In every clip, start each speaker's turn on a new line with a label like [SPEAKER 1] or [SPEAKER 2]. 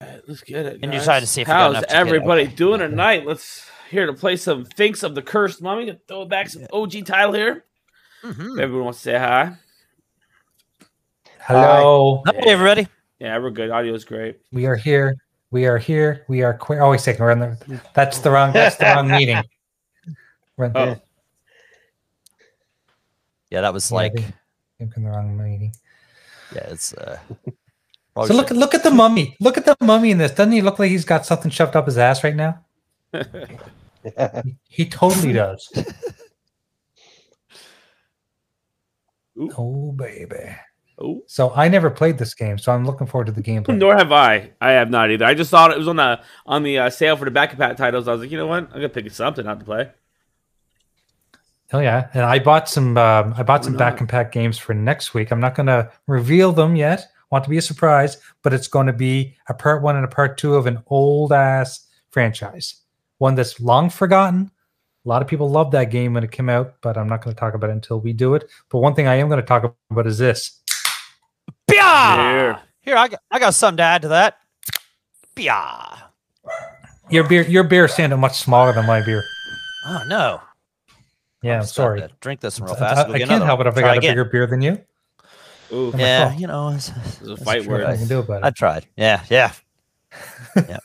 [SPEAKER 1] it. Let's get it.
[SPEAKER 2] And you
[SPEAKER 1] guys.
[SPEAKER 2] decided to see if we got
[SPEAKER 1] how's
[SPEAKER 2] enough to get it.
[SPEAKER 1] everybody
[SPEAKER 2] Okay.
[SPEAKER 1] doing tonight. Let's here to play some Thinks of the Cursed Mummy. Gonna Throw back some OG title here.
[SPEAKER 2] Mhm.
[SPEAKER 3] Mm-hmm.
[SPEAKER 1] If Everyone wants to say hi.
[SPEAKER 3] Hello.
[SPEAKER 2] Hey, everybody.
[SPEAKER 1] Yeah, we're good. Audio's great.
[SPEAKER 3] We are here. We are here. We are queer. Oh, wait a second. We're in the, that's the wrong. That's the wrong meeting. We're in,
[SPEAKER 1] Oh,
[SPEAKER 2] Yeah, that was
[SPEAKER 3] Yeah, I
[SPEAKER 2] like,
[SPEAKER 3] think- I'm in the wrong meeting.
[SPEAKER 2] yeah, it's. Uh, Oh,
[SPEAKER 3] So look, look at the mummy. Look at the mummy in this. Doesn't he look like he's got something shoved up his ass right now? He- He totally does.
[SPEAKER 1] Ooh.
[SPEAKER 3] Oh baby.
[SPEAKER 1] oh.
[SPEAKER 3] So I never played this game, so I'm looking forward to the gameplay.
[SPEAKER 1] Nor have I. I have not either. I just saw it. It was on the on the uh, sale for the back of pack titles. I was like, you know what? I'm gonna pick something out to play.
[SPEAKER 3] Hell Oh, yeah! And I bought some. Um, I bought some
[SPEAKER 1] Why not?
[SPEAKER 3] back and pack games for next week. I'm not going to reveal them yet. Want to be a surprise, but it's going to be a part one and a part two of an old ass franchise, one that's long forgotten. A lot of people loved that game when it came out, but I'm not going to talk about it until we do it. But one thing I am going to talk about is this.
[SPEAKER 2] Bia!
[SPEAKER 1] Here.
[SPEAKER 2] Here, I got, I got something to add to that. Bia!
[SPEAKER 3] Your beer, your beer is standing much smaller than my beer.
[SPEAKER 2] Oh, no.
[SPEAKER 3] Yeah, I'm
[SPEAKER 2] Just have
[SPEAKER 3] sorry.
[SPEAKER 2] to Drink this one real
[SPEAKER 3] I,
[SPEAKER 2] fast.
[SPEAKER 3] I can't help it if I got a bigger beer than you.
[SPEAKER 1] Ooh.
[SPEAKER 3] Yeah.
[SPEAKER 2] Yeah,
[SPEAKER 3] fault.
[SPEAKER 2] you know, it's,
[SPEAKER 1] a
[SPEAKER 2] it's
[SPEAKER 1] fight
[SPEAKER 2] true.
[SPEAKER 1] word.
[SPEAKER 3] Nothing I can do
[SPEAKER 2] I, I
[SPEAKER 3] about
[SPEAKER 2] tried. Yeah, yeah.
[SPEAKER 3] it.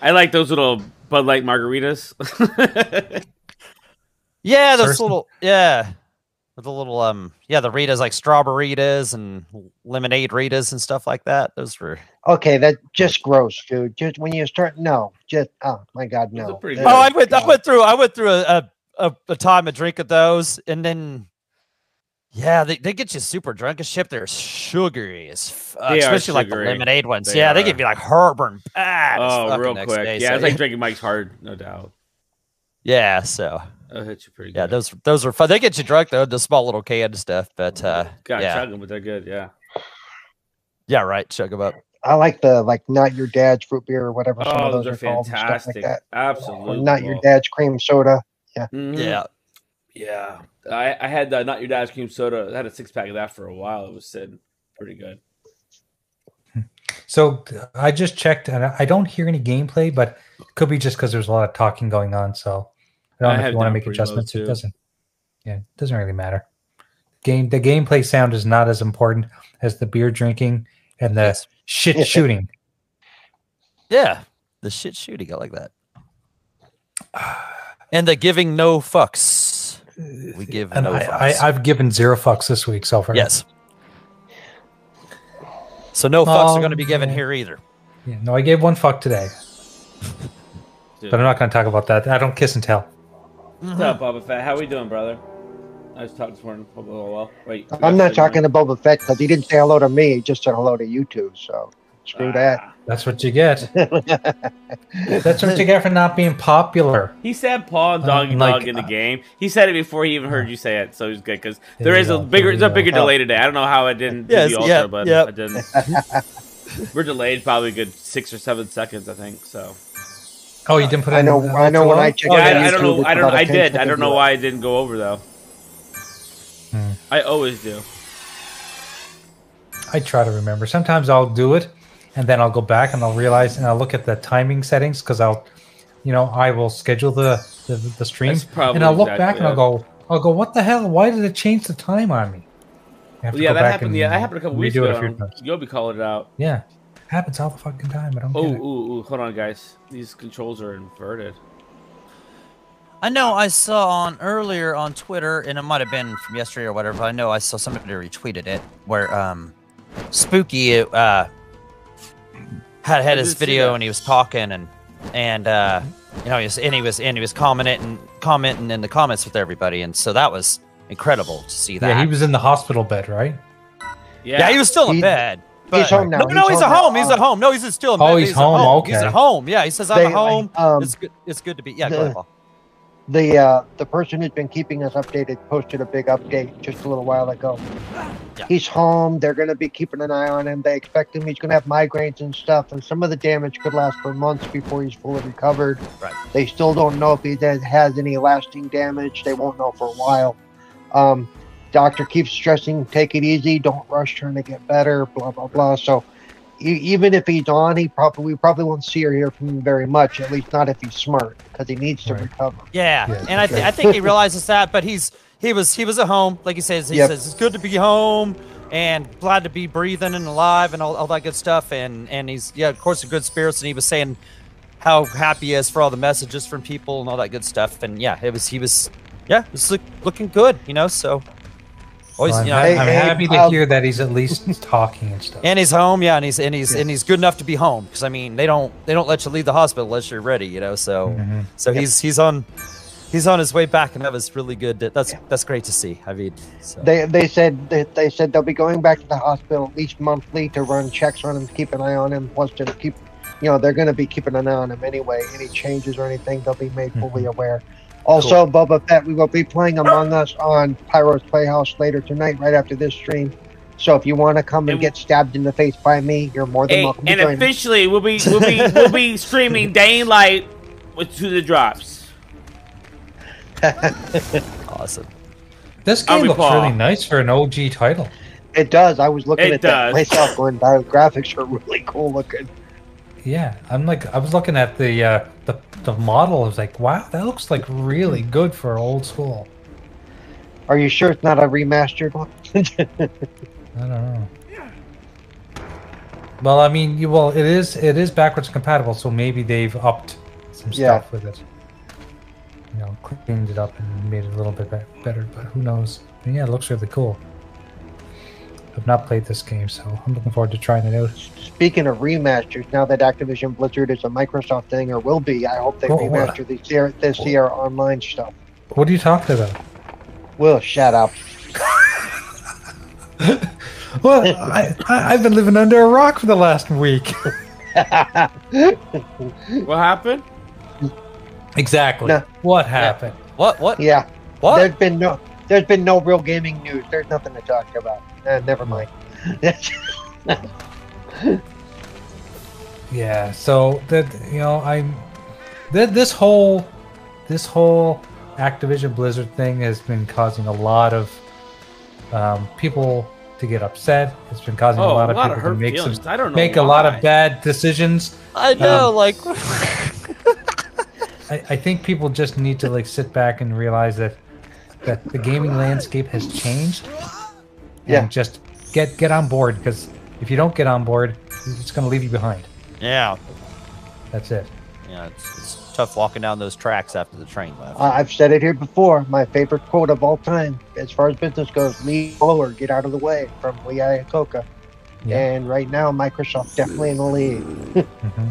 [SPEAKER 1] I like those little Bud Light margaritas.
[SPEAKER 2] Yeah, those
[SPEAKER 3] Seriously?
[SPEAKER 2] little yeah. With the little um yeah, the Ritas like strawberritas and lemonade Ritas and stuff like that. Those were
[SPEAKER 4] Okay, that just gross, dude. Just when you start, no, just oh my god,
[SPEAKER 1] Those are
[SPEAKER 4] no.
[SPEAKER 1] pretty
[SPEAKER 4] Ugh,
[SPEAKER 1] good.
[SPEAKER 2] Oh, I went I
[SPEAKER 4] God.
[SPEAKER 2] went through I went through a a, a, a time of drink of those and then yeah, they, they get you super drunk as shit. They're sugary as fuck,
[SPEAKER 1] They are
[SPEAKER 2] especially like the
[SPEAKER 1] sugary.
[SPEAKER 2] lemonade ones.
[SPEAKER 1] They
[SPEAKER 2] yeah, they
[SPEAKER 1] are.
[SPEAKER 2] give you like heartburn bad. as
[SPEAKER 1] oh,
[SPEAKER 2] fuck the
[SPEAKER 1] real
[SPEAKER 2] next
[SPEAKER 1] quick.
[SPEAKER 2] day,
[SPEAKER 1] yeah,
[SPEAKER 2] so,
[SPEAKER 1] it's like drinking Mike's hard, no doubt.
[SPEAKER 2] yeah, so
[SPEAKER 1] That'll hit you pretty good.
[SPEAKER 2] yeah, those those are fun. They get you drunk though, the small little canned stuff. But uh,
[SPEAKER 1] God,
[SPEAKER 2] yeah,
[SPEAKER 1] chug them, but they're good. Yeah.
[SPEAKER 2] yeah, right. Chug 'em up.
[SPEAKER 4] I like the like not your dad's fruit beer or whatever some
[SPEAKER 1] Oh,
[SPEAKER 4] of
[SPEAKER 1] those,
[SPEAKER 4] those,
[SPEAKER 1] are
[SPEAKER 4] called and stuff like
[SPEAKER 1] fantastic.
[SPEAKER 4] that. Or
[SPEAKER 1] Absolutely.
[SPEAKER 4] not your dad's cream soda.
[SPEAKER 1] Mhm.
[SPEAKER 2] Yeah,
[SPEAKER 1] Yeah. I, I had uh, not your dad's cream soda. I had a six pack of that for a while. It was sitting pretty good.
[SPEAKER 3] So I just checked, and I don't hear any gameplay, but it could be just because there's a lot of talking going on. So I
[SPEAKER 1] I
[SPEAKER 3] don't know
[SPEAKER 1] have
[SPEAKER 3] if you want
[SPEAKER 1] down
[SPEAKER 3] to make
[SPEAKER 1] pretty low,
[SPEAKER 3] adjustments.
[SPEAKER 1] too.
[SPEAKER 3] It doesn't. Yeah, it doesn't really matter. Game the gameplay sound is not as important as the beer drinking and the
[SPEAKER 2] Yes.
[SPEAKER 3] shit shooting.
[SPEAKER 2] yeah. The shit shooting, I like that. And the giving no fucks. We give
[SPEAKER 3] And
[SPEAKER 2] no
[SPEAKER 3] I,
[SPEAKER 2] fucks.
[SPEAKER 3] I, I've given zero fucks this week so far.
[SPEAKER 2] yes. So no fucks are going to be given
[SPEAKER 3] Um,
[SPEAKER 2] here either.
[SPEAKER 3] Yeah, no, I gave one fuck today, but I'm not going to talk about that. I don't kiss and tell.
[SPEAKER 2] mm-hmm.
[SPEAKER 1] What's up, Boba Fett? How we doing, brother? I was talking this morning. Hope all well. Wait.
[SPEAKER 4] I'm not talking to Boba Fett because he didn't say hello to me. He just said hello to you two. So screw that.
[SPEAKER 1] Ah.
[SPEAKER 3] That's what you get. That's what you get for not being popular.
[SPEAKER 1] He said Paul and
[SPEAKER 3] Uh,
[SPEAKER 1] Doggy
[SPEAKER 3] like,
[SPEAKER 1] Dog in the
[SPEAKER 3] uh,
[SPEAKER 1] game. He said it before he even heard you say it, so he's good because
[SPEAKER 3] There
[SPEAKER 1] there
[SPEAKER 3] you
[SPEAKER 1] is a
[SPEAKER 3] go,
[SPEAKER 1] bigger,
[SPEAKER 3] there
[SPEAKER 1] there's a
[SPEAKER 3] you
[SPEAKER 1] bigger
[SPEAKER 4] go.
[SPEAKER 1] delay today. I don't know how I didn't do
[SPEAKER 2] Yes,
[SPEAKER 1] the ultra,
[SPEAKER 2] yeah,
[SPEAKER 1] but
[SPEAKER 2] yeah.
[SPEAKER 1] I didn't. We're delayed probably a good six or seven seconds, I think. So
[SPEAKER 3] Oh, you didn't put. it
[SPEAKER 4] I
[SPEAKER 3] in
[SPEAKER 4] know.
[SPEAKER 3] the
[SPEAKER 4] I know
[SPEAKER 3] ultra
[SPEAKER 4] when
[SPEAKER 3] low?
[SPEAKER 4] I check.
[SPEAKER 1] yeah,
[SPEAKER 4] out
[SPEAKER 1] I, I
[SPEAKER 4] YouTube,
[SPEAKER 1] don't know.
[SPEAKER 4] it's
[SPEAKER 1] I don't.
[SPEAKER 4] about a
[SPEAKER 1] I
[SPEAKER 4] 10
[SPEAKER 1] did. I
[SPEAKER 4] second
[SPEAKER 1] don't know
[SPEAKER 4] delay.
[SPEAKER 1] why I didn't go over though.
[SPEAKER 3] Hmm.
[SPEAKER 1] I always do.
[SPEAKER 3] I try to remember. Sometimes I'll do it, and then I'll go back and I'll realize and I'll look at the timing settings because I'll, you know, I will schedule the the, the stream
[SPEAKER 1] That's probably
[SPEAKER 3] and I'll look back
[SPEAKER 1] exactly
[SPEAKER 3] and I'll go, I'll go, what the hell? Why did it change the time on me? I have to
[SPEAKER 1] Well, yeah,
[SPEAKER 3] go
[SPEAKER 1] that
[SPEAKER 3] back
[SPEAKER 1] happened.
[SPEAKER 3] and
[SPEAKER 1] Yeah, that happened a couple weeks
[SPEAKER 3] redo
[SPEAKER 1] ago.
[SPEAKER 3] it a few
[SPEAKER 1] and
[SPEAKER 3] times.
[SPEAKER 1] Yobi called it out.
[SPEAKER 3] Yeah, happens all the fucking time. I don't
[SPEAKER 1] Oh,
[SPEAKER 3] get it.
[SPEAKER 1] ooh, ooh, hold on, guys. These controls are inverted.
[SPEAKER 2] I know I saw on earlier on Twitter, and it might have been from yesterday or whatever. But I know I saw somebody retweeted it where um, Spooky uh, had
[SPEAKER 1] I
[SPEAKER 2] had his
[SPEAKER 1] did see that. Mm-hmm.
[SPEAKER 2] video and he was talking and and uh, you know he was and he was and he was commenting commenting in the comments with everybody, and so that was incredible to see that.
[SPEAKER 3] Yeah, he was in the hospital bed, right?
[SPEAKER 1] Yeah,
[SPEAKER 2] yeah, he was still in
[SPEAKER 4] He-
[SPEAKER 2] bed.
[SPEAKER 4] He's
[SPEAKER 2] but-
[SPEAKER 4] home now.
[SPEAKER 2] No, no, he's, at home. He's
[SPEAKER 4] now.
[SPEAKER 2] at home. No, he's still in
[SPEAKER 3] Oh,
[SPEAKER 2] bed.
[SPEAKER 3] he's
[SPEAKER 2] at
[SPEAKER 3] home,
[SPEAKER 2] He's
[SPEAKER 3] okay.
[SPEAKER 2] at home. Yeah, he says I'm
[SPEAKER 4] They,
[SPEAKER 2] at
[SPEAKER 4] like,
[SPEAKER 2] home.
[SPEAKER 4] um,
[SPEAKER 2] it's good. It's good to be. Yeah, go ahead,
[SPEAKER 4] the-
[SPEAKER 2] Paul.
[SPEAKER 4] the uh, the person who's been keeping us updated posted a big update just a little while ago.
[SPEAKER 2] Yeah.
[SPEAKER 4] He's home. They're going to be keeping an eye on him. They expect him. He's going to have migraines and stuff, and some of the damage could last for months before he's fully recovered.
[SPEAKER 2] Right.
[SPEAKER 4] They still don't know if he then has any lasting damage. They won't know for a while. Um, doctor keeps stressing, take it easy, don't rush, trying to get better, blah blah blah. So e- even if he's on, he probably we probably won't see or hear from him very much. At least not if he's smart, because he needs to
[SPEAKER 3] Right.
[SPEAKER 4] recover.
[SPEAKER 2] Yeah,
[SPEAKER 3] Yeah,
[SPEAKER 2] and I, th-
[SPEAKER 4] okay.
[SPEAKER 2] I think he realizes that, but he's he was he was at home, like he says. He
[SPEAKER 4] Yep.
[SPEAKER 2] says it's good to be home and glad to be breathing and alive and all, all that good stuff. And and he's yeah, of course, in good spirits. And he was saying how happy he is for all the messages from people and all that good stuff. And yeah, it was he was yeah, it was look, looking good, you know. So always,
[SPEAKER 3] Well, I'm,
[SPEAKER 2] you know,
[SPEAKER 3] ha-
[SPEAKER 4] Hey,
[SPEAKER 3] I'm
[SPEAKER 4] hey,
[SPEAKER 3] happy to
[SPEAKER 4] I'll-
[SPEAKER 3] hear that he's at least talking and stuff.
[SPEAKER 2] and he's home, yeah, and he's and he's
[SPEAKER 4] Yeah.
[SPEAKER 2] and he's good enough to be home because I mean they don't they don't let you leave the hospital unless you're ready, you know. So
[SPEAKER 3] Mhm.
[SPEAKER 2] so
[SPEAKER 4] Yep.
[SPEAKER 2] he's he's on he's on his way back, and that was really good. That- That's that's great to see. I mean, so.
[SPEAKER 4] They they said they, they said they'll be going back to the hospital at least monthly to run checks on him, keep an eye on him, plus to keep you know they're going to be keeping an eye on him anyway. Any changes or anything, they'll be made fully aware. Also, Boba Fett, we will be playing Among Us on Pyro's Playhouse later tonight, right after this stream. So if you want to come and
[SPEAKER 1] And-
[SPEAKER 4] get stabbed in the face by me, you're more than
[SPEAKER 1] Hey,
[SPEAKER 4] welcome to
[SPEAKER 1] and
[SPEAKER 4] join. us.
[SPEAKER 1] officially, we'll be we'll be we'll be streaming daylight with to the drops.
[SPEAKER 2] awesome.
[SPEAKER 3] This
[SPEAKER 1] I'll
[SPEAKER 3] game
[SPEAKER 1] be
[SPEAKER 3] looks
[SPEAKER 1] Paul.
[SPEAKER 3] really nice for an OG title.
[SPEAKER 4] It does. I was looking
[SPEAKER 1] It
[SPEAKER 4] at that
[SPEAKER 1] does.
[SPEAKER 4] myself, going, "Those graphics are really cool looking."
[SPEAKER 3] Yeah, I'm like I was looking at the uh, the the model. I was like, wow, that looks like really good for old school.
[SPEAKER 4] Are you sure it's not a remastered one?
[SPEAKER 3] I don't know. Well, I mean, you, well, it is it is backwards compatible, so maybe they've upped some
[SPEAKER 4] Yeah.
[SPEAKER 3] stuff with it. You know, cleaned it up and made it a little bit be- better, but who knows? But yeah, it looks really cool. I've not played this game, so I'm looking forward to trying it out.
[SPEAKER 4] Speaking of remasters, now that Activision Blizzard is a Microsoft thing or will be, I hope they
[SPEAKER 3] Well, well,
[SPEAKER 4] remaster the Sierra, the Sierra Online stuff.
[SPEAKER 3] What are you talking about?
[SPEAKER 4] Will shut up.
[SPEAKER 3] Well, I, I I've been living under a rock for the last week.
[SPEAKER 1] What happened?
[SPEAKER 3] Exactly.
[SPEAKER 4] No.
[SPEAKER 3] What happened?
[SPEAKER 2] What what
[SPEAKER 4] yeah,
[SPEAKER 2] what?
[SPEAKER 4] there's been no there's been no real gaming news. There's nothing to talk about. Uh, never mind.
[SPEAKER 3] Yeah. So that you know, I'm that this whole this whole Activision Blizzard thing has been causing a lot of um, people to get upset. It's been causing a
[SPEAKER 1] Oh,
[SPEAKER 3] lot of people
[SPEAKER 1] hurt
[SPEAKER 3] to make some
[SPEAKER 1] feelings. I don't know.
[SPEAKER 3] make a lot
[SPEAKER 1] why.
[SPEAKER 3] of bad decisions.
[SPEAKER 2] I know,
[SPEAKER 4] um,
[SPEAKER 2] like
[SPEAKER 3] I, I think people just need to like sit back and realize that that the gaming landscape has changed.
[SPEAKER 4] Yeah.
[SPEAKER 3] And just get get on board because if you don't get on board, it's going to leave you behind.
[SPEAKER 2] yeah,
[SPEAKER 3] That's it.
[SPEAKER 2] yeah. It's, it's tough walking down those tracks after the train left.
[SPEAKER 4] I I've said it here before. My favorite quote of all time, as far as business goes, "Lead blower, get out of the way." From Lee Iacocca.
[SPEAKER 3] Yeah.
[SPEAKER 4] And right now, Microsoft definitely in the lead.
[SPEAKER 3] hmm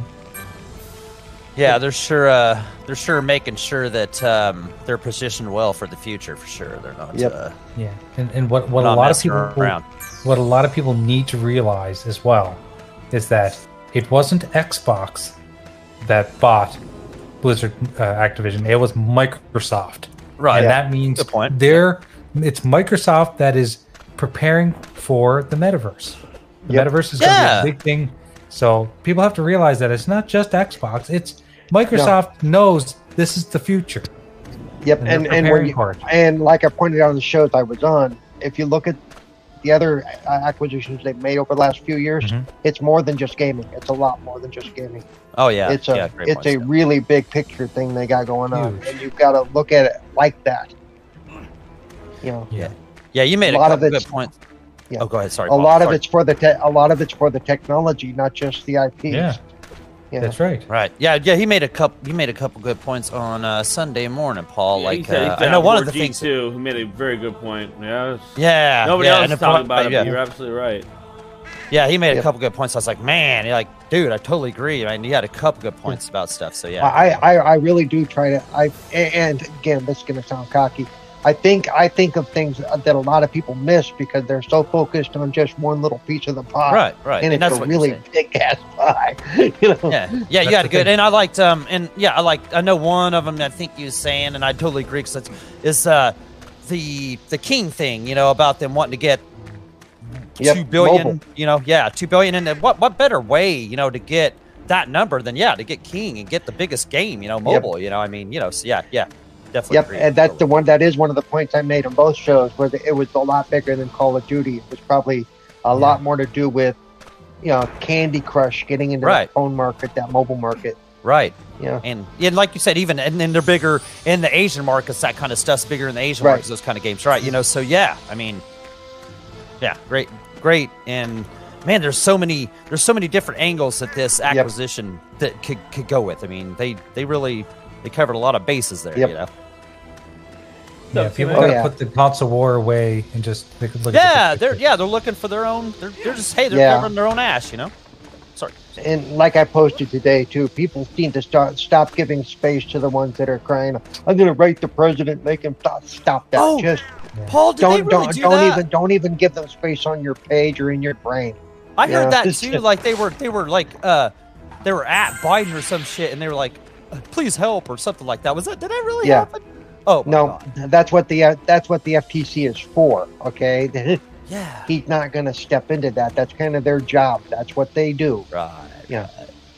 [SPEAKER 2] yeah, they're sure uh, they're sure making sure that um, they're positioned well for the future for sure. They're not
[SPEAKER 4] Yep.
[SPEAKER 2] uh,
[SPEAKER 3] Yeah. And, and what what
[SPEAKER 2] not
[SPEAKER 3] a lot of
[SPEAKER 2] messing
[SPEAKER 3] people
[SPEAKER 2] around.
[SPEAKER 3] what a lot of people need to realize as well is that it wasn't Xbox that bought Blizzard uh, Activision. It was Microsoft.
[SPEAKER 2] Right.
[SPEAKER 3] and that means
[SPEAKER 2] Good point.
[SPEAKER 3] they're it's Microsoft that is preparing for the metaverse. The
[SPEAKER 4] Yep.
[SPEAKER 3] metaverse is
[SPEAKER 2] Yeah.
[SPEAKER 3] going to be a big thing, so people have to realize that it's not just Xbox. It's Microsoft knows this is the future,
[SPEAKER 4] Yep.
[SPEAKER 3] and,
[SPEAKER 4] And
[SPEAKER 3] they're preparing
[SPEAKER 4] and when you,
[SPEAKER 3] for it.
[SPEAKER 4] And like I pointed out on the shows I was on, if you look at the other uh, acquisitions they've made over the last few years,
[SPEAKER 2] Mm-hmm.
[SPEAKER 3] Mhm.
[SPEAKER 4] it's more than just gaming. It's a lot more than just gaming.
[SPEAKER 2] Oh yeah,
[SPEAKER 4] it's a
[SPEAKER 2] yeah, great
[SPEAKER 4] it's a
[SPEAKER 2] point.
[SPEAKER 4] really big picture thing they got going on,
[SPEAKER 3] Huge.
[SPEAKER 4] and you've got to look at it like that. You know,
[SPEAKER 2] yeah. You made a,
[SPEAKER 4] lot
[SPEAKER 2] couple
[SPEAKER 4] of it's-
[SPEAKER 2] good points.
[SPEAKER 4] yeah.
[SPEAKER 2] Oh, go ahead. Sorry.
[SPEAKER 4] a
[SPEAKER 2] Paul,
[SPEAKER 4] lot of
[SPEAKER 2] sorry.
[SPEAKER 4] it's for the te- a lot of it's for the technology, not just the IPs.
[SPEAKER 3] Yeah.
[SPEAKER 4] You know?
[SPEAKER 3] That's right.
[SPEAKER 2] Right. Yeah. Yeah. He made a couple. He made a couple good points on uh, Sunday morning, Paul.
[SPEAKER 1] Yeah, he
[SPEAKER 2] like
[SPEAKER 1] said- he
[SPEAKER 2] uh,
[SPEAKER 1] said
[SPEAKER 2] I know one of
[SPEAKER 1] Outward
[SPEAKER 2] the
[SPEAKER 1] G
[SPEAKER 2] things.
[SPEAKER 1] too. He made a very good point. Yeah. it's-
[SPEAKER 2] Yeah.
[SPEAKER 1] Nobody
[SPEAKER 2] yeah,
[SPEAKER 1] else
[SPEAKER 2] and
[SPEAKER 1] is talking
[SPEAKER 2] point-
[SPEAKER 1] about it.
[SPEAKER 2] yeah.
[SPEAKER 1] But you're absolutely right.
[SPEAKER 2] Yeah, he made a
[SPEAKER 4] Yep.
[SPEAKER 2] couple good points. I was like, man, you're like, dude, I totally agree. I mean, he had a couple good points about stuff. So yeah,
[SPEAKER 4] I, I I really do try to I a- and again this is gonna sound cocky. I think I think of things that a lot of people miss because they're so focused on just one little piece of the pie.
[SPEAKER 2] right, right.
[SPEAKER 4] And, it's
[SPEAKER 2] that's
[SPEAKER 4] a
[SPEAKER 2] what you're
[SPEAKER 4] really
[SPEAKER 2] saying.
[SPEAKER 4] big ass pie. you know?
[SPEAKER 2] yeah, yeah. You
[SPEAKER 3] That's
[SPEAKER 2] had a
[SPEAKER 3] the
[SPEAKER 2] good,
[SPEAKER 3] thing.
[SPEAKER 2] and I liked, um, and yeah, I like. I know one of them. I think you was saying, and I totally agree. Cause that's is uh, the the king thing, you know, about them wanting to get
[SPEAKER 4] Yep,
[SPEAKER 2] two billion.
[SPEAKER 4] mobile.
[SPEAKER 2] You know, yeah, two billion. And then what what better way, you know, to get that number than yeah, to get king and get the biggest game, you know, mobile. You know, I mean, you know, so yeah, yeah, definitely.
[SPEAKER 4] Yep,
[SPEAKER 2] agree.
[SPEAKER 4] and that's the
[SPEAKER 2] Totally.
[SPEAKER 4] one. That is one of the points I made on both shows, where the, it was a lot bigger than Call of Duty. It was probably a lot more to do with you know, Candy Crush getting into
[SPEAKER 2] Right.
[SPEAKER 4] that phone market, that mobile market.
[SPEAKER 2] Right.
[SPEAKER 4] Yeah.
[SPEAKER 2] And, and like you said, even and then they're bigger in the Asian markets. That kind of stuff's bigger in the Asian
[SPEAKER 4] Right.
[SPEAKER 2] markets. Those kind of games, right? You know. So yeah, I mean, yeah, great, great, and man, there's so many, there's so many different angles that this acquisition that could, could go with. I mean, they they really they covered a lot of bases there.
[SPEAKER 4] Yep.
[SPEAKER 2] You know.
[SPEAKER 3] Yeah,
[SPEAKER 1] Stuff,
[SPEAKER 3] people
[SPEAKER 1] man.
[SPEAKER 4] Oh,
[SPEAKER 3] gotta
[SPEAKER 4] yeah.
[SPEAKER 3] put the console war away and just they could look.
[SPEAKER 2] Yeah,
[SPEAKER 3] at the
[SPEAKER 2] they're
[SPEAKER 3] big
[SPEAKER 2] yeah they're looking for their own. They're, they're just hey they're
[SPEAKER 4] Yeah.
[SPEAKER 2] covering their own ass. You know. Sorry.
[SPEAKER 4] And like I posted today too, people seem to start stop giving space to the ones that are crying. I'm going to write the president, make him stop. Stop that.
[SPEAKER 2] Oh,
[SPEAKER 4] Just
[SPEAKER 2] Paul, did
[SPEAKER 4] don't
[SPEAKER 2] they really
[SPEAKER 4] don't
[SPEAKER 2] do
[SPEAKER 4] not
[SPEAKER 2] that? Oh
[SPEAKER 4] even don't even give them space on your page or in your brain.
[SPEAKER 2] I heard
[SPEAKER 4] Yeah.
[SPEAKER 2] that too. Like they were, they were like, uh, they were at Biden or some shit, and they were like, "Uh, "Please help" or something like that. Was that? Did that really
[SPEAKER 4] Yeah.
[SPEAKER 2] happen? Oh my
[SPEAKER 4] No,
[SPEAKER 2] God.
[SPEAKER 4] that's what the uh, that's what the FTC is for. Okay,
[SPEAKER 2] Yeah.
[SPEAKER 4] he's not going to step into that. That's kind of their job. That's what they do.
[SPEAKER 2] Right.
[SPEAKER 4] Yeah.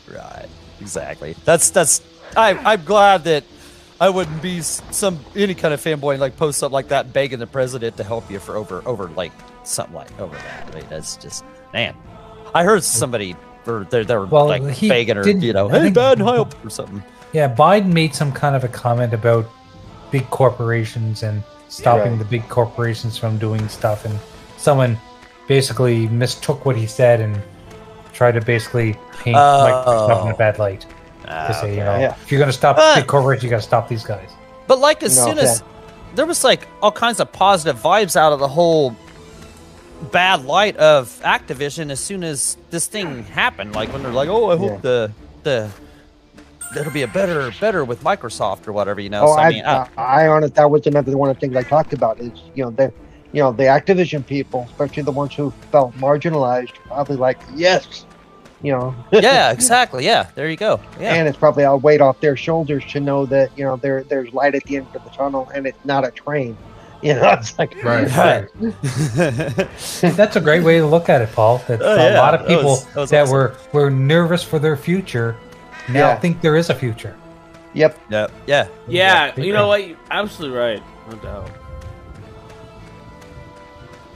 [SPEAKER 2] Right. right. Exactly. That's that's. I I'm glad that I wouldn't be s- some any kind of fanboy and like post something like that begging the president to help you for over over like something like over that. I mean, that's just man. I heard somebody or they they were
[SPEAKER 3] Well,
[SPEAKER 2] like
[SPEAKER 3] he
[SPEAKER 2] begging or
[SPEAKER 3] didn't-
[SPEAKER 2] you know,
[SPEAKER 3] I
[SPEAKER 2] hey,
[SPEAKER 3] think-
[SPEAKER 2] bad help or something.
[SPEAKER 3] Yeah, Biden made some kind of a comment about big corporations and stopping
[SPEAKER 4] Right.
[SPEAKER 3] the big corporations from doing stuff, and someone basically mistook what he said and tried to basically paint Microsoft in
[SPEAKER 2] Oh.
[SPEAKER 3] a bad light to say, you know,
[SPEAKER 4] Yeah.
[SPEAKER 3] if you're going to stop
[SPEAKER 2] But-
[SPEAKER 3] big corporations, you got to stop these guys.
[SPEAKER 2] But like as
[SPEAKER 4] No,
[SPEAKER 2] soon as there was like all kinds of positive vibes out of the whole bad light of Activision as soon as this thing happened, like when they're like, "Oh, I hope
[SPEAKER 4] Yeah.
[SPEAKER 2] the the it'll be a better better with Microsoft or whatever," you know.
[SPEAKER 4] Oh,
[SPEAKER 2] so,
[SPEAKER 4] I,
[SPEAKER 2] I mean, uh, I,
[SPEAKER 4] I, I honest, that was another one of the things I talked about is, you know, the, you know, the Activision people, especially the ones who felt marginalized, probably like, yes, you know,
[SPEAKER 2] yeah, exactly. Yeah, there you go. Yeah,
[SPEAKER 4] and it's probably a weight off their shoulders to know that, you know, there, there's light at the end of the tunnel and it's not a train. You know, it's like,
[SPEAKER 2] Right.
[SPEAKER 3] That's a great way to look at it, Paul. That
[SPEAKER 2] Oh,
[SPEAKER 3] a
[SPEAKER 2] yeah,
[SPEAKER 3] lot of
[SPEAKER 2] that was-
[SPEAKER 3] people
[SPEAKER 2] that was
[SPEAKER 3] that
[SPEAKER 2] awesome.
[SPEAKER 3] were were nervous for their future now
[SPEAKER 4] Yeah.
[SPEAKER 3] think there is a future.
[SPEAKER 4] yep.
[SPEAKER 2] yeah, yeah.
[SPEAKER 1] Yeah,
[SPEAKER 3] Yeah.
[SPEAKER 1] you know what? You're absolutely right. No doubt.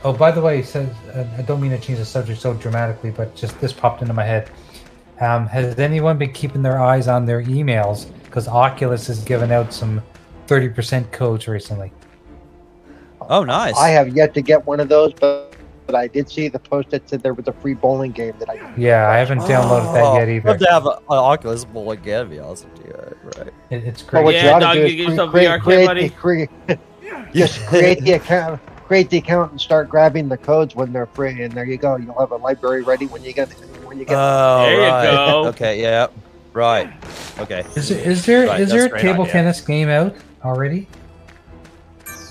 [SPEAKER 3] Oh, by the way, so, uh, I don't mean to change the subject so dramatically, but just this popped into my head. Um, has anyone been keeping their eyes on their emails? Because Oculus has given out some 30% codes recently.
[SPEAKER 2] Oh, nice.
[SPEAKER 4] I have yet to get one of those, but, but I did see the post that said there was a free bowling game that I could
[SPEAKER 3] Yeah, I haven't downloaded
[SPEAKER 2] Oh,
[SPEAKER 3] that yet
[SPEAKER 2] Love
[SPEAKER 3] either.
[SPEAKER 2] to have an Oculus Bowl again. It'd be awesome. Too. Right, right.
[SPEAKER 3] It, it's
[SPEAKER 4] Well, what
[SPEAKER 3] great.
[SPEAKER 1] Yeah,
[SPEAKER 4] you ought
[SPEAKER 1] dog,
[SPEAKER 4] to
[SPEAKER 1] you
[SPEAKER 4] do is
[SPEAKER 1] get
[SPEAKER 4] cre-
[SPEAKER 1] yourself a
[SPEAKER 4] create,
[SPEAKER 1] VR kit,
[SPEAKER 4] create,
[SPEAKER 1] buddy.
[SPEAKER 4] the, create, just create the account, create the account, and start grabbing the codes when they're free. And there you go. You'll have a library ready when you get when you
[SPEAKER 1] Uh,
[SPEAKER 4] get.
[SPEAKER 2] Oh,
[SPEAKER 1] There you
[SPEAKER 2] right.
[SPEAKER 1] go.
[SPEAKER 2] Okay, yeah, right. Okay,
[SPEAKER 3] Is, is there is
[SPEAKER 2] Right, that's
[SPEAKER 3] there
[SPEAKER 2] a
[SPEAKER 3] a
[SPEAKER 2] great
[SPEAKER 3] table
[SPEAKER 2] idea.
[SPEAKER 3] tennis game out already?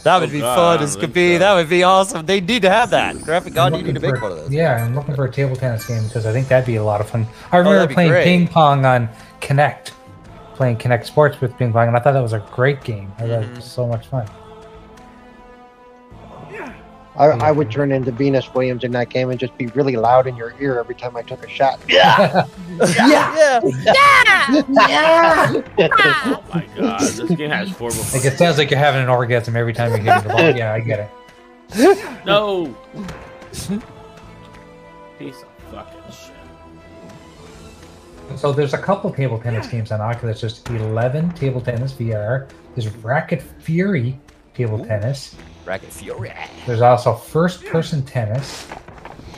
[SPEAKER 2] That would
[SPEAKER 1] Oh,
[SPEAKER 2] be
[SPEAKER 1] God, I
[SPEAKER 2] fun
[SPEAKER 1] don't
[SPEAKER 2] as could
[SPEAKER 1] think
[SPEAKER 2] be.
[SPEAKER 1] so.
[SPEAKER 2] That would be awesome. They need to have that. Graphic
[SPEAKER 3] I'm
[SPEAKER 2] God, you
[SPEAKER 3] looking
[SPEAKER 2] need to make
[SPEAKER 3] for-
[SPEAKER 2] one of those.
[SPEAKER 3] Yeah, I'm looking for a table tennis game because I think that'd be a lot of fun. I
[SPEAKER 2] Oh, that'd
[SPEAKER 3] remember
[SPEAKER 2] be
[SPEAKER 3] playing
[SPEAKER 2] great.
[SPEAKER 3] ping pong on Connect, playing Connect Sports with ping pong, and I thought that was a great game. I thought it
[SPEAKER 2] Mm-hmm.
[SPEAKER 3] was so much fun.
[SPEAKER 4] I, I would turn into Venus Williams in that game and just be really loud in your ear every time I took a shot.
[SPEAKER 2] Yeah.
[SPEAKER 1] Oh my god, this game has four
[SPEAKER 3] Like it sounds like you're having an orgasm every time you hit the ball. Yeah, I get it.
[SPEAKER 1] No. Piece of fucking shit.
[SPEAKER 3] So there's a couple table tennis games on Oculus. There's 11 table tennis VR. There's Racket Fury table tennis.
[SPEAKER 2] Racket Fury.
[SPEAKER 3] There's also first person tennis,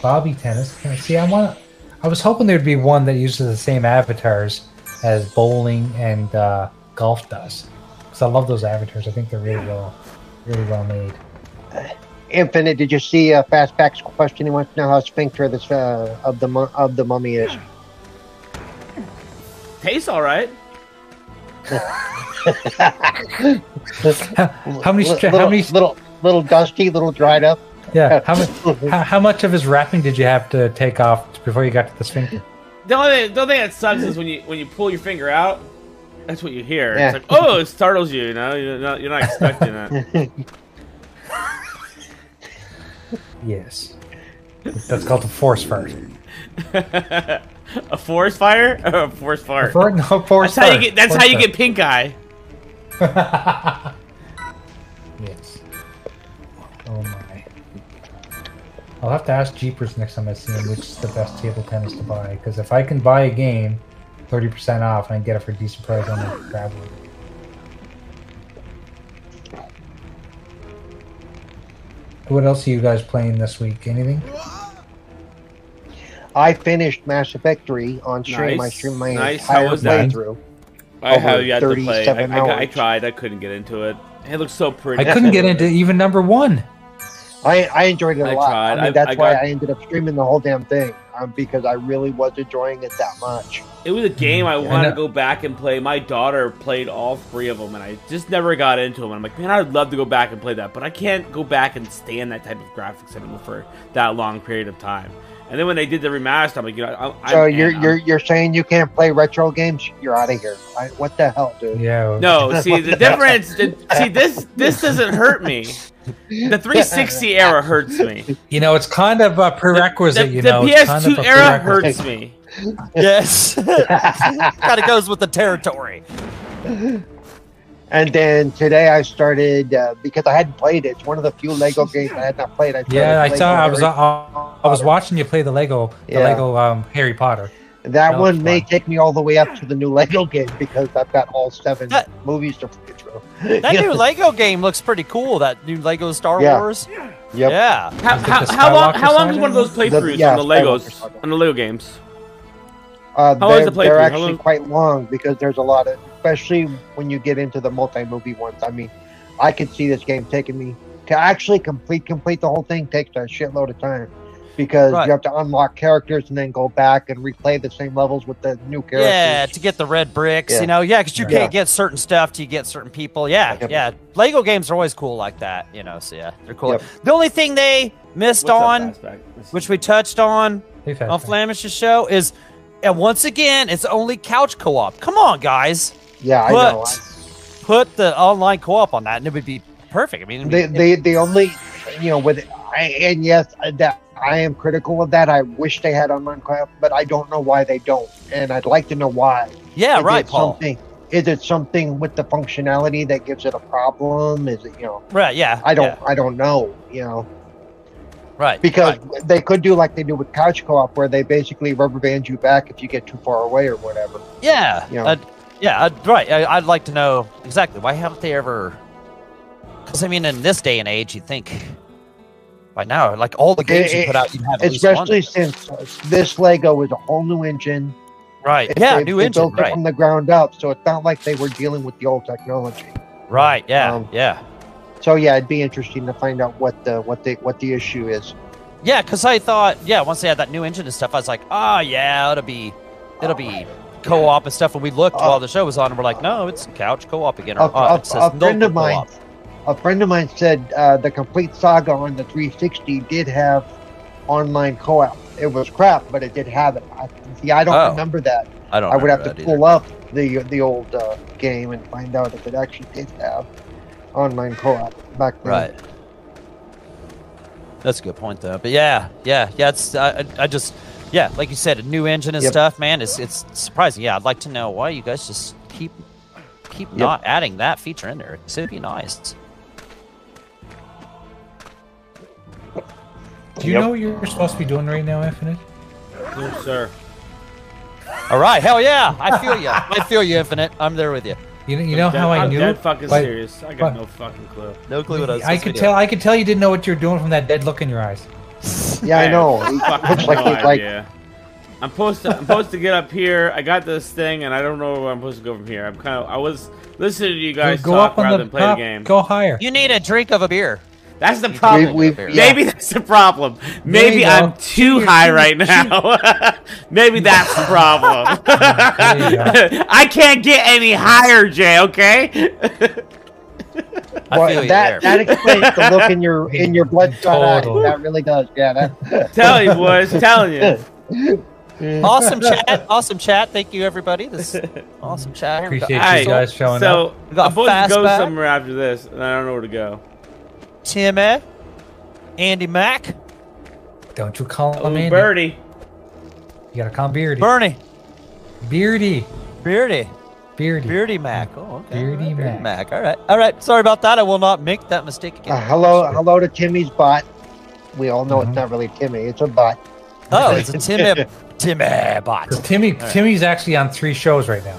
[SPEAKER 3] bobby tennis. Can I see? I want. I was hoping there'd be one that uses the same avatars as bowling and uh, golf does, because I love those avatars. I think they're really well, really well made.
[SPEAKER 4] Infinite, did you see uh, Fastback's question? He wants to know how sphincter of this uh, of the mu- of the mummy is.
[SPEAKER 1] Tastes all right.
[SPEAKER 3] How many? stra-
[SPEAKER 4] little,
[SPEAKER 3] how many?
[SPEAKER 4] Little little dusty, little dried up.
[SPEAKER 3] Yeah. How much? How, how much of his wrapping did you have to take off before you got to the sphincter?
[SPEAKER 1] The only thing, the only thing that sucks is when you when you pull your finger out. That's what you hear. It's
[SPEAKER 4] Yeah.
[SPEAKER 1] like, oh, it startles you. You know, you're not, you're not expecting it.
[SPEAKER 3] Yes. That's called a force fart.
[SPEAKER 1] a forest fire or a forest fart.
[SPEAKER 3] For, no, force
[SPEAKER 1] that's how you
[SPEAKER 3] fart.
[SPEAKER 1] get. That's
[SPEAKER 3] Force
[SPEAKER 1] how you
[SPEAKER 3] fart.
[SPEAKER 1] get pink eye.
[SPEAKER 3] yes. Oh my. I'll have to ask Jeepers next time I see him which is the best table tennis to buy. Because if I can buy a game, thirty percent off, and I can get it for a decent price, I'm gonna grab one. What else are you guys playing this week? Anything?
[SPEAKER 4] I finished Mass Effect 3 on stream. I
[SPEAKER 1] Nice.
[SPEAKER 4] streamed my
[SPEAKER 1] Nice. How
[SPEAKER 4] entire
[SPEAKER 1] was that?
[SPEAKER 4] playthrough.
[SPEAKER 1] I
[SPEAKER 4] Over
[SPEAKER 1] have yet to play. I,
[SPEAKER 4] 37
[SPEAKER 1] I, I, I
[SPEAKER 4] hours.
[SPEAKER 1] tried. I couldn't get into it. It looks so pretty.
[SPEAKER 3] I couldn't get into even number one.
[SPEAKER 4] I, I enjoyed it a
[SPEAKER 1] I
[SPEAKER 4] lot.
[SPEAKER 1] tried.
[SPEAKER 4] I mean,
[SPEAKER 1] I-
[SPEAKER 4] that's
[SPEAKER 1] I
[SPEAKER 4] why
[SPEAKER 1] got-
[SPEAKER 4] I ended up streaming the whole damn thing um, because I really was enjoying it that much.
[SPEAKER 1] It was a game I
[SPEAKER 3] Mm, I
[SPEAKER 1] wanted
[SPEAKER 3] know.
[SPEAKER 1] to go back and play. My daughter played all three of them, and I just never got into them. And I'm like, man, I'd love to go back and play that, but I can't go back and stand that type of graphics anymore for that long period of time. And then when they did the remaster, I'm like, you know, I- uh, I'm,
[SPEAKER 4] So
[SPEAKER 1] I'm
[SPEAKER 4] you're
[SPEAKER 1] I'm-
[SPEAKER 4] you're you're saying you can't play retro games? You're out of here. I, what the hell, dude?
[SPEAKER 3] Yeah.
[SPEAKER 1] no. See the difference. the- see this this doesn't hurt me. The 360 era hurts me.
[SPEAKER 3] You know, it's kind of a prerequisite.
[SPEAKER 1] the,
[SPEAKER 3] you
[SPEAKER 1] the
[SPEAKER 3] know, it's kind
[SPEAKER 1] PS2
[SPEAKER 3] of a
[SPEAKER 1] era hurts
[SPEAKER 3] prerequisite.
[SPEAKER 1] me.
[SPEAKER 2] Yes. kind of goes with the territory.
[SPEAKER 4] And then today I started uh, because I hadn't played it. It's one of the few Lego games I had not played. I
[SPEAKER 3] Yeah, I
[SPEAKER 4] started
[SPEAKER 3] saw. I was.
[SPEAKER 4] Lego
[SPEAKER 3] I, I was watching you play the Lego, the
[SPEAKER 4] Yeah.
[SPEAKER 3] Lego um, Harry Potter.
[SPEAKER 4] Harry- That
[SPEAKER 3] that was
[SPEAKER 4] one may
[SPEAKER 3] fun.
[SPEAKER 4] take me all the way up to the new Lego game because I've got all seven
[SPEAKER 2] That-
[SPEAKER 4] movies to play through.
[SPEAKER 2] That new Lego game looks pretty cool. That new Lego Star
[SPEAKER 4] Yeah.
[SPEAKER 2] Wars.
[SPEAKER 4] Yep.
[SPEAKER 2] Yeah.
[SPEAKER 1] How,
[SPEAKER 3] Is it
[SPEAKER 1] how,
[SPEAKER 3] the
[SPEAKER 1] how long?
[SPEAKER 3] Skywalker
[SPEAKER 1] How long is
[SPEAKER 3] saga?
[SPEAKER 1] one of those
[SPEAKER 4] The-
[SPEAKER 1] playthroughs
[SPEAKER 4] yeah,
[SPEAKER 1] on the
[SPEAKER 4] Skywalker
[SPEAKER 1] Legos
[SPEAKER 4] saga.
[SPEAKER 1] on the Lego games?
[SPEAKER 4] Uh,
[SPEAKER 1] How long is
[SPEAKER 4] they're,
[SPEAKER 1] the playthrough?
[SPEAKER 4] they're
[SPEAKER 1] How
[SPEAKER 4] actually
[SPEAKER 1] long-
[SPEAKER 4] quite long because there's a lot of, especially when you get into the multi-movie ones. I mean, I could see this game taking me to actually complete complete the whole thing takes a shitload of time because
[SPEAKER 2] Right.
[SPEAKER 4] you have to unlock characters and then go back and replay the same levels with the new characters.
[SPEAKER 2] Yeah, to get the red bricks,
[SPEAKER 4] Yeah.
[SPEAKER 2] you know. Yeah, because you
[SPEAKER 4] Yeah.
[SPEAKER 2] can't get certain stuff till you get certain people. Yeah,
[SPEAKER 4] Yep.
[SPEAKER 2] yeah. Lego games are always cool like that, you know. So yeah, they're cool.
[SPEAKER 4] Yep.
[SPEAKER 2] The only thing they missed
[SPEAKER 1] What's up,
[SPEAKER 2] on,
[SPEAKER 1] Fastback? Let's-
[SPEAKER 2] which we touched on
[SPEAKER 3] They've had
[SPEAKER 1] Oh,
[SPEAKER 2] on
[SPEAKER 3] that.
[SPEAKER 2] Flamish's show, is and once again it's only couch co-op. Come on, guys,
[SPEAKER 4] yeah, I
[SPEAKER 2] But-
[SPEAKER 4] know. I-
[SPEAKER 2] put the online co-op on that, and it would be perfect. I mean,
[SPEAKER 4] the the the only you know with I, and yes I- that I am critical of that. I wish they had online craft, but I don't know why they don't, and I'd like to know why.
[SPEAKER 2] yeah,
[SPEAKER 4] Is
[SPEAKER 2] right,
[SPEAKER 4] it
[SPEAKER 2] Paul.
[SPEAKER 4] Something, is it something with the functionality that gives it a problem? Is it you know?
[SPEAKER 2] Right, yeah.
[SPEAKER 4] I don't.
[SPEAKER 2] yeah,
[SPEAKER 4] I don't know. You know,
[SPEAKER 2] right
[SPEAKER 4] because
[SPEAKER 2] right.
[SPEAKER 4] they could do like they do with couch co-op, where they basically rubber band you back if you get too far away or whatever.
[SPEAKER 2] Yeah.
[SPEAKER 4] You know.
[SPEAKER 2] I'd- yeah. I'd, right. I, I'd like to know exactly why haven't they ever? Because I mean, in this day and age, you'd think by now, like all the games you
[SPEAKER 4] it-
[SPEAKER 2] put out, you'd have at least one of
[SPEAKER 4] Especially
[SPEAKER 2] them.
[SPEAKER 4] since uh, this Lego is a whole new engine.
[SPEAKER 2] right. Yeah,
[SPEAKER 4] they,
[SPEAKER 2] new
[SPEAKER 4] they
[SPEAKER 2] engine.
[SPEAKER 4] built it
[SPEAKER 2] Right.
[SPEAKER 4] from the ground up, so it's not like they were dealing with the old technology.
[SPEAKER 2] Right. Yeah.
[SPEAKER 4] um,
[SPEAKER 2] yeah.
[SPEAKER 4] So yeah, it'd be interesting to find out what the what the what the issue is.
[SPEAKER 2] Yeah. Because I thought, yeah, once they had that new engine and stuff, I was like, oh yeah, it'll be, it'll be co-op and stuff. And we looked
[SPEAKER 4] Uh,
[SPEAKER 2] while the show was on, and we're like, no, it's couch co-op again.
[SPEAKER 4] A,
[SPEAKER 2] Or, oh,
[SPEAKER 4] a-
[SPEAKER 2] it says
[SPEAKER 4] a friend
[SPEAKER 2] local
[SPEAKER 4] of mine,
[SPEAKER 2] co-op.
[SPEAKER 4] a friend of mine said uh, the complete saga on the 360 did have online co-op. It was crap, but it did have it. I, see, I don't
[SPEAKER 2] Oh.
[SPEAKER 4] remember that.
[SPEAKER 2] I don't.
[SPEAKER 4] I would have
[SPEAKER 2] remember
[SPEAKER 4] to
[SPEAKER 2] that either.
[SPEAKER 4] pull up the the old uh, game and find out if it actually did have online co-op back then.
[SPEAKER 2] Right. That's a good point, though. But yeah, yeah, yeah. It's I, I- I just yeah, like you said, a new engine and
[SPEAKER 4] Yep.
[SPEAKER 2] stuff, man. It's it's surprising. Yeah, I'd like to know why you guys just keep keep
[SPEAKER 4] Yep.
[SPEAKER 2] not adding that feature in there. It'd be nice.
[SPEAKER 3] Do you
[SPEAKER 4] Yep.
[SPEAKER 3] know what you're supposed to be doing right now, Infinite?
[SPEAKER 1] No, sir.
[SPEAKER 2] All right, hell yeah, I feel you. I feel you, Infinite. I'm there with you.
[SPEAKER 3] You, you know how I
[SPEAKER 1] am
[SPEAKER 3] knew?
[SPEAKER 1] Dead fucking
[SPEAKER 3] By-
[SPEAKER 1] serious. I got
[SPEAKER 3] by-
[SPEAKER 1] no fucking clue.
[SPEAKER 2] No clue what I was.
[SPEAKER 3] I
[SPEAKER 2] supposed to
[SPEAKER 3] could
[SPEAKER 2] be
[SPEAKER 3] tell. I could tell you didn't know what you were doing from that dead look in your eyes.
[SPEAKER 4] Yeah, I
[SPEAKER 1] Man,
[SPEAKER 4] know.
[SPEAKER 1] Fucking
[SPEAKER 4] It looks like
[SPEAKER 1] no
[SPEAKER 4] it's like
[SPEAKER 1] idea. I'm supposed to. I'm supposed to get up here. I got this thing, and I don't know where I'm supposed to go from here. I'm kind of. I was listening to you guys
[SPEAKER 3] go
[SPEAKER 1] talk
[SPEAKER 3] up on
[SPEAKER 1] rather
[SPEAKER 3] the
[SPEAKER 1] than play the
[SPEAKER 3] top.
[SPEAKER 1] game.
[SPEAKER 3] Go
[SPEAKER 2] doing.
[SPEAKER 3] higher.
[SPEAKER 2] You need a drink of a beer.
[SPEAKER 1] That's the
[SPEAKER 4] we,
[SPEAKER 1] problem.
[SPEAKER 4] we,
[SPEAKER 2] Maybe
[SPEAKER 4] yeah,
[SPEAKER 1] Maybe that's the problem. Maybe
[SPEAKER 3] you
[SPEAKER 1] I'm
[SPEAKER 3] go.
[SPEAKER 1] too high right now. Maybe that's the problem.
[SPEAKER 3] There you go.
[SPEAKER 1] I can't get any higher, Jay. Okay.
[SPEAKER 2] I
[SPEAKER 4] well,
[SPEAKER 2] feel you
[SPEAKER 4] that
[SPEAKER 2] there.
[SPEAKER 4] that explains the look in your in your bloodshot eyes.
[SPEAKER 3] Total.
[SPEAKER 4] That really does. Yeah, that.
[SPEAKER 1] telling you, boys. Telling you.
[SPEAKER 2] awesome chat. Awesome chat. Thank you, everybody. This is awesome chat. Here we go.
[SPEAKER 3] Appreciate you
[SPEAKER 1] Alright,
[SPEAKER 3] guys showing up.
[SPEAKER 1] so
[SPEAKER 2] We got
[SPEAKER 1] I'm supposed to go
[SPEAKER 2] Fastback.
[SPEAKER 1] somewhere after this, and I don't know where to go.
[SPEAKER 2] Timmy, Andy Mack,
[SPEAKER 3] Don't you call him
[SPEAKER 1] Ooh,
[SPEAKER 3] Andy.
[SPEAKER 1] Oh, birdie.
[SPEAKER 3] You gotta call him Beardy.
[SPEAKER 2] Bernie,
[SPEAKER 3] Beardy.
[SPEAKER 2] Beardy.
[SPEAKER 3] Beardy.
[SPEAKER 2] Beardy Mac. Oh, okay.
[SPEAKER 3] Beardy
[SPEAKER 2] All right,
[SPEAKER 3] Mac.
[SPEAKER 4] Uh-huh.
[SPEAKER 2] All right. All right. Sorry about that. I will not make that mistake again.
[SPEAKER 4] Uh, hello, hello to Timmy's bot. we all know
[SPEAKER 3] Mhm.
[SPEAKER 4] it's not really Timmy. It's a bot.
[SPEAKER 2] Oh, it's a Timmy Timmy bot.
[SPEAKER 3] 'Cause Timmy, Timmy's actually on three shows right now.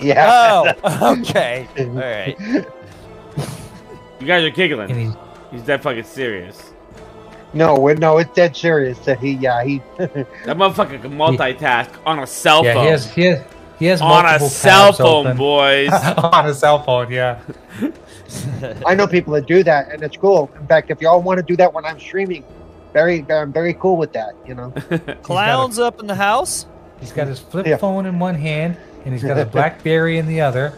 [SPEAKER 4] Yeah.
[SPEAKER 2] Oh, okay. All right.
[SPEAKER 1] You guys are
[SPEAKER 3] And
[SPEAKER 1] giggling.
[SPEAKER 3] he's,
[SPEAKER 1] He's that fucking serious.
[SPEAKER 4] No, we're, no, it's dead serious that he. Yeah, he.
[SPEAKER 1] That motherfucker can multitask on a cell
[SPEAKER 3] yeah,
[SPEAKER 1] phone.
[SPEAKER 3] he has, he has, he has
[SPEAKER 1] on a
[SPEAKER 3] multiple
[SPEAKER 1] cell
[SPEAKER 3] tabs
[SPEAKER 1] phone,
[SPEAKER 3] open.
[SPEAKER 1] boys.
[SPEAKER 3] on a cell phone, yeah.
[SPEAKER 4] I know people that do that, and it's cool. In fact, if y'all want to do that when I'm streaming, very, I'm very cool with that. You know.
[SPEAKER 2] Clowns up in the house.
[SPEAKER 3] He's got his flip
[SPEAKER 4] Yeah.
[SPEAKER 3] phone in one hand, and he's got his BlackBerry in the other.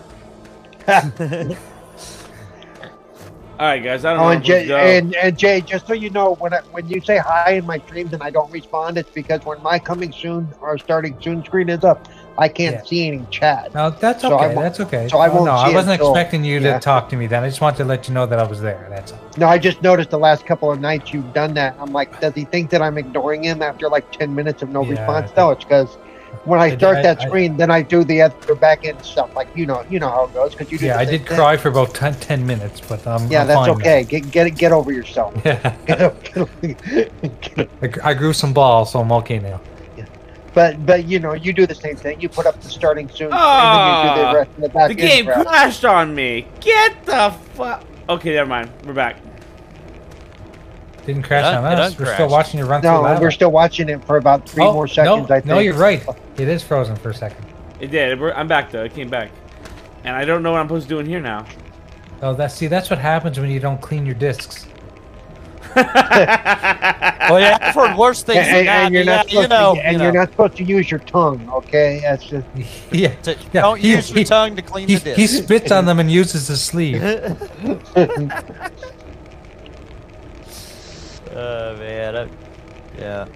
[SPEAKER 1] All right, guys. I don't
[SPEAKER 4] Oh,
[SPEAKER 1] know. if
[SPEAKER 4] and
[SPEAKER 1] we
[SPEAKER 4] Jay,
[SPEAKER 1] go.
[SPEAKER 4] and, and Jay, just so you know, when I, when you say hi in my streams and I don't respond, it's because when my coming soon or starting soon screen is up, I can't
[SPEAKER 3] Yeah.
[SPEAKER 4] see any chat.
[SPEAKER 3] No, that's
[SPEAKER 4] So
[SPEAKER 3] okay.
[SPEAKER 4] I won't-
[SPEAKER 3] that's okay.
[SPEAKER 4] so I
[SPEAKER 3] Oh,
[SPEAKER 4] won't
[SPEAKER 3] no,
[SPEAKER 4] see
[SPEAKER 3] I
[SPEAKER 4] it
[SPEAKER 3] wasn't
[SPEAKER 4] till-
[SPEAKER 3] expecting you
[SPEAKER 4] yeah.
[SPEAKER 3] to talk to me then. I just wanted to let you know that I was there. That's all.
[SPEAKER 4] No, I just noticed the last couple of nights you've done that. I'm like, does he think that I'm ignoring him after like ten minutes of no
[SPEAKER 3] Yeah,
[SPEAKER 4] response? No, it's because when I
[SPEAKER 3] I-
[SPEAKER 4] start
[SPEAKER 3] I-
[SPEAKER 4] that
[SPEAKER 3] I-
[SPEAKER 4] screen, then I do the other back end stuff. Like you know, you know how it goes because you do.
[SPEAKER 3] Yeah,
[SPEAKER 4] the
[SPEAKER 3] I
[SPEAKER 4] same
[SPEAKER 3] did
[SPEAKER 4] thing.
[SPEAKER 3] cry for about 10, 10 minutes, but um,
[SPEAKER 4] Yeah,
[SPEAKER 3] I'm
[SPEAKER 4] that's
[SPEAKER 3] fine now.
[SPEAKER 4] okay. Get get it- get over yourself.
[SPEAKER 3] Yeah,
[SPEAKER 4] Get up- get up-
[SPEAKER 3] I, gr- I grew some balls, so I'm okay now.
[SPEAKER 4] But but you know, you do the same thing. You put up the starting soon, and then you do
[SPEAKER 1] Ah,
[SPEAKER 4] the rest in the back.
[SPEAKER 1] the
[SPEAKER 4] end
[SPEAKER 1] game
[SPEAKER 4] crap.
[SPEAKER 1] crashed on me. Get the fuck. Okay, never mind. We're back.
[SPEAKER 3] Didn't crash
[SPEAKER 2] It un-
[SPEAKER 3] on
[SPEAKER 2] it
[SPEAKER 3] us. We're still
[SPEAKER 2] uncrashed.
[SPEAKER 3] watching you run
[SPEAKER 4] No,
[SPEAKER 3] through
[SPEAKER 4] and
[SPEAKER 3] lava.
[SPEAKER 4] we're still watching it for about three
[SPEAKER 3] Oh,
[SPEAKER 4] more seconds.
[SPEAKER 3] No,
[SPEAKER 4] I think.
[SPEAKER 3] no, you're right. It is frozen for a second.
[SPEAKER 1] It did. We're- I'm back though. It came back, and I don't know what I'm supposed to do in here now.
[SPEAKER 3] Oh, that see, that's what happens when you don't clean your discs. Oh,
[SPEAKER 2] Well, yeah, I've heard worse things
[SPEAKER 4] And,
[SPEAKER 2] than
[SPEAKER 4] and,
[SPEAKER 2] that.
[SPEAKER 4] and you're
[SPEAKER 2] yeah,
[SPEAKER 4] not supposed
[SPEAKER 2] you know,
[SPEAKER 4] to, and
[SPEAKER 2] you
[SPEAKER 4] you are
[SPEAKER 2] know.
[SPEAKER 4] not supposed to use your tongue. Okay, that's just
[SPEAKER 3] yeah,
[SPEAKER 2] To-
[SPEAKER 3] Yeah,
[SPEAKER 2] don't
[SPEAKER 3] he-
[SPEAKER 2] use your
[SPEAKER 3] he-
[SPEAKER 2] tongue to clean
[SPEAKER 3] he,
[SPEAKER 2] the
[SPEAKER 3] he
[SPEAKER 2] disc.
[SPEAKER 3] spits on them and uses his sleeve.
[SPEAKER 2] oh man, I, yeah,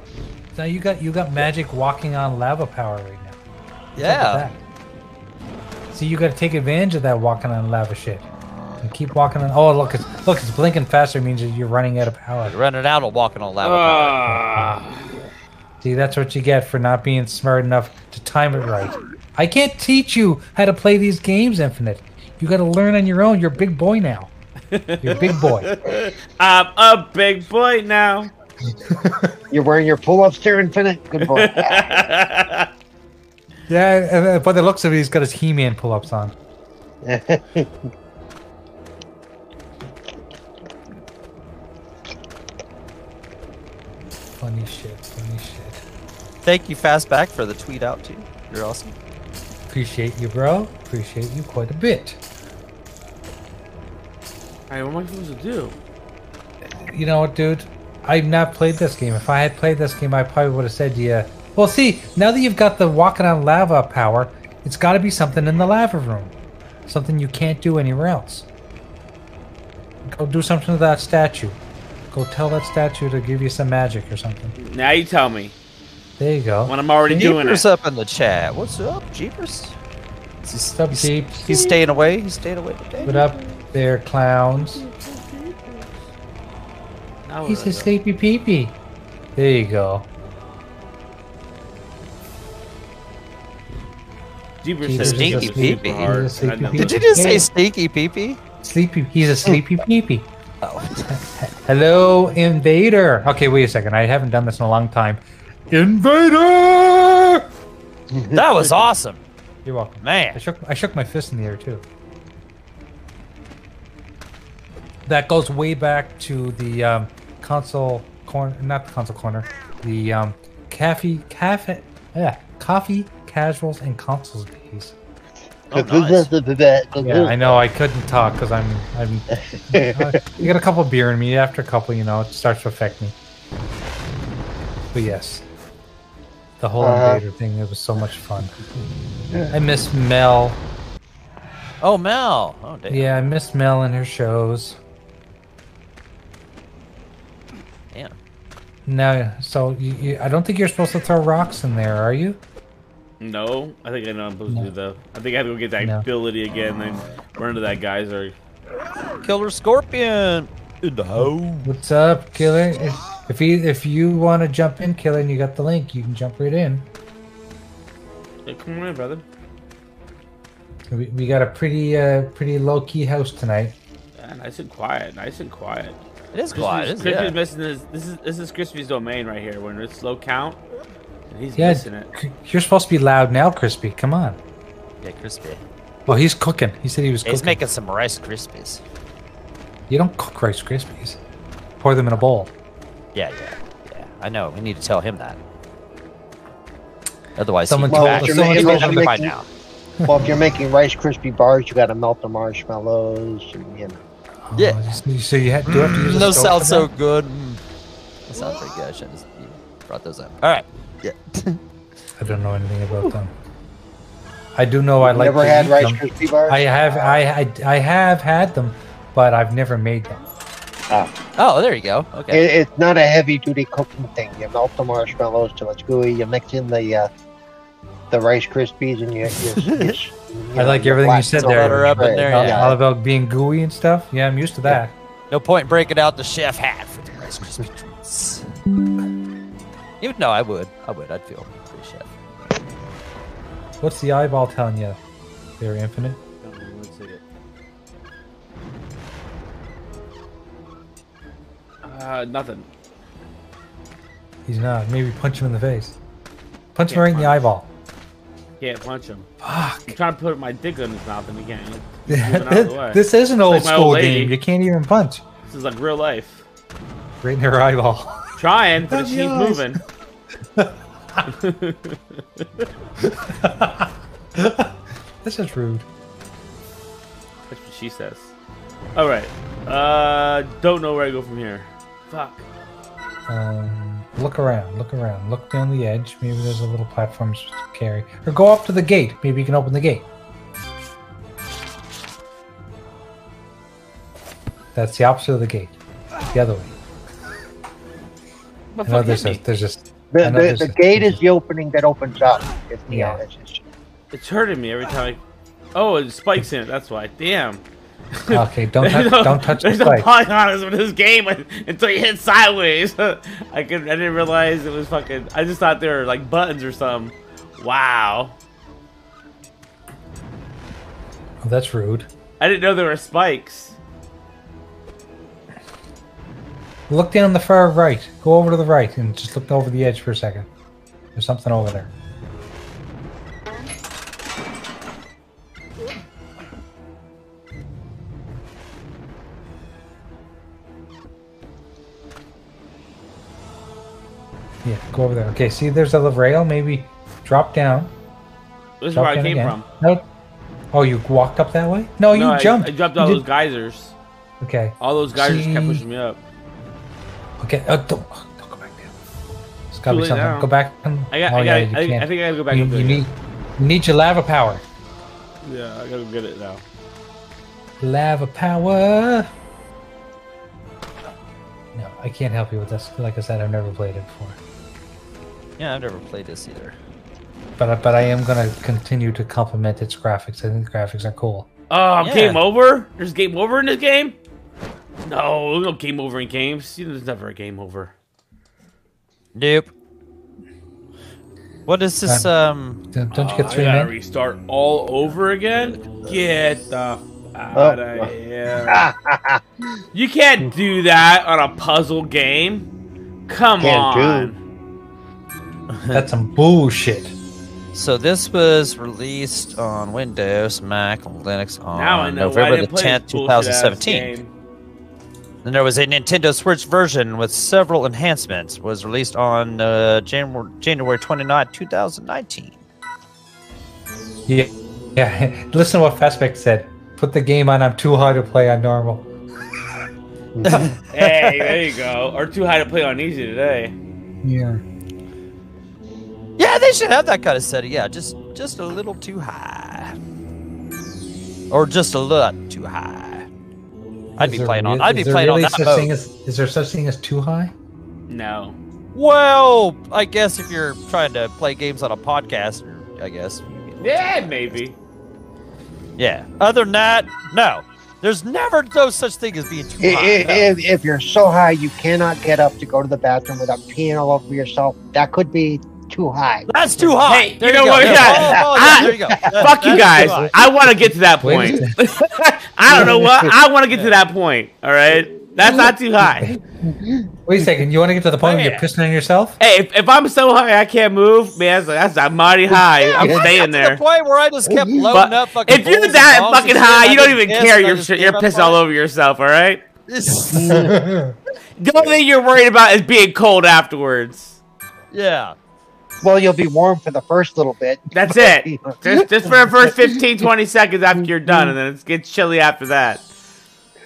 [SPEAKER 3] Now you got you got magic walking on lava power right now.
[SPEAKER 2] yeah.
[SPEAKER 3] See, you got to take advantage of that walking on lava shit. And keep walking on. Oh, look, it's look, it's blinking faster. Means that you're running out of power.
[SPEAKER 2] Running out of walking on lava.
[SPEAKER 1] Uh,
[SPEAKER 2] power.
[SPEAKER 1] Ah.
[SPEAKER 3] See, that's what you get for not being smart enough to time it right. I can't teach you how to play these games, Infinite. You got to learn on your own. You're a big boy now. You're a big boy.
[SPEAKER 1] I'm a big boy now.
[SPEAKER 4] you're wearing your pull-ups there, Infinite. Good boy. Oh,
[SPEAKER 3] yeah, and, uh, by the looks of it, he's got his He-Man pull-ups on. Funny shit. Funny shit.
[SPEAKER 2] Thank you, Fastback, for the tweet out too. You're awesome.
[SPEAKER 3] Appreciate you, bro. Appreciate you quite a bit.
[SPEAKER 1] Alright, what am I supposed to do?
[SPEAKER 3] you know what, dude? I've not played this game. If I had played this game, I probably would have said to you, well, see, now that you've got the walking on lava power, it's got to be something in the lava room. Something you can't do anywhere else. Go do something to that statue. Go tell that statue to give you some magic or something.
[SPEAKER 1] Now you tell me
[SPEAKER 3] There you go.
[SPEAKER 1] when I'm already doing
[SPEAKER 2] Jeepers
[SPEAKER 1] it.
[SPEAKER 2] up in the chat. What's up, Jeepers? He's,
[SPEAKER 3] up,
[SPEAKER 2] he's,
[SPEAKER 3] Jeeps?
[SPEAKER 2] he's staying away. He's staying away
[SPEAKER 3] What
[SPEAKER 2] today.
[SPEAKER 3] up there, clowns?
[SPEAKER 1] Now what
[SPEAKER 3] He's
[SPEAKER 1] do I do?
[SPEAKER 3] a sleepy peepee. There you go.
[SPEAKER 1] Jeepers
[SPEAKER 3] Jeepers
[SPEAKER 1] says
[SPEAKER 3] is a
[SPEAKER 1] it's
[SPEAKER 2] sleepy
[SPEAKER 1] super
[SPEAKER 2] peepee.
[SPEAKER 1] hard.
[SPEAKER 3] He's a
[SPEAKER 1] I know
[SPEAKER 3] sleepy
[SPEAKER 2] Did
[SPEAKER 1] this.
[SPEAKER 2] you just say
[SPEAKER 3] Yeah.
[SPEAKER 2] stinky peepee?
[SPEAKER 3] Sleepy. He's a sleepy peepee.
[SPEAKER 2] Oh,
[SPEAKER 3] Hello, invader. Okay, wait a second. I haven't done this in a long time. Invader!
[SPEAKER 2] that was awesome,
[SPEAKER 3] You're welcome. I
[SPEAKER 2] man.
[SPEAKER 3] shook I shook my fist in the air too. That goes way back to the um, console corner, not the console corner, the um, cafe, cafe, yeah, coffee casuals and consoles days.
[SPEAKER 2] Oh, nice.
[SPEAKER 3] Yeah, I know. I couldn't talk because I'm I'm. I got a couple beer in me. After a couple, you know, it starts to affect me. But yes, the whole
[SPEAKER 4] Uh-huh.
[SPEAKER 3] invader thing. It was so much fun. I miss Mel.
[SPEAKER 2] Oh, Mel. Oh, damn.
[SPEAKER 3] Yeah, I miss Mel and her shows.
[SPEAKER 2] damn.
[SPEAKER 3] No, so you, you, I don't think you're supposed to throw rocks in there, are you?
[SPEAKER 1] No, I think I know what I'm supposed
[SPEAKER 3] No.
[SPEAKER 1] to do though. I think I have to go get that
[SPEAKER 3] No.
[SPEAKER 1] ability again and run into that guy's or
[SPEAKER 2] Killer Scorpion. No.
[SPEAKER 3] What's up, Killer? If- If you if you want to jump in, Killer, and you got the link, you can jump right in.
[SPEAKER 1] Hey, come on in, brother.
[SPEAKER 3] We, we got a pretty uh, pretty low key house tonight.
[SPEAKER 1] Yeah, Nice and quiet. Nice and quiet.
[SPEAKER 2] It is quiet.
[SPEAKER 1] Crispy's,
[SPEAKER 2] isn't it?
[SPEAKER 1] Crispy's missing his. This is this is Crispy's domain right here. When it's low count, and he's
[SPEAKER 3] Yeah,
[SPEAKER 1] missing it.
[SPEAKER 3] c- you're supposed to be loud now, Crispy. Come on.
[SPEAKER 2] Yeah, crispy.
[SPEAKER 3] Well, he's cooking. He said he was
[SPEAKER 2] He's
[SPEAKER 3] cooking.
[SPEAKER 2] making some Rice Krispies.
[SPEAKER 3] you don't cook Rice Krispies. Pour them in a bowl.
[SPEAKER 2] Yeah, yeah, yeah. I know. We need to tell him that. Otherwise,
[SPEAKER 3] Someone
[SPEAKER 2] he
[SPEAKER 3] told
[SPEAKER 2] back.
[SPEAKER 3] us-
[SPEAKER 2] He's
[SPEAKER 3] someone
[SPEAKER 2] back
[SPEAKER 3] told us
[SPEAKER 2] up
[SPEAKER 4] to
[SPEAKER 2] by
[SPEAKER 4] make-
[SPEAKER 2] now.
[SPEAKER 4] well, if you're making Rice Krispie bars, you got to melt the marshmallows, and you know.
[SPEAKER 3] Oh,
[SPEAKER 2] Yeah. Mm,
[SPEAKER 3] you- So you ha- do have to use a
[SPEAKER 2] those sound
[SPEAKER 3] stove for
[SPEAKER 2] so
[SPEAKER 3] that?
[SPEAKER 2] good. Mm. Those sound pretty good. I should have just you brought those up. All right. Yeah.
[SPEAKER 3] I don't know anything about them. I do know I like.
[SPEAKER 4] Never
[SPEAKER 3] to
[SPEAKER 4] had
[SPEAKER 3] eat
[SPEAKER 4] Rice
[SPEAKER 3] them.
[SPEAKER 4] Krispie bars.
[SPEAKER 3] I have I, I I have had them, but I've never made them.
[SPEAKER 2] Oh, there you go. Okay.
[SPEAKER 4] It, it's not a heavy-duty cooking thing. You melt the marshmallows till it's gooey. You mix in the uh, the Rice Krispies, and you. you, you, you
[SPEAKER 3] I like
[SPEAKER 4] you
[SPEAKER 3] everything you
[SPEAKER 4] black
[SPEAKER 3] said
[SPEAKER 4] them
[SPEAKER 3] there.
[SPEAKER 4] all
[SPEAKER 2] Butter up in
[SPEAKER 4] right.
[SPEAKER 2] there,
[SPEAKER 3] All-
[SPEAKER 2] yeah.
[SPEAKER 3] All about being gooey and stuff. Yeah, I'm used to that.
[SPEAKER 2] No point breaking out the chef hat for the Rice Krispie treats. Even though I would, I would. I'd feel pretty chef.
[SPEAKER 3] What's the eyeball telling you? They're infinite.
[SPEAKER 1] Uh, nothing.
[SPEAKER 3] He's not. Maybe punch him in the face. Punch him
[SPEAKER 1] Yeah,
[SPEAKER 3] right in the
[SPEAKER 1] punch.
[SPEAKER 3] eyeball.
[SPEAKER 1] Can't punch him.
[SPEAKER 3] Fuck.
[SPEAKER 1] I'm trying to put my dick in his mouth, and he can't. He's moving out of the way.
[SPEAKER 3] this is an old
[SPEAKER 1] my
[SPEAKER 3] school
[SPEAKER 1] old lady.
[SPEAKER 3] game. You can't even punch.
[SPEAKER 1] This is like real life.
[SPEAKER 3] Right in her eyeball.
[SPEAKER 1] Trying, but it keeps
[SPEAKER 3] Adios.
[SPEAKER 1] moving.
[SPEAKER 3] this is rude.
[SPEAKER 1] That's what she says. All right. Uh, don't know where I go from here. Fuck.
[SPEAKER 3] Um, look around. Look around. Look down the edge. Maybe there's a little platform to carry. Or go up to the gate. Maybe you can open the gate. That's the opposite of the gate. The other way.
[SPEAKER 1] What
[SPEAKER 3] I know
[SPEAKER 1] fuck
[SPEAKER 3] there's
[SPEAKER 1] hit
[SPEAKER 3] a,
[SPEAKER 1] me?
[SPEAKER 3] there's just
[SPEAKER 4] The,
[SPEAKER 3] I know
[SPEAKER 4] the,
[SPEAKER 3] there's
[SPEAKER 4] the
[SPEAKER 3] a-
[SPEAKER 4] gate is the opening that opens up. It's the
[SPEAKER 3] Yeah.
[SPEAKER 4] yeah. it's just-
[SPEAKER 1] It's hurting me every time I. Oh, it spikes in it. That's why. Damn.
[SPEAKER 3] Okay, don't touch,
[SPEAKER 1] There's no-
[SPEAKER 3] don't touch the
[SPEAKER 1] There's no
[SPEAKER 3] spike.
[SPEAKER 1] polygons with this game until you hit sideways. I could. I didn't realize it was fucking. I just thought there were like buttons or something. Wow.
[SPEAKER 3] Oh, that's rude.
[SPEAKER 1] I didn't know there were spikes.
[SPEAKER 3] Look down the far right. Go over to the right and just look over the edge for a second. There's something over there. Yeah, go over there. Okay, see, there's a little rail. Maybe drop down.
[SPEAKER 1] This is
[SPEAKER 3] Drop
[SPEAKER 1] where I
[SPEAKER 3] down
[SPEAKER 1] came
[SPEAKER 3] again.
[SPEAKER 1] from.
[SPEAKER 3] No. Oh, you walked up that way?
[SPEAKER 2] Oh,
[SPEAKER 1] No,
[SPEAKER 3] No, you
[SPEAKER 1] I,
[SPEAKER 3] jumped.
[SPEAKER 1] I dropped
[SPEAKER 3] You
[SPEAKER 1] all
[SPEAKER 3] did-
[SPEAKER 1] those geysers.
[SPEAKER 3] Okay.
[SPEAKER 1] All those geysers kept
[SPEAKER 3] See?
[SPEAKER 1] pushing me up.
[SPEAKER 3] Okay, uh, don't, oh, don't go back down. It's
[SPEAKER 1] Too
[SPEAKER 3] gotta be
[SPEAKER 1] late
[SPEAKER 3] something.
[SPEAKER 1] now.
[SPEAKER 3] Go back. And,
[SPEAKER 1] I got.
[SPEAKER 3] oh,
[SPEAKER 1] I, got
[SPEAKER 3] yeah, you
[SPEAKER 1] I,
[SPEAKER 3] can't.
[SPEAKER 1] I think I gotta go back.
[SPEAKER 3] you,
[SPEAKER 1] and do
[SPEAKER 3] you
[SPEAKER 1] it.
[SPEAKER 3] need, you need your lava power.
[SPEAKER 1] Yeah, I gotta get it now.
[SPEAKER 3] Lava power. No, I can't help you with this. Like I said, I've never played it before.
[SPEAKER 2] Yeah, I've never played this either.
[SPEAKER 3] But I- but I am gonna continue to compliment its graphics. I think the graphics are cool.
[SPEAKER 1] Oh, I'm
[SPEAKER 2] Yeah.
[SPEAKER 1] game over? There's game over in this game? No, there's no game over in games. There's never a game over.
[SPEAKER 2] Nope. What is
[SPEAKER 3] Uh,
[SPEAKER 2] this? Um,
[SPEAKER 3] Don't don't you get
[SPEAKER 1] I
[SPEAKER 3] three
[SPEAKER 1] gotta
[SPEAKER 3] men?
[SPEAKER 1] restart all over again? Get the f-
[SPEAKER 2] Oh.
[SPEAKER 1] out of here. you can't do that on a puzzle game. Come
[SPEAKER 4] Can't do.
[SPEAKER 1] on.
[SPEAKER 3] That's some bullshit.
[SPEAKER 2] so this was released on Windows, Mac, and Linux on
[SPEAKER 1] Now I know why I
[SPEAKER 2] November the
[SPEAKER 1] didn't play
[SPEAKER 2] tenth,
[SPEAKER 1] this
[SPEAKER 2] two
[SPEAKER 1] bullshit
[SPEAKER 2] thousand
[SPEAKER 1] ass
[SPEAKER 2] seventeen.
[SPEAKER 1] game.
[SPEAKER 2] Then there was a Nintendo Switch version with several enhancements. Was released on uh, January January 29, two thousand nineteen.
[SPEAKER 3] Yeah, yeah. Listen to what Fastback said. Put the game on. I'm too hard to play on normal.
[SPEAKER 1] Hey, there you go. Or too high to play on easy today.
[SPEAKER 3] Yeah.
[SPEAKER 2] Yeah, they should have that kind of setting. Yeah, just just a little too high, or just a lot too high. I'd
[SPEAKER 3] Is
[SPEAKER 2] be
[SPEAKER 3] there
[SPEAKER 2] playing on.
[SPEAKER 3] rea-
[SPEAKER 2] I'd be
[SPEAKER 3] is there
[SPEAKER 2] playing on
[SPEAKER 3] really
[SPEAKER 2] that
[SPEAKER 3] such
[SPEAKER 2] mode.
[SPEAKER 3] thing as- is there such thing as too high?
[SPEAKER 1] No.
[SPEAKER 2] Well, I guess if you're trying to play games on a podcast, I guess.
[SPEAKER 1] Yeah, maybe.
[SPEAKER 2] Yeah. Other than that, no. There's never no such thing as being too
[SPEAKER 4] I-
[SPEAKER 2] high.
[SPEAKER 4] i-
[SPEAKER 2] no.
[SPEAKER 4] if, if you're so high you cannot get up to go to the bathroom without peeing all over yourself, that could be too high.
[SPEAKER 2] That's too hot.
[SPEAKER 1] Hey,
[SPEAKER 2] There
[SPEAKER 1] you know
[SPEAKER 2] go.
[SPEAKER 1] what?
[SPEAKER 2] Yeah.
[SPEAKER 1] Yeah.
[SPEAKER 2] Oh, oh, yeah,
[SPEAKER 1] I-
[SPEAKER 2] there you go.
[SPEAKER 1] Fuck you
[SPEAKER 2] That's
[SPEAKER 1] guys.
[SPEAKER 2] too hot.
[SPEAKER 1] I want to get to that
[SPEAKER 3] Wait
[SPEAKER 1] point.
[SPEAKER 3] a
[SPEAKER 1] I don't know what. I want to get to that point. All right. That's not too high.
[SPEAKER 2] Mm.
[SPEAKER 3] Wait a second. You want to get to the point where you're
[SPEAKER 1] Yeah.
[SPEAKER 3] pissing on yourself?
[SPEAKER 1] Hey, if, if I'm so high I can't move, man, that's, that's a mighty high. I'm
[SPEAKER 2] I got
[SPEAKER 1] staying
[SPEAKER 2] To
[SPEAKER 1] there.
[SPEAKER 2] the point where I just kept loading
[SPEAKER 1] But
[SPEAKER 2] up fucking.
[SPEAKER 1] if you're
[SPEAKER 2] bowls and
[SPEAKER 1] that
[SPEAKER 2] bombs
[SPEAKER 1] fucking
[SPEAKER 2] and shit,
[SPEAKER 1] high,
[SPEAKER 2] I
[SPEAKER 1] you don't
[SPEAKER 2] didn't
[SPEAKER 1] even
[SPEAKER 2] piss,
[SPEAKER 1] care.
[SPEAKER 2] and I
[SPEAKER 1] You're
[SPEAKER 2] just
[SPEAKER 1] shit-
[SPEAKER 2] gave
[SPEAKER 1] you're
[SPEAKER 2] up
[SPEAKER 1] pissed
[SPEAKER 2] on
[SPEAKER 1] all
[SPEAKER 2] it.
[SPEAKER 1] over yourself. All right.
[SPEAKER 2] This-
[SPEAKER 1] The only thing you're worried about is being cold afterwards.
[SPEAKER 2] yeah.
[SPEAKER 4] Well, you'll be warm for the first little bit.
[SPEAKER 1] That's it. Just, just for the first 15, 20 seconds after you're done, and then it gets chilly after that.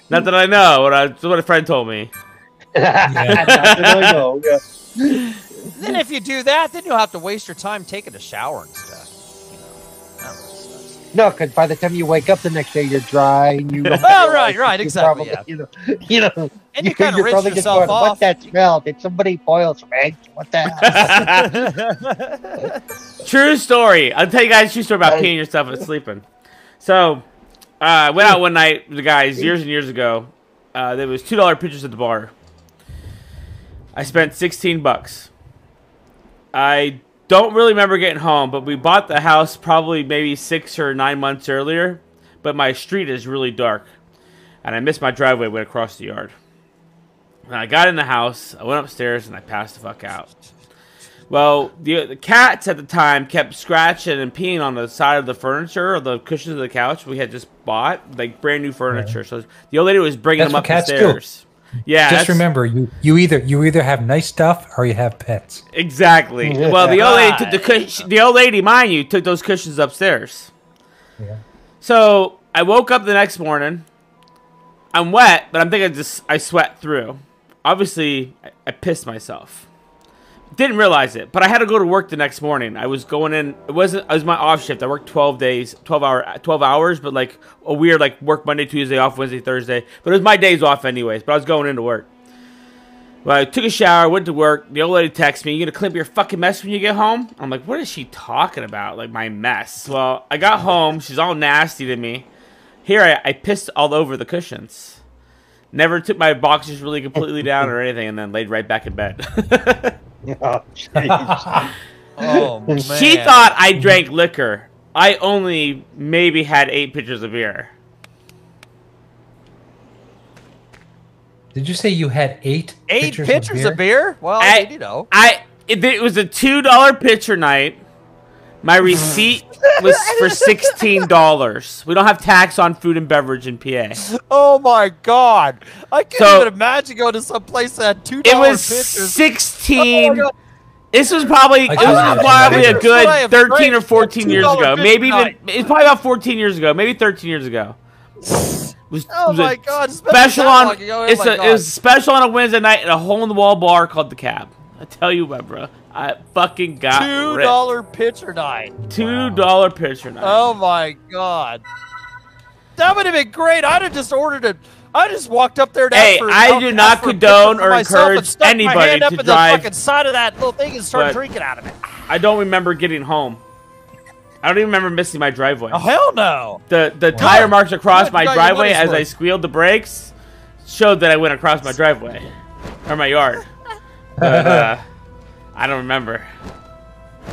[SPEAKER 1] Not that I know. What I, it's what a friend told me.
[SPEAKER 4] I know, yeah.
[SPEAKER 2] Then if you do that, then you'll have to waste your time taking a shower and stuff. You know, that really sucks.
[SPEAKER 4] No, because by the time you wake up the next day, you're dry. And you don't
[SPEAKER 2] Oh, right, right,
[SPEAKER 4] you
[SPEAKER 2] exactly,
[SPEAKER 4] probably- You know, you know,
[SPEAKER 2] And you kind of
[SPEAKER 4] you're
[SPEAKER 2] rinse
[SPEAKER 4] probably just
[SPEAKER 2] yourself
[SPEAKER 4] going, What
[SPEAKER 2] off.
[SPEAKER 4] that smell? Did somebody boil some eggs? What the hell?
[SPEAKER 1] True story. I'll tell you guys a true story about
[SPEAKER 4] Hey.
[SPEAKER 1] peeing yourself and sleeping. So, uh, I went out one night with the guys years and years ago. Uh, there was two dollar pitchers at the bar. I spent sixteen bucks. I don't really remember getting home, but we bought the house probably maybe six or nine months earlier. But my street is really dark, and I missed my driveway went across the yard. When I got in the house, I went upstairs and I passed the fuck out. Well, the, the cats at the time kept scratching and peeing on the side of the furniture or the cushions of the couch we had just bought, like brand new furniture. So the old lady was bringing
[SPEAKER 3] That's
[SPEAKER 1] them
[SPEAKER 3] what
[SPEAKER 1] up the
[SPEAKER 3] cats do.
[SPEAKER 1] stairs. Yeah,
[SPEAKER 3] Just
[SPEAKER 1] that's-
[SPEAKER 3] remember, you, you either you either have nice stuff or you have pets.
[SPEAKER 1] Exactly. Well, the old lady took the
[SPEAKER 2] Right.
[SPEAKER 1] cush- the old lady, mind you, took those cushions upstairs.
[SPEAKER 3] Yeah.
[SPEAKER 1] So I woke up the next morning. I'm wet, but I'm thinking I just I sweat through. Obviously, I, I pissed myself. Didn't realize it, but I had to go to work the next morning. I was going in. It wasn't. It was my off shift. I worked twelve days, twelve hour, twelve hours, but like a weird like work Monday, Tuesday, off Wednesday, Thursday. But it was my days off anyways. But I was going into work. Well, I took a shower, went to work. The old lady texts me, "You gonna clean up your fucking mess when you get home?" I'm like, "What is she talking about? Like my mess?" Well, I got home. She's all nasty to me. Here, I, I pissed all over the cushions. Never took my boxers really completely down or anything, and then laid right back in bed.
[SPEAKER 4] Oh, jeez.
[SPEAKER 2] Oh, man.
[SPEAKER 1] she thought I drank liquor. I only maybe had eight pitchers of beer.
[SPEAKER 3] Did you say you had eight
[SPEAKER 2] eight pitchers, of, beer? Well,
[SPEAKER 1] I-
[SPEAKER 2] you know.
[SPEAKER 1] I it, it was a two dollar pitcher night. My receipt was for sixteen dollars. We don't have tax on food and beverage in PA.
[SPEAKER 2] Oh my god! I can't
[SPEAKER 1] So-
[SPEAKER 2] even imagine going to some place that had two
[SPEAKER 1] It
[SPEAKER 2] dollar
[SPEAKER 1] was
[SPEAKER 2] pitchers.
[SPEAKER 1] sixteen.
[SPEAKER 2] Oh my God.
[SPEAKER 1] this was probably
[SPEAKER 3] I
[SPEAKER 1] this
[SPEAKER 3] couldn't
[SPEAKER 1] was
[SPEAKER 3] imagine
[SPEAKER 1] probably
[SPEAKER 3] that
[SPEAKER 1] a
[SPEAKER 3] either.
[SPEAKER 1] good
[SPEAKER 2] That's what I have
[SPEAKER 1] thirteen or
[SPEAKER 2] drank.
[SPEAKER 1] fourteen years
[SPEAKER 2] $2
[SPEAKER 1] ago.
[SPEAKER 2] pitcher
[SPEAKER 1] Maybe even
[SPEAKER 2] night.
[SPEAKER 1] it's probably about fourteen years ago. Maybe thirteen years ago. It was, it
[SPEAKER 2] Oh
[SPEAKER 1] was a
[SPEAKER 2] my god! it's been
[SPEAKER 1] Special
[SPEAKER 2] that
[SPEAKER 1] on
[SPEAKER 2] long ago, oh
[SPEAKER 1] it's
[SPEAKER 2] my
[SPEAKER 1] a,
[SPEAKER 2] God.
[SPEAKER 1] it was special on a Wednesday night at a hole in the wall bar called the Cab. I tell you what, bro, I fucking got
[SPEAKER 2] two
[SPEAKER 1] ripped.
[SPEAKER 2] dollar pitcher night.
[SPEAKER 1] Two dollar pitcher night.
[SPEAKER 2] Oh my god! That would have been great. I'd have just ordered a. I just walked up there. And
[SPEAKER 1] Hey,
[SPEAKER 2] asked for,
[SPEAKER 1] I do
[SPEAKER 2] asked
[SPEAKER 1] not
[SPEAKER 2] for a pitcher
[SPEAKER 1] condone
[SPEAKER 2] for
[SPEAKER 1] or
[SPEAKER 2] myself and
[SPEAKER 1] encourage
[SPEAKER 2] stuck my
[SPEAKER 1] anybody
[SPEAKER 2] hand up
[SPEAKER 1] to
[SPEAKER 2] in
[SPEAKER 1] drive-
[SPEAKER 2] the fucking side of that little thing and started
[SPEAKER 1] But-
[SPEAKER 2] drinking out of it.
[SPEAKER 1] I don't remember getting home. I don't even remember missing my driveway.
[SPEAKER 2] Oh hell no!
[SPEAKER 1] The the tire marks across
[SPEAKER 2] Good,
[SPEAKER 1] my
[SPEAKER 2] you got your
[SPEAKER 1] driveway as
[SPEAKER 2] money's
[SPEAKER 1] I
[SPEAKER 2] worth.
[SPEAKER 1] squealed the brakes showed that I went across my driveway or my yard. But, uh, I don't remember.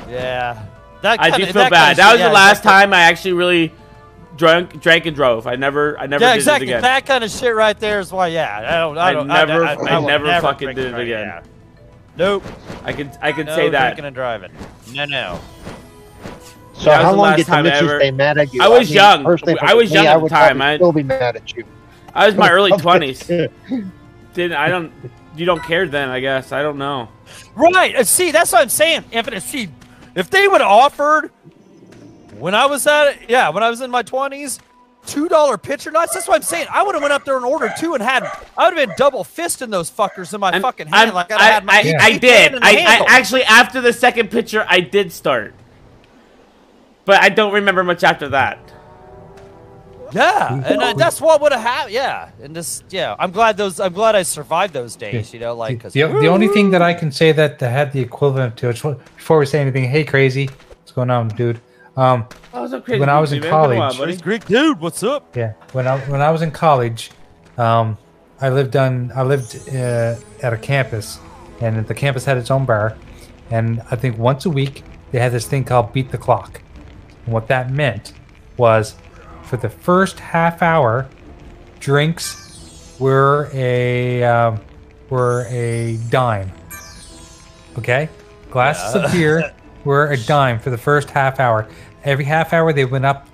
[SPEAKER 2] Yeah, that
[SPEAKER 1] I
[SPEAKER 2] kinda-
[SPEAKER 1] do feel
[SPEAKER 2] kinda
[SPEAKER 1] bad. That
[SPEAKER 2] shit-
[SPEAKER 1] was
[SPEAKER 2] yeah,
[SPEAKER 1] the last
[SPEAKER 2] exactly.
[SPEAKER 1] time I actually really drank drank and drove. I never I never
[SPEAKER 2] Yeah,
[SPEAKER 1] did
[SPEAKER 2] exactly.
[SPEAKER 1] it again.
[SPEAKER 2] That kind of shit right there is why. Yeah, I don't. I
[SPEAKER 1] I
[SPEAKER 2] don't.
[SPEAKER 1] never-
[SPEAKER 2] I,
[SPEAKER 1] I
[SPEAKER 2] will
[SPEAKER 1] never fucking
[SPEAKER 2] drink
[SPEAKER 1] did
[SPEAKER 2] and
[SPEAKER 1] it
[SPEAKER 2] drive,
[SPEAKER 1] again.
[SPEAKER 2] yeah. Nope.
[SPEAKER 1] I could I could
[SPEAKER 2] No
[SPEAKER 1] say that.
[SPEAKER 2] drinking and driving. No, no.
[SPEAKER 4] so
[SPEAKER 1] That was
[SPEAKER 4] how
[SPEAKER 1] the
[SPEAKER 4] long
[SPEAKER 1] last
[SPEAKER 4] did the
[SPEAKER 1] time I
[SPEAKER 4] missus
[SPEAKER 1] ever-
[SPEAKER 4] stay mad at you?
[SPEAKER 1] I was young.
[SPEAKER 4] personally, if
[SPEAKER 1] I
[SPEAKER 4] it
[SPEAKER 1] was young
[SPEAKER 4] me,
[SPEAKER 1] at
[SPEAKER 4] I
[SPEAKER 1] the
[SPEAKER 4] would
[SPEAKER 1] time.
[SPEAKER 4] probably
[SPEAKER 1] I-
[SPEAKER 4] still be mad at you.
[SPEAKER 1] I was in my early
[SPEAKER 4] Okay.
[SPEAKER 1] twenties. Didn't I don't you don't care then? I guess I don't know.
[SPEAKER 2] Right. uh, See, that's what I'm saying. If it, see, if they would have offered when I was at yeah, when I was in my twenties, two dollar pitcher nuts. That's what I'm saying. I would have went up there and ordered two and had. I would have been double fisting those fuckers in my
[SPEAKER 1] I'm-
[SPEAKER 2] fucking hand
[SPEAKER 1] I'm-
[SPEAKER 2] like I'd
[SPEAKER 1] I,
[SPEAKER 2] had my.
[SPEAKER 1] I, I
[SPEAKER 2] eighth hand
[SPEAKER 1] did.
[SPEAKER 2] in the
[SPEAKER 1] I, I
[SPEAKER 2] handle.
[SPEAKER 1] actually after the second picture, I did start, but I don't remember much after that.
[SPEAKER 2] Yeah, and uh, that's what would have happened. Yeah, and this, yeah, I'm glad those. I'm glad I survived those days. You know, like
[SPEAKER 3] The, the only thing that I can say that that had the equivalent to it's what- before we say anything, hey crazy, what's going on, dude? Um,
[SPEAKER 1] That was so crazy.
[SPEAKER 3] When I was in
[SPEAKER 1] man. Been a while,
[SPEAKER 3] college-
[SPEAKER 1] buddy.
[SPEAKER 2] Greek dude, what's up?
[SPEAKER 3] yeah, when I when I was in college, um, I lived on I lived uh, at a campus, and the campus had its own bar, And I think once a week, they had this thing called Beat the Clock. And what that meant was for the first half hour, drinks were a um, were a dime. Okay, glasses of beer were a dime for the first half hour. Every half hour they went up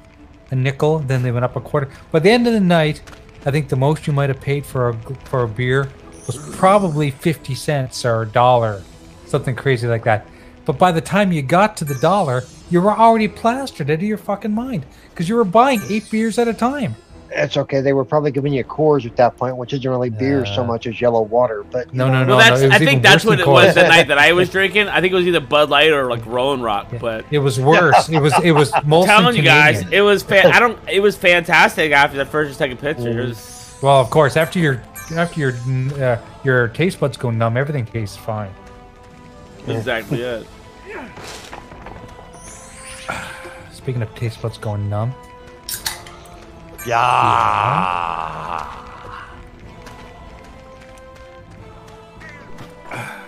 [SPEAKER 3] a nickel, then they went up a quarter. By the end of the night, I think the most you might have paid for a for a beer was probably fifty cents or a dollar, something crazy like that. But by the time you got to the dollar, you were already plastered out of your fucking mind because you were buying eight beers at a time.
[SPEAKER 4] It's okay. They were probably giving you Coors at that point, which isn't really beer so much as yellow water. But you
[SPEAKER 3] No,
[SPEAKER 4] know,
[SPEAKER 3] no, no,
[SPEAKER 1] Well, that's,
[SPEAKER 3] no. it was
[SPEAKER 1] I
[SPEAKER 3] even
[SPEAKER 1] think that's
[SPEAKER 3] worse
[SPEAKER 1] what
[SPEAKER 3] than
[SPEAKER 1] it
[SPEAKER 3] Coors.
[SPEAKER 1] was the night that I was drinking. I think it was either Bud Light or like Rolling Rock. But
[SPEAKER 3] It was worse. It was it was mostly
[SPEAKER 1] telling you guys, it
[SPEAKER 3] Canadian.
[SPEAKER 1] was fa- I don't. It was fantastic after the first or second picture. It was,
[SPEAKER 3] Well, of course, after your after your uh, your taste buds go numb, everything tastes fine.
[SPEAKER 1] exactly it.
[SPEAKER 3] Speaking of taste buds going numb,
[SPEAKER 5] Yeah.
[SPEAKER 2] Ah,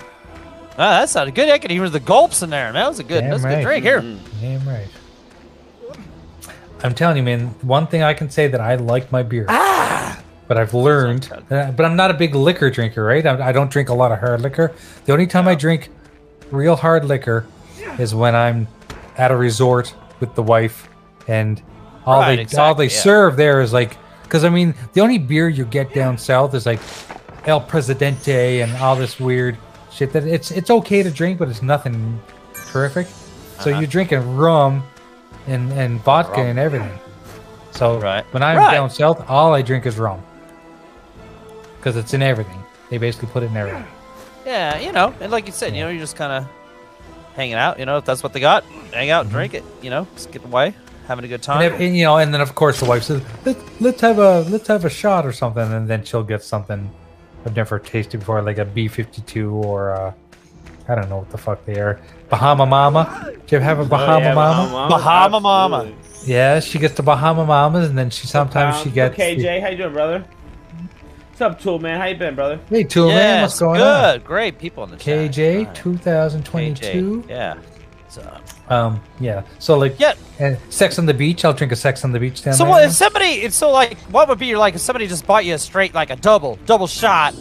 [SPEAKER 2] that sounded good. I could hear the gulps in there. Man, that was a good.
[SPEAKER 3] Damn
[SPEAKER 2] That's a
[SPEAKER 3] right.
[SPEAKER 2] good drink. Here,
[SPEAKER 3] damn right. I'm telling you, man. One thing I can say that I like my beer, but I've learned. uh, but I'm not a big liquor drinker, right? I, I don't drink a lot of hard liquor. The only time I drink real hard liquor is when I'm at a resort with the wife, and all
[SPEAKER 2] Right,
[SPEAKER 3] they all
[SPEAKER 2] exactly,
[SPEAKER 3] they
[SPEAKER 2] yeah.
[SPEAKER 3] serve there is like because I mean the only beer you get down south is like El Presidente and all this weird shit that it's it's okay to drink, but it's nothing terrific. So you're drinking rum and and vodka and everything. So
[SPEAKER 2] Right.
[SPEAKER 3] when I'm
[SPEAKER 2] Right.
[SPEAKER 3] down south, all I drink is rum because it's in everything. They basically put it in everything.
[SPEAKER 2] yeah, you know, and like you said, you know, you're just kind of hanging out. You know, if that's what they got, hang out, and
[SPEAKER 3] Mm-hmm.
[SPEAKER 2] drink it. You know, just get away, having a good time.
[SPEAKER 3] And, if- and, you know, and then of course the wife says, Let, "Let's have a let's have a shot or something," and then she'll get something I've never tasted before, like a B fifty two or I I don't know what the fuck they are, Bahama Mama. Do you ever have a
[SPEAKER 1] Oh,
[SPEAKER 3] Bahama Mama?
[SPEAKER 2] Bahama Mama.
[SPEAKER 1] absolutely.
[SPEAKER 3] Yeah, she gets the Bahama Mamas, and then she sometimes she
[SPEAKER 1] Um,
[SPEAKER 3] gets.
[SPEAKER 1] Okay,
[SPEAKER 3] the-
[SPEAKER 1] Jay, how you doing, brother? What's up, Tool Man? How you been, brother?
[SPEAKER 3] Hey, Tool man, what's
[SPEAKER 2] Yes,
[SPEAKER 3] going on?
[SPEAKER 2] good, great people in the chat.
[SPEAKER 3] KJ,
[SPEAKER 2] Alright,
[SPEAKER 3] two thousand twenty-two.
[SPEAKER 2] KJ, yeah. So,
[SPEAKER 3] Um, yeah. So like,
[SPEAKER 2] yeah.
[SPEAKER 3] uh, Sex on the Beach. I'll drink a Sex on the Beach down
[SPEAKER 2] So
[SPEAKER 3] there.
[SPEAKER 2] what if somebody? It's so like, what would be your like if somebody just bought you a straight like a double double shot?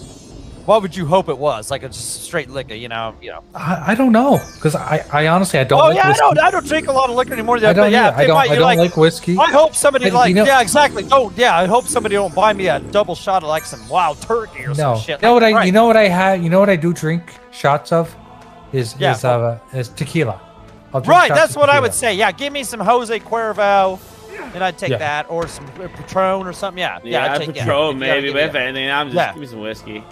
[SPEAKER 2] What would you hope it was? Like a just straight liquor, you know, you know.
[SPEAKER 3] I, I don't know because I, I honestly I don't.
[SPEAKER 2] Oh
[SPEAKER 3] like
[SPEAKER 2] yeah, I
[SPEAKER 3] whiskey.
[SPEAKER 2] don't, I don't drink a lot of liquor anymore.
[SPEAKER 3] I don't.
[SPEAKER 2] but yeah,
[SPEAKER 3] either.
[SPEAKER 2] if
[SPEAKER 3] I
[SPEAKER 2] they
[SPEAKER 3] don't.
[SPEAKER 2] buy
[SPEAKER 3] I
[SPEAKER 2] you,
[SPEAKER 3] don't like, whiskey.
[SPEAKER 2] I hope somebody
[SPEAKER 3] But, you
[SPEAKER 2] like
[SPEAKER 3] know-
[SPEAKER 2] yeah exactly. Oh yeah, I hope somebody don't buy me a double shot of like some wild turkey or
[SPEAKER 3] no.
[SPEAKER 2] some shit.
[SPEAKER 3] You know
[SPEAKER 2] like,
[SPEAKER 3] what I?
[SPEAKER 2] right.
[SPEAKER 3] You know what I had? You know what I do drink shots of? Is
[SPEAKER 2] Yeah.
[SPEAKER 3] is uh is tequila. I'll drink
[SPEAKER 2] Right,
[SPEAKER 3] shots
[SPEAKER 2] that's
[SPEAKER 3] of
[SPEAKER 2] what I would
[SPEAKER 3] tequila.
[SPEAKER 2] say. Yeah, give me some Jose Cuervo, and I'd take
[SPEAKER 3] Yeah.
[SPEAKER 2] that, or some uh, Patron or something. Yeah, yeah,
[SPEAKER 1] Yeah,
[SPEAKER 2] I'd
[SPEAKER 1] I
[SPEAKER 2] take yeah.
[SPEAKER 1] patrol
[SPEAKER 2] Yeah,
[SPEAKER 1] maybe,
[SPEAKER 2] give
[SPEAKER 1] but
[SPEAKER 2] me
[SPEAKER 1] if anything, I'm just
[SPEAKER 2] Yeah.
[SPEAKER 1] give me some whiskey.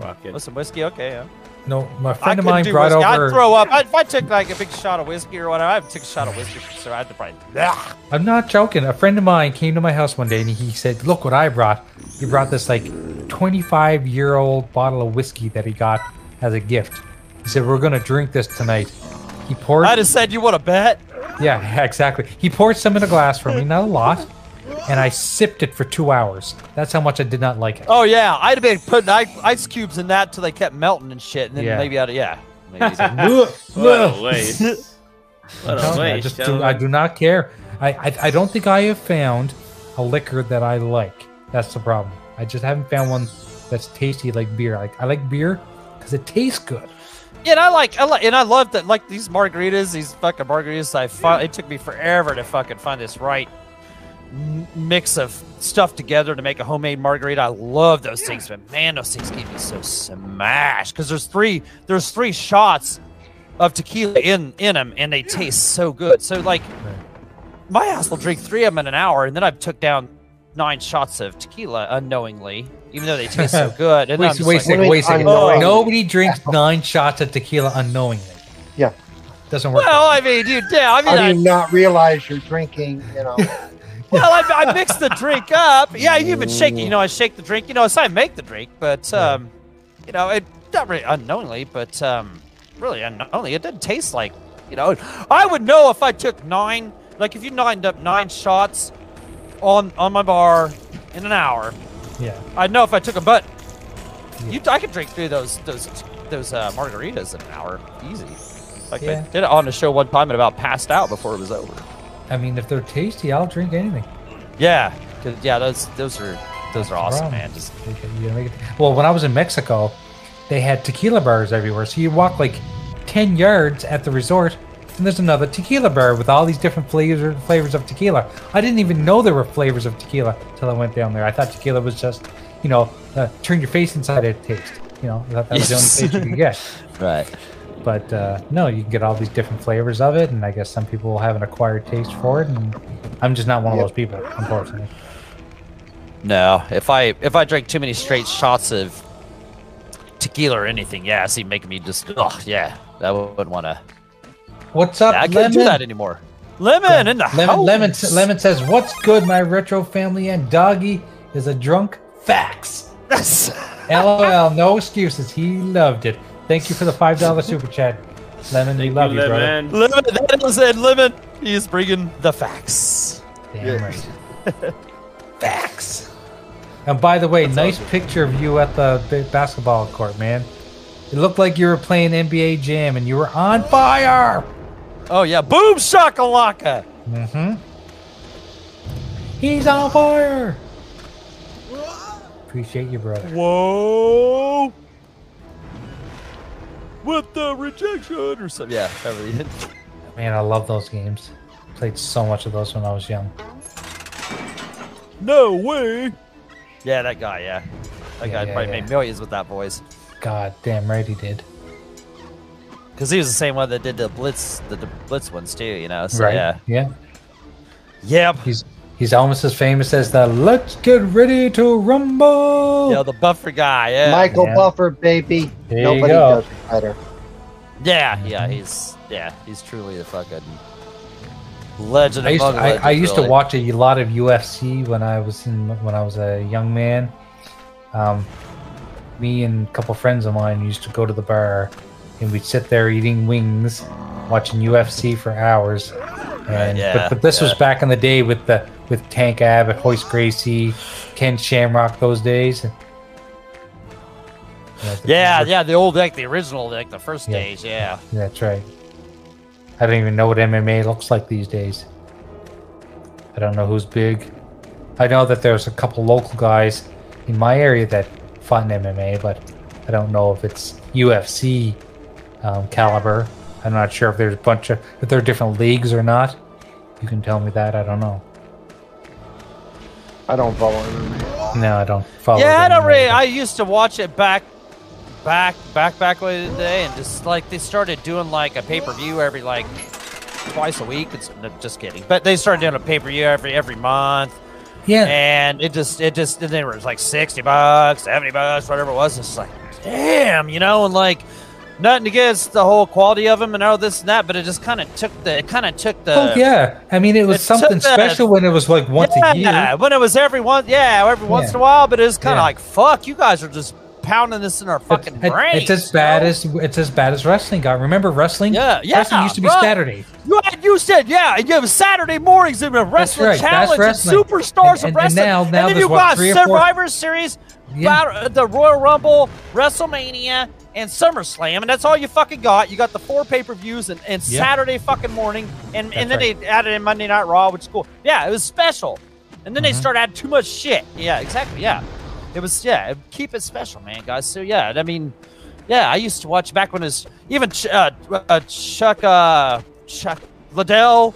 [SPEAKER 1] Fuck
[SPEAKER 2] that.
[SPEAKER 1] it.
[SPEAKER 2] With some whiskey, okay. Yeah.
[SPEAKER 3] No, my friend of
[SPEAKER 2] couldn't
[SPEAKER 3] mine
[SPEAKER 2] do
[SPEAKER 3] brought
[SPEAKER 2] whiskey.
[SPEAKER 3] over.
[SPEAKER 2] I'd throw up. I, if I took like a big shot of whiskey or whatever, I'd take a shot of whiskey, so I'd probably. Blah.
[SPEAKER 3] I'm not joking. A friend of mine came to my house one day and he said, "Look what I brought." He brought this like 25 year old bottle of whiskey that he got as a gift. He said, "We're gonna drink this tonight." He poured.
[SPEAKER 2] I just said you want to bet.
[SPEAKER 3] yeah, exactly. He poured some in a glass for me, not a lot, and I sipped it for two hours. That's how much I did not like it.
[SPEAKER 2] Oh yeah, I'd have been putting ice, ice cubes in that till they kept melting and shit, and then
[SPEAKER 3] Yeah.
[SPEAKER 2] maybe I'd yeah. Maybe so.
[SPEAKER 1] What a waste. What
[SPEAKER 3] No,
[SPEAKER 1] a
[SPEAKER 3] I
[SPEAKER 1] waste.
[SPEAKER 3] just do,
[SPEAKER 1] gentlemen.
[SPEAKER 3] I do not care. I, I I don't think I have found a liquor that I like. That's the problem. I just haven't found one that's tasty like beer. Like I like beer because it tastes good.
[SPEAKER 2] Yeah, and I like, I like, and I love that. Like these margaritas, these fucking margaritas. I fi- it took me forever to fucking find this right m- mix of stuff together to make a homemade margarita. I love those things, but man, those things get me so smashed because there's three, there's three shots of tequila in in them, and they taste so good. So like, my ass will drink three of them in an hour, and then I've took down nine shots of tequila unknowingly, even though they taste so good. And then I'm
[SPEAKER 3] Wait,
[SPEAKER 2] just
[SPEAKER 3] wait a
[SPEAKER 2] like,
[SPEAKER 3] second, wait a second.
[SPEAKER 4] Unknowingly.
[SPEAKER 3] Nobody drinks nine shots of tequila unknowingly.
[SPEAKER 4] Yeah.
[SPEAKER 3] Doesn't work.
[SPEAKER 2] well, I mean, you yeah, I mean,
[SPEAKER 4] How
[SPEAKER 2] I,
[SPEAKER 4] do you not realize you're drinking? You know,
[SPEAKER 2] Well, I, I mixed the drink up. Yeah, you even shake it. You know, I shake the drink. You know, so I make the drink, but um, you know, it not really unknowingly, but um, really unknowingly, it didn't taste like. You know, I would know if I took nine. Like if you lined up nine shots on on my bar in an hour,
[SPEAKER 3] yeah.
[SPEAKER 2] I'd know if I took a butt. You, I could drink through those those those uh, margaritas in an hour, easy. Like
[SPEAKER 3] Yeah.
[SPEAKER 2] they did it on the show one time and about passed out before it was over.
[SPEAKER 3] I mean, if they're tasty, I'll drink anything.
[SPEAKER 2] Yeah, 'cause- yeah, those those are those are awesome,
[SPEAKER 3] Rum.
[SPEAKER 2] man. Just
[SPEAKER 3] You can- you make it- Well, when I was in Mexico, they had tequila bars everywhere. So you walk like 10 yards at the resort, and there's another tequila bar with all these different flavors, flavors of tequila. I didn't even know there were flavors of tequila till I went down there. I thought tequila was just, you know, uh, turn your face inside out taste. You know, I thought that was
[SPEAKER 2] Yes.
[SPEAKER 3] the only taste you could get.
[SPEAKER 2] right.
[SPEAKER 3] But uh, no, you can get all these different flavors of it, and I guess some people will have an acquired taste for it. And I'm just not one of those people, unfortunately.
[SPEAKER 2] No, if I if I drink too many straight shots of tequila or anything, yeah, see, make me just oh yeah, I wouldn't want to.
[SPEAKER 3] What's up,
[SPEAKER 2] I
[SPEAKER 3] lemon?
[SPEAKER 2] can't do that anymore. Lemon in the
[SPEAKER 3] Lemon,
[SPEAKER 2] house.
[SPEAKER 3] lemon, lemon says, "What's good, my retro family and doggy is a drunk." Facts.
[SPEAKER 2] Yes.
[SPEAKER 3] LOL. no excuses. He loved it. Thank you for the five dollar super chat, Lemon. we love you, brother.
[SPEAKER 1] man.
[SPEAKER 2] Lemon, that is it. Lemon. He is bringing the facts.
[SPEAKER 3] Damn
[SPEAKER 4] Yeah.
[SPEAKER 3] right.
[SPEAKER 2] Facts.
[SPEAKER 3] And by the way, nice picture of you at the b- basketball court, man. It looked like you were playing NBA Jam and you were on fire.
[SPEAKER 2] Oh yeah, boom shakalaka.
[SPEAKER 3] Mm-hmm. He's on fire. Appreciate you, brother.
[SPEAKER 2] Whoa. With the rejection or something. Yeah, everything.
[SPEAKER 3] Man, I love those games. Played so much of those when I was young.
[SPEAKER 2] No way. Yeah, that guy. Yeah, that
[SPEAKER 3] Yeah,
[SPEAKER 2] guy
[SPEAKER 3] yeah,
[SPEAKER 2] probably
[SPEAKER 3] yeah.
[SPEAKER 2] made millions with that voice.
[SPEAKER 3] God damn right he did.
[SPEAKER 2] Because he was the same one that did the blitz, the, the blitz ones too. You know. So,
[SPEAKER 3] right?
[SPEAKER 2] Yeah.
[SPEAKER 3] yeah.
[SPEAKER 2] Yep.
[SPEAKER 3] He's he's almost as famous as the "Let's get ready to rumble."
[SPEAKER 2] Yeah, the buffer guy. Yeah.
[SPEAKER 4] Michael
[SPEAKER 3] Yeah.
[SPEAKER 4] Buffer, baby.
[SPEAKER 3] There you
[SPEAKER 4] Nobody
[SPEAKER 3] go.
[SPEAKER 4] does it better.
[SPEAKER 2] Yeah, yeah, he's yeah, he's truly a fucking legend.
[SPEAKER 3] I used,
[SPEAKER 2] among
[SPEAKER 3] I, I
[SPEAKER 2] legends,
[SPEAKER 3] used
[SPEAKER 2] really.
[SPEAKER 3] to watch a lot of UFC when I was in when I was a young man. Um, me and a couple friends of mine used to go to the bar, and we'd sit there eating wings, watching UFC for hours. And
[SPEAKER 2] yeah,
[SPEAKER 3] but, but this was
[SPEAKER 2] yeah.
[SPEAKER 3] back in the day with the with Tank Abbott, Hoist Gracie, Ken Shamrock, those days. And,
[SPEAKER 2] Yeah, yeah, the old like the original like the first
[SPEAKER 3] Yeah.
[SPEAKER 2] days. Yeah,
[SPEAKER 3] That's right. I don't even know what MMA looks like these days. I don't know who's big. I know that there's a couple local guys in my area that fought in MMA, but I don't know if it's UFC um, caliber. I'm not sure if there's a bunch of if there are different leagues or not. You can tell me that. I don't know.
[SPEAKER 4] I don't follow him.
[SPEAKER 3] No, I don't follow.
[SPEAKER 2] yeah. I
[SPEAKER 3] the
[SPEAKER 2] don't
[SPEAKER 3] MMA,
[SPEAKER 2] really.
[SPEAKER 3] but-
[SPEAKER 2] I used to watch it back, back, back, back way today, and just like they started doing like a pay per view every like twice a week. It's no, just kidding, but they started doing a pay per view every every month,
[SPEAKER 3] yeah.
[SPEAKER 2] and it just it just and they were like sixty bucks, seventy bucks, whatever it was. It's like damn, you know, and like. Nothing against the whole quality of them and all this and that, but it just kind of took the it kind of took the
[SPEAKER 3] oh yeah. I mean, it was
[SPEAKER 2] It's
[SPEAKER 3] something
[SPEAKER 2] so bad.
[SPEAKER 3] special when it was like once
[SPEAKER 2] yeah,
[SPEAKER 3] a year.
[SPEAKER 2] when it was every once, yeah, every once
[SPEAKER 3] Yeah.
[SPEAKER 2] in a while, but it was kind of
[SPEAKER 3] Yeah.
[SPEAKER 2] like, fuck, you guys are just pounding this in our fucking
[SPEAKER 3] It-
[SPEAKER 2] brains.
[SPEAKER 3] It's as bad
[SPEAKER 2] you know?
[SPEAKER 3] as it's as bad as wrestling got. Remember wrestling?
[SPEAKER 2] Yeah, yeah,
[SPEAKER 3] Wrestling used to be
[SPEAKER 2] right.
[SPEAKER 3] Saturday.
[SPEAKER 2] you, had- you said, yeah, and you have Saturday mornings in a wrestling
[SPEAKER 3] right, that's
[SPEAKER 2] challenge,
[SPEAKER 3] wrestling.
[SPEAKER 2] and superstars
[SPEAKER 3] And- and-
[SPEAKER 2] of
[SPEAKER 3] and
[SPEAKER 2] wrestling,
[SPEAKER 3] now- now
[SPEAKER 2] then
[SPEAKER 3] there's
[SPEAKER 2] you
[SPEAKER 3] what,
[SPEAKER 2] got
[SPEAKER 3] three or four-
[SPEAKER 2] Survivor Series,
[SPEAKER 3] Yeah.
[SPEAKER 2] Battle- the Royal Rumble, WrestleMania, and SummerSlam, and that's all you fucking got. You got the four pay per views and, and
[SPEAKER 3] Yeah.
[SPEAKER 2] Saturday fucking morning, and, and then
[SPEAKER 3] That's
[SPEAKER 2] they added in Monday Night Raw, which is cool. Yeah, it was special, and then they
[SPEAKER 3] Mhm.
[SPEAKER 2] started adding too much shit. Yeah, exactly. Yeah, it was. Yeah, keep it special, man, guys. So yeah, I mean, yeah, I used to watch back when it was even Ch- uh, uh, Chuck uh, Chuck Liddell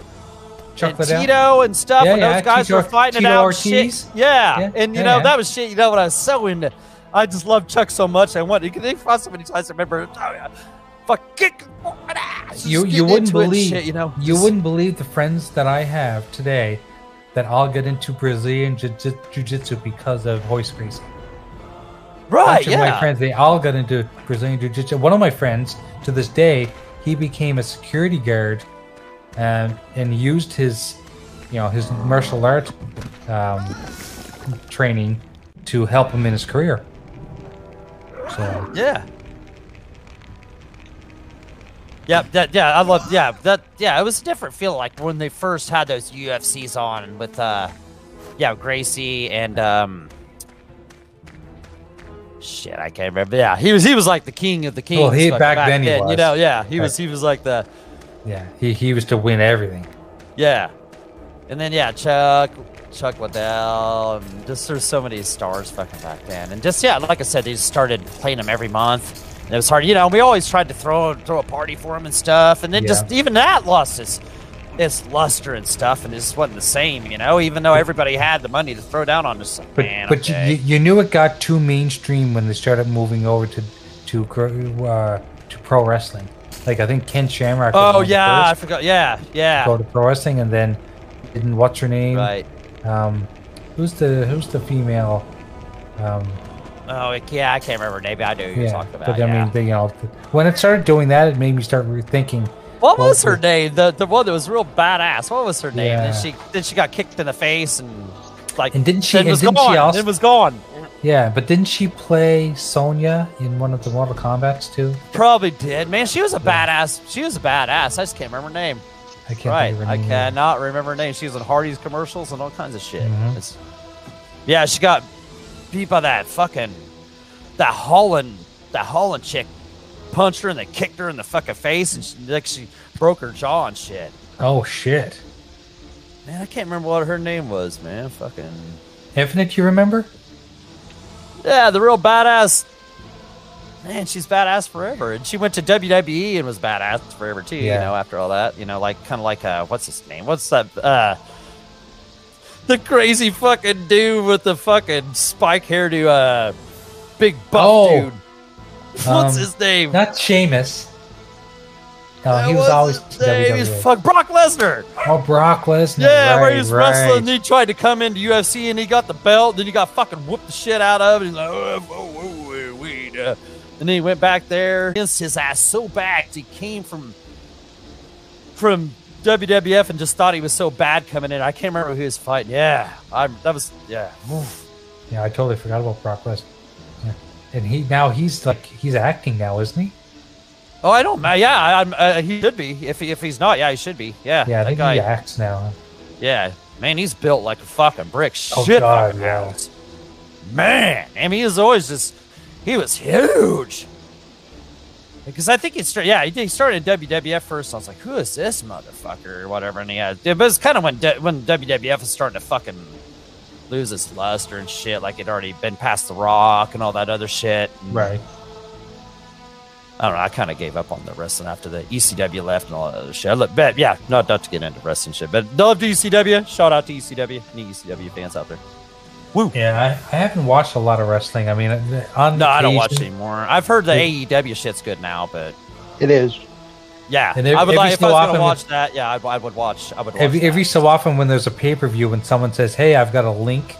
[SPEAKER 3] Chuck
[SPEAKER 2] and
[SPEAKER 3] Liddell.
[SPEAKER 2] Tito and stuff
[SPEAKER 3] Yeah,
[SPEAKER 2] when
[SPEAKER 3] yeah,
[SPEAKER 2] those guys
[SPEAKER 3] Tito-
[SPEAKER 2] were fighting
[SPEAKER 3] Tito
[SPEAKER 2] it out. and
[SPEAKER 3] Ortiz.
[SPEAKER 2] Shit. Yeah.
[SPEAKER 3] Yeah,
[SPEAKER 2] and you
[SPEAKER 3] yeah,
[SPEAKER 2] know
[SPEAKER 3] yeah.
[SPEAKER 2] that was shit. You know what I was so into. I just love Chuck so much. I want. You can think about so many times. I remember, oh, yeah, fuck, kick fucking ass. just
[SPEAKER 3] You you
[SPEAKER 2] getting
[SPEAKER 3] wouldn't
[SPEAKER 2] into it and
[SPEAKER 3] believe
[SPEAKER 2] shit, you know,
[SPEAKER 3] you
[SPEAKER 2] Just-
[SPEAKER 3] wouldn't believe the friends that I have today that all get into Brazilian jiu- jiu- jiu-jitsu because of Hoist Gracie.
[SPEAKER 2] right?
[SPEAKER 3] bunch of my
[SPEAKER 2] Yeah,
[SPEAKER 3] friends, they all got into Brazilian Jiu Jitsu. One of my friends, to this day, he became a security guard um, and used his, you know, his martial art um, training to help him in his career. So,
[SPEAKER 2] yeah. Yeah, that, yeah, I love, yeah, that, yeah, it was a different feel like when they first had those UFCs on with, uh, yeah, Gracie and, um, Shit, I can't remember. Yeah, he was he was like the king of the kings.
[SPEAKER 3] Well, he-
[SPEAKER 2] fucking
[SPEAKER 3] back then he
[SPEAKER 2] You
[SPEAKER 3] was.
[SPEAKER 2] know, yeah, he was he was like the
[SPEAKER 3] Yeah, he, he was to win everything.
[SPEAKER 2] yeah, and then yeah, Chuck Chuck Waddell. and Just there's so many stars fucking back then, and just yeah, like I said, they just started playing them every month. And it was hard, you know. We always tried to throw throw a party for him and stuff, and then just even that lost its its luster and stuff, and it just wasn't the same, you know. Even though everybody had the money to throw down on this,
[SPEAKER 3] But
[SPEAKER 2] man,
[SPEAKER 3] but you,
[SPEAKER 2] okay.
[SPEAKER 3] you you knew it got too mainstream when they started moving over to to gr- uh, to pro wrestling. Like I think Ken Shamrock. was
[SPEAKER 2] oh
[SPEAKER 3] one of the
[SPEAKER 2] yeah, I
[SPEAKER 3] first
[SPEAKER 2] forgot, yeah,
[SPEAKER 3] to
[SPEAKER 2] yeah,
[SPEAKER 3] go to pro wrestling, and then didn't what's her name?
[SPEAKER 2] right.
[SPEAKER 3] Um, who's the who's the female? Um,
[SPEAKER 2] Oh, it- yeah, I can't remember. Maybe I do. You're
[SPEAKER 3] yeah,
[SPEAKER 2] talking about.
[SPEAKER 3] but I
[SPEAKER 2] yeah.
[SPEAKER 3] mean, they, you know, when it started doing that, it made me start rethinking.
[SPEAKER 2] what
[SPEAKER 3] well,
[SPEAKER 2] was her
[SPEAKER 3] the-
[SPEAKER 2] name? The the one that was real badass. What was her name?
[SPEAKER 3] Yeah.
[SPEAKER 2] Then she then she got kicked in the face and like.
[SPEAKER 3] And didn't she-
[SPEAKER 2] It
[SPEAKER 3] and
[SPEAKER 2] was
[SPEAKER 3] didn't she
[SPEAKER 2] gone.
[SPEAKER 3] also-
[SPEAKER 2] It was gone.
[SPEAKER 3] Yeah, but didn't she play Sonya in one of the Mortal Kombat's too?
[SPEAKER 2] Probably did. Man, she was a badass. She was a badass. I just can't remember her name.
[SPEAKER 3] I can't
[SPEAKER 2] Right.
[SPEAKER 3] think of her
[SPEAKER 2] I
[SPEAKER 3] name.
[SPEAKER 2] cannot remember her name. She was in Hardy's commercials and all kinds of shit.
[SPEAKER 3] Mhm.
[SPEAKER 2] It's- yeah, she got beat by that fucking that Holland that Holland chick punched her and they kicked her in the fucking face and she, like she broke her jaw and shit.
[SPEAKER 3] Oh shit!
[SPEAKER 2] Man, I can't remember what her name was, man. Fucking.
[SPEAKER 3] Infinite, you remember?
[SPEAKER 2] Yeah, the real badass. Man, she's badass forever. And she went to WWE and was badass forever, too, you
[SPEAKER 3] Yeah.
[SPEAKER 2] know, after all that. You know, like, kind of like, uh, what's his name? What's that? Uh, the crazy fucking dude with the fucking spike hairdo, uh, big buff
[SPEAKER 3] Oh.
[SPEAKER 2] dude. What's
[SPEAKER 3] Um,
[SPEAKER 2] his name?
[SPEAKER 3] Not Sheamus. No,
[SPEAKER 2] Uh,
[SPEAKER 3] he was
[SPEAKER 2] what's
[SPEAKER 3] always E.
[SPEAKER 2] his name? He's
[SPEAKER 3] WWE.
[SPEAKER 2] fuck Brock Lesnar.
[SPEAKER 3] Oh, Brock Lesnar.
[SPEAKER 2] Yeah,
[SPEAKER 3] right,
[SPEAKER 2] where he was
[SPEAKER 3] right.
[SPEAKER 2] wrestling, and he tried to come into UFC, and he got the belt, then he got fucking whooped the shit out of, and he's like, oh, oh, oh, oh, weed. uh," and then he went back there, against his ass so bad, 'cause he came from from WWF and just thought he was so bad coming in. I can't remember who he was fighting. Yeah, I'm. That was yeah. Oof.
[SPEAKER 3] Yeah, I totally forgot about Brock Lesnar. Yeah. And he now he's like he's acting now, isn't he?
[SPEAKER 2] Oh, I don't. Yeah, I'm, uh, he should be. If he, if he's not, yeah, he should be. Yeah,
[SPEAKER 3] Yeah, I
[SPEAKER 2] that
[SPEAKER 3] think
[SPEAKER 2] guy.
[SPEAKER 3] he acts now.
[SPEAKER 2] Yeah, man, he's built like a fucking brick.
[SPEAKER 3] Oh,
[SPEAKER 2] Shit,
[SPEAKER 3] God,
[SPEAKER 2] fucking
[SPEAKER 3] yeah.
[SPEAKER 2] house. man. I mean, he was always just, he was huge. Because I think he started, yeah, he, did- he started in WWF first. I was like, who is this motherfucker or whatever? And he had, it was kind of when D- when WWF was starting to fucking lose its luster and shit. Like it'd already been past The Rock and all that other shit. And
[SPEAKER 3] Right.
[SPEAKER 2] I don't know. I kind of gave up on the wrestling after the ECW left and all that other shit. I look, but yeah, not not to get into wrestling shit, but love to ECW. Shout out to ECW, any ECW fans out there.
[SPEAKER 3] Yeah, I, I haven't watched a lot of wrestling. I mean, uh, on
[SPEAKER 2] No, I don't watch
[SPEAKER 3] occasion-
[SPEAKER 2] anymore. I've heard the
[SPEAKER 3] Yeah.
[SPEAKER 2] AEW shit's good now, but
[SPEAKER 4] It is.
[SPEAKER 2] yeah,
[SPEAKER 3] And every-
[SPEAKER 2] I would
[SPEAKER 3] every
[SPEAKER 2] like if I
[SPEAKER 3] so
[SPEAKER 2] was
[SPEAKER 3] often
[SPEAKER 2] gonna
[SPEAKER 3] when-
[SPEAKER 2] watch that. Yeah, I, I would watch. I would watch
[SPEAKER 3] Every,
[SPEAKER 2] that.
[SPEAKER 3] every so often when there's a pay per view and someone says, "Hey, I've got a link,"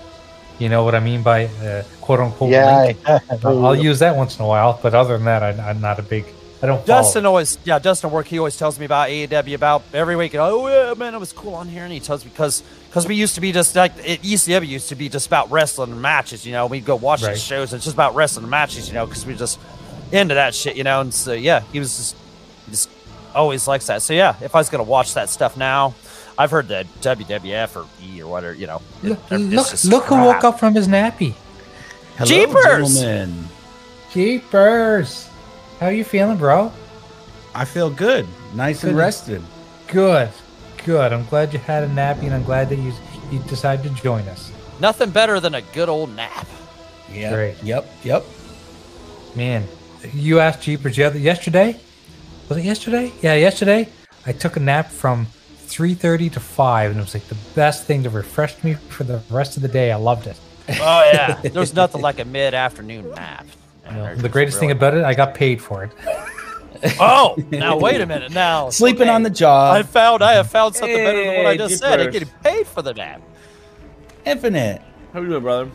[SPEAKER 3] you know what I mean by uh, quote unquote
[SPEAKER 4] Yeah.
[SPEAKER 3] link.
[SPEAKER 4] I-
[SPEAKER 3] I'll I'll use that once in a while, but other than that, I, I'm not a big. I don't. follow
[SPEAKER 2] Dustin always, yeah, Dustin work. He always tells me about AEW about every week. and, Oh yeah, man, it was cool on here, and he tells me because because we used to be just like it, ECW used to be just about wrestling and matches. You know, we'd go watch
[SPEAKER 3] Right.
[SPEAKER 2] these shows. And it's just about wrestling and matches. You know, because we just into that shit. You know, and so yeah, he was just he just always likes that. So yeah, if I was gonna watch that stuff now, I've heard that WWF or E or whatever. You know,
[SPEAKER 3] Look,
[SPEAKER 2] it's
[SPEAKER 3] look,
[SPEAKER 2] just
[SPEAKER 3] look who woke
[SPEAKER 2] crap.
[SPEAKER 3] up from his nappy.
[SPEAKER 6] Hello,
[SPEAKER 2] Jeepers!
[SPEAKER 6] gentlemen.
[SPEAKER 3] Jeepers. How you feeling, bro?
[SPEAKER 6] I feel good, nice and
[SPEAKER 3] Good.
[SPEAKER 6] rested.
[SPEAKER 3] Good. Good. I'm glad you had a nappy and I'm glad that you you decided to join us.
[SPEAKER 2] nothing better than a good old nap.
[SPEAKER 6] Yeah.
[SPEAKER 3] Great.
[SPEAKER 6] Yep. Yep.
[SPEAKER 3] Man, you asked Jeepers the other yesterday? Was it yesterday? Yeah, yesterday. I took a nap from 3:30 to 5 and it was like the best thing to refresh me for the rest of the day. I loved it.
[SPEAKER 2] Oh yeah, there's nothing like a mid afternoon nap.
[SPEAKER 3] You know, the greatest thing about it, I got paid for it.
[SPEAKER 2] Oh, now wait a minute. Now
[SPEAKER 6] Sleeping
[SPEAKER 2] okay.
[SPEAKER 6] on the job.
[SPEAKER 2] I found I have found something better than what I
[SPEAKER 1] Hey,
[SPEAKER 2] just said. I'm
[SPEAKER 1] jeepers.
[SPEAKER 2] getting paid for the nap.
[SPEAKER 6] Infinite.
[SPEAKER 1] How you doing, brother?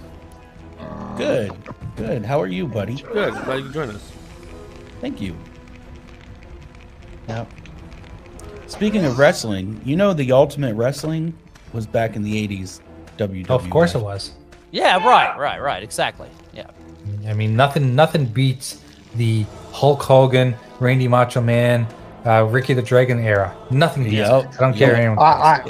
[SPEAKER 6] Good. Good. How are you, buddy?
[SPEAKER 1] Good. Glad you could join us.
[SPEAKER 6] Thank you. Yep. Speaking of wrestling, you know the Ultimate Wrestling was back in the '80s. WWE.
[SPEAKER 3] of course it was.
[SPEAKER 2] Yeah, right, right, right, exactly. Yeah.
[SPEAKER 3] I mean, nothing nothing beats the Hulk Hogan, Randy Macho Man, uh, Ricky the Dragon era. Nothing beats.
[SPEAKER 6] Yep.
[SPEAKER 3] it. I don't care
[SPEAKER 6] Yep.
[SPEAKER 3] anyone.
[SPEAKER 4] I,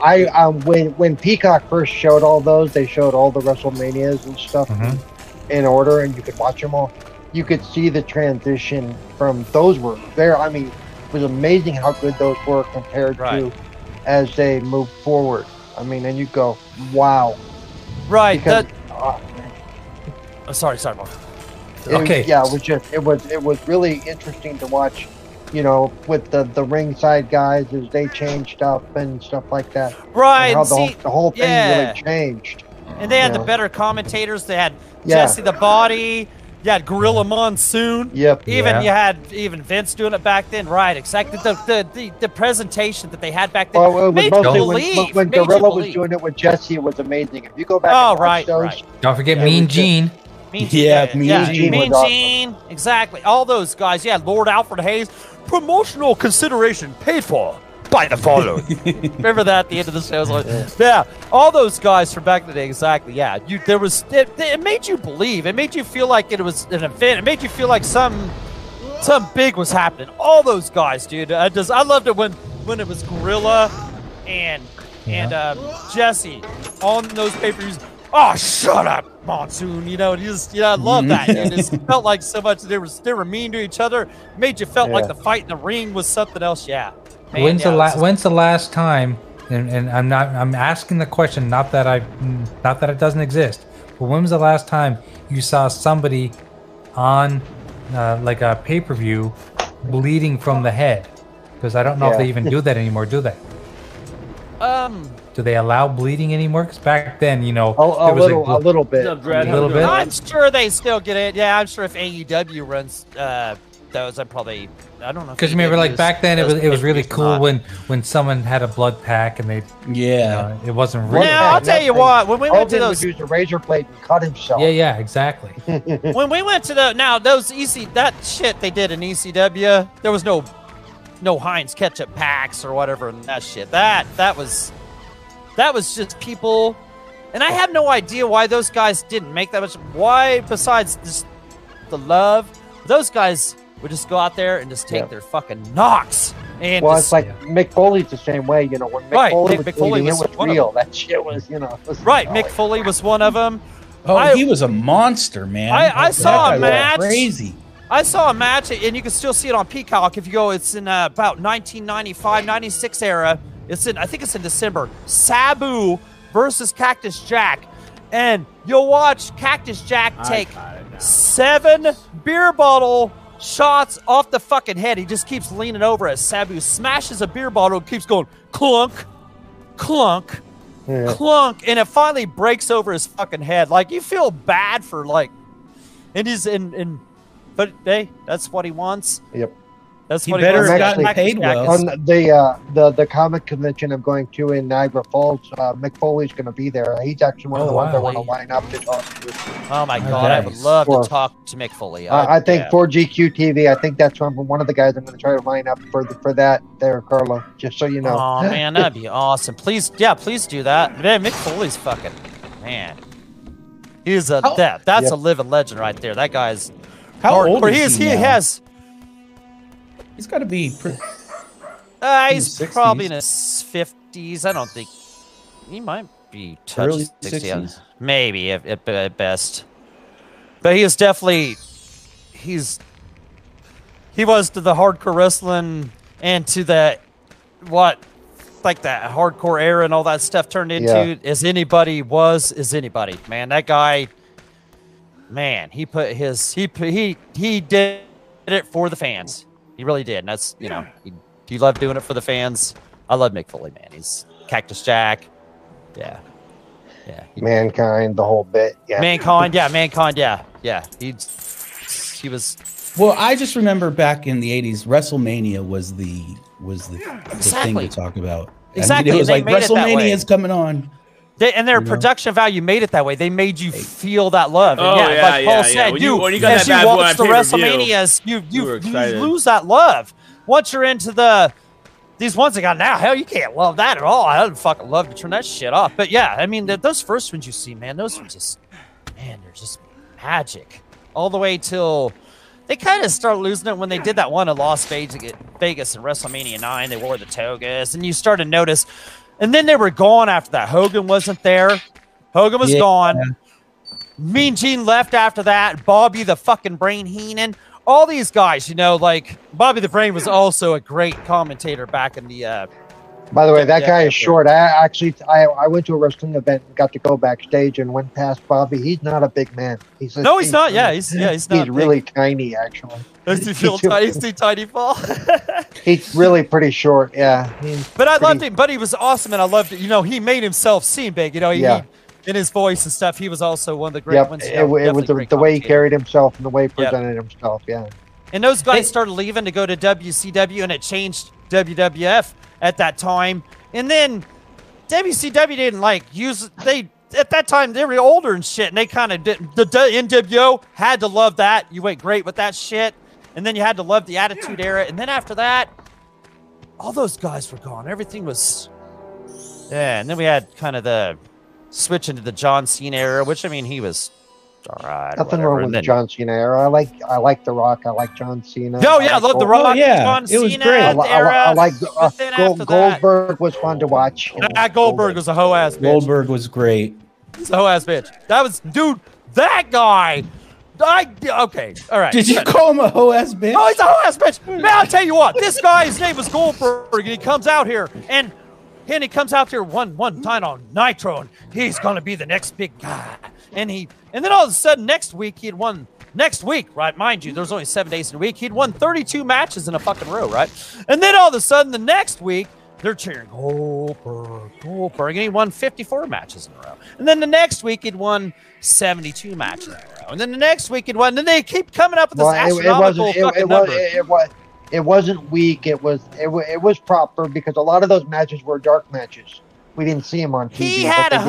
[SPEAKER 4] I, I, um, when when Peacock first showed all those, they showed all the WrestleManias and stuff
[SPEAKER 3] Mhm.
[SPEAKER 2] Mm-hmm.
[SPEAKER 4] in order, and you could watch them all. you could see the transition from those were there. I mean, it was amazing how good those were compared
[SPEAKER 2] Right.
[SPEAKER 4] to as they moved forward. I mean, and you go, wow.
[SPEAKER 2] Right.
[SPEAKER 4] Because,
[SPEAKER 2] That,
[SPEAKER 4] uh,
[SPEAKER 2] oh, sorry, sorry, Mark.
[SPEAKER 4] it-
[SPEAKER 3] Okay.
[SPEAKER 4] yeah, it was just it was it was really interesting to watch. You know, with the the ringside guys as they changed up and stuff like that. and
[SPEAKER 2] Right.
[SPEAKER 4] how
[SPEAKER 2] and
[SPEAKER 4] the,
[SPEAKER 2] See,
[SPEAKER 4] whole, the whole thing
[SPEAKER 2] yeah.
[SPEAKER 4] really changed.
[SPEAKER 2] and they had
[SPEAKER 4] yeah.
[SPEAKER 2] the better commentators. They had
[SPEAKER 4] Yeah.
[SPEAKER 2] Jesse the Body. You had Gorilla Monsoon.
[SPEAKER 4] Yep.
[SPEAKER 2] Even
[SPEAKER 3] Yeah.
[SPEAKER 2] you had even Vince doing it back then, right? Exactly. The the, the, the presentation that they had back then
[SPEAKER 4] Well, it was
[SPEAKER 2] made you
[SPEAKER 4] mostly when-
[SPEAKER 2] believe.
[SPEAKER 4] when, when
[SPEAKER 2] made you
[SPEAKER 4] Gorilla was
[SPEAKER 2] believe.
[SPEAKER 4] doing it with Jesse, it was amazing. If you go back,
[SPEAKER 2] Oh,
[SPEAKER 4] and watch
[SPEAKER 2] right,
[SPEAKER 4] those,
[SPEAKER 2] right.
[SPEAKER 3] Don't forget
[SPEAKER 4] Yeah,
[SPEAKER 3] Mean
[SPEAKER 4] we should-
[SPEAKER 3] Gene.
[SPEAKER 2] Mean
[SPEAKER 6] Yeah, Mean
[SPEAKER 4] Gene
[SPEAKER 2] Mean
[SPEAKER 4] was awesome.
[SPEAKER 2] Gene, exactly. All those guys. Yeah, Lord Alfred Hayes. Promotional consideration paid for by the following. Remember that at the end of the show? It's Like, yeah, all those guys from back in the day. Exactly. Yeah, you. There was. It, it made you believe. It made you feel like it was an event. It made you feel like some something big was happening. All those guys, dude. I just I loved it when when it was Gorilla and and uh, Jesse on those pay per views. Oh, shut up, Monsoon. You know, and you just yeah, I love that.
[SPEAKER 3] Mm-hmm.
[SPEAKER 2] dude. It just felt like so much. They were they were mean to each other. Made you felt like the
[SPEAKER 4] Yeah.
[SPEAKER 2] fight in the ring was something else. Yeah. Man,
[SPEAKER 3] when's
[SPEAKER 2] yeah, it
[SPEAKER 3] the
[SPEAKER 2] was
[SPEAKER 3] la-
[SPEAKER 2] just-
[SPEAKER 3] when's the last time and, and i'm not i'm asking the question not that i not that it doesn't exist but when was the last time you saw somebody on uh, like a pay-per-view bleeding from the head because i don't know if they
[SPEAKER 4] Yeah.
[SPEAKER 3] even do that anymore do they
[SPEAKER 2] um.
[SPEAKER 3] do they allow bleeding anymore because back then you know
[SPEAKER 4] A, Oh, a
[SPEAKER 3] there was
[SPEAKER 4] little,
[SPEAKER 3] bl-
[SPEAKER 4] a little bit.
[SPEAKER 1] What's up, Brad?
[SPEAKER 3] A
[SPEAKER 1] How we
[SPEAKER 3] little
[SPEAKER 1] doing?
[SPEAKER 3] bit.
[SPEAKER 2] I'm sure they still get it. Yeah, I'm sure if AEW runs uh, those, I probably I don't know. if
[SPEAKER 3] because you remember like
[SPEAKER 2] AEW
[SPEAKER 3] back then it
[SPEAKER 2] does
[SPEAKER 3] was it was really
[SPEAKER 2] pay-per-views or
[SPEAKER 3] cool
[SPEAKER 2] not.
[SPEAKER 3] when when someone had a blood pack and they
[SPEAKER 6] Yeah.
[SPEAKER 3] uh, it wasn't
[SPEAKER 4] Blood
[SPEAKER 3] real
[SPEAKER 2] Yeah, I'll
[SPEAKER 4] pack,
[SPEAKER 2] tell you
[SPEAKER 4] nothing.
[SPEAKER 2] what. When we went to
[SPEAKER 4] Hogan
[SPEAKER 2] those
[SPEAKER 4] would use a razor blade and cut himself.
[SPEAKER 3] yeah yeah exactly
[SPEAKER 2] when we went to the now those EC that shit they did in ECW, there was no no Heinz ketchup packs or whatever and that shit. That that was that was just people and I have no idea why those guys didn't make that much why besides just the love, those guys would just go out there and just take
[SPEAKER 4] Yeah.
[SPEAKER 2] their fucking knocks and
[SPEAKER 4] Well,
[SPEAKER 2] just,
[SPEAKER 4] it's like Mick Foley's the same way, you know. When Mick
[SPEAKER 2] Right,
[SPEAKER 4] Foley
[SPEAKER 2] Mick-
[SPEAKER 4] was
[SPEAKER 2] Mick Foley
[SPEAKER 4] bleeding,
[SPEAKER 2] was
[SPEAKER 4] it was
[SPEAKER 2] one of
[SPEAKER 4] real. That shit was, you know. it was
[SPEAKER 2] right,
[SPEAKER 4] solid.
[SPEAKER 2] Mick Foley was one of them.
[SPEAKER 6] Oh,
[SPEAKER 2] I-
[SPEAKER 6] he was a monster, man.
[SPEAKER 2] I- I
[SPEAKER 6] That
[SPEAKER 2] saw
[SPEAKER 6] guy
[SPEAKER 2] a
[SPEAKER 6] was
[SPEAKER 2] match.
[SPEAKER 6] Crazy.
[SPEAKER 2] I saw a match, and you can still see it on Peacock if you go. It's in uh, about 1995, 96 era. It's in, I think it's in December. Sabu versus Cactus Jack, and you'll watch Cactus Jack
[SPEAKER 1] I
[SPEAKER 2] take
[SPEAKER 1] got it now.
[SPEAKER 2] seven beer bottle shots off the fucking head. He just keeps leaning over as Sabu smashes a beer bottle, and keeps going clunk, clunk,
[SPEAKER 4] Yeah.
[SPEAKER 2] clunk, and it finally breaks over his fucking head. Like you feel bad for like, and he's in in, but hey, that's what he wants.
[SPEAKER 4] Yep.
[SPEAKER 2] That's
[SPEAKER 6] He
[SPEAKER 2] what
[SPEAKER 6] better
[SPEAKER 2] he
[SPEAKER 4] have
[SPEAKER 2] wants.
[SPEAKER 4] gotten
[SPEAKER 2] Back-
[SPEAKER 6] paid
[SPEAKER 2] back-
[SPEAKER 6] well.
[SPEAKER 4] On the uh, the the comic convention I'm going to in Niagara Falls, uh, Mick Foley's going to be there. He's actually one of
[SPEAKER 3] Oh,
[SPEAKER 4] the ones I
[SPEAKER 3] wow.
[SPEAKER 4] want to line up to talk to.
[SPEAKER 2] Oh my
[SPEAKER 6] Oh,
[SPEAKER 2] god, I would
[SPEAKER 6] nice.
[SPEAKER 2] love
[SPEAKER 4] Sure.
[SPEAKER 2] to talk to Mick Foley.
[SPEAKER 4] Uh, I, I think
[SPEAKER 2] yeah.
[SPEAKER 4] for GQ TV, I think that's one one of the guys I'm going to try to line up for the, for that there, Carlo. Just so you know.
[SPEAKER 2] Oh man, that'd be awesome. Please, yeah, please do that. Man, Mick Foley's fucking man. He's a
[SPEAKER 6] How-
[SPEAKER 2] that that's
[SPEAKER 4] Yep.
[SPEAKER 2] a living legend right there. That guy's
[SPEAKER 6] How old
[SPEAKER 2] hardcore.
[SPEAKER 6] is
[SPEAKER 2] he is.
[SPEAKER 6] he
[SPEAKER 2] He
[SPEAKER 6] now?
[SPEAKER 2] has.
[SPEAKER 6] He's got to be. Pretty,
[SPEAKER 2] Uh,
[SPEAKER 6] In
[SPEAKER 2] he's
[SPEAKER 6] his 60s.
[SPEAKER 2] probably in his fifties. I don't think he might be touching
[SPEAKER 6] Early
[SPEAKER 2] sixty,
[SPEAKER 6] 60s.
[SPEAKER 2] maybe if, if, at best. But he is definitely he's he was to the hardcore wrestling and to the what like that hardcore era and all that stuff turned into as anybody was as anybody. Man, that guy, man, he put his he put, he he did it for the fans. He really did. And that's you know he, he loved doing it for the fans. I love Mick Foley, man. He's Cactus Jack. Yeah, yeah.
[SPEAKER 4] Mankind, the whole bit. Yeah.
[SPEAKER 2] Mankind, yeah, mankind, yeah, yeah. He he was
[SPEAKER 6] well, I just remember back in the '80s, WrestleMania was the was the, the thing
[SPEAKER 2] Exactly.
[SPEAKER 6] to talk about. I mean,
[SPEAKER 2] Exactly,
[SPEAKER 6] it was
[SPEAKER 2] and
[SPEAKER 6] like
[SPEAKER 2] they made it that way.
[SPEAKER 6] WrestleMania is coming on.
[SPEAKER 2] They, and their
[SPEAKER 6] You know?
[SPEAKER 2] production value made it that way. They made you feel that love. And
[SPEAKER 1] Oh,
[SPEAKER 2] yeah,
[SPEAKER 1] yeah,
[SPEAKER 2] like Paul
[SPEAKER 1] yeah, yeah.
[SPEAKER 2] said,
[SPEAKER 1] When
[SPEAKER 2] you,
[SPEAKER 1] you- when you got
[SPEAKER 2] as
[SPEAKER 1] that bad
[SPEAKER 2] you
[SPEAKER 1] boy
[SPEAKER 2] watch the
[SPEAKER 1] on pay-per-view,
[SPEAKER 2] WrestleManias, you
[SPEAKER 1] you were
[SPEAKER 2] you, you,
[SPEAKER 1] excited.
[SPEAKER 2] lose that love. Once you're into the these ones they got now, hell, you can't love that at all. I don't fucking love to turn that shit off. But yeah, I mean, th- those first ones you see, man, those are just man, they're just magic. All the way till they kind of start losing it when they did that one in Las Vegas, Vegas in WrestleMania 9. They wore the togas, and you start to notice. And then they were gone after that. Hogan wasn't there. Hogan was
[SPEAKER 6] Yeah.
[SPEAKER 2] gone. Mean Gene left after that. Bobby the fucking Brain Heenan. All these guys, you know, like Bobby the Brain was also a great commentator back in the. Uh,
[SPEAKER 4] By the way, that
[SPEAKER 2] Yeah,
[SPEAKER 4] guy
[SPEAKER 2] yeah,
[SPEAKER 4] is short. I actually, I, I went to a wrestling event and got to go backstage and went past Bobby. He's not a big man. He's a,
[SPEAKER 2] no, he's not. Yeah, he's yeah, he's
[SPEAKER 4] he's
[SPEAKER 2] not. big.
[SPEAKER 4] really tiny actually.
[SPEAKER 2] Does he feel tiny? He's too tiny, Paul.
[SPEAKER 4] He's really pretty short. Yeah, He's
[SPEAKER 2] But I loved
[SPEAKER 4] pretty-
[SPEAKER 2] him. But he was awesome, and I loved it. You know, he made himself seem big. You know, he,
[SPEAKER 4] Yeah.
[SPEAKER 2] he- in his voice and stuff. He was also one of the great
[SPEAKER 4] Yep,
[SPEAKER 2] ones.
[SPEAKER 4] it,
[SPEAKER 2] you know,
[SPEAKER 4] wa- it
[SPEAKER 2] definitely
[SPEAKER 4] was the,
[SPEAKER 2] great
[SPEAKER 4] the way he
[SPEAKER 2] commentator.
[SPEAKER 4] carried himself and the way he
[SPEAKER 2] Yep.
[SPEAKER 4] presented himself. Yeah,
[SPEAKER 2] And those guys started leaving to go to WCW, and it changed WWF at that time. And then WCW didn't like use they at that time they were older and shit, and they kind of didn't. The, the NWO had to love that. You went great with that shit, and then you had to love the Attitude Era, and then after that, all those guys were gone. Everything was yeah, and then we had kind of the switch into the John Cena era, which I mean he was all right.
[SPEAKER 4] nothing
[SPEAKER 2] whatever,
[SPEAKER 4] wrong
[SPEAKER 2] and
[SPEAKER 4] with
[SPEAKER 2] then-
[SPEAKER 4] John Cena. era. I like I like The Rock. I like John Cena.
[SPEAKER 2] no, yeah, I
[SPEAKER 4] like
[SPEAKER 2] love the
[SPEAKER 4] Gold-
[SPEAKER 2] Rock.
[SPEAKER 6] yeah,
[SPEAKER 2] John
[SPEAKER 6] it was
[SPEAKER 2] Cena
[SPEAKER 6] great.
[SPEAKER 4] I, li- I, li- I
[SPEAKER 2] era,
[SPEAKER 4] like uh,
[SPEAKER 2] but then
[SPEAKER 4] Gold,
[SPEAKER 2] after that-
[SPEAKER 4] Goldberg was fun to watch.
[SPEAKER 2] Ah, Goldberg was a hoe ass bitch.
[SPEAKER 6] Goldberg was great.
[SPEAKER 2] He's a hoe ass bitch. That was, dude, that guy. I, okay, all right.
[SPEAKER 6] Did you call him a hoe ass bitch?
[SPEAKER 2] Oh, he's a hoe ass bitch. Man, I'll tell you what, this guy's name was Goldberg, and he comes out here, and and he comes out here one one time on Nitro, and he's gonna be the next big guy. And he, and then all of a sudden, next week he had won. Next week, right? Mind you, there's only seven days in a week. He'd won 32 matches in a fucking row, right? And then all of a sudden, the next week, they're cheering Goldberg, Goldberg, and he won 54 matches in a row. And then the next week, he'd won 72 matches in a row. And then the next week, he'd won. And then they keep coming up with this
[SPEAKER 4] Well, it, it
[SPEAKER 2] astronomical
[SPEAKER 4] wasn't. It,
[SPEAKER 2] fucking
[SPEAKER 4] it, was,
[SPEAKER 2] number.
[SPEAKER 4] it, it was. It wasn't weak. It was. It, wa- it was proper because a lot of those matches were dark matches. We didn't see him on TV.
[SPEAKER 2] he
[SPEAKER 4] but
[SPEAKER 2] had
[SPEAKER 4] they did 'em.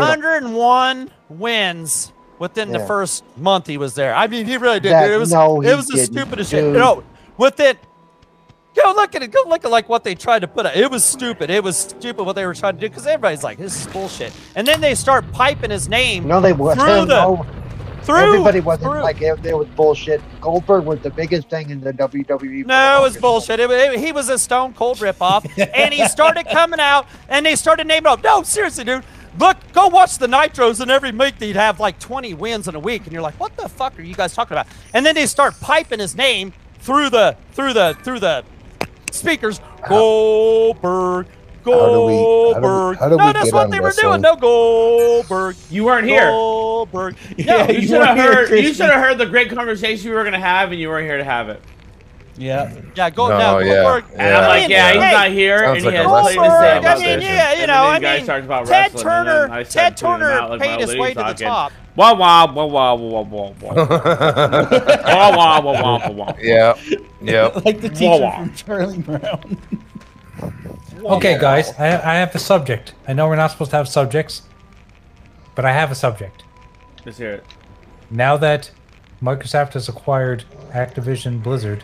[SPEAKER 2] 101 wins within the
[SPEAKER 4] Yeah.
[SPEAKER 2] first month he was there. I mean, he really did.
[SPEAKER 4] That-
[SPEAKER 2] dude. It was
[SPEAKER 4] no, he
[SPEAKER 2] it was the
[SPEAKER 4] didn't,
[SPEAKER 2] stupidest shit.
[SPEAKER 4] dude.
[SPEAKER 2] No, with it. Go look at it. Go look at like what they tried to put. out. It was stupid. It was stupid what they were trying to do because everybody's like, this is bullshit. And then they start piping his name
[SPEAKER 4] No, they wasn't.
[SPEAKER 2] Through the-
[SPEAKER 4] no,
[SPEAKER 2] through.
[SPEAKER 4] everybody wasn't
[SPEAKER 2] through.
[SPEAKER 4] like it, it was bullshit. Goldberg was the biggest thing in the WWE.
[SPEAKER 2] No,
[SPEAKER 4] for the
[SPEAKER 2] it was
[SPEAKER 4] longest
[SPEAKER 2] bullshit. It, it- he was a Stone Cold ripoff, and he started coming out, and they started naming off. No, seriously, dude. Look, go watch the Nitros, and every week they'd have like 20 wins in a week, and you're like, what the fuck are you guys talking about? And then they start piping his name through the through the through the speakers. Goldberg,
[SPEAKER 7] do we- how do we-
[SPEAKER 2] Goldberg.
[SPEAKER 7] how do
[SPEAKER 2] no,
[SPEAKER 7] we
[SPEAKER 2] that's
[SPEAKER 7] get
[SPEAKER 2] what
[SPEAKER 7] on
[SPEAKER 2] they were
[SPEAKER 7] wrestling?
[SPEAKER 2] doing. No, Goldberg.
[SPEAKER 1] You weren't here.
[SPEAKER 2] Oh, Goldberg.
[SPEAKER 6] Yeah,
[SPEAKER 2] No,
[SPEAKER 1] You
[SPEAKER 6] You
[SPEAKER 1] should have
[SPEAKER 6] weren't here,
[SPEAKER 1] heard. You
[SPEAKER 6] Christian.
[SPEAKER 1] should have heard the great conversation we were gonna have, and you weren't here to have it.
[SPEAKER 6] Yeah.
[SPEAKER 2] yeah, go,
[SPEAKER 7] No,
[SPEAKER 2] no,
[SPEAKER 7] yeah,
[SPEAKER 2] Goldberg.
[SPEAKER 1] And I'm like, yeah,
[SPEAKER 2] Hey,
[SPEAKER 1] he's not here,
[SPEAKER 7] Sounds
[SPEAKER 1] and
[SPEAKER 7] like
[SPEAKER 1] he
[SPEAKER 7] a
[SPEAKER 2] Oh,
[SPEAKER 1] has nothing
[SPEAKER 7] wrestling
[SPEAKER 1] to say
[SPEAKER 7] match.
[SPEAKER 1] about
[SPEAKER 7] I mean,
[SPEAKER 1] this.
[SPEAKER 2] yeah, you
[SPEAKER 1] And
[SPEAKER 2] know,
[SPEAKER 1] then
[SPEAKER 2] I
[SPEAKER 1] the guy
[SPEAKER 2] mean,
[SPEAKER 1] starts about
[SPEAKER 2] Ted
[SPEAKER 1] wrestling, and
[SPEAKER 2] Turner-
[SPEAKER 1] then I
[SPEAKER 2] Ted
[SPEAKER 1] start tuning
[SPEAKER 2] Turner
[SPEAKER 1] out like my
[SPEAKER 2] paid his
[SPEAKER 1] lady
[SPEAKER 2] way to the
[SPEAKER 1] talking.
[SPEAKER 2] top.
[SPEAKER 1] Wah wah wah wah wah wah wah wah wah wah wah wah wah.
[SPEAKER 7] yeah, yeah.
[SPEAKER 6] Like the
[SPEAKER 1] Wah,
[SPEAKER 6] teacher
[SPEAKER 1] wah.
[SPEAKER 6] from Charlie Brown.
[SPEAKER 3] Okay, guys, I, I have a subject. I know we're not supposed to have subjects, but I have a subject.
[SPEAKER 1] Let's hear it.
[SPEAKER 3] Now that Microsoft has acquired Activision Blizzard,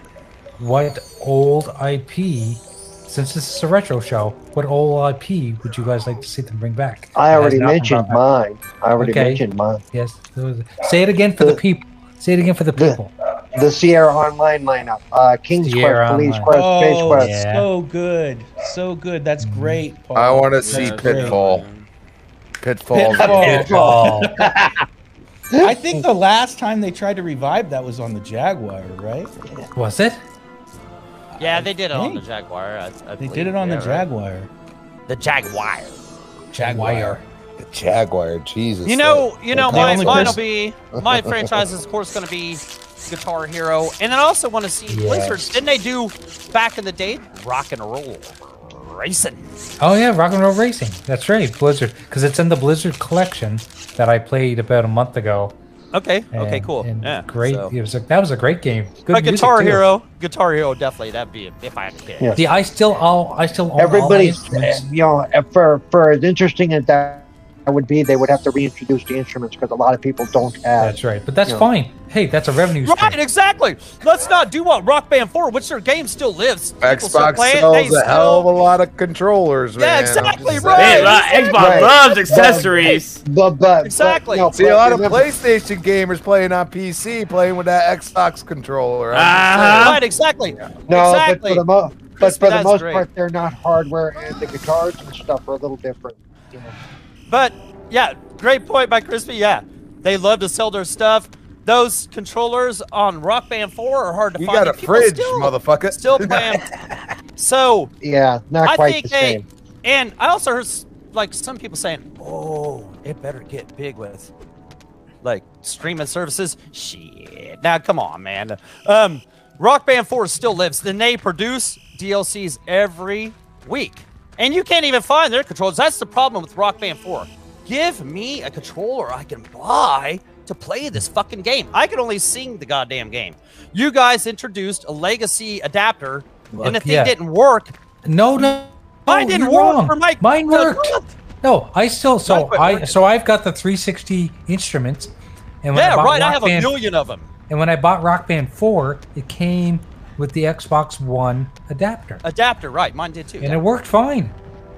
[SPEAKER 3] what old IP, since this is a retro show, what old IP would you guys like to see them bring back?
[SPEAKER 4] time. I
[SPEAKER 3] It has
[SPEAKER 4] already
[SPEAKER 3] not been
[SPEAKER 4] mentioned
[SPEAKER 3] brought
[SPEAKER 4] mine. I already
[SPEAKER 3] Okay.
[SPEAKER 4] mentioned mine.
[SPEAKER 3] back. Yes. there was- Say it again for the
[SPEAKER 4] The-
[SPEAKER 3] people. Say it again for the
[SPEAKER 4] the-
[SPEAKER 3] people.
[SPEAKER 4] The Sierra Online lineup. Uh, King's
[SPEAKER 3] Sierra
[SPEAKER 4] Quest, Police
[SPEAKER 3] Online.
[SPEAKER 4] Quest, Space
[SPEAKER 2] Oh,
[SPEAKER 4] Quest.
[SPEAKER 3] yeah.
[SPEAKER 6] Oh, so good. So good. That's great, Paul.
[SPEAKER 7] I want to
[SPEAKER 6] That's
[SPEAKER 7] see
[SPEAKER 6] great.
[SPEAKER 7] Pitfall. Pitfall.
[SPEAKER 6] Pitfall.
[SPEAKER 3] Pitfall.
[SPEAKER 6] I think the last time they tried to revive that was on the Jaguar, right?
[SPEAKER 3] Was it?
[SPEAKER 2] Yeah, they did it on the
[SPEAKER 6] think.
[SPEAKER 2] Jaguar. I, I
[SPEAKER 6] They
[SPEAKER 2] believe,
[SPEAKER 6] did it on
[SPEAKER 2] yeah,
[SPEAKER 6] the
[SPEAKER 2] right.
[SPEAKER 6] Jaguar.
[SPEAKER 2] The Jaguar.
[SPEAKER 6] Jaguar.
[SPEAKER 7] Jaguar. Jesus.
[SPEAKER 2] You know, you know,
[SPEAKER 7] The
[SPEAKER 2] my
[SPEAKER 6] only
[SPEAKER 2] mine will
[SPEAKER 6] person-
[SPEAKER 2] be my franchise is of course going to be Guitar Hero, and then I also want to see Blizzard. Didn't they do back in the day rock and roll racing?
[SPEAKER 3] Oh yeah, Rock and Roll Racing. That's right, Blizzard, because it's in the Blizzard collection that I played about a month ago.
[SPEAKER 2] Okay, okay,
[SPEAKER 3] and-
[SPEAKER 2] cool.
[SPEAKER 3] and
[SPEAKER 2] Yeah,
[SPEAKER 3] great.
[SPEAKER 2] so-
[SPEAKER 3] It was a, that was a great game. Good
[SPEAKER 2] But
[SPEAKER 3] music,
[SPEAKER 2] Guitar
[SPEAKER 3] too.
[SPEAKER 2] Hero, Guitar Hero, definitely that'd be if I had a kid.
[SPEAKER 4] Yeah.
[SPEAKER 3] See, I still all I still own all the
[SPEAKER 4] Everybody's,
[SPEAKER 3] instruments.
[SPEAKER 4] you know, uh, for for as interesting as that would be, they would have to reintroduce the instruments because a lot of people don't have.
[SPEAKER 3] That's right, but that's
[SPEAKER 4] Yeah.
[SPEAKER 3] fine. Hey, that's a revenue
[SPEAKER 2] Right,
[SPEAKER 3] stream.
[SPEAKER 2] exactly. Let's not do what Rock Band 4, which their game still lives. People still
[SPEAKER 7] Xbox
[SPEAKER 2] play it,
[SPEAKER 7] sells
[SPEAKER 2] they
[SPEAKER 7] a hell of a
[SPEAKER 2] still-
[SPEAKER 7] lot of controllers,
[SPEAKER 2] Yeah,
[SPEAKER 7] man. I'm
[SPEAKER 2] exactly
[SPEAKER 7] just
[SPEAKER 2] right.
[SPEAKER 1] Hey,
[SPEAKER 7] saying.
[SPEAKER 1] lo- Xbox
[SPEAKER 4] Right.
[SPEAKER 1] loves accessories.
[SPEAKER 4] But, but
[SPEAKER 2] Exactly.
[SPEAKER 4] But, no,
[SPEAKER 7] See a
[SPEAKER 4] but
[SPEAKER 7] lot of
[SPEAKER 4] remember-
[SPEAKER 7] PlayStation gamers playing on PC, playing with that Xbox controller. I'm just
[SPEAKER 1] Uh-huh.
[SPEAKER 2] Right, exactly.
[SPEAKER 4] No, but
[SPEAKER 2] exactly.
[SPEAKER 4] for the mo- but
[SPEAKER 2] Crispy,
[SPEAKER 4] for the
[SPEAKER 2] that's
[SPEAKER 4] most
[SPEAKER 2] great.
[SPEAKER 4] part, they're not hardware, and the guitars and stuff are a little different. you know.
[SPEAKER 2] But yeah, great point by Crispy. Yeah, They love to sell their stuff. Those controllers on Rock Band 4 are hard to
[SPEAKER 7] You
[SPEAKER 2] find.
[SPEAKER 7] got a
[SPEAKER 2] and people
[SPEAKER 7] fridge,
[SPEAKER 2] still-
[SPEAKER 7] motherfucker.
[SPEAKER 2] Still playing. so
[SPEAKER 4] Yeah, not
[SPEAKER 2] I
[SPEAKER 4] quite
[SPEAKER 2] think
[SPEAKER 4] the
[SPEAKER 2] they-
[SPEAKER 4] same.
[SPEAKER 2] and I also heard s- like some people saying, "Oh, it better get big with like streaming services." Shit. Now, come on, man. Um, Rock Band Four still lives, and they produce DLCs every week, and you can't even find their controllers. That's the problem with Rock Band Four. Give me a controller I can buy to play this fucking game. I can only sing the goddamn game. You guys introduced a legacy adapter,
[SPEAKER 3] Look,
[SPEAKER 2] and the thing
[SPEAKER 3] yeah.
[SPEAKER 2] didn't work.
[SPEAKER 3] No, no.
[SPEAKER 2] Mine
[SPEAKER 3] no,
[SPEAKER 2] didn't
[SPEAKER 3] Oh, you're
[SPEAKER 2] work
[SPEAKER 3] wrong.
[SPEAKER 2] for my-
[SPEAKER 3] Mine worked. No, I still
[SPEAKER 2] Mine
[SPEAKER 3] so
[SPEAKER 2] quit
[SPEAKER 3] I
[SPEAKER 2] working.
[SPEAKER 3] so I've got the 360 instruments. And when
[SPEAKER 2] Yeah,
[SPEAKER 3] bought
[SPEAKER 2] right. I
[SPEAKER 3] Rock
[SPEAKER 2] have a
[SPEAKER 3] Band-
[SPEAKER 2] million of them.
[SPEAKER 3] And when I bought Rock Band 4, it came with the Xbox One adapter,
[SPEAKER 2] Adapter, right? Mine did too.
[SPEAKER 3] and
[SPEAKER 2] yeah.
[SPEAKER 3] it worked fine.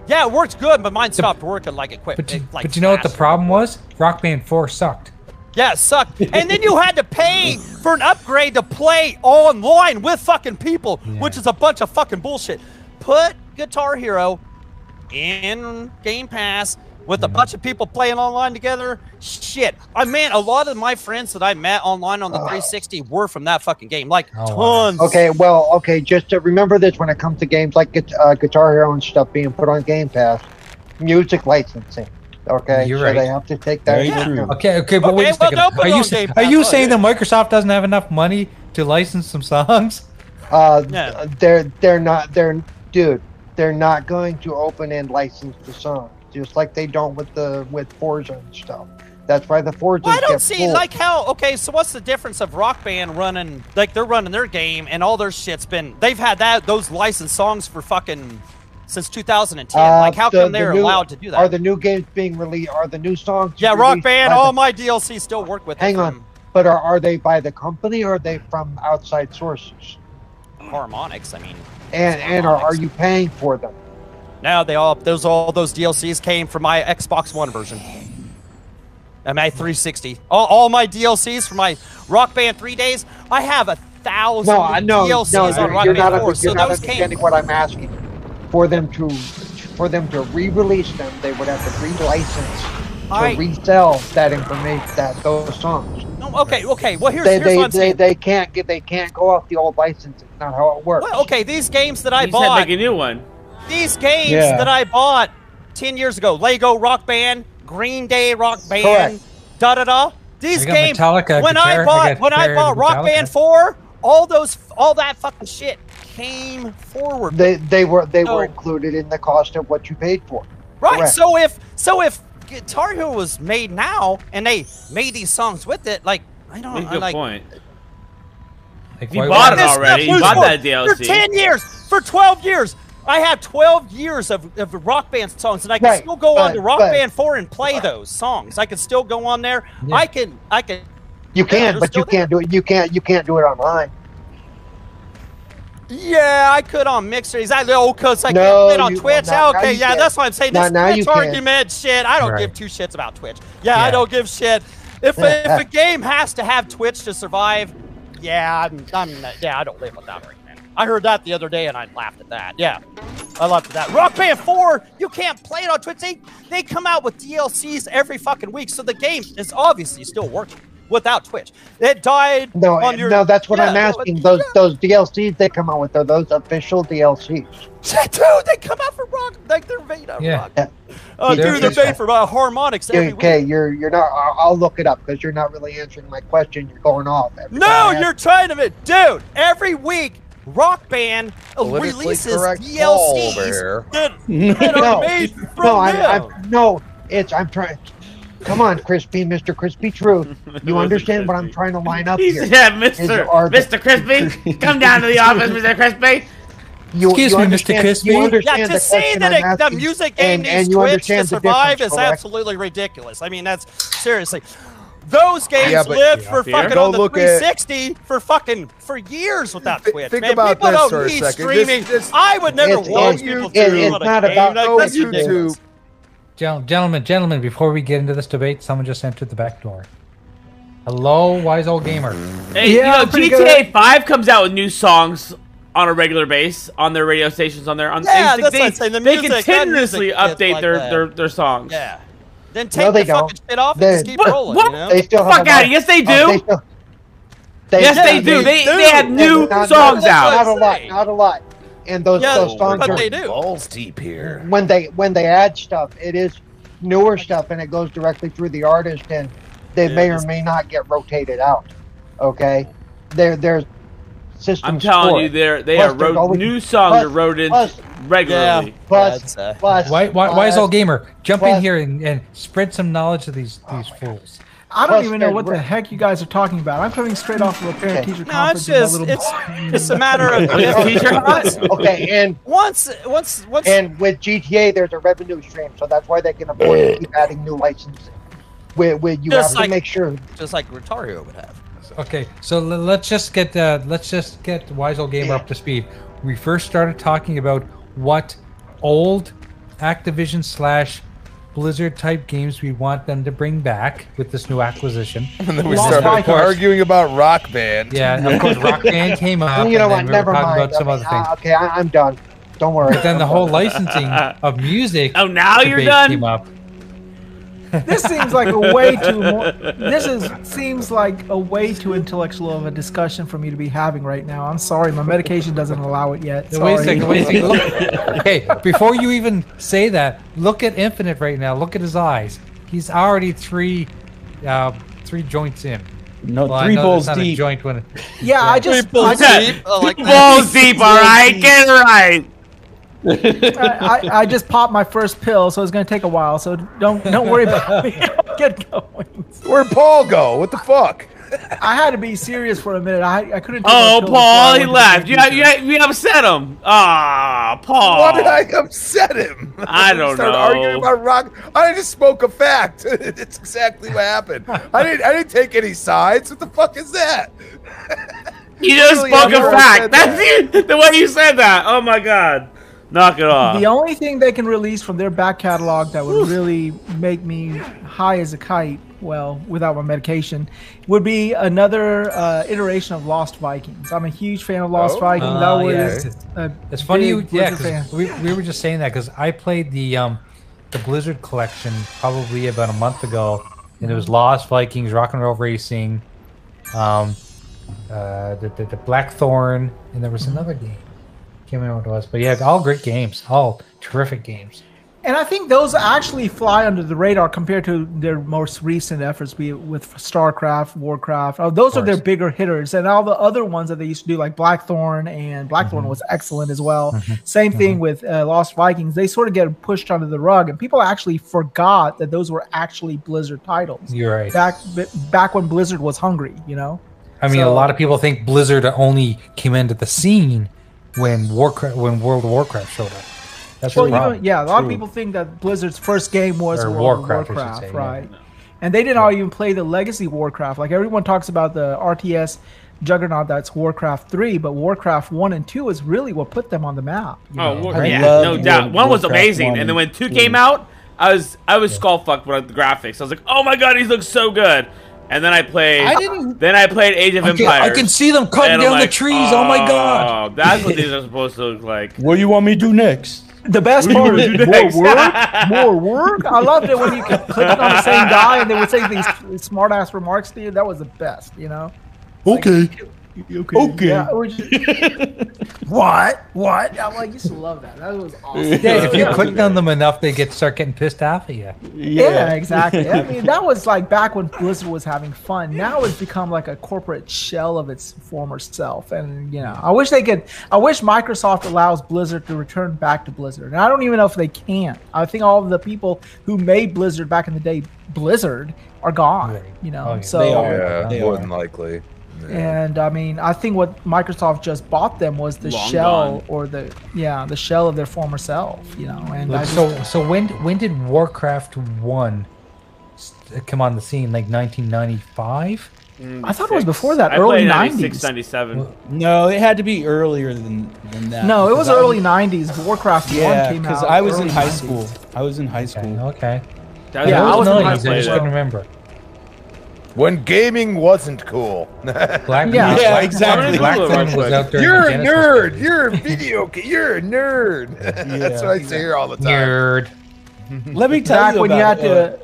[SPEAKER 2] yeah, it worked good, but mine stopped working like it quit.
[SPEAKER 3] But you,
[SPEAKER 2] it, like,
[SPEAKER 3] but you know what the
[SPEAKER 2] crashed.
[SPEAKER 3] problem was? Rock Band 4 sucked.
[SPEAKER 2] Yeah, it sucked. and then you had to pay for an upgrade to play online with fucking people, which is a bunch of fucking bullshit. Put Guitar Hero in Game Pass with a bunch of people playing online together. Shit. I mean, a lot of my friends that I met online on the 360 were from that fucking game. Like
[SPEAKER 3] Oh, wow.
[SPEAKER 2] tons.
[SPEAKER 4] Okay, well, okay, just to remember this when it comes to games like Guit- uh, Guitar Hero and stuff being put on Game Pass, music licensing. Okay,
[SPEAKER 3] You're
[SPEAKER 4] so
[SPEAKER 3] right.
[SPEAKER 4] they have to take that.
[SPEAKER 6] Very
[SPEAKER 4] into
[SPEAKER 6] true.
[SPEAKER 4] account.
[SPEAKER 3] Okay, okay, but
[SPEAKER 2] Okay,
[SPEAKER 3] wait a
[SPEAKER 2] well,
[SPEAKER 3] second.
[SPEAKER 2] don't put
[SPEAKER 3] are
[SPEAKER 2] it
[SPEAKER 3] you,
[SPEAKER 2] on
[SPEAKER 3] s-
[SPEAKER 2] Game
[SPEAKER 3] are
[SPEAKER 2] Pass,
[SPEAKER 3] you
[SPEAKER 2] look.
[SPEAKER 3] saying that Microsoft doesn't have enough money to license some songs?
[SPEAKER 4] Uh,
[SPEAKER 2] Yeah.
[SPEAKER 4] they're they're not they're dude. They're not going to open and license the song, just like they don't with the with Forza and stuff. That's why the Forza.
[SPEAKER 2] Well, I don't
[SPEAKER 4] get
[SPEAKER 2] see
[SPEAKER 4] pulled.
[SPEAKER 2] like how. Okay, so what's the difference of Rock Band running like they're running their game and all their shit's been they've had that those licensed songs for fucking since 2010.
[SPEAKER 4] Uh,
[SPEAKER 2] like how
[SPEAKER 4] the-
[SPEAKER 2] come
[SPEAKER 4] the
[SPEAKER 2] they're
[SPEAKER 4] new-
[SPEAKER 2] allowed to do
[SPEAKER 4] Are
[SPEAKER 2] that?
[SPEAKER 4] the new games being released? Are the new songs?
[SPEAKER 2] yeah, Rock
[SPEAKER 4] released
[SPEAKER 2] Band.
[SPEAKER 4] by
[SPEAKER 2] All
[SPEAKER 4] the-
[SPEAKER 2] my DLC still work with. it
[SPEAKER 4] Hang on.
[SPEAKER 2] from
[SPEAKER 4] but are, are they by the company or are they from outside sources?
[SPEAKER 2] Harmonix. I mean,
[SPEAKER 4] And
[SPEAKER 2] Oh,
[SPEAKER 4] and are, are you paying for them?
[SPEAKER 2] now they all those all those DLCs came from my Xbox One version. And my 360. All, all my DLCs for my Rock Band three days. I have a thousand
[SPEAKER 4] No, I no, no.
[SPEAKER 2] DLCs on
[SPEAKER 4] You're,
[SPEAKER 2] Rock
[SPEAKER 4] you're
[SPEAKER 2] Band
[SPEAKER 4] not, under-
[SPEAKER 2] 4,
[SPEAKER 4] you're
[SPEAKER 2] so
[SPEAKER 4] not
[SPEAKER 2] those came
[SPEAKER 4] understanding what I'm asking. For them to for them to re-release them, they would have to re-license to
[SPEAKER 2] I-
[SPEAKER 4] resell that information, that those songs.
[SPEAKER 2] No, okay, okay. Well, here's,
[SPEAKER 4] They
[SPEAKER 2] here's
[SPEAKER 4] they,
[SPEAKER 2] what I'm
[SPEAKER 4] they,
[SPEAKER 2] saying.
[SPEAKER 4] they can't get they can't go off the old license. It's not how it works.
[SPEAKER 2] well, okay, these games that I
[SPEAKER 1] you said
[SPEAKER 2] bought,
[SPEAKER 1] make a new one.
[SPEAKER 2] these games
[SPEAKER 6] Yeah.
[SPEAKER 2] that I bought ten years ago, Lego Rock Band, Green Day Rock Band,
[SPEAKER 4] Correct.
[SPEAKER 2] da da da. These
[SPEAKER 3] I got
[SPEAKER 2] games.
[SPEAKER 3] Metallica
[SPEAKER 2] when I
[SPEAKER 3] guitar- I
[SPEAKER 2] bought
[SPEAKER 3] got
[SPEAKER 2] when I
[SPEAKER 3] Barry
[SPEAKER 2] bought Rock
[SPEAKER 3] Metallica.
[SPEAKER 2] Band Four, all those all that fucking shit came forward.
[SPEAKER 4] They they were they were
[SPEAKER 2] No.
[SPEAKER 4] included in the cost of what you paid for.
[SPEAKER 2] Right.
[SPEAKER 4] Correct.
[SPEAKER 2] So if so if Guitar Hero was made now and they made these songs with it, like I don't
[SPEAKER 1] That's a
[SPEAKER 2] I
[SPEAKER 1] good
[SPEAKER 2] like
[SPEAKER 1] point.
[SPEAKER 3] Like,
[SPEAKER 1] You
[SPEAKER 3] why-
[SPEAKER 1] bought
[SPEAKER 3] why-
[SPEAKER 1] it already.
[SPEAKER 2] Snap
[SPEAKER 1] You bought
[SPEAKER 2] Loose
[SPEAKER 1] that
[SPEAKER 2] for-
[SPEAKER 1] DLC.
[SPEAKER 2] For 10 years, for 12 years. I have 12 years of, of rock band songs, and I can
[SPEAKER 4] Right,
[SPEAKER 2] still go on
[SPEAKER 4] but-
[SPEAKER 2] to Rock
[SPEAKER 4] but-
[SPEAKER 2] Band 4 and play those songs. I can still go on there.
[SPEAKER 3] Yeah.
[SPEAKER 2] I can, I can.
[SPEAKER 4] You
[SPEAKER 2] they're
[SPEAKER 4] can, but you
[SPEAKER 2] still there.
[SPEAKER 4] can't do it. You can't you can't do it online.
[SPEAKER 2] Yeah, I could on Mixer. I oh, cause I
[SPEAKER 4] No,
[SPEAKER 2] can't play it on
[SPEAKER 4] you-
[SPEAKER 2] Twitch.
[SPEAKER 4] now- now
[SPEAKER 2] okay,
[SPEAKER 4] you
[SPEAKER 2] yeah,
[SPEAKER 4] can.
[SPEAKER 2] that's what I'm saying.
[SPEAKER 4] Now-
[SPEAKER 2] This
[SPEAKER 4] now you
[SPEAKER 2] Twitch
[SPEAKER 4] can.
[SPEAKER 2] argument shit. I don't
[SPEAKER 3] Right.
[SPEAKER 2] give two shits about Twitch. Yeah, I
[SPEAKER 3] Yeah.
[SPEAKER 2] don't give shit. If, if a game has to have Twitch to survive, yeah, I'm, I'm not- yeah, I don't live without it, man. I heard that the other day and I laughed at that. Yeah, I laughed at that. Rock Band 4, you can't play it on Twitch. They, they come out with DLCs every fucking week, so the game is obviously still working without Twitch. It died
[SPEAKER 4] No, eh,
[SPEAKER 2] on your.
[SPEAKER 4] no, that's what
[SPEAKER 2] Yeah,
[SPEAKER 4] I'm
[SPEAKER 2] no, it-
[SPEAKER 4] asking. those those DLCs they come out with are those official DLCs.
[SPEAKER 2] Dude, they come out for rock. Like they're made out of
[SPEAKER 3] Yeah.
[SPEAKER 2] rock.
[SPEAKER 4] Yeah.
[SPEAKER 2] Uh,
[SPEAKER 3] They're
[SPEAKER 2] dude, they're
[SPEAKER 3] official.
[SPEAKER 2] made for uh, harmonics every
[SPEAKER 4] Okay,
[SPEAKER 2] week.
[SPEAKER 4] you're you're not. I'll, I'll look it up because you're not really answering my question. You're going off. every
[SPEAKER 2] No,
[SPEAKER 4] time I ask-
[SPEAKER 2] you're trying to, make- dude. Every week, Rock Band
[SPEAKER 7] Politically
[SPEAKER 2] releases
[SPEAKER 7] correct Paul over
[SPEAKER 2] DLCs
[SPEAKER 7] here.
[SPEAKER 2] that, that
[SPEAKER 4] No,
[SPEAKER 2] are made from
[SPEAKER 4] no. I'm,
[SPEAKER 2] them.
[SPEAKER 4] I'm no. It's I'm trying. Come on, Crispy, Mr. Crispy Truth. You understand what I'm trying to line up
[SPEAKER 1] He's,
[SPEAKER 4] here?
[SPEAKER 1] yeah, Mr.
[SPEAKER 4] Is- are the-
[SPEAKER 1] Mr. Crispy, come down to the office, Mr. Crispy.
[SPEAKER 4] You,
[SPEAKER 3] Excuse
[SPEAKER 4] you
[SPEAKER 3] me, Mr.
[SPEAKER 4] understand-
[SPEAKER 3] Crispy?
[SPEAKER 4] You
[SPEAKER 3] Yeah,
[SPEAKER 4] understand
[SPEAKER 2] yeah,
[SPEAKER 4] the
[SPEAKER 2] to say
[SPEAKER 4] question
[SPEAKER 2] that
[SPEAKER 4] I'm
[SPEAKER 2] it, the
[SPEAKER 4] asking,
[SPEAKER 2] music game
[SPEAKER 4] and, and
[SPEAKER 2] needs
[SPEAKER 4] you
[SPEAKER 2] Twitch to
[SPEAKER 4] understand the
[SPEAKER 2] survive
[SPEAKER 4] difference,
[SPEAKER 2] is
[SPEAKER 4] correct?
[SPEAKER 2] absolutely ridiculous. I mean, that's seriously. Those games
[SPEAKER 7] Yeah, but-
[SPEAKER 2] lived for
[SPEAKER 1] Yeah.
[SPEAKER 2] fucking
[SPEAKER 7] Go
[SPEAKER 2] on the
[SPEAKER 7] look at-
[SPEAKER 2] 360 for fucking for years without
[SPEAKER 7] Th-
[SPEAKER 2] Twitch.
[SPEAKER 7] think
[SPEAKER 2] man.
[SPEAKER 7] about
[SPEAKER 2] people
[SPEAKER 7] this
[SPEAKER 2] don't
[SPEAKER 7] for a
[SPEAKER 2] need
[SPEAKER 7] second. This-
[SPEAKER 2] streaming.
[SPEAKER 7] this-
[SPEAKER 2] I would never
[SPEAKER 4] it's-
[SPEAKER 2] watch
[SPEAKER 4] it's-
[SPEAKER 2] people
[SPEAKER 4] it-
[SPEAKER 2] stream
[SPEAKER 4] it's
[SPEAKER 2] on a
[SPEAKER 4] not
[SPEAKER 2] game.
[SPEAKER 4] about-
[SPEAKER 2] Like,
[SPEAKER 7] Go
[SPEAKER 2] that's
[SPEAKER 7] YouTube.
[SPEAKER 2] ridiculous.
[SPEAKER 3] Gen- Gentlemen, gentlemen, before we get into this debate, someone just entered the back door. Hello, wise old gamer.
[SPEAKER 1] Hey,
[SPEAKER 4] Yeah,
[SPEAKER 1] you
[SPEAKER 4] I'm
[SPEAKER 1] know,
[SPEAKER 4] pretty
[SPEAKER 1] GTA
[SPEAKER 4] good at-
[SPEAKER 1] 5 comes out with new songs on a regular base on their radio stations on their on
[SPEAKER 2] Yeah,
[SPEAKER 1] they,
[SPEAKER 2] that's
[SPEAKER 1] they,
[SPEAKER 2] what I'm saying, the
[SPEAKER 1] they
[SPEAKER 2] music- that
[SPEAKER 1] continuously
[SPEAKER 2] music is
[SPEAKER 1] update
[SPEAKER 2] like
[SPEAKER 1] their,
[SPEAKER 2] that.
[SPEAKER 1] their their songs.
[SPEAKER 2] Yeah.
[SPEAKER 8] Then take
[SPEAKER 4] they
[SPEAKER 8] the fucking shit off
[SPEAKER 4] They-
[SPEAKER 8] and just keep
[SPEAKER 1] What-
[SPEAKER 8] rolling.
[SPEAKER 1] what?
[SPEAKER 8] You know?
[SPEAKER 4] They still have
[SPEAKER 1] Fuck
[SPEAKER 4] a
[SPEAKER 1] out
[SPEAKER 4] lot-
[SPEAKER 1] of Yes, they
[SPEAKER 4] Oh,
[SPEAKER 1] do.
[SPEAKER 4] still- they-
[SPEAKER 1] Yes,
[SPEAKER 8] they
[SPEAKER 1] they do. They
[SPEAKER 8] do.
[SPEAKER 1] they have new
[SPEAKER 4] Not-
[SPEAKER 1] songs
[SPEAKER 8] not-
[SPEAKER 1] out.
[SPEAKER 4] Not a lot. Not a lot. And those,
[SPEAKER 8] Yeah,
[SPEAKER 4] those songs
[SPEAKER 8] but
[SPEAKER 4] are
[SPEAKER 8] they do.
[SPEAKER 7] Balls deep here.
[SPEAKER 4] when they when they add stuff, it is newer stuff and it goes directly through the artist and they
[SPEAKER 8] Yeah,
[SPEAKER 4] may or
[SPEAKER 8] it's-
[SPEAKER 4] may not get rotated out. Okay, there there's system.
[SPEAKER 1] I'm telling you, they're they are
[SPEAKER 4] Plus, there's
[SPEAKER 1] wrote
[SPEAKER 4] always-
[SPEAKER 1] new songs are
[SPEAKER 4] plus-
[SPEAKER 1] wrote in
[SPEAKER 4] plus-
[SPEAKER 1] regularly.
[SPEAKER 4] plus
[SPEAKER 8] That's, uh,
[SPEAKER 4] plus
[SPEAKER 3] Why, why, why is
[SPEAKER 4] plus-
[SPEAKER 3] all gamer jump in
[SPEAKER 4] plus-
[SPEAKER 3] here and, and spread some knowledge of these these fools?
[SPEAKER 9] I don't
[SPEAKER 4] Plus
[SPEAKER 9] even know
[SPEAKER 4] they're
[SPEAKER 9] what the
[SPEAKER 4] rich.
[SPEAKER 9] heck you guys are talking about. I'm coming straight off of a parent teacher
[SPEAKER 8] No, it's
[SPEAKER 9] conference. with my
[SPEAKER 8] just
[SPEAKER 9] little-
[SPEAKER 8] it's it's a matter of
[SPEAKER 1] Is teacher
[SPEAKER 8] once
[SPEAKER 4] Okay, and
[SPEAKER 8] once once once
[SPEAKER 4] and with GTA, there's a revenue stream, so that's why they can afford to keep adding new licenses. Where, where you
[SPEAKER 2] Just
[SPEAKER 4] have
[SPEAKER 2] like-
[SPEAKER 4] to make sure
[SPEAKER 2] just like Rotario would have.
[SPEAKER 3] Okay, so l- let's just get uh, let's just get Wise Old Gamer up to speed. We first started talking about what old Activision slash Blizzard type games we want them to bring back with this new acquisition.
[SPEAKER 7] And then we
[SPEAKER 9] Lost
[SPEAKER 7] started
[SPEAKER 9] my horse.
[SPEAKER 7] arguing about Rock Band.
[SPEAKER 3] Yeah, and of course, Rock Band came up.
[SPEAKER 4] you know
[SPEAKER 3] and
[SPEAKER 4] what?
[SPEAKER 3] then we
[SPEAKER 4] Never
[SPEAKER 3] were talking
[SPEAKER 4] mind.
[SPEAKER 3] about some
[SPEAKER 4] okay,
[SPEAKER 3] other thing.
[SPEAKER 4] ah, okay, I, I'm done. Don't worry.
[SPEAKER 3] But then the whole licensing of music.
[SPEAKER 1] Oh, now you're
[SPEAKER 3] debate
[SPEAKER 1] done?
[SPEAKER 3] Came up.
[SPEAKER 9] this seems like a way too. More, this is seems like a way too intellectual of a discussion for me to be having right now. I'm sorry, my medication doesn't allow it yet.
[SPEAKER 3] Wait a
[SPEAKER 9] Sorry.
[SPEAKER 3] second. Wait a second. Look, okay, before you even say that, look at Infinite right now. Look at his eyes. He's already three, uh, three joints in.
[SPEAKER 6] No,
[SPEAKER 3] Well, I
[SPEAKER 6] three
[SPEAKER 3] know
[SPEAKER 6] balls
[SPEAKER 3] that's not a
[SPEAKER 6] deep.
[SPEAKER 3] joint when.
[SPEAKER 9] Yeah, I just I,
[SPEAKER 2] uh,
[SPEAKER 1] Balls deep, all right, get it right.
[SPEAKER 9] I, I- I just popped my first pill, so it's gonna take a while. So don't don't worry about me. Get going.
[SPEAKER 7] Where'd Paul go? What the fuck?
[SPEAKER 9] I had to be serious for a minute. I, I couldn't. take my
[SPEAKER 1] Oh,
[SPEAKER 9] pill before I
[SPEAKER 1] Paul,
[SPEAKER 9] went
[SPEAKER 1] he
[SPEAKER 9] to the
[SPEAKER 1] left. You,
[SPEAKER 9] dentist.
[SPEAKER 1] you, you upset him. Ah, Paul.
[SPEAKER 7] Why did I upset him?
[SPEAKER 1] I
[SPEAKER 7] We
[SPEAKER 1] don't
[SPEAKER 7] started
[SPEAKER 1] know.
[SPEAKER 7] Arguing about rock. I just spoke a fact. it's exactly what happened. I didn't. I didn't take any sides. What the fuck is that?
[SPEAKER 1] You just
[SPEAKER 7] Really,
[SPEAKER 1] spoke
[SPEAKER 7] I've
[SPEAKER 1] a
[SPEAKER 7] never
[SPEAKER 1] fact.
[SPEAKER 7] said
[SPEAKER 1] That's you, the way you said that. Oh my god. Knock it off.
[SPEAKER 9] The only thing they can release from their back catalog that would really make me high as a kite, well, without my medication, would be another uh, iteration of Lost Vikings. I'm a huge fan of Lost
[SPEAKER 7] Oh.
[SPEAKER 9] Viking.
[SPEAKER 3] Ah,
[SPEAKER 9] that was
[SPEAKER 3] yeah.
[SPEAKER 9] a
[SPEAKER 3] It's funny you,
[SPEAKER 9] big
[SPEAKER 3] yeah,
[SPEAKER 9] Blizzard
[SPEAKER 3] 'cause
[SPEAKER 9] fan.
[SPEAKER 3] we, we were just saying that because I played the um, the Blizzard collection probably about a month ago, and it was Lost Vikings, Rock and Roll Racing, um, uh, the, the, the Blackthorn, and there was
[SPEAKER 9] Mm-hmm.
[SPEAKER 3] another game. Can't remember what it was, but yeah, all great games, all terrific games.
[SPEAKER 9] And I think those actually fly under the radar compared to their most recent efforts, be it with StarCraft, Warcraft. Oh, those are their
[SPEAKER 3] course.
[SPEAKER 9] bigger hitters, and all the other ones that they used to do, like Blackthorn, and Blackthorn
[SPEAKER 3] Mm-hmm.
[SPEAKER 9] was excellent as well. Same thing with uh, Lost Vikings; they sort of get pushed under the rug, and people actually forgot that those were actually Blizzard titles
[SPEAKER 3] You're right.
[SPEAKER 9] back b- back when Blizzard was hungry. You know,
[SPEAKER 3] I mean, a
[SPEAKER 9] So-
[SPEAKER 3] lot of people think Blizzard only came into the scene when Warcraft, when World of Warcraft showed up. That's
[SPEAKER 9] Well,
[SPEAKER 3] the
[SPEAKER 9] you know,
[SPEAKER 3] problem.
[SPEAKER 9] yeah, a lot of
[SPEAKER 3] True.
[SPEAKER 9] people think that Blizzard's first game was
[SPEAKER 3] Or
[SPEAKER 9] World of
[SPEAKER 3] Warcraft, I should
[SPEAKER 9] Warcraft,
[SPEAKER 3] say, yeah.
[SPEAKER 9] right? And they didn't all even play the legacy Warcraft. Like everyone talks about the RTS juggernaut that's Warcraft 3, but Warcraft 1 and 2 is really what put them on the map. you
[SPEAKER 1] Oh,
[SPEAKER 9] know?
[SPEAKER 1] War-
[SPEAKER 6] I
[SPEAKER 1] yeah,
[SPEAKER 6] love
[SPEAKER 1] no
[SPEAKER 6] World
[SPEAKER 1] doubt.
[SPEAKER 6] of
[SPEAKER 1] One was
[SPEAKER 6] Warcraft
[SPEAKER 1] amazing,
[SPEAKER 6] one
[SPEAKER 1] and then when
[SPEAKER 6] and
[SPEAKER 1] two
[SPEAKER 6] two.
[SPEAKER 1] came out, I was I was skull fucked with the graphics. I was like, oh my god, these look so good. And then I played.
[SPEAKER 3] I didn't-
[SPEAKER 1] Then I played Age of
[SPEAKER 3] I can, I
[SPEAKER 1] Empires.
[SPEAKER 3] can see them cutting
[SPEAKER 1] and I'm
[SPEAKER 3] down
[SPEAKER 1] like,
[SPEAKER 3] the trees. Oh my god.
[SPEAKER 1] Oh, that's what these are supposed to look like.
[SPEAKER 6] What do you want me to do next?
[SPEAKER 9] The best
[SPEAKER 1] What
[SPEAKER 9] part
[SPEAKER 1] do you
[SPEAKER 9] is
[SPEAKER 1] do next?
[SPEAKER 9] more work, more work. I loved it when you kept clicking on the same guy and they would say these smart ass remarks to you. That was the best, you know?
[SPEAKER 6] Okay. Okay.
[SPEAKER 9] Yeah, it was just-
[SPEAKER 6] What? What?
[SPEAKER 9] I'm like, I used to love that. That was awesome.
[SPEAKER 3] Yeah, if you clicked on them enough, they get start getting pissed off at you.
[SPEAKER 9] Yeah, exactly. I mean, that was like back when Blizzard was having fun. Now it's become like a corporate shell of its former self. And, you know, I wish they could, I wish Microsoft allows Blizzard to return back to Blizzard. And I don't even know if they can. I think all of the people who made Blizzard back in the day, Blizzard, are gone, you know?
[SPEAKER 3] Oh, yeah.
[SPEAKER 9] So,
[SPEAKER 6] They are.
[SPEAKER 7] Yeah,
[SPEAKER 6] They
[SPEAKER 7] more
[SPEAKER 6] are.
[SPEAKER 7] than likely.
[SPEAKER 9] and I mean, I think what Microsoft just bought them was the
[SPEAKER 1] Long
[SPEAKER 9] shell
[SPEAKER 1] gone.
[SPEAKER 9] or the, yeah, the shell of their former self, you know? And I just-
[SPEAKER 3] So, so when when did Warcraft One s- come on the scene? Like 1995?
[SPEAKER 9] I thought it was before that,
[SPEAKER 1] I
[SPEAKER 9] early
[SPEAKER 1] played 96,
[SPEAKER 9] 90s.
[SPEAKER 1] 97.
[SPEAKER 6] No, it had to be earlier than, than that.
[SPEAKER 9] No, it
[SPEAKER 6] because
[SPEAKER 9] was
[SPEAKER 6] I-
[SPEAKER 9] early '90s. Warcraft
[SPEAKER 6] Yeah,
[SPEAKER 9] One came out.
[SPEAKER 6] because I was in
[SPEAKER 9] early
[SPEAKER 6] high
[SPEAKER 9] 90s.
[SPEAKER 6] school. I was in high
[SPEAKER 3] Okay,
[SPEAKER 6] school.
[SPEAKER 3] okay.
[SPEAKER 1] That was,
[SPEAKER 9] Yeah,
[SPEAKER 1] I
[SPEAKER 3] it
[SPEAKER 1] was
[SPEAKER 3] was
[SPEAKER 1] the
[SPEAKER 3] 90s.
[SPEAKER 1] one I
[SPEAKER 3] I
[SPEAKER 1] played
[SPEAKER 3] just
[SPEAKER 1] it.
[SPEAKER 3] couldn't remember.
[SPEAKER 7] When gaming wasn't cool.
[SPEAKER 3] Black,
[SPEAKER 9] Yeah.
[SPEAKER 6] Yeah,
[SPEAKER 3] Black-
[SPEAKER 6] exactly.
[SPEAKER 3] Blackthorn was out there.
[SPEAKER 7] You're a nerd. You're a video. ga- You're a nerd. That's what I say here all the time.
[SPEAKER 3] nerd.
[SPEAKER 6] Let me tell
[SPEAKER 9] Back
[SPEAKER 6] you
[SPEAKER 9] when you
[SPEAKER 6] about,
[SPEAKER 9] had to,
[SPEAKER 6] uh,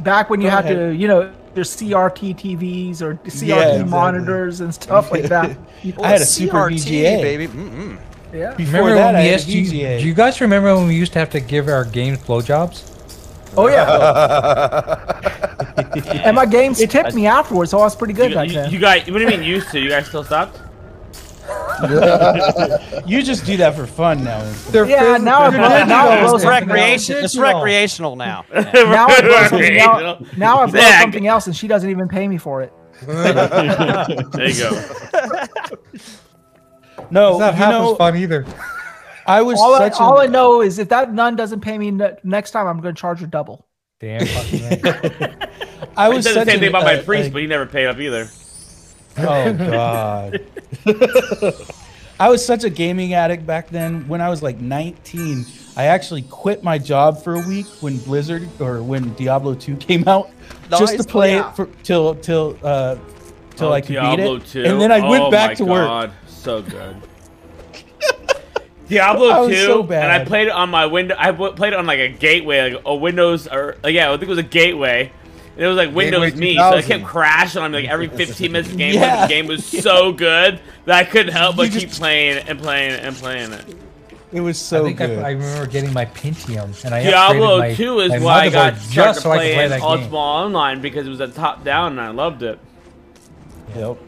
[SPEAKER 9] back when you
[SPEAKER 6] Go
[SPEAKER 9] had to,
[SPEAKER 6] ahead.
[SPEAKER 9] you know, your CRT TVs or CRT
[SPEAKER 6] exactly.
[SPEAKER 9] monitors and stuff like that. You-
[SPEAKER 6] I had a
[SPEAKER 8] Well,
[SPEAKER 6] Super
[SPEAKER 8] CRT,
[SPEAKER 6] VGA.
[SPEAKER 8] baby. Mm-mm.
[SPEAKER 9] yeah.
[SPEAKER 6] Before that, I had a
[SPEAKER 3] do, you,
[SPEAKER 6] VGA.
[SPEAKER 3] do you guys remember when we used to have to give our games blowjobs?
[SPEAKER 9] Oh yeah. and my games tipped me afterwards, so I was pretty good
[SPEAKER 1] You,
[SPEAKER 9] back
[SPEAKER 1] you,
[SPEAKER 9] then.
[SPEAKER 1] you guys, what do you mean used to? You guys still stopped?
[SPEAKER 6] You just do that for fun now.
[SPEAKER 9] yeah, now I blow, now I blow
[SPEAKER 2] It's
[SPEAKER 9] something else.
[SPEAKER 2] recreation. It's recreational now.
[SPEAKER 9] Now I blow something
[SPEAKER 1] Recreational.
[SPEAKER 9] else. Now I blow
[SPEAKER 1] Zag.
[SPEAKER 9] something else, and she doesn't even pay me for it.
[SPEAKER 1] There you go.
[SPEAKER 6] No,
[SPEAKER 3] It's not
[SPEAKER 6] you
[SPEAKER 3] half
[SPEAKER 6] know,
[SPEAKER 3] as fun either.
[SPEAKER 6] I was
[SPEAKER 9] All I,
[SPEAKER 6] such
[SPEAKER 9] all
[SPEAKER 6] a,
[SPEAKER 9] I know is if that nun doesn't pay me ne- next time, I'm going to charge her double.
[SPEAKER 3] Damn. fucking right.
[SPEAKER 6] I
[SPEAKER 1] I
[SPEAKER 6] was
[SPEAKER 1] said
[SPEAKER 6] such
[SPEAKER 1] the same
[SPEAKER 6] a-
[SPEAKER 1] thing about
[SPEAKER 9] uh,
[SPEAKER 1] my
[SPEAKER 6] a-
[SPEAKER 1] priest,
[SPEAKER 6] a-
[SPEAKER 1] but he never paid up either.
[SPEAKER 6] Oh god. I was such a gaming addict back then. When I was like 19, I actually quit my job for a week when Blizzard or when Diablo 2 came out, just to
[SPEAKER 8] Nice.
[SPEAKER 6] play
[SPEAKER 8] Yeah.
[SPEAKER 6] it for, till till uh, till
[SPEAKER 1] Oh,
[SPEAKER 6] I could
[SPEAKER 1] Diablo
[SPEAKER 6] beat
[SPEAKER 1] 2.
[SPEAKER 6] it, and then I
[SPEAKER 1] Oh
[SPEAKER 6] went
[SPEAKER 1] my
[SPEAKER 6] back to work.
[SPEAKER 1] God. So good. Diablo
[SPEAKER 6] I was
[SPEAKER 1] 2,
[SPEAKER 6] so
[SPEAKER 1] and I
[SPEAKER 6] bad.
[SPEAKER 1] played it on my window. I w- played it on like a gateway, like a Windows, or like, yeah, I think it was a gateway. And it was like Windows
[SPEAKER 7] Gateway
[SPEAKER 1] Me, so it
[SPEAKER 7] 2000.
[SPEAKER 1] kept crashing on me like every 15 minutes. The game,
[SPEAKER 6] Yeah.
[SPEAKER 1] the game was so good that I couldn't help but
[SPEAKER 6] You
[SPEAKER 1] keep
[SPEAKER 6] just-
[SPEAKER 1] playing it and playing it and playing it.
[SPEAKER 6] It was
[SPEAKER 3] I
[SPEAKER 6] so
[SPEAKER 3] think
[SPEAKER 6] good.
[SPEAKER 3] I, I remember getting my Pentium, and I
[SPEAKER 1] Diablo
[SPEAKER 3] upgraded my,
[SPEAKER 1] 2 is
[SPEAKER 3] my
[SPEAKER 1] why I got
[SPEAKER 3] motherboard
[SPEAKER 1] started
[SPEAKER 3] so I could play
[SPEAKER 1] playing
[SPEAKER 3] that
[SPEAKER 1] Ultima
[SPEAKER 3] game.
[SPEAKER 1] Online because it was a top down and I loved it.
[SPEAKER 6] Yep.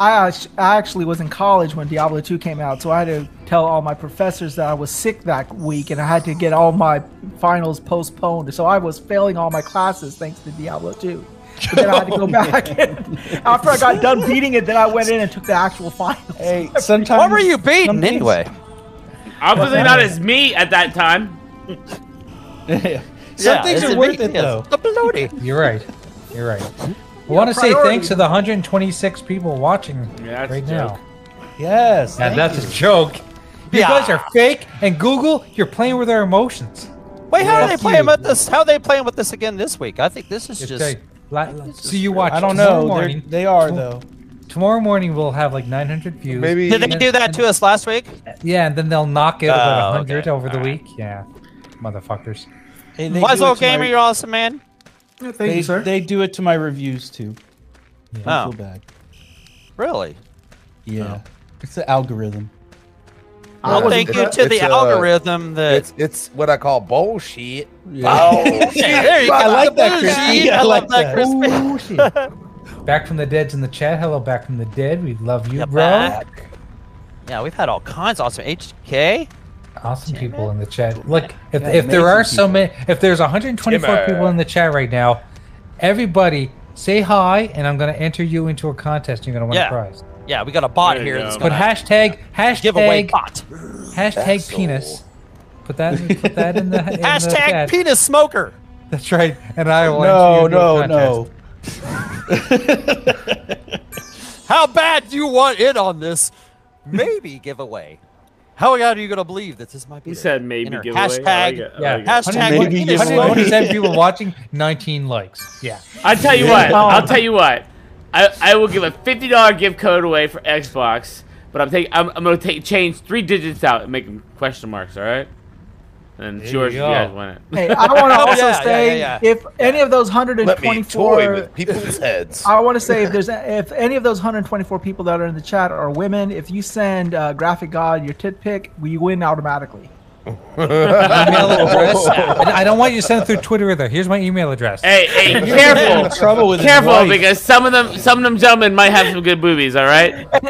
[SPEAKER 9] I, act- I actually was in college when Diablo 2 came out, so I had to tell all my professors that I was sick that week and I had to get all my finals postponed. So I was failing all my classes thanks to Diablo 2. But then I had to go back. And after I got done beating it, then I went in and took the actual finals.
[SPEAKER 6] Hey, sometimes
[SPEAKER 2] What were you beating
[SPEAKER 6] sometimes-
[SPEAKER 2] anyway?
[SPEAKER 1] Obviously not as me at that time.
[SPEAKER 6] Some
[SPEAKER 2] Yeah,
[SPEAKER 6] things
[SPEAKER 2] it's
[SPEAKER 6] are
[SPEAKER 2] a
[SPEAKER 6] worth
[SPEAKER 2] big
[SPEAKER 6] it
[SPEAKER 2] deal.
[SPEAKER 6] though.
[SPEAKER 2] The bloody.
[SPEAKER 3] You're right. You're right. I want to say thanks to the 126 people watching
[SPEAKER 1] Yeah, that's
[SPEAKER 3] right
[SPEAKER 1] a
[SPEAKER 3] now.
[SPEAKER 1] joke.
[SPEAKER 6] Yes.
[SPEAKER 3] Yeah,
[SPEAKER 6] thank
[SPEAKER 3] that's
[SPEAKER 6] you.
[SPEAKER 3] a joke. You
[SPEAKER 2] Yeah.
[SPEAKER 3] guys are fake, and Google, you're playing with our emotions.
[SPEAKER 2] Wait, how are they
[SPEAKER 6] Fuck
[SPEAKER 2] playing
[SPEAKER 6] you.
[SPEAKER 2] with this? How are they playing with this again this week? I think this is
[SPEAKER 3] It's
[SPEAKER 2] just.
[SPEAKER 3] like, la- la- so you watch.
[SPEAKER 6] I don't
[SPEAKER 3] tomorrow
[SPEAKER 6] know. They're-
[SPEAKER 3] Morning,
[SPEAKER 6] They are
[SPEAKER 3] tom-
[SPEAKER 6] though.
[SPEAKER 3] Tomorrow morning we'll have like 900 views.
[SPEAKER 7] Maybe
[SPEAKER 2] Did they do that to us last week?
[SPEAKER 3] Yeah, and then they'll knock it
[SPEAKER 2] Oh,
[SPEAKER 3] about 100
[SPEAKER 2] okay.
[SPEAKER 3] over the week. Yeah, motherfuckers.
[SPEAKER 6] Hey, they do
[SPEAKER 2] Wise
[SPEAKER 6] it to my-
[SPEAKER 2] Gamer, you're awesome, man.
[SPEAKER 9] Thank
[SPEAKER 6] they, they do it to my reviews too. I
[SPEAKER 2] Oh,
[SPEAKER 6] feel bad.
[SPEAKER 2] really?
[SPEAKER 6] Yeah. It's the algorithm.
[SPEAKER 9] I
[SPEAKER 2] Well,
[SPEAKER 9] was-
[SPEAKER 2] thank you
[SPEAKER 7] it's
[SPEAKER 2] to
[SPEAKER 7] a-
[SPEAKER 2] the
[SPEAKER 7] it's a-
[SPEAKER 2] algorithm that.
[SPEAKER 7] It's it's what I call bullshit.
[SPEAKER 1] Oh,
[SPEAKER 2] Yeah, there you go.
[SPEAKER 6] I like that,
[SPEAKER 2] Bougie.
[SPEAKER 6] Crispy. I
[SPEAKER 2] I
[SPEAKER 6] like
[SPEAKER 2] love that,
[SPEAKER 6] that.
[SPEAKER 2] Crispy.
[SPEAKER 3] Back from the dead's in the chat. Hello, back from the dead. We love you,
[SPEAKER 2] Yeah,
[SPEAKER 3] bro.
[SPEAKER 2] back. Yeah, we've had all kinds of awesome HK.
[SPEAKER 3] Awesome people in the chat. Look, if, if
[SPEAKER 6] amazing
[SPEAKER 3] there are so
[SPEAKER 6] people.
[SPEAKER 3] many, if there's 124
[SPEAKER 7] Timmer.
[SPEAKER 3] people in the chat right now, everybody say hi, and I'm going to enter you into a contest. You're going to win
[SPEAKER 2] Yeah.
[SPEAKER 3] a prize.
[SPEAKER 2] Yeah, we got a bot
[SPEAKER 1] There you
[SPEAKER 2] here
[SPEAKER 1] go.
[SPEAKER 2] that's
[SPEAKER 3] Put
[SPEAKER 2] going to
[SPEAKER 3] hashtag hashtag
[SPEAKER 2] give away bot.
[SPEAKER 3] hashtag penis. Put that put that in the in the
[SPEAKER 2] Hashtag
[SPEAKER 3] chat.
[SPEAKER 2] penis smoker.
[SPEAKER 3] That's right. And I will
[SPEAKER 6] No,
[SPEAKER 3] enter you
[SPEAKER 6] no,
[SPEAKER 3] into a contest.
[SPEAKER 6] no.
[SPEAKER 2] How bad do you want in on this? Maybe giveaway. How are you going to believe that this might be
[SPEAKER 1] He
[SPEAKER 2] the
[SPEAKER 1] said maybe
[SPEAKER 2] inner
[SPEAKER 1] giveaway. I like
[SPEAKER 2] Hashtag,
[SPEAKER 1] it. I
[SPEAKER 3] Yeah.
[SPEAKER 1] like it.
[SPEAKER 2] hashtag
[SPEAKER 6] Maybe
[SPEAKER 2] penis
[SPEAKER 6] giveaway.
[SPEAKER 2] smoker.
[SPEAKER 3] 127 people watching, 19 likes. Yeah.
[SPEAKER 1] I'll tell you what. I'll tell you what. I, I will give a fifty dollar gift code away for Xbox, but I'm taking I'm, I'm gonna take change three digits out and make them question marks. All right. And
[SPEAKER 3] There
[SPEAKER 1] George,
[SPEAKER 3] you
[SPEAKER 1] you guys
[SPEAKER 3] go.
[SPEAKER 1] win it.
[SPEAKER 9] Hey, I want to also
[SPEAKER 2] yeah, yeah,
[SPEAKER 9] say
[SPEAKER 2] yeah.
[SPEAKER 9] if any of those
[SPEAKER 5] Let me toy
[SPEAKER 9] 124
[SPEAKER 5] with people's heads.
[SPEAKER 9] I want to say if there's if any of those 124 people that are in the chat are women, if you send uh, Graphic God your tit pic, we win automatically.
[SPEAKER 3] Email address. And I don't want you to send it through Twitter either. Here's my email address.
[SPEAKER 1] Hey, hey,
[SPEAKER 6] Having
[SPEAKER 1] careful,
[SPEAKER 6] trouble with his
[SPEAKER 1] careful,
[SPEAKER 6] wife.
[SPEAKER 1] because some of them some of them gentlemen might have some good boobies. All right. They start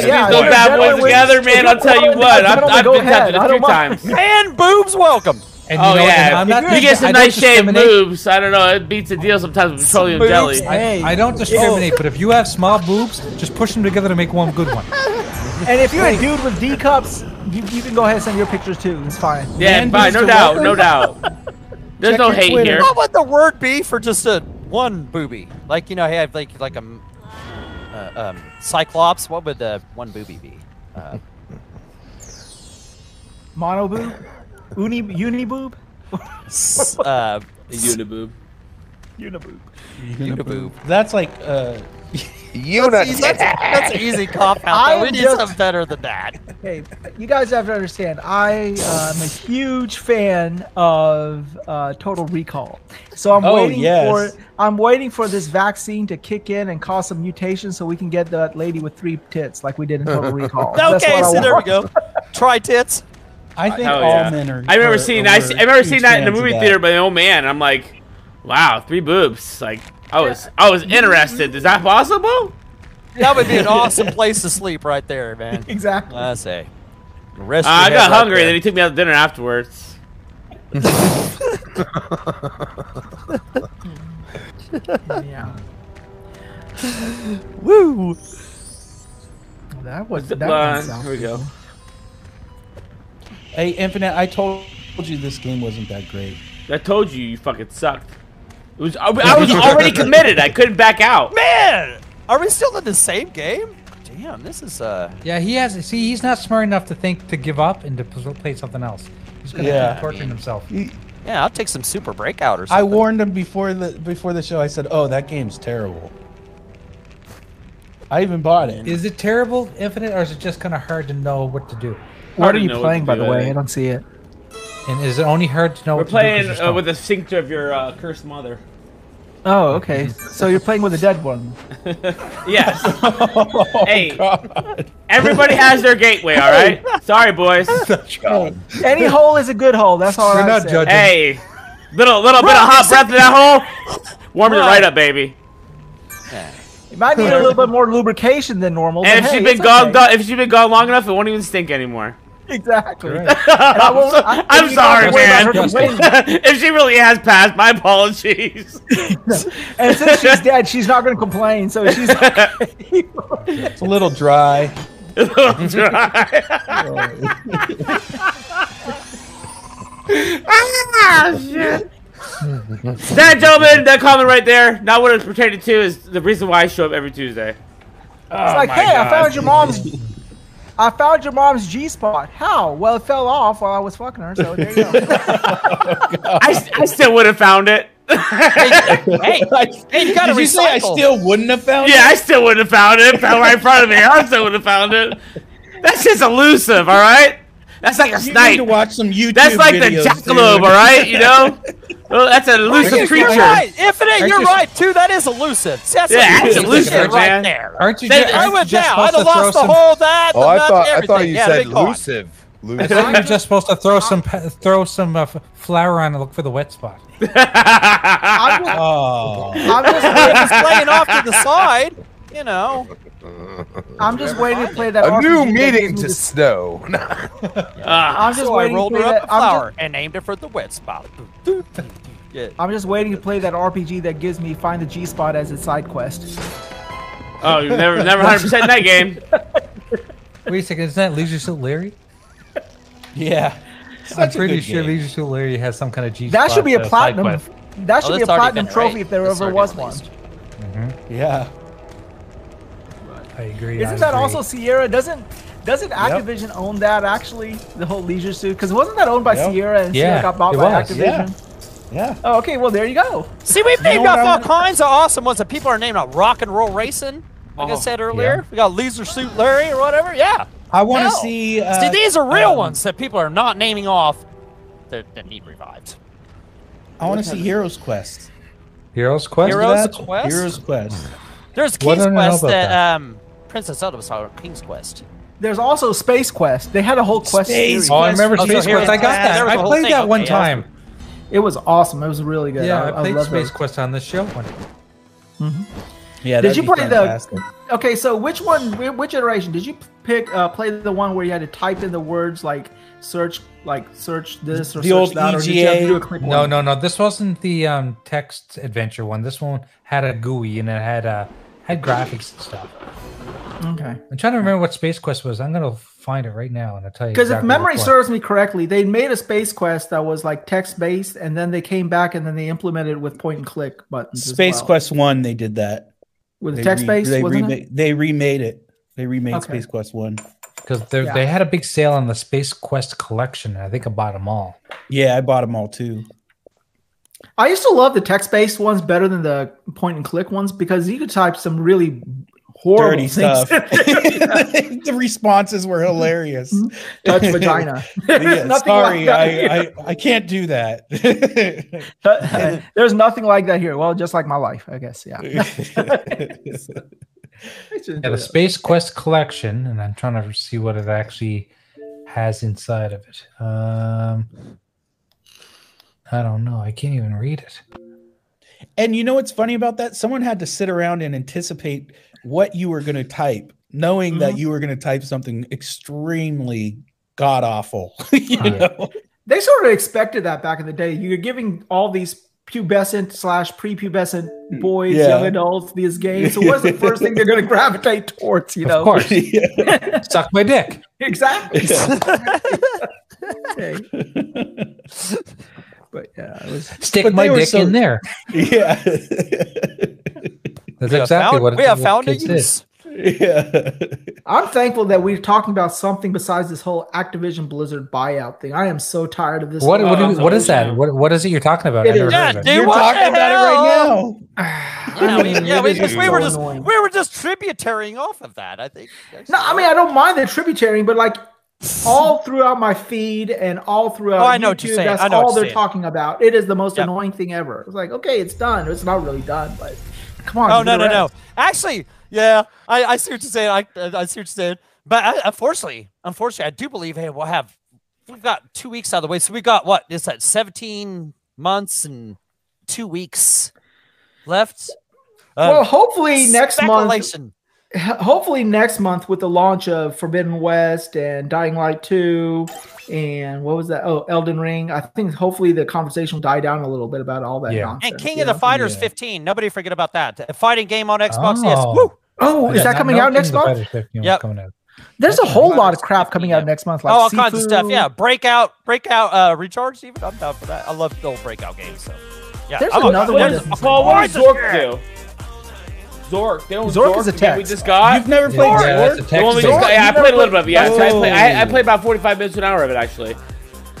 [SPEAKER 1] squeezing
[SPEAKER 9] yeah,
[SPEAKER 1] those
[SPEAKER 9] yeah,
[SPEAKER 1] bad
[SPEAKER 9] gentlemen,
[SPEAKER 1] boys
[SPEAKER 9] we-
[SPEAKER 1] together, man. I'll tell you what. I've,
[SPEAKER 9] Gentlemen,
[SPEAKER 1] I've
[SPEAKER 9] go
[SPEAKER 1] been tempted
[SPEAKER 9] ahead. I
[SPEAKER 1] a few
[SPEAKER 9] don't mind.
[SPEAKER 1] times.
[SPEAKER 2] And boobs welcome.
[SPEAKER 3] And you
[SPEAKER 1] Oh
[SPEAKER 3] know, and
[SPEAKER 1] yeah,
[SPEAKER 3] I'm not,
[SPEAKER 1] you get
[SPEAKER 3] I
[SPEAKER 1] some
[SPEAKER 3] don't
[SPEAKER 1] nice shaved
[SPEAKER 3] discriminate.
[SPEAKER 1] boobs. I don't know. It beats a deal sometimes with petroleum jelly.
[SPEAKER 3] I, I don't discriminate, but if you have small boobs, just push them together to make one good one.
[SPEAKER 9] And if you're a dude with D cups, you, you can go ahead and send your pictures too. It's fine.
[SPEAKER 1] Yeah,
[SPEAKER 6] Man
[SPEAKER 1] fine,
[SPEAKER 6] boobs
[SPEAKER 1] no
[SPEAKER 6] to
[SPEAKER 1] doubt,
[SPEAKER 6] walkers?
[SPEAKER 1] no doubt. There's
[SPEAKER 6] Check
[SPEAKER 1] no
[SPEAKER 6] your
[SPEAKER 1] hate
[SPEAKER 6] Twitter.
[SPEAKER 1] here.
[SPEAKER 2] What would the word be for just a one booby? Like you know, hey, I've like like a m- uh, um, cyclops. What would the one booby be? Uh,
[SPEAKER 9] Mono boob, uni uni boob.
[SPEAKER 2] s- uh,
[SPEAKER 1] Uniboob.
[SPEAKER 6] Uniboob.
[SPEAKER 2] Uniboob.
[SPEAKER 6] That's like uh
[SPEAKER 5] Unity.
[SPEAKER 2] That's, that's an easy cop out.
[SPEAKER 9] I
[SPEAKER 2] Though. We
[SPEAKER 9] am
[SPEAKER 2] need
[SPEAKER 9] just-
[SPEAKER 2] something better than that.
[SPEAKER 9] Hey, you guys have to understand. I uh, am a huge fan of uh, Total Recall, so I'm
[SPEAKER 6] Oh,
[SPEAKER 9] waiting
[SPEAKER 6] yes.
[SPEAKER 9] for I'm waiting for this vaccine to kick in and cause some mutation so we can get that lady with three tits like we did in Total Recall. That's
[SPEAKER 2] Okay,
[SPEAKER 9] what I
[SPEAKER 2] so there we
[SPEAKER 9] want.
[SPEAKER 2] go. Try tits.
[SPEAKER 6] I think
[SPEAKER 1] Hell
[SPEAKER 6] all
[SPEAKER 1] yeah.
[SPEAKER 6] men are.
[SPEAKER 1] I remember
[SPEAKER 6] are-
[SPEAKER 1] seeing I,
[SPEAKER 6] are
[SPEAKER 1] se- I remember seeing
[SPEAKER 6] huge
[SPEAKER 1] that in the
[SPEAKER 6] fans of
[SPEAKER 1] movie
[SPEAKER 6] that.
[SPEAKER 1] theater by the old man. I'm like, wow, three boobs. Like I was I was interested. Is that possible? Uh,
[SPEAKER 2] That would be an awesome place to sleep right there, man.
[SPEAKER 9] Exactly.
[SPEAKER 2] I say. Rest
[SPEAKER 1] Uh,
[SPEAKER 2] your
[SPEAKER 1] I
[SPEAKER 2] head
[SPEAKER 1] got
[SPEAKER 2] right
[SPEAKER 1] hungry,
[SPEAKER 2] there.
[SPEAKER 1] and then he took me out to dinner afterwards.
[SPEAKER 9] yeah,
[SPEAKER 2] Woo!
[SPEAKER 9] that was
[SPEAKER 1] Zip
[SPEAKER 9] that one
[SPEAKER 1] line.
[SPEAKER 9] sounds
[SPEAKER 1] Here we go.
[SPEAKER 6] Hey, Infinite, I told you this game wasn't that great.
[SPEAKER 1] I told you you fucking sucked. It was I, I was already committed. I couldn't back out.
[SPEAKER 2] Man, are we still in the same game? Damn, this is uh.
[SPEAKER 3] Yeah, he has. See, he's not smart enough to think to give up and to pl- play something else. He's going to
[SPEAKER 6] Yeah.
[SPEAKER 3] keep torturing himself.
[SPEAKER 2] Yeah, I'll take some super breakout or something.
[SPEAKER 6] I warned him before the before the show. I said, "Oh, that game's terrible." I even bought it.
[SPEAKER 3] Is it terrible, Infinite, or is it just kind of hard to know what to do?
[SPEAKER 9] What
[SPEAKER 1] Hard
[SPEAKER 9] are
[SPEAKER 1] to
[SPEAKER 9] you
[SPEAKER 1] know what
[SPEAKER 9] playing,
[SPEAKER 1] to
[SPEAKER 9] by
[SPEAKER 1] do,
[SPEAKER 9] the
[SPEAKER 1] I
[SPEAKER 9] way? I
[SPEAKER 1] think.
[SPEAKER 9] don't see it.
[SPEAKER 3] And is it only hard to know
[SPEAKER 1] We're
[SPEAKER 3] what to do? 'cause
[SPEAKER 1] playing
[SPEAKER 3] you're
[SPEAKER 1] uh, with
[SPEAKER 3] stoned?
[SPEAKER 1] the sphincter of your uh, cursed mother.
[SPEAKER 9] Oh, okay. So you're playing with a dead one.
[SPEAKER 1] Yes.
[SPEAKER 6] Oh,
[SPEAKER 1] hey, everybody has their gateway. All right. Sorry, boys.
[SPEAKER 9] Any hole is a good hole. That's all
[SPEAKER 3] We're
[SPEAKER 9] I
[SPEAKER 3] not
[SPEAKER 9] say.
[SPEAKER 3] judging.
[SPEAKER 1] Hey, little little bit of hot breath in that hole. Warmed it right up, baby.
[SPEAKER 9] It might need a little bit more lubrication than normal.
[SPEAKER 1] And
[SPEAKER 9] but
[SPEAKER 1] if
[SPEAKER 9] hey,
[SPEAKER 1] she's been
[SPEAKER 9] it's
[SPEAKER 1] gone,
[SPEAKER 9] okay.
[SPEAKER 1] if she's been gone long enough, it won't even stink anymore.
[SPEAKER 9] exactly.
[SPEAKER 3] You're right.
[SPEAKER 9] I
[SPEAKER 1] I'm,
[SPEAKER 9] won't-
[SPEAKER 1] so-
[SPEAKER 9] I- if
[SPEAKER 1] I'm
[SPEAKER 9] you
[SPEAKER 1] sorry,
[SPEAKER 9] don't worry
[SPEAKER 1] man.
[SPEAKER 9] about her
[SPEAKER 1] if she really has passed, my apologies.
[SPEAKER 9] And since she's dead, she's not going to complain. So she's okay.
[SPEAKER 6] It's a little dry.
[SPEAKER 1] ah, shit. that gentleman, that comment right there, not what it's pertaining to, is the reason why I show up every Tuesday.
[SPEAKER 9] it's like, hey, I found your mom's. I found your mom's G spot. How? Well, it fell off while I was fucking her. So there you go.
[SPEAKER 1] I, I still would have found it. yeah,
[SPEAKER 2] hey, hey, you gotta
[SPEAKER 6] Did you say I
[SPEAKER 2] recycle.
[SPEAKER 6] still wouldn't have found it?
[SPEAKER 1] I still would have found it. It fell right in front of me. I still would have found it. That's just elusive, all right? That's like a
[SPEAKER 6] You
[SPEAKER 1] snipe.
[SPEAKER 6] need to watch some YouTube.
[SPEAKER 1] That's like the
[SPEAKER 6] videos,
[SPEAKER 1] jackalope,
[SPEAKER 6] dude.
[SPEAKER 1] all right? You know? Well, that's an elusive
[SPEAKER 2] You're
[SPEAKER 1] creature.
[SPEAKER 2] right, Infinite. You're
[SPEAKER 3] just-
[SPEAKER 2] right too. That is elusive. That's
[SPEAKER 1] Yeah, that's
[SPEAKER 2] elusive
[SPEAKER 1] elusive,
[SPEAKER 2] right
[SPEAKER 1] man.
[SPEAKER 2] there.
[SPEAKER 3] Aren't you?
[SPEAKER 1] They-
[SPEAKER 3] ju-
[SPEAKER 2] I
[SPEAKER 3] aren't you
[SPEAKER 2] went
[SPEAKER 3] just
[SPEAKER 2] down.
[SPEAKER 3] supposed
[SPEAKER 2] I'd have
[SPEAKER 3] to throw
[SPEAKER 2] lost the
[SPEAKER 3] some-
[SPEAKER 2] whole that. The
[SPEAKER 7] Oh, I
[SPEAKER 2] nuts,
[SPEAKER 7] thought I
[SPEAKER 2] everything.
[SPEAKER 7] thought you
[SPEAKER 2] yeah,
[SPEAKER 7] said
[SPEAKER 2] the big con.
[SPEAKER 7] elusive.
[SPEAKER 3] I
[SPEAKER 7] Elusive.
[SPEAKER 3] thought you were just supposed to throw some pe- throw some uh, f- flour on and look for the wet spot.
[SPEAKER 9] I'm just,
[SPEAKER 6] Oh,
[SPEAKER 9] I'm
[SPEAKER 2] If
[SPEAKER 9] just,
[SPEAKER 2] it's laying off to the side, you know.
[SPEAKER 9] I'm just waiting to play that.
[SPEAKER 7] A new
[SPEAKER 9] RPG that
[SPEAKER 7] meeting
[SPEAKER 9] gives me
[SPEAKER 7] to
[SPEAKER 9] this-
[SPEAKER 7] snow.
[SPEAKER 1] Ah,
[SPEAKER 9] I'm just
[SPEAKER 2] So I
[SPEAKER 9] waiting to
[SPEAKER 2] rolled
[SPEAKER 9] play
[SPEAKER 2] her up
[SPEAKER 9] that.
[SPEAKER 2] a
[SPEAKER 9] I'm
[SPEAKER 2] flower
[SPEAKER 9] just,
[SPEAKER 2] and aimed it for the wet spot. Doo, doo, doo, doo. Yeah.
[SPEAKER 9] I'm just waiting to play that RPG that gives me find the G spot as a side quest.
[SPEAKER 1] oh, you never, never 100 percent in that game.
[SPEAKER 3] Wait a second, isn't that Leisure Suit Larry?
[SPEAKER 6] yeah.
[SPEAKER 3] I'm
[SPEAKER 6] Such a
[SPEAKER 3] pretty
[SPEAKER 6] good
[SPEAKER 3] sure
[SPEAKER 6] game.
[SPEAKER 3] Leisure Suit Larry has some kind of G.
[SPEAKER 9] That
[SPEAKER 3] spot,
[SPEAKER 9] should be
[SPEAKER 3] uh,
[SPEAKER 9] a
[SPEAKER 3] side
[SPEAKER 9] platinum.
[SPEAKER 3] quest.
[SPEAKER 9] That
[SPEAKER 2] Oh,
[SPEAKER 9] should be
[SPEAKER 2] that's already
[SPEAKER 9] a platinum
[SPEAKER 2] been
[SPEAKER 9] trophy
[SPEAKER 2] right.
[SPEAKER 9] if there
[SPEAKER 2] That's
[SPEAKER 9] ever
[SPEAKER 2] already
[SPEAKER 9] was one.
[SPEAKER 2] released.
[SPEAKER 6] Yeah.
[SPEAKER 3] I agree. I
[SPEAKER 9] Isn't that
[SPEAKER 3] agree.
[SPEAKER 9] also Sierra? Doesn't doesn't Activision own that actually? The whole Leisure Suit, because wasn't that owned by
[SPEAKER 6] Yep.
[SPEAKER 9] Sierra and
[SPEAKER 3] Yeah,
[SPEAKER 9] Sierra got bought
[SPEAKER 3] it
[SPEAKER 9] by
[SPEAKER 3] was.
[SPEAKER 6] Yeah.
[SPEAKER 9] Activision?
[SPEAKER 6] Yeah.
[SPEAKER 9] Oh, okay. Well, there you go.
[SPEAKER 2] See, we've named
[SPEAKER 6] know
[SPEAKER 2] off
[SPEAKER 6] what I
[SPEAKER 2] all
[SPEAKER 6] wanna-
[SPEAKER 2] kinds of awesome ones that people are named off. Rock and Roll Racing,
[SPEAKER 1] Oh,
[SPEAKER 2] like I
[SPEAKER 9] Uh-huh.
[SPEAKER 2] said earlier. We got Laser Suit Larry or whatever. Yeah.
[SPEAKER 6] I want to
[SPEAKER 2] Hell.
[SPEAKER 6] see. Uh,
[SPEAKER 2] See, these are real
[SPEAKER 6] um,
[SPEAKER 2] ones that people are not naming off that, that need revived.
[SPEAKER 6] I want to see Heroes Quest.
[SPEAKER 3] Heroes Quest.
[SPEAKER 2] Heroes
[SPEAKER 6] That-
[SPEAKER 2] Quest?
[SPEAKER 6] Heroes Quest.
[SPEAKER 2] There's
[SPEAKER 3] What
[SPEAKER 2] King's
[SPEAKER 3] do I know
[SPEAKER 2] Quest
[SPEAKER 3] about
[SPEAKER 2] that,
[SPEAKER 3] that?
[SPEAKER 2] um, Princess Zelda was talking about King's Quest.
[SPEAKER 9] There's also Space Quest. They had a whole quest
[SPEAKER 6] Space
[SPEAKER 9] series.
[SPEAKER 3] Oh, I remember
[SPEAKER 2] Oh, so
[SPEAKER 3] Space
[SPEAKER 2] Heroes
[SPEAKER 3] Quest. I got
[SPEAKER 2] Quest, there
[SPEAKER 3] that.
[SPEAKER 2] was a
[SPEAKER 3] I
[SPEAKER 2] whole
[SPEAKER 3] played
[SPEAKER 2] thing,
[SPEAKER 3] that one
[SPEAKER 2] okay, yeah.
[SPEAKER 3] time.
[SPEAKER 9] It was awesome. It was really good.
[SPEAKER 3] Yeah,
[SPEAKER 9] I,
[SPEAKER 3] I played
[SPEAKER 9] love
[SPEAKER 3] Space
[SPEAKER 9] those.
[SPEAKER 3] Quest on this show. One.
[SPEAKER 6] Yeah.
[SPEAKER 9] Did
[SPEAKER 6] that'd
[SPEAKER 9] you
[SPEAKER 6] be
[SPEAKER 9] play the-
[SPEAKER 6] fantastic.
[SPEAKER 9] Okay, so which one? whi- Which iteration did you pick? Uh, play the one where you had to type in the words like search, like search this or
[SPEAKER 6] The
[SPEAKER 9] search
[SPEAKER 6] old E
[SPEAKER 9] that, or did you have to
[SPEAKER 6] EGA?
[SPEAKER 9] do a click
[SPEAKER 3] No,
[SPEAKER 9] one?
[SPEAKER 3] no, no. This wasn't the um, text adventure one. This one had a GUI and it had uh, had graphics and stuff.
[SPEAKER 9] Okay.
[SPEAKER 3] I'm trying to remember what Space Quest was. I'm gonna find it right now and I'll tell you.
[SPEAKER 9] Because if
[SPEAKER 3] exactly
[SPEAKER 9] memory
[SPEAKER 3] which one.
[SPEAKER 9] serves me correctly, they made a space quest that was like text based, and then they came back and then they implemented it with point and click buttons. as
[SPEAKER 6] Space
[SPEAKER 9] well.
[SPEAKER 6] Quest One. They did that.
[SPEAKER 9] with
[SPEAKER 6] They
[SPEAKER 9] text
[SPEAKER 6] re-
[SPEAKER 9] based,
[SPEAKER 6] They
[SPEAKER 9] wasn't
[SPEAKER 6] remade.
[SPEAKER 9] it?
[SPEAKER 6] They remade it. They remade
[SPEAKER 9] Okay.
[SPEAKER 6] Space Quest One.
[SPEAKER 3] because they
[SPEAKER 9] Yeah.
[SPEAKER 3] they had a big sale on the Space Quest collection. and I think I bought them all.
[SPEAKER 6] Yeah, I bought them all too.
[SPEAKER 9] I used to love the text based ones better than the point and click ones because you could type some really
[SPEAKER 1] horrible
[SPEAKER 6] dirty
[SPEAKER 1] things.
[SPEAKER 6] stuff. the responses were hilarious.
[SPEAKER 9] Touch vagina.
[SPEAKER 6] Yeah,
[SPEAKER 9] Nothing
[SPEAKER 6] sorry,
[SPEAKER 9] like
[SPEAKER 6] I, I
[SPEAKER 9] that.
[SPEAKER 6] I can't do that.
[SPEAKER 9] There's nothing like that here. Well, just like my life, I guess. Yeah.
[SPEAKER 3] Yeah, the Space Quest collection, and I'm trying to see what it actually has inside of it. Um, I don't know. I can't even read it.
[SPEAKER 6] and you know what's funny about that? Someone had to sit around and anticipate what you were going to type, knowing that you were going to type something extremely god awful. you
[SPEAKER 3] Right.
[SPEAKER 6] know?
[SPEAKER 9] they sort of expected that back in the day. You're giving all these pubescent slash prepubescent boys,
[SPEAKER 6] Yeah.
[SPEAKER 9] young adults, these games. So what's the first thing they're going to gravitate towards? You know,
[SPEAKER 3] Of course,
[SPEAKER 6] Yeah.
[SPEAKER 3] suck my dick.
[SPEAKER 9] exactly. Okay. But yeah, it was.
[SPEAKER 3] Stick
[SPEAKER 6] But
[SPEAKER 3] my
[SPEAKER 6] they were
[SPEAKER 3] dick
[SPEAKER 6] so-
[SPEAKER 3] in there.
[SPEAKER 6] yeah.
[SPEAKER 3] That's
[SPEAKER 2] We have
[SPEAKER 3] exactly
[SPEAKER 2] found-
[SPEAKER 3] what it,
[SPEAKER 2] we have
[SPEAKER 3] what
[SPEAKER 2] found a
[SPEAKER 3] kids did.
[SPEAKER 2] use.
[SPEAKER 6] yeah.
[SPEAKER 9] I'm thankful that we're talking about something besides this whole Activision Blizzard buyout thing. I am so tired of this.
[SPEAKER 3] What, what,
[SPEAKER 1] Oh,
[SPEAKER 3] do- what is that?
[SPEAKER 1] yeah.
[SPEAKER 3] What, what is it you're talking about?
[SPEAKER 9] It
[SPEAKER 3] I never
[SPEAKER 9] is-
[SPEAKER 3] heard
[SPEAKER 8] Yeah,
[SPEAKER 3] of it.
[SPEAKER 8] dude,
[SPEAKER 6] You're
[SPEAKER 8] what
[SPEAKER 6] talking
[SPEAKER 8] the
[SPEAKER 6] about
[SPEAKER 8] hell?
[SPEAKER 6] it right now.
[SPEAKER 8] Yeah, we, yeah, we,
[SPEAKER 9] It is
[SPEAKER 8] we were
[SPEAKER 9] so
[SPEAKER 8] just
[SPEAKER 9] annoying.
[SPEAKER 8] we were just tributarying off of that. I think.
[SPEAKER 9] No, I mean I don't mind the tributarying, but like all throughout my feed and all throughout
[SPEAKER 2] Oh, I know what you're saying.
[SPEAKER 9] that's
[SPEAKER 2] I know what
[SPEAKER 9] all
[SPEAKER 2] you're
[SPEAKER 9] they're
[SPEAKER 2] saying.
[SPEAKER 9] talking about. It is the most
[SPEAKER 2] Yep.
[SPEAKER 9] annoying thing ever. It's like, okay, it's done. It's not really done, but come on.
[SPEAKER 2] Oh
[SPEAKER 9] do
[SPEAKER 2] no
[SPEAKER 9] the
[SPEAKER 2] no no!
[SPEAKER 9] rest.
[SPEAKER 2] Actually, yeah, I, I see what you're saying. I I see what you're saying. But I, unfortunately, unfortunately, I do believe hey, we'll have we've got two weeks out of the way. So we got what is that? Seventeen months and two weeks left.
[SPEAKER 9] well, hopefully next month.
[SPEAKER 2] Uh, Speculation.
[SPEAKER 9] Hopefully next month with the launch of Forbidden West and Dying Light Two, and what was that? Oh, Elden Ring. I think hopefully the conversation will die down a little bit about all that
[SPEAKER 3] Yeah.
[SPEAKER 9] nonsense.
[SPEAKER 2] And King
[SPEAKER 9] you
[SPEAKER 2] of the
[SPEAKER 9] know?
[SPEAKER 2] Fighters
[SPEAKER 6] Yeah.
[SPEAKER 2] 15. Nobody forget about that. A fighting game on Xbox. Yes.
[SPEAKER 3] Oh.
[SPEAKER 2] Woo.
[SPEAKER 9] Oh,
[SPEAKER 3] I
[SPEAKER 9] is
[SPEAKER 3] did
[SPEAKER 9] that
[SPEAKER 3] not
[SPEAKER 9] coming
[SPEAKER 3] know
[SPEAKER 9] out next
[SPEAKER 3] Kingdom
[SPEAKER 9] month?
[SPEAKER 3] Fighters 15 was
[SPEAKER 2] Yep.
[SPEAKER 3] coming out.
[SPEAKER 9] There's a whole lot of
[SPEAKER 2] Fighters
[SPEAKER 9] crap coming out
[SPEAKER 2] 15,
[SPEAKER 9] next month, like
[SPEAKER 2] Oh, all kinds of stuff.
[SPEAKER 9] Sifu.
[SPEAKER 2] Yeah. Breakout, breakout, uh, recharge. Even I'm down for that. I love the old breakout games. So, yeah. Oh,
[SPEAKER 9] There's
[SPEAKER 2] I'm a-
[SPEAKER 9] another one
[SPEAKER 1] What is,
[SPEAKER 2] there's-
[SPEAKER 9] that's-
[SPEAKER 1] Paul, what does
[SPEAKER 2] Why
[SPEAKER 1] Zork do? Zork. They don't
[SPEAKER 9] Zork is a
[SPEAKER 1] the game We
[SPEAKER 9] text.
[SPEAKER 1] just got.
[SPEAKER 6] You've never played
[SPEAKER 3] Yeah,
[SPEAKER 6] Zork?
[SPEAKER 3] that's a
[SPEAKER 1] The one we
[SPEAKER 3] text-based-
[SPEAKER 1] just got- yeah, I
[SPEAKER 6] You've
[SPEAKER 1] played
[SPEAKER 6] never
[SPEAKER 1] a little bit of it. Yeah, I,
[SPEAKER 6] Oh.
[SPEAKER 1] played, I, I played about 45 minutes to an hour of it, actually.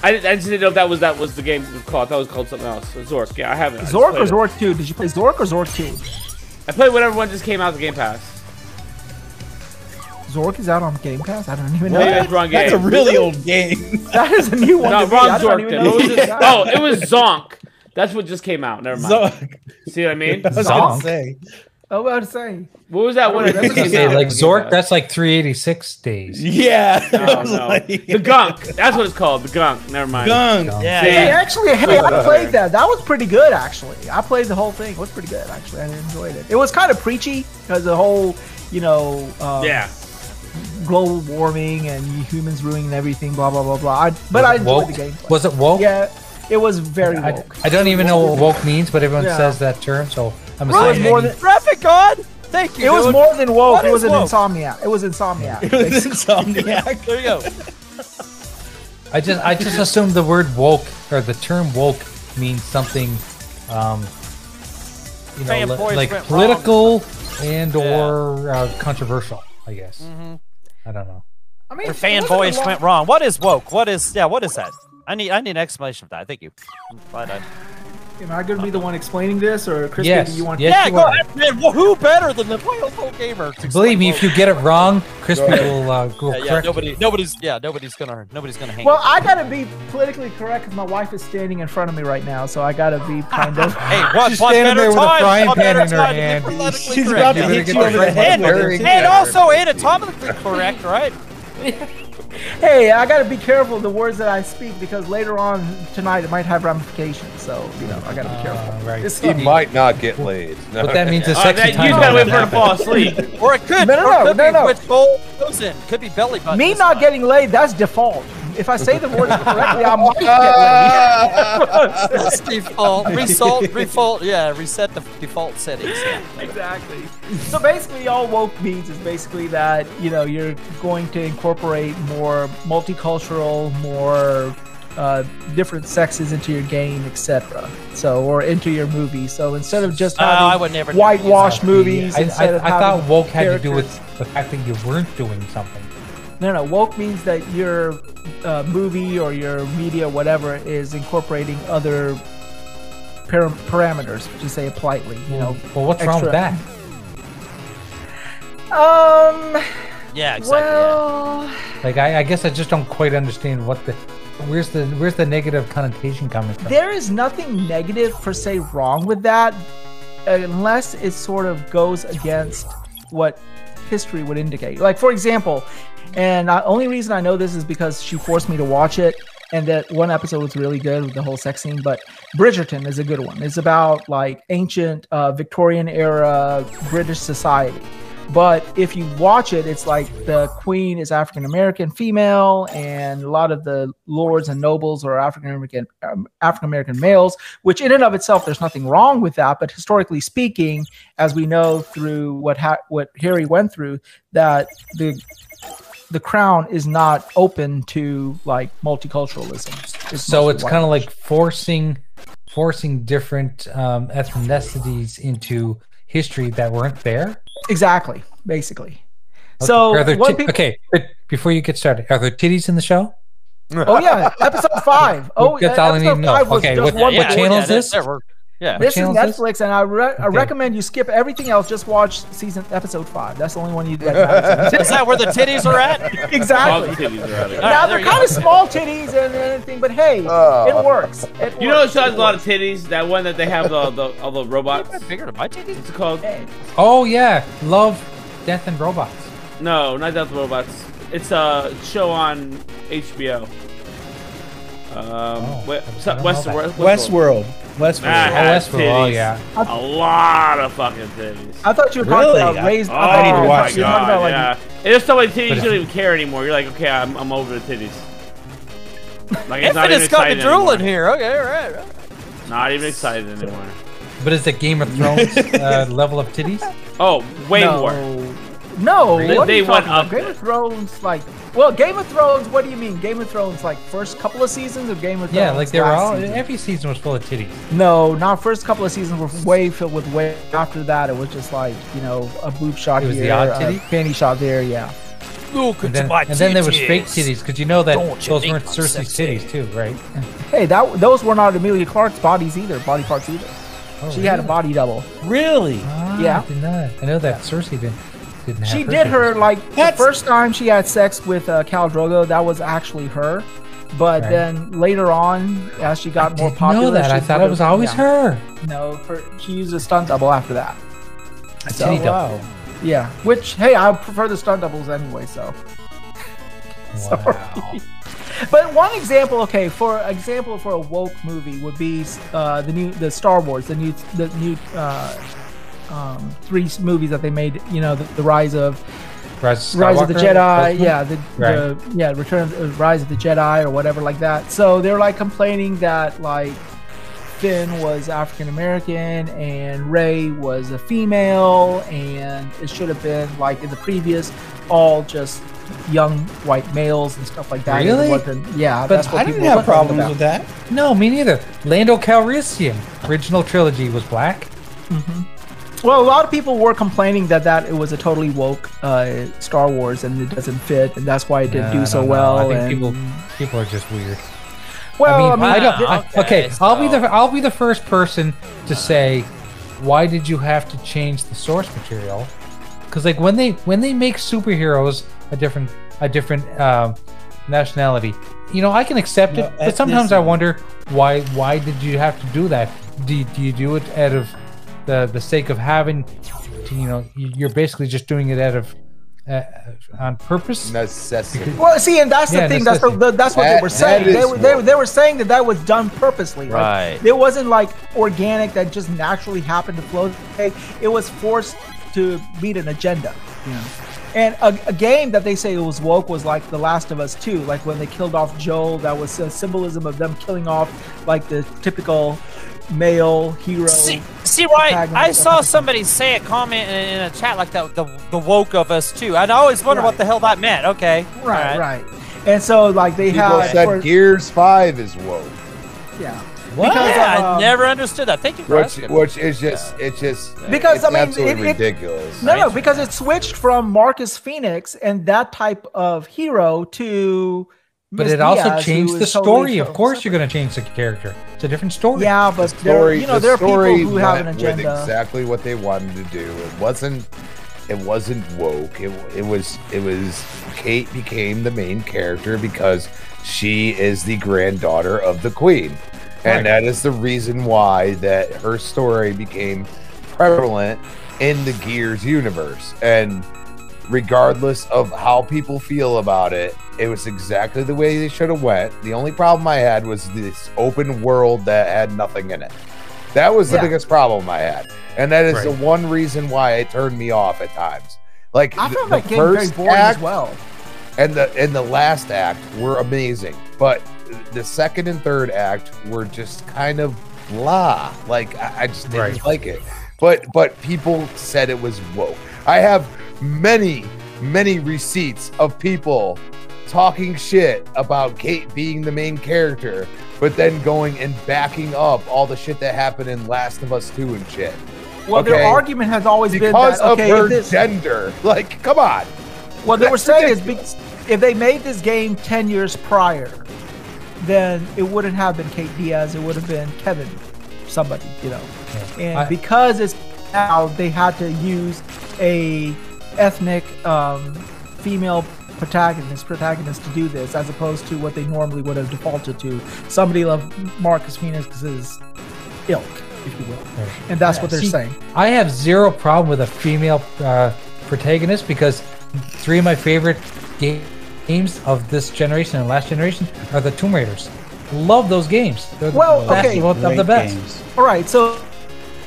[SPEAKER 1] I, didn't- I just didn't know if that was that was the game we called. That was called something else. Zork. Yeah, I haven't. I just
[SPEAKER 9] Zork
[SPEAKER 1] played
[SPEAKER 9] or
[SPEAKER 1] it.
[SPEAKER 9] Zork 2? Did you play Zork or Zork 2?
[SPEAKER 1] I played whatever one just came out the Game Pass.
[SPEAKER 9] Zork is out on Game Pass? I don't even know.
[SPEAKER 1] Maybe that's the wrong game.
[SPEAKER 6] That's a really old game.
[SPEAKER 9] That is a new one.
[SPEAKER 1] no,
[SPEAKER 9] to me.
[SPEAKER 1] wrong
[SPEAKER 9] I don't
[SPEAKER 1] Zork.
[SPEAKER 9] even
[SPEAKER 1] Then.
[SPEAKER 9] know
[SPEAKER 1] What was
[SPEAKER 9] who
[SPEAKER 1] it?
[SPEAKER 9] this guy
[SPEAKER 1] Oh,
[SPEAKER 9] is.
[SPEAKER 1] it was Zonk. That's what just came out. Never mind.
[SPEAKER 6] Zonk.
[SPEAKER 1] See what I mean?
[SPEAKER 6] I was
[SPEAKER 3] Zonk.
[SPEAKER 6] gonna say.
[SPEAKER 9] Oh, what I was saying.
[SPEAKER 1] What was that one? that just
[SPEAKER 3] I was
[SPEAKER 1] came
[SPEAKER 3] gonna
[SPEAKER 1] out
[SPEAKER 3] say, like
[SPEAKER 1] on the Game
[SPEAKER 3] Zork,
[SPEAKER 1] Pass?
[SPEAKER 3] that's like 386 days.
[SPEAKER 6] Yeah.
[SPEAKER 1] No,
[SPEAKER 6] I was
[SPEAKER 1] no.
[SPEAKER 6] like-
[SPEAKER 1] The gunk. That's what it's called. The gunk. Never mind.
[SPEAKER 6] Gunk.
[SPEAKER 3] Gunk.
[SPEAKER 2] Yeah.
[SPEAKER 1] See?
[SPEAKER 9] Hey, actually, hey, I played that. That was pretty good, actually. I played the whole thing. It was pretty good, actually. I enjoyed it. It was kind of preachy because the whole, you know, um,
[SPEAKER 1] Yeah.
[SPEAKER 9] global warming and humans ruining everything, blah, blah, blah, blah. I, but I enjoyed
[SPEAKER 3] woke?
[SPEAKER 9] the gameplay.
[SPEAKER 3] Was it woke?
[SPEAKER 9] Yeah, it was very
[SPEAKER 3] I,
[SPEAKER 9] woke.
[SPEAKER 3] I don't even know what woke means, but everyone
[SPEAKER 9] Yeah.
[SPEAKER 3] says that term, so I'm
[SPEAKER 9] Well, it was
[SPEAKER 3] assuming.
[SPEAKER 9] more than-
[SPEAKER 2] Graphic God. Thank you.
[SPEAKER 9] It was
[SPEAKER 2] dude.
[SPEAKER 9] more than woke.
[SPEAKER 2] What
[SPEAKER 9] It was
[SPEAKER 2] is
[SPEAKER 9] an
[SPEAKER 2] woke?
[SPEAKER 9] insomniac. It was insomniac.
[SPEAKER 6] It's insomniac.
[SPEAKER 2] There you go.
[SPEAKER 3] I just I just assumed the word woke or the term woke means something, um, you know, li-
[SPEAKER 2] Fanboys
[SPEAKER 3] like
[SPEAKER 2] went
[SPEAKER 3] political and or uh, controversial. I guess.
[SPEAKER 9] Mm-hmm.
[SPEAKER 3] I don't know.
[SPEAKER 9] I mean,
[SPEAKER 2] Your fanboys went wrong. What is woke? What is yeah? What is that? I need I need an explanation of that. Thank you. Glad I-
[SPEAKER 9] Am I going to be the one explaining this, or Chris?
[SPEAKER 3] Yes.
[SPEAKER 9] Do you want?
[SPEAKER 3] Yes,
[SPEAKER 2] yeah,
[SPEAKER 3] you
[SPEAKER 2] go
[SPEAKER 3] are.
[SPEAKER 2] ahead. Man. Well, who better than the plain old gamer? to
[SPEAKER 3] Believe me, if
[SPEAKER 2] explain
[SPEAKER 3] you get it wrong, Crispy will uh, will
[SPEAKER 2] woke? yeah, yeah,
[SPEAKER 3] correct. you.
[SPEAKER 2] nobody, nobody's yeah, nobody's gonna nobody's gonna hang.
[SPEAKER 9] Well, I got to be politically correct because my wife is standing in front of me right now, so I got to be kind of.
[SPEAKER 2] hey, what,
[SPEAKER 3] She's
[SPEAKER 2] what
[SPEAKER 3] standing
[SPEAKER 2] better
[SPEAKER 3] there with a
[SPEAKER 2] time?
[SPEAKER 3] frying
[SPEAKER 2] what
[SPEAKER 3] pan
[SPEAKER 2] better
[SPEAKER 3] in her
[SPEAKER 2] time to be
[SPEAKER 3] hand.
[SPEAKER 2] politically
[SPEAKER 6] She's
[SPEAKER 2] correct?
[SPEAKER 6] about to
[SPEAKER 3] You're
[SPEAKER 2] Yeah.
[SPEAKER 3] gonna
[SPEAKER 6] hit
[SPEAKER 3] get
[SPEAKER 6] you
[SPEAKER 3] the
[SPEAKER 6] over the
[SPEAKER 3] right
[SPEAKER 6] head with
[SPEAKER 3] very
[SPEAKER 6] it.
[SPEAKER 2] and also anatomically correct, right?
[SPEAKER 9] hey, I got to be careful of the words that I speak because later on tonight it might have ramifications. So you know, I got to be careful.
[SPEAKER 3] Uh, right.
[SPEAKER 9] It's
[SPEAKER 7] He
[SPEAKER 9] not-
[SPEAKER 7] might not get laid. No.
[SPEAKER 3] But that means the
[SPEAKER 1] All right,
[SPEAKER 3] sexy
[SPEAKER 1] that, you
[SPEAKER 3] time.
[SPEAKER 1] gotta wait
[SPEAKER 3] zone is
[SPEAKER 1] for her to
[SPEAKER 3] happening.
[SPEAKER 1] fall asleep.
[SPEAKER 2] Or it could,
[SPEAKER 9] No, no,
[SPEAKER 2] or it
[SPEAKER 9] no,
[SPEAKER 2] could
[SPEAKER 9] no,
[SPEAKER 2] be
[SPEAKER 9] no.
[SPEAKER 2] with gold goes in, could be belly button.
[SPEAKER 9] Me
[SPEAKER 2] this
[SPEAKER 9] not
[SPEAKER 2] time.
[SPEAKER 9] getting laid, that's default. If I say the words correctly, I might get laid.
[SPEAKER 2] That's default, result, default, yeah, reset the default settings. yeah.
[SPEAKER 9] exactly. So basically, all woke means is basically that you know you're going to incorporate more multicultural, more uh, different sexes into your game, etc. So or into your movie. So instead of just
[SPEAKER 2] Oh,
[SPEAKER 9] having
[SPEAKER 2] I would never do
[SPEAKER 9] whitewash
[SPEAKER 3] Uh,
[SPEAKER 9] movies,
[SPEAKER 3] I, I,
[SPEAKER 9] instead of
[SPEAKER 3] I
[SPEAKER 9] having
[SPEAKER 3] thought woke had to do
[SPEAKER 9] characters-
[SPEAKER 3] with the fact that you weren't doing something.
[SPEAKER 9] no, no. Woke means that your uh, movie or your media, whatever, is incorporating other par-
[SPEAKER 3] Hmm.
[SPEAKER 9] parameters, to say it politely. You know,
[SPEAKER 3] Well, what's wrong with
[SPEAKER 9] extra-
[SPEAKER 3] that?
[SPEAKER 9] Um.
[SPEAKER 2] Yeah,
[SPEAKER 9] Well,
[SPEAKER 3] Like I, I guess I just don't quite understand what the where's the where's the negative connotation coming from.
[SPEAKER 9] there is nothing negative per se wrong with that, unless it sort of goes against what history would indicate. Like for example, and the only reason I know this is because she forced me to watch it, and that one episode was really good with the whole sex scene. But Bridgerton is a good one. It's about like ancient uh, Victorian era British society. But if you watch it, it's like the queen is African American female, and a lot of the lords and nobles are African American um, African American males. Which, in and of itself, there's nothing wrong with that. But historically speaking, as we know through what ha- what Harry went through, that the the crown is not open to like multiculturalism.
[SPEAKER 3] so it's kind
[SPEAKER 9] of
[SPEAKER 3] of like forcing forcing different um, ethnicities into history that weren't there.
[SPEAKER 9] exactly, basically.
[SPEAKER 3] Okay,
[SPEAKER 9] So
[SPEAKER 3] are there
[SPEAKER 9] one
[SPEAKER 3] tit-
[SPEAKER 9] peop-
[SPEAKER 3] okay, but before you get started, are there titties in the show?
[SPEAKER 9] Oh yeah, episode five. Oh,
[SPEAKER 3] That's all I need to
[SPEAKER 9] episode
[SPEAKER 3] know.
[SPEAKER 9] five was
[SPEAKER 3] Okay, what-
[SPEAKER 9] just one
[SPEAKER 3] what
[SPEAKER 9] with
[SPEAKER 3] channel
[SPEAKER 9] Jordan.
[SPEAKER 3] is this?
[SPEAKER 8] Yeah.
[SPEAKER 3] What
[SPEAKER 9] This is
[SPEAKER 3] channel is this?
[SPEAKER 9] Netflix, and I, re- I
[SPEAKER 3] Okay.
[SPEAKER 9] recommend you skip everything else. Just watch season episode five. That's the only one you that matters.
[SPEAKER 8] Is that where the titties are at?
[SPEAKER 1] All the
[SPEAKER 9] exactly.
[SPEAKER 1] titties are out of it.
[SPEAKER 9] now
[SPEAKER 8] there
[SPEAKER 9] they're
[SPEAKER 8] you
[SPEAKER 9] kind of small titties and anything, but hey,
[SPEAKER 7] Oh.
[SPEAKER 9] it works. It
[SPEAKER 1] You know, it has a lot of titties. That one that they have the the all the robots.
[SPEAKER 8] Bigger than my titties?
[SPEAKER 1] What's it called?
[SPEAKER 9] Hey,
[SPEAKER 3] Oh yeah, love, death, and robots.
[SPEAKER 1] No, not Death Robots. It's a show on HBO. Um,
[SPEAKER 3] Oh,
[SPEAKER 1] we-
[SPEAKER 3] I don't
[SPEAKER 1] so-
[SPEAKER 3] know
[SPEAKER 1] Western-
[SPEAKER 3] that.
[SPEAKER 1] Westworld.
[SPEAKER 6] Westworld. Westworld.
[SPEAKER 1] Ah,
[SPEAKER 3] Oh,
[SPEAKER 1] has
[SPEAKER 3] Westworld, oh,
[SPEAKER 1] titties.
[SPEAKER 3] yeah.
[SPEAKER 1] A lot of fucking titties.
[SPEAKER 9] I thought you were talking
[SPEAKER 6] Really?
[SPEAKER 9] about raised.
[SPEAKER 1] Oh,
[SPEAKER 9] I thought you were
[SPEAKER 1] my
[SPEAKER 6] watch
[SPEAKER 9] talking
[SPEAKER 1] god,
[SPEAKER 9] about, like,
[SPEAKER 1] yeah. And there's so many titties, you
[SPEAKER 3] But-
[SPEAKER 1] don't even care anymore. You're like, okay, I'm, I'm over the titties. Like, it's not even
[SPEAKER 8] Infinite's got the
[SPEAKER 1] excited
[SPEAKER 8] drool
[SPEAKER 1] anymore.
[SPEAKER 8] in here. Okay, all right. all right.
[SPEAKER 1] Not even excited anymore.
[SPEAKER 3] But is the Game of Thrones uh, level of titties?
[SPEAKER 1] Oh, way
[SPEAKER 9] no.
[SPEAKER 1] more.
[SPEAKER 9] No,
[SPEAKER 1] They-
[SPEAKER 9] what are
[SPEAKER 1] they
[SPEAKER 9] you
[SPEAKER 1] went
[SPEAKER 9] talking about?
[SPEAKER 1] up
[SPEAKER 9] Game
[SPEAKER 1] there.
[SPEAKER 9] of Thrones, like, well, Game of Thrones. What do you mean, Game of Thrones? Like first couple of seasons of Game of Thrones?
[SPEAKER 3] Yeah, like they were
[SPEAKER 9] last
[SPEAKER 3] all
[SPEAKER 9] season?
[SPEAKER 3] every season was full of titties.
[SPEAKER 9] No, not first couple of seasons were way filled with way. After that, it was just like you know a boob shot
[SPEAKER 3] It was the
[SPEAKER 9] here,
[SPEAKER 3] odd
[SPEAKER 9] a
[SPEAKER 3] titty?
[SPEAKER 9] panty shot there. Yeah,
[SPEAKER 2] Look
[SPEAKER 3] And then, and then there was fake titties because you know that
[SPEAKER 2] Don't you
[SPEAKER 3] those
[SPEAKER 2] think
[SPEAKER 3] weren't
[SPEAKER 2] I'm
[SPEAKER 3] Cersei's
[SPEAKER 2] sexy?
[SPEAKER 3] titties too, right?
[SPEAKER 9] hey, that those were not Amelia Clark's bodies either, body parts either. she had a body double.
[SPEAKER 6] Really?
[SPEAKER 3] Oh, Ah,
[SPEAKER 9] Yeah.
[SPEAKER 3] I did not. I know that Cersei didn't. didn't have
[SPEAKER 9] She did her
[SPEAKER 3] titties.
[SPEAKER 9] like
[SPEAKER 6] That's-
[SPEAKER 9] the first time she had sex with uh, Cal Drogo. That was actually her. But
[SPEAKER 3] Right.
[SPEAKER 9] then later on, as she got more
[SPEAKER 3] Didn't
[SPEAKER 9] popular,
[SPEAKER 3] know that
[SPEAKER 9] she
[SPEAKER 3] I thought
[SPEAKER 9] sort
[SPEAKER 3] it
[SPEAKER 9] of-
[SPEAKER 3] was always
[SPEAKER 9] yeah.
[SPEAKER 3] her.
[SPEAKER 9] No, for, she used a stunt double after that.
[SPEAKER 3] A
[SPEAKER 9] So,
[SPEAKER 3] titty double.
[SPEAKER 6] Wow.
[SPEAKER 9] Yeah, which hey, I prefer the stunt doubles anyway. So.
[SPEAKER 3] Wow.
[SPEAKER 9] But one example, okay, for example for a woke movie would be uh, the new the Star Wars, the new the new uh, um, three s- movies that they made. You know, the, the rise of
[SPEAKER 3] Rise of,
[SPEAKER 9] Rise of the
[SPEAKER 3] Skywalker,
[SPEAKER 9] Jedi,
[SPEAKER 3] those ones?
[SPEAKER 9] yeah, the, the yeah Return of, uh, Rise of the Jedi or whatever like that. So they're like complaining that like Finn was African American and Ray was a female, and it should have been like in the previous, all just young white males and stuff like that. It
[SPEAKER 3] Really?
[SPEAKER 9] wasn't- yeah,
[SPEAKER 3] But
[SPEAKER 9] that's what
[SPEAKER 6] I didn't
[SPEAKER 9] people
[SPEAKER 6] have
[SPEAKER 9] were complaining
[SPEAKER 6] problems
[SPEAKER 9] about.
[SPEAKER 6] with that.
[SPEAKER 3] No, me neither. Lando Calrissian, original trilogy was black.
[SPEAKER 9] Well, a lot of people were complaining that that it was a totally woke uh, Star Wars and it doesn't fit, and that's why it
[SPEAKER 3] Nah,
[SPEAKER 9] didn't
[SPEAKER 3] I
[SPEAKER 9] do so
[SPEAKER 3] don't know.
[SPEAKER 9] well.
[SPEAKER 3] I think
[SPEAKER 9] and-
[SPEAKER 3] people people are just weird.
[SPEAKER 9] well,
[SPEAKER 3] I mean, I, don't. I-
[SPEAKER 2] okay,
[SPEAKER 3] okay, I'll be
[SPEAKER 2] so-
[SPEAKER 3] the I'll be the first person to say, why did you have to change the source material? Because like when they when they make superheroes a different a different um, nationality, you know, I can accept
[SPEAKER 6] No,
[SPEAKER 3] it, but sometimes I
[SPEAKER 6] ethnicity.
[SPEAKER 3] wonder why why did you have to do that? Do, do you do it out of the the sake of having, to, you know, you- you're basically just doing it out of uh, on purpose.
[SPEAKER 7] Necessity.
[SPEAKER 9] well, see, and that's
[SPEAKER 3] Yeah,
[SPEAKER 9] the thing. That's the,
[SPEAKER 3] necessity.
[SPEAKER 9] that's what
[SPEAKER 7] That-
[SPEAKER 9] they were
[SPEAKER 7] that
[SPEAKER 9] saying. They,
[SPEAKER 7] is
[SPEAKER 9] were- they,
[SPEAKER 7] woke.
[SPEAKER 9] they were saying that that was done purposely. Like,
[SPEAKER 8] Right.
[SPEAKER 9] It wasn't like organic that just naturally happened to flow. It it was forced to meet an agenda. You know. And a, a game that they say was woke was like The Last of Us 2, like when they killed off Joel, that was a symbolism of them killing off like the typical male hero.
[SPEAKER 2] See, see why
[SPEAKER 9] Tag
[SPEAKER 2] I
[SPEAKER 9] on-
[SPEAKER 2] saw somebody say a comment in, in a chat like that, the, the woke of us too. And I always wonder what
[SPEAKER 9] Right.
[SPEAKER 2] the hell that meant. Okay.
[SPEAKER 9] Right, right. And so like they
[SPEAKER 7] People
[SPEAKER 9] have
[SPEAKER 7] said
[SPEAKER 9] for-
[SPEAKER 7] Gears Five is woke,
[SPEAKER 9] yeah.
[SPEAKER 2] What?
[SPEAKER 9] Because
[SPEAKER 2] Yeah,
[SPEAKER 9] of,
[SPEAKER 2] I
[SPEAKER 9] um,
[SPEAKER 2] never understood that. Thank you for
[SPEAKER 7] which
[SPEAKER 2] asking.
[SPEAKER 7] which is just it's just
[SPEAKER 9] Because,
[SPEAKER 7] it's
[SPEAKER 9] I mean,
[SPEAKER 7] absolutely
[SPEAKER 9] it- it-
[SPEAKER 7] ridiculous.
[SPEAKER 9] No, no, because it switched from Marcus Phoenix and that type of hero to.
[SPEAKER 3] But
[SPEAKER 9] Ms.
[SPEAKER 3] it also
[SPEAKER 9] Diaz, who
[SPEAKER 3] changed the
[SPEAKER 9] is totally
[SPEAKER 3] story. Of
[SPEAKER 9] so-
[SPEAKER 3] course, you're going to change the character. It's a different story.
[SPEAKER 9] Yeah, but there,
[SPEAKER 7] story-
[SPEAKER 9] you know
[SPEAKER 7] the
[SPEAKER 9] there are people
[SPEAKER 7] story
[SPEAKER 9] who have an
[SPEAKER 7] went
[SPEAKER 9] agenda.
[SPEAKER 7] With exactly what they wanted to do. It wasn't. it wasn't woke. It, it was it was Kate became the main character because she is the granddaughter of the queen, and that is the reason why that her story became prevalent in the Gears universe. And regardless of how people feel about it, it was exactly the way they should have went. The only problem I had was this open world that had nothing in it. That was the
[SPEAKER 9] Yeah.
[SPEAKER 7] biggest problem I had, and that is the
[SPEAKER 3] Right.
[SPEAKER 7] one reason why it turned me off at times. Like
[SPEAKER 9] I
[SPEAKER 7] th-
[SPEAKER 9] found
[SPEAKER 7] the
[SPEAKER 9] that game very
[SPEAKER 7] first
[SPEAKER 9] boring
[SPEAKER 7] act
[SPEAKER 9] as well.
[SPEAKER 7] and the and the last act were amazing, but the second and third act were just kind of blah. Like I, I just didn't
[SPEAKER 3] Right.
[SPEAKER 7] like it. But but people said it was woke. I have many many receipts of people talking shit about Kate being the main character, but then going and backing up all the shit that happened in Last of Us Two and shit
[SPEAKER 9] Well, their
[SPEAKER 7] Okay.
[SPEAKER 9] argument has always
[SPEAKER 7] because
[SPEAKER 9] been that,
[SPEAKER 7] of
[SPEAKER 9] okay,
[SPEAKER 7] her
[SPEAKER 9] if this,
[SPEAKER 7] gender. Like, come on.
[SPEAKER 9] what they were
[SPEAKER 7] That's
[SPEAKER 9] saying is
[SPEAKER 7] ridiculous.
[SPEAKER 9] be- if they made this game 10 years prior, then it wouldn't have been Kate Diaz, it would have been Kevin, somebody, you know. And
[SPEAKER 3] I-
[SPEAKER 9] because it's now, they had to use a ethnic um, female protagonist protagonist to do this as opposed to what they normally would have defaulted to somebody of Marcus Phoenix's ilk if you will and that's what they're
[SPEAKER 3] See,
[SPEAKER 9] saying
[SPEAKER 3] I have zero problem with a female uh, protagonist because three of my favorite ga- games of this generation and last generation are the Tomb Raiders. Love those games. They're
[SPEAKER 9] Well,
[SPEAKER 3] the best
[SPEAKER 9] okay.
[SPEAKER 3] of the- of the
[SPEAKER 6] Great
[SPEAKER 3] best.
[SPEAKER 6] games.
[SPEAKER 9] All right, so,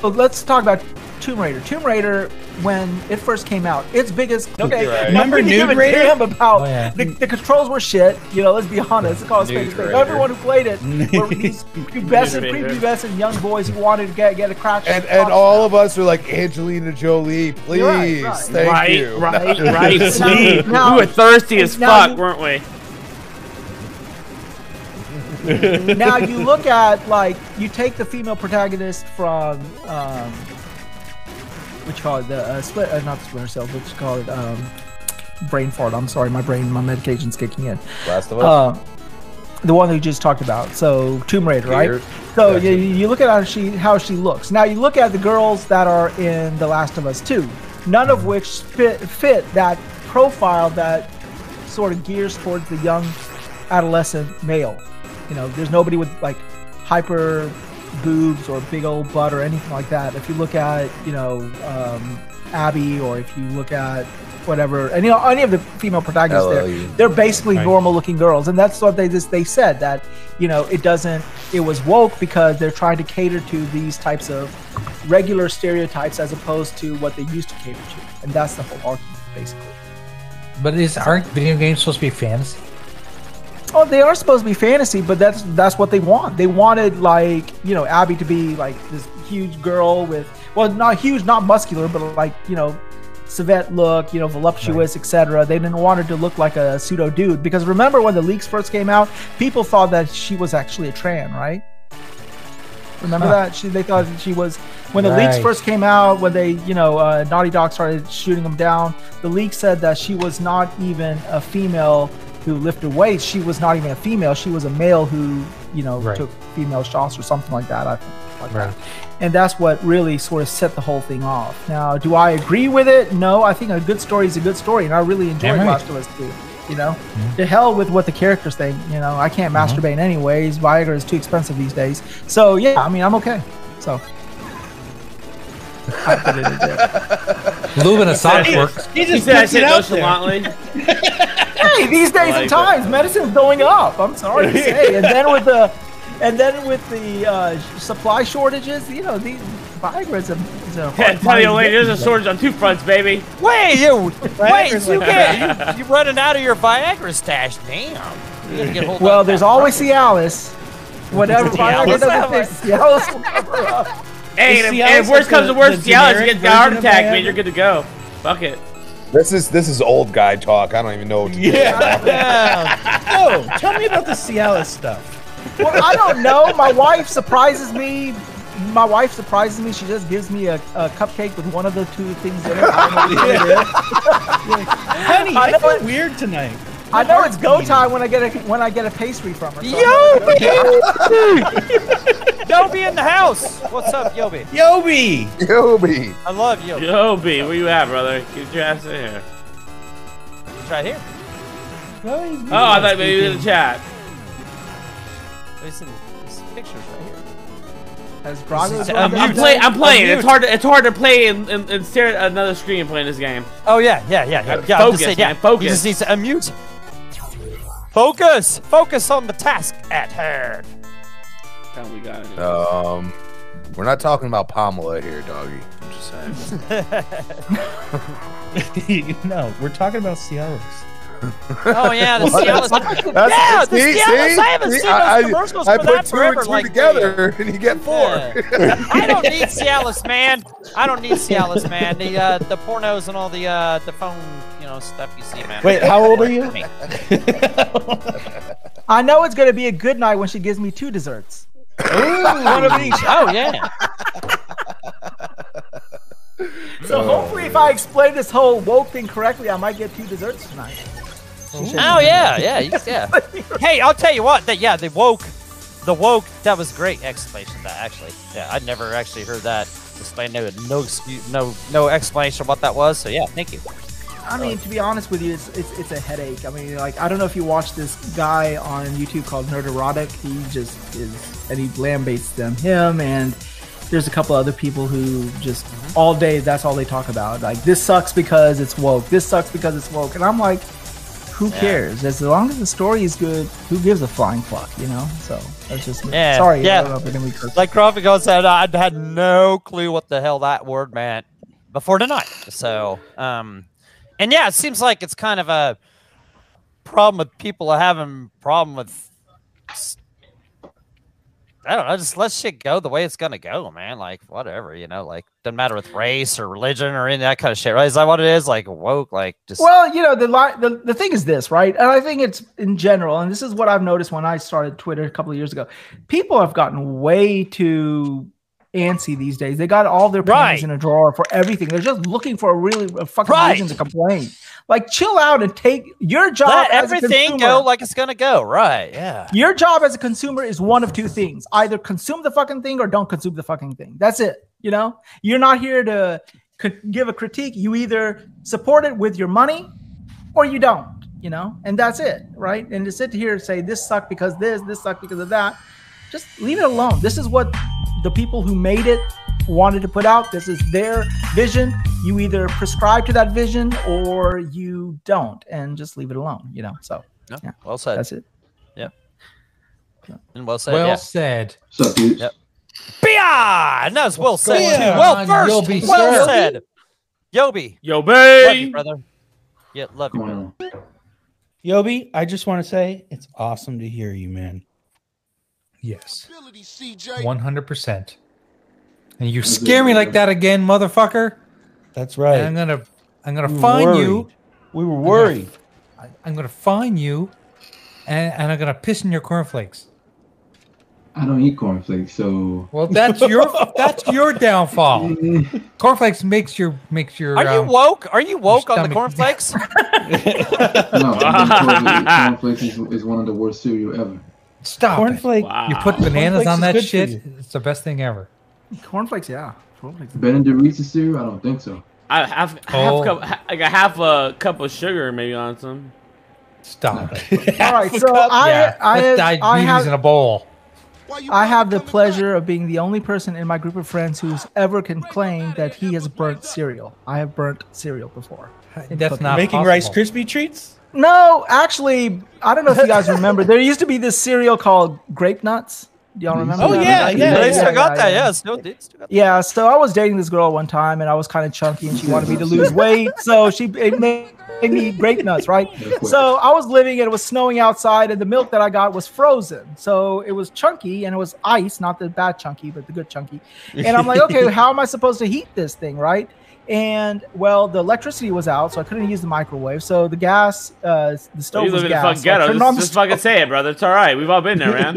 [SPEAKER 9] so let's talk about Tomb Raider. Tomb Raider, when it first came out, its biggest okay.
[SPEAKER 8] Raider.
[SPEAKER 6] Remember
[SPEAKER 9] nobody
[SPEAKER 6] Nude
[SPEAKER 9] give a
[SPEAKER 6] Raider?
[SPEAKER 9] Damn about
[SPEAKER 3] Oh, yeah.
[SPEAKER 9] the, the controls were shit. You know, let's be honest. It's called Space
[SPEAKER 8] Nude
[SPEAKER 9] Raider.
[SPEAKER 8] Raider.
[SPEAKER 9] Everyone who played it were these pubescent,
[SPEAKER 1] Nude Raider.
[SPEAKER 9] prepubescent young boys who wanted to get get a crack.
[SPEAKER 7] and and all of us are like Angelina Jolie, please,
[SPEAKER 9] You're right, right.
[SPEAKER 7] thank
[SPEAKER 1] right,
[SPEAKER 7] you.
[SPEAKER 1] right, right,
[SPEAKER 9] Now-
[SPEAKER 1] We
[SPEAKER 9] now-
[SPEAKER 1] were thirsty as
[SPEAKER 9] now
[SPEAKER 1] fuck,
[SPEAKER 9] you-
[SPEAKER 1] weren't we?
[SPEAKER 9] now you look at like you take the female protagonist from um, what you call it the uh, split uh, not the splinter cell what you call it um, brain fart. I'm sorry, my brain my medication's kicking in.
[SPEAKER 7] Last of
[SPEAKER 2] Uh,
[SPEAKER 9] Um, the one that you just talked about. So Tomb Raider, right?
[SPEAKER 7] Here.
[SPEAKER 9] So you, you look at how she how she looks. Now you look at the girls that are in The Last of Us 2, none
[SPEAKER 7] Mm-hmm.
[SPEAKER 9] of which fit fit that profile that sort of gears towards the young adolescent male. You know, there's nobody with like hyper boobs or big old butt or anything like that. If you look at you know um, Abby or if you look at whatever any any of the female protagonists
[SPEAKER 7] LLU.
[SPEAKER 9] there, they're basically
[SPEAKER 3] Right.
[SPEAKER 9] normal looking girls and that's what they just they said that you know it doesn't it was woke because they're trying to cater to these types of regular stereotypes as opposed to what they used to cater to and that's the whole argument basically
[SPEAKER 3] But is aren't video games supposed to be fantasy?
[SPEAKER 9] Oh, they are supposed to be fantasy, but that's that's what they want. They wanted like you know Abby to be like this huge girl with well, not huge, not muscular, but like you know, civet look, you know, voluptuous, etc. They didn't want her to look like a pseudo dude because remember when the leaks first came out, people thought that she was actually a tran, right? Remember that she they thought that she was when the leaks
[SPEAKER 3] Right.
[SPEAKER 9] first came out when they you know uh, Naughty Dog started shooting them down. The leak said that she was not even a female who lifted weights. She was not even a female. She was a male who you know
[SPEAKER 3] Right.
[SPEAKER 9] took female shots or something like that. I think. Like that.
[SPEAKER 3] Right.
[SPEAKER 9] And that's what really sort of set the whole thing off. Now, do I agree with it? No, I think a good story is a good story, and I really enjoyed
[SPEAKER 3] Damn right.
[SPEAKER 9] Last of Us 2. You know, to hell with what the characters think. You know, I can't masturbate anyways. Viagra is too expensive these days. So yeah, I mean, I'm okay. So
[SPEAKER 3] Lube and a sock works.
[SPEAKER 6] He
[SPEAKER 1] He
[SPEAKER 6] just
[SPEAKER 1] said I
[SPEAKER 6] puts
[SPEAKER 1] said
[SPEAKER 6] it out there.
[SPEAKER 1] nonchalantly.
[SPEAKER 9] hey, these days
[SPEAKER 1] like
[SPEAKER 9] and
[SPEAKER 1] it.
[SPEAKER 9] times, medicine's going up. I'm sorry to say. And then with the, and then with the uh, supply shortages, you know, these Viagra is a, is a
[SPEAKER 1] Yeah,
[SPEAKER 9] hard
[SPEAKER 1] tell you, lady,
[SPEAKER 9] money
[SPEAKER 1] there's a shortage on two fronts, baby.
[SPEAKER 2] Wait, you, wait,
[SPEAKER 6] Viagra's
[SPEAKER 2] you
[SPEAKER 6] like
[SPEAKER 2] get, you, are running out of your Viagra stash. Damn. You gotta get hold
[SPEAKER 9] Well,
[SPEAKER 2] of
[SPEAKER 9] there's
[SPEAKER 2] that.
[SPEAKER 9] always Cialis. Whatever Viagra
[SPEAKER 2] Cialis?
[SPEAKER 9] doesn't fix, Cialis will cover up.
[SPEAKER 1] Hey,
[SPEAKER 6] Is
[SPEAKER 1] and,
[SPEAKER 6] Cialis
[SPEAKER 1] and if worst
[SPEAKER 6] like
[SPEAKER 1] comes
[SPEAKER 6] the-
[SPEAKER 1] to worst,
[SPEAKER 6] the
[SPEAKER 1] Cialis, you
[SPEAKER 6] generic
[SPEAKER 1] get the heart
[SPEAKER 6] version of
[SPEAKER 1] attack, man.
[SPEAKER 6] Viagra?
[SPEAKER 1] You're good to go. Fuck it.
[SPEAKER 7] This is this is old guy talk. I don't even know what to
[SPEAKER 6] Yeah.
[SPEAKER 7] do.
[SPEAKER 6] oh, tell me about the Cialis stuff.
[SPEAKER 9] Well, I don't know. My wife surprises me. My wife surprises me. She just gives me a, a cupcake with one of the two things in it. I don't know what it is.
[SPEAKER 6] Honey,
[SPEAKER 9] I
[SPEAKER 6] I,
[SPEAKER 9] know
[SPEAKER 6] feel
[SPEAKER 9] it-
[SPEAKER 6] weird tonight.
[SPEAKER 9] I know it's go time when I get a when I get a pastry from her. so I'm
[SPEAKER 2] Yo,
[SPEAKER 9] like, okay.
[SPEAKER 2] Yobi in the house. What's up, Yobi?
[SPEAKER 6] Yobi!
[SPEAKER 7] Yobi!
[SPEAKER 2] I love Yobi.
[SPEAKER 1] Yo, B, where you at, brother? Get your ass in here.
[SPEAKER 2] He's right here.
[SPEAKER 1] Oh, I thought maybe he was in the chat.
[SPEAKER 2] He's in his pictures right here.
[SPEAKER 9] Has Braga
[SPEAKER 2] I'm
[SPEAKER 1] I'm,
[SPEAKER 2] mute.
[SPEAKER 1] play, I'm playing.
[SPEAKER 2] I'm
[SPEAKER 1] It's
[SPEAKER 2] mute.
[SPEAKER 1] hard. To, it's hard to play and, and, and stare at another screen playing this game.
[SPEAKER 2] Oh yeah, yeah, yeah, yeah. yeah I'm
[SPEAKER 1] Focus,
[SPEAKER 2] just saying, yeah.
[SPEAKER 1] man, focus.
[SPEAKER 2] You just need to unmute. Focus. Focus on the task at hand.
[SPEAKER 1] Time we got it.
[SPEAKER 3] Uh,
[SPEAKER 7] Um, we're not talking about Pamela here, doggy. I'm just saying.
[SPEAKER 6] no, we're talking about Cialis.
[SPEAKER 2] Oh yeah, the Cialis.
[SPEAKER 7] That's,
[SPEAKER 2] yeah, the Cialis. I haven't seen
[SPEAKER 7] I- I-
[SPEAKER 2] those commercials
[SPEAKER 7] I
[SPEAKER 2] for
[SPEAKER 7] put
[SPEAKER 2] that
[SPEAKER 7] two
[SPEAKER 2] forever.
[SPEAKER 7] and two
[SPEAKER 2] like
[SPEAKER 7] together, and you get four.
[SPEAKER 2] Yeah. I don't need Cialis, man. I don't need Cialis, man. The uh, the pornos and all the uh, the phone, you know, stuff you see, man.
[SPEAKER 6] Wait, how old are you?
[SPEAKER 2] Me.
[SPEAKER 9] I know it's gonna be a good night when she gives me two desserts.
[SPEAKER 2] One of each. Oh yeah.
[SPEAKER 9] So hopefully, if I explain this whole woke thing correctly, I might get two desserts tonight. She said-
[SPEAKER 2] Oh yeah, yeah, you- yeah. hey, I'll tell you what. That yeah, the woke, the woke. That was great explanation. That actually, yeah, I'd never actually heard that explained. No, no, excu- no, no explanation of what that was. So yeah, thank you.
[SPEAKER 9] I mean, to be honest with you, it's, it's it's a headache. I mean, like I don't know if you watch this guy on YouTube called Nerd Erotic. He just is, and he lambates them him and there's a couple other people who just
[SPEAKER 2] Mm-hmm.
[SPEAKER 9] all day that's all they talk about. Like this sucks because it's woke. This sucks because it's woke. And I'm like, who cares? As long as the story is good, who gives a flying fuck? You know? So that's just me.
[SPEAKER 2] Yeah,
[SPEAKER 9] Sorry,
[SPEAKER 2] yeah.
[SPEAKER 9] I don't know if we're gonna be cursed.
[SPEAKER 2] Like Crawford Gold said, I had no clue what the hell that word meant before tonight. So, um, and yeah, it seems like it's kind of a problem with people having problem with. I don't know. Just let shit go the way it's gonna go, man. Like whatever, you know. Like doesn't matter with race or religion or any of that kind of shit, right? Is that what it is? Like woke, like just
[SPEAKER 9] Well, you know, the, li- the the thing is this, right? And I think it's in general, and this is what I've noticed when I started Twitter a couple of years ago. People have gotten way too antsy these days. They got all their
[SPEAKER 2] Right.
[SPEAKER 9] panties in a drawer for everything. They're just looking for a really a fucking
[SPEAKER 2] Right.
[SPEAKER 9] reason to complain. Like, chill out and take your job.
[SPEAKER 2] let
[SPEAKER 9] as a
[SPEAKER 2] everything
[SPEAKER 9] consumer-
[SPEAKER 2] go like it's gonna go, right? Yeah.
[SPEAKER 9] your job as a consumer is one of two things either consume the fucking thing or don't consume the fucking thing that's it you know you're not here to c- give a critique you either support it with your money or you don't you know and that's it right and to sit here and say this sucked because this this sucked because of that just leave it alone this is what the people who made it wanted to put out this is their vision you either prescribe to that vision or you don't and just leave it alone you know so
[SPEAKER 2] No,
[SPEAKER 9] Yeah.
[SPEAKER 2] Well said.
[SPEAKER 9] that's it
[SPEAKER 2] And well said.
[SPEAKER 3] Well
[SPEAKER 2] yeah.
[SPEAKER 3] said.
[SPEAKER 2] Bia! And that was well said.
[SPEAKER 6] going
[SPEAKER 2] too.
[SPEAKER 6] on,
[SPEAKER 2] Well, first,
[SPEAKER 3] Yobi,
[SPEAKER 2] well
[SPEAKER 3] sir?
[SPEAKER 2] said. Yobi,
[SPEAKER 1] Yo,
[SPEAKER 2] love you,
[SPEAKER 1] B.
[SPEAKER 2] brother. Yeah, love you. brother.
[SPEAKER 6] Yobi, I just want to say it's awesome to hear you, man.
[SPEAKER 3] Yes. 100%. And you scare me like that again, motherfucker.
[SPEAKER 6] That's
[SPEAKER 3] And I'm
[SPEAKER 6] right.
[SPEAKER 3] going to I'm going
[SPEAKER 6] We
[SPEAKER 3] to
[SPEAKER 6] were
[SPEAKER 3] find
[SPEAKER 6] worried.
[SPEAKER 3] you.
[SPEAKER 6] We were worried.
[SPEAKER 3] I- I'm going to find you and, and I'm going to piss in your cornflakes.
[SPEAKER 4] I don't eat cornflakes, so
[SPEAKER 3] Well, that's your that's your downfall. Cornflakes makes your makes your
[SPEAKER 2] Are you
[SPEAKER 3] um,
[SPEAKER 2] woke? Are you woke on the
[SPEAKER 3] stomach.
[SPEAKER 2] cornflakes?
[SPEAKER 4] no. I think cornflakes, cornflakes is, is one of the worst cereal ever.
[SPEAKER 3] stop. it.
[SPEAKER 6] Cornflake.
[SPEAKER 1] Wow.
[SPEAKER 3] You put bananas
[SPEAKER 6] Cornflakes
[SPEAKER 3] on
[SPEAKER 6] is
[SPEAKER 3] that
[SPEAKER 6] good for
[SPEAKER 3] shit.
[SPEAKER 6] you.
[SPEAKER 3] It's the best thing ever.
[SPEAKER 9] Cornflakes, yeah. Cornflakes.
[SPEAKER 4] Better than Reese's cereal? I don't think so.
[SPEAKER 1] I have I have
[SPEAKER 3] Oh.
[SPEAKER 1] cup, I got half a cup of sugar maybe on some.
[SPEAKER 3] Stop. it.
[SPEAKER 9] All right, so I
[SPEAKER 3] yeah,
[SPEAKER 9] I,
[SPEAKER 3] put
[SPEAKER 9] have,
[SPEAKER 3] diabetes
[SPEAKER 9] I
[SPEAKER 3] in
[SPEAKER 9] have
[SPEAKER 3] a bowl.
[SPEAKER 9] I have the pleasure of being the only person in my group of friends who's ever can claim that he has burnt cereal. I have burnt cereal before.
[SPEAKER 3] That's not
[SPEAKER 6] Making
[SPEAKER 3] possible.
[SPEAKER 6] Rice Krispie treats?
[SPEAKER 9] No, actually, I don't know if you guys remember. There used to be this cereal called grape nuts. Do y'all remember?
[SPEAKER 6] Oh,
[SPEAKER 9] that?
[SPEAKER 6] yeah, yeah,
[SPEAKER 2] they still
[SPEAKER 6] yeah,
[SPEAKER 2] got that. Yeah, still, they still got that.
[SPEAKER 9] Yeah, so I was dating this girl one time, and I was kind of chunky, and she wanted me to lose weight, so she it made me grape nuts, right? So I was living, and it was snowing outside, and the milk that I got was frozen, so it was chunky, and it was ice, not the bad chunky, but the good chunky. And I'm like, okay, how am I supposed to heat this thing, right? And well, the electricity was out, so I couldn't use the microwave. So the gas, uh, the stove
[SPEAKER 1] you
[SPEAKER 9] was
[SPEAKER 1] live in the
[SPEAKER 9] gas.
[SPEAKER 1] fucking
[SPEAKER 9] so I
[SPEAKER 1] ghetto.
[SPEAKER 9] turned
[SPEAKER 1] Just,
[SPEAKER 9] on the
[SPEAKER 1] just fucking say it, brother. It's all right. We've all been there, man.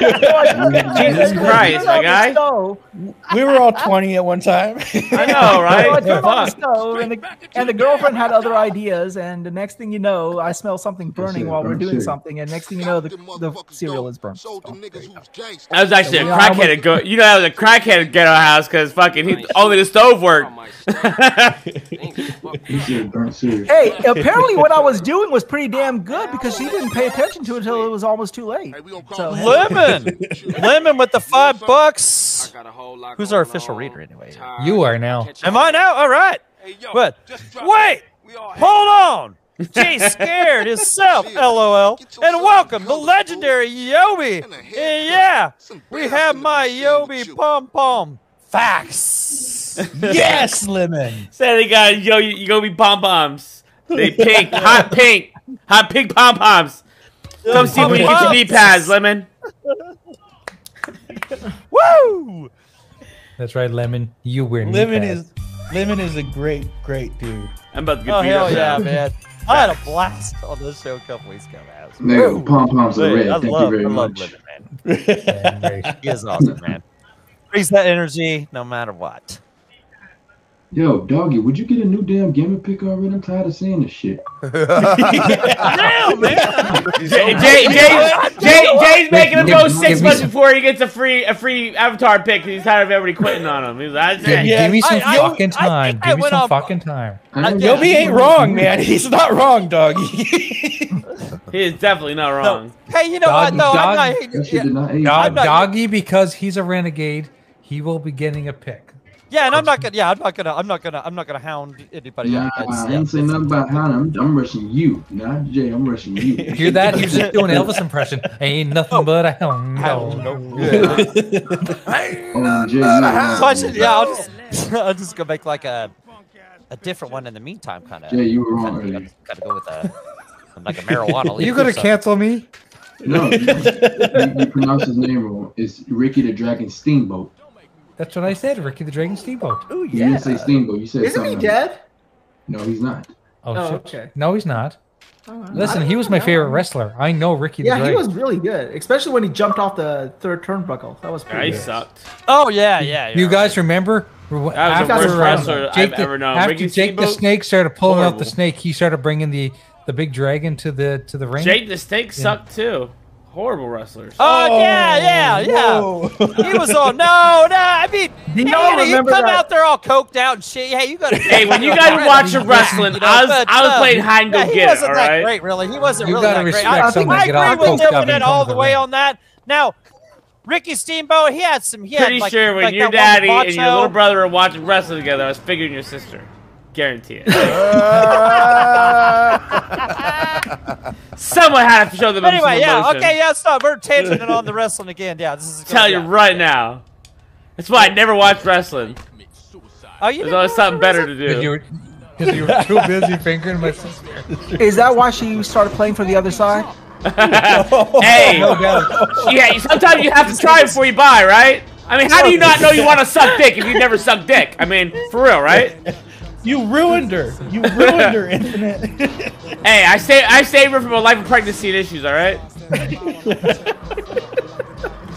[SPEAKER 1] Jesus Christ, my guy.
[SPEAKER 6] We were all 20 at one time.
[SPEAKER 1] I know,
[SPEAKER 9] So I
[SPEAKER 1] right?
[SPEAKER 9] turned on the
[SPEAKER 1] Fuck.
[SPEAKER 9] stove, and the, and the girlfriend had other ideas. And the next thing you know, I smell something burning while we're
[SPEAKER 10] I'm
[SPEAKER 9] doing
[SPEAKER 10] serious.
[SPEAKER 9] something. And next thing you know, the, the cereal is burnt.
[SPEAKER 1] That was actually a
[SPEAKER 9] Yeah, I
[SPEAKER 1] crackheaded go. You know, that was a crackheaded ghetto house because fucking he, only the stove worked.
[SPEAKER 10] This shit burnt serious.
[SPEAKER 9] Hey, apparently what I was doing was pretty damn good because she didn't pay attention to it until it was almost too late. So
[SPEAKER 2] Lemon, lemon with the five bucks. Who's our official reader anyway?
[SPEAKER 3] You are now.
[SPEAKER 2] Am I now? All right. But wait, hold on. Jay scared himself, lol. And welcome the legendary Yobi. And yeah, we have my Yobi pom pom facts.
[SPEAKER 6] yes, Lemon.
[SPEAKER 1] Said they got yo, you, you gonna be pom poms. They pink, hot pink, hot pink pom poms. Come see where you get your knee pads, lemon.
[SPEAKER 2] Woo!
[SPEAKER 3] That's right, Lemon. You were
[SPEAKER 6] Lemon is Lemon is a great, great dude.
[SPEAKER 1] I'm about to get
[SPEAKER 2] Oh
[SPEAKER 1] beat
[SPEAKER 2] hell
[SPEAKER 1] up
[SPEAKER 2] yeah,
[SPEAKER 1] now.
[SPEAKER 2] man! I had a blast on this show a couple weeks ago, man. It was-
[SPEAKER 10] Nigga, pom poms are red.
[SPEAKER 2] I
[SPEAKER 10] Thank
[SPEAKER 2] love,
[SPEAKER 10] you
[SPEAKER 2] I
[SPEAKER 10] very
[SPEAKER 2] love
[SPEAKER 10] much.
[SPEAKER 2] Lemon, man. He is awesome, man. Brings that energy no matter what.
[SPEAKER 10] Yo, doggy, would you get a new damn gamer pick already? I'm tired of seeing this shit.
[SPEAKER 1] Jay, Jay, Jay, Jay, Jay's making him go
[SPEAKER 3] Give-
[SPEAKER 1] six
[SPEAKER 3] give me
[SPEAKER 1] months
[SPEAKER 3] some-
[SPEAKER 1] before he gets a free a free avatar pick. He's tired of everybody quitting on him. He's like,
[SPEAKER 3] Give,
[SPEAKER 1] that's it.
[SPEAKER 3] give me some
[SPEAKER 2] I- I-
[SPEAKER 3] fucking
[SPEAKER 2] I
[SPEAKER 3] time.
[SPEAKER 2] think I
[SPEAKER 3] give me
[SPEAKER 2] went
[SPEAKER 3] some
[SPEAKER 2] off-
[SPEAKER 3] fucking time.
[SPEAKER 10] I know-
[SPEAKER 6] Yobi ain't wrong, man. He's not wrong, doggy.
[SPEAKER 1] He is definitely not wrong.
[SPEAKER 2] Hey, you know what?
[SPEAKER 3] Dog-
[SPEAKER 2] No,
[SPEAKER 3] dog-
[SPEAKER 2] I'm not.
[SPEAKER 10] That
[SPEAKER 2] Yeah,
[SPEAKER 10] shit did not age.
[SPEAKER 3] Dog,
[SPEAKER 2] I'm not-
[SPEAKER 3] doggy, because he's a renegade, he will be getting a pick.
[SPEAKER 2] yeah, and I'm not gonna. Yeah, I'm not gonna. I'm not gonna. I'm not gonna hound anybody.
[SPEAKER 10] Nah,
[SPEAKER 2] out. That's-
[SPEAKER 10] I
[SPEAKER 2] yeah,
[SPEAKER 10] ain't saying
[SPEAKER 2] that's-
[SPEAKER 10] nothing about how I'm, I'm rushing you, not Jay. I'm rushing you.
[SPEAKER 3] Hear that? He's just doing Elvis impression. Ain't nothing but a hell no.
[SPEAKER 10] Oh, Jay, you know
[SPEAKER 2] So I
[SPEAKER 10] how-
[SPEAKER 2] should, yeah, I'll just, I'll just go make like a a different one in the meantime, kind of.
[SPEAKER 10] Jay, you were wrong
[SPEAKER 2] Kind
[SPEAKER 10] earlier.
[SPEAKER 2] of go with a like a marijuana. leaf
[SPEAKER 3] You
[SPEAKER 2] or
[SPEAKER 3] gonna
[SPEAKER 2] something.
[SPEAKER 3] cancel me?
[SPEAKER 10] No, you, you pronounce his name wrong. It's Ricky the Dragon Steamboat.
[SPEAKER 3] That's what I said. Ricky the Dragon Steamboat.
[SPEAKER 9] Oh
[SPEAKER 10] You didn't say Steamboat. You said
[SPEAKER 9] Isn't
[SPEAKER 10] something.
[SPEAKER 9] he
[SPEAKER 10] else.
[SPEAKER 9] dead?
[SPEAKER 10] No, he's not.
[SPEAKER 3] Oh,
[SPEAKER 9] Oh,
[SPEAKER 3] shit.
[SPEAKER 9] okay.
[SPEAKER 3] No, he's not.
[SPEAKER 9] Oh, I
[SPEAKER 3] Listen,
[SPEAKER 9] don't
[SPEAKER 3] he was my
[SPEAKER 9] know.
[SPEAKER 3] favorite wrestler. I know Ricky the
[SPEAKER 9] Yeah, he
[SPEAKER 3] Dragon.
[SPEAKER 9] was really good, especially when he jumped off the third turnbuckle. That was
[SPEAKER 1] Yeah, he
[SPEAKER 9] pretty good.
[SPEAKER 1] sucked.
[SPEAKER 2] Oh yeah, yeah.
[SPEAKER 3] you
[SPEAKER 2] you're
[SPEAKER 3] guys remember? That was
[SPEAKER 1] That was
[SPEAKER 9] the worst
[SPEAKER 1] wrestler I've
[SPEAKER 3] the,
[SPEAKER 1] ever known.
[SPEAKER 3] After
[SPEAKER 1] Ricky
[SPEAKER 3] Jake the
[SPEAKER 1] Steamboat?
[SPEAKER 3] Snake started pulling out
[SPEAKER 1] Horrible.
[SPEAKER 3] the snake, he started bringing the the big dragon to the to the ring.
[SPEAKER 1] Jake the Snake sucked too. Horrible wrestlers.
[SPEAKER 2] Oh, yeah, yeah, yeah. He was on. No, no. I mean,
[SPEAKER 9] Do
[SPEAKER 2] hey,
[SPEAKER 9] y'all
[SPEAKER 2] you know, you come
[SPEAKER 9] remember that-
[SPEAKER 2] out there all coked out and shit. Hey, you gotta.
[SPEAKER 1] Hey, when you guys watch him wrestling, I was
[SPEAKER 2] but,
[SPEAKER 1] I was
[SPEAKER 2] uh,
[SPEAKER 1] playing hide and go
[SPEAKER 2] yeah, he
[SPEAKER 1] get it.
[SPEAKER 2] wasn't
[SPEAKER 1] All
[SPEAKER 2] that
[SPEAKER 1] right.
[SPEAKER 2] great, really. He wasn't
[SPEAKER 3] You
[SPEAKER 2] really
[SPEAKER 3] gotta
[SPEAKER 2] that great.
[SPEAKER 3] respect
[SPEAKER 2] I, I, think
[SPEAKER 3] someone
[SPEAKER 2] I
[SPEAKER 3] to get all
[SPEAKER 2] agree with
[SPEAKER 3] coked up
[SPEAKER 2] Dylan
[SPEAKER 3] and
[SPEAKER 2] it
[SPEAKER 3] come
[SPEAKER 2] all
[SPEAKER 3] to
[SPEAKER 2] the
[SPEAKER 3] the
[SPEAKER 2] way
[SPEAKER 3] ring.
[SPEAKER 2] on that. Now, Ricky Steamboat, he had some. He had,
[SPEAKER 1] Pretty
[SPEAKER 2] like,
[SPEAKER 1] sure when
[SPEAKER 2] like
[SPEAKER 1] your
[SPEAKER 2] that
[SPEAKER 1] daddy
[SPEAKER 2] one
[SPEAKER 1] and your
[SPEAKER 2] macho-
[SPEAKER 1] little brother are watching wrestling together, I was figuring your sister. Guarantee it. Someone had to show them
[SPEAKER 2] Anyway,
[SPEAKER 1] some
[SPEAKER 2] yeah,
[SPEAKER 1] emotion.
[SPEAKER 2] okay, yeah, stop. We're tangenting on the wrestling again. Yeah, this is.
[SPEAKER 1] I'm telling
[SPEAKER 2] yeah.
[SPEAKER 1] you right now. That's why I never watched wrestling.
[SPEAKER 2] Oh, you
[SPEAKER 1] There's
[SPEAKER 2] didn't
[SPEAKER 1] always
[SPEAKER 2] watch
[SPEAKER 1] something
[SPEAKER 2] the
[SPEAKER 1] better to
[SPEAKER 3] Because you
[SPEAKER 1] do.
[SPEAKER 3] were, 'cause you were too busy fingering my sister.
[SPEAKER 9] Is that why she started playing for the other side?
[SPEAKER 1] hey, yeah. Sometimes you have to try before you buy, right? I mean, how do you not know you want to suck dick if you never suck dick? I mean, for real, right?
[SPEAKER 6] You ruined her. You ruined her, Infinite.
[SPEAKER 1] Hey, I saved I saved her from a life of pregnancy and issues. All right,
[SPEAKER 2] wrestling?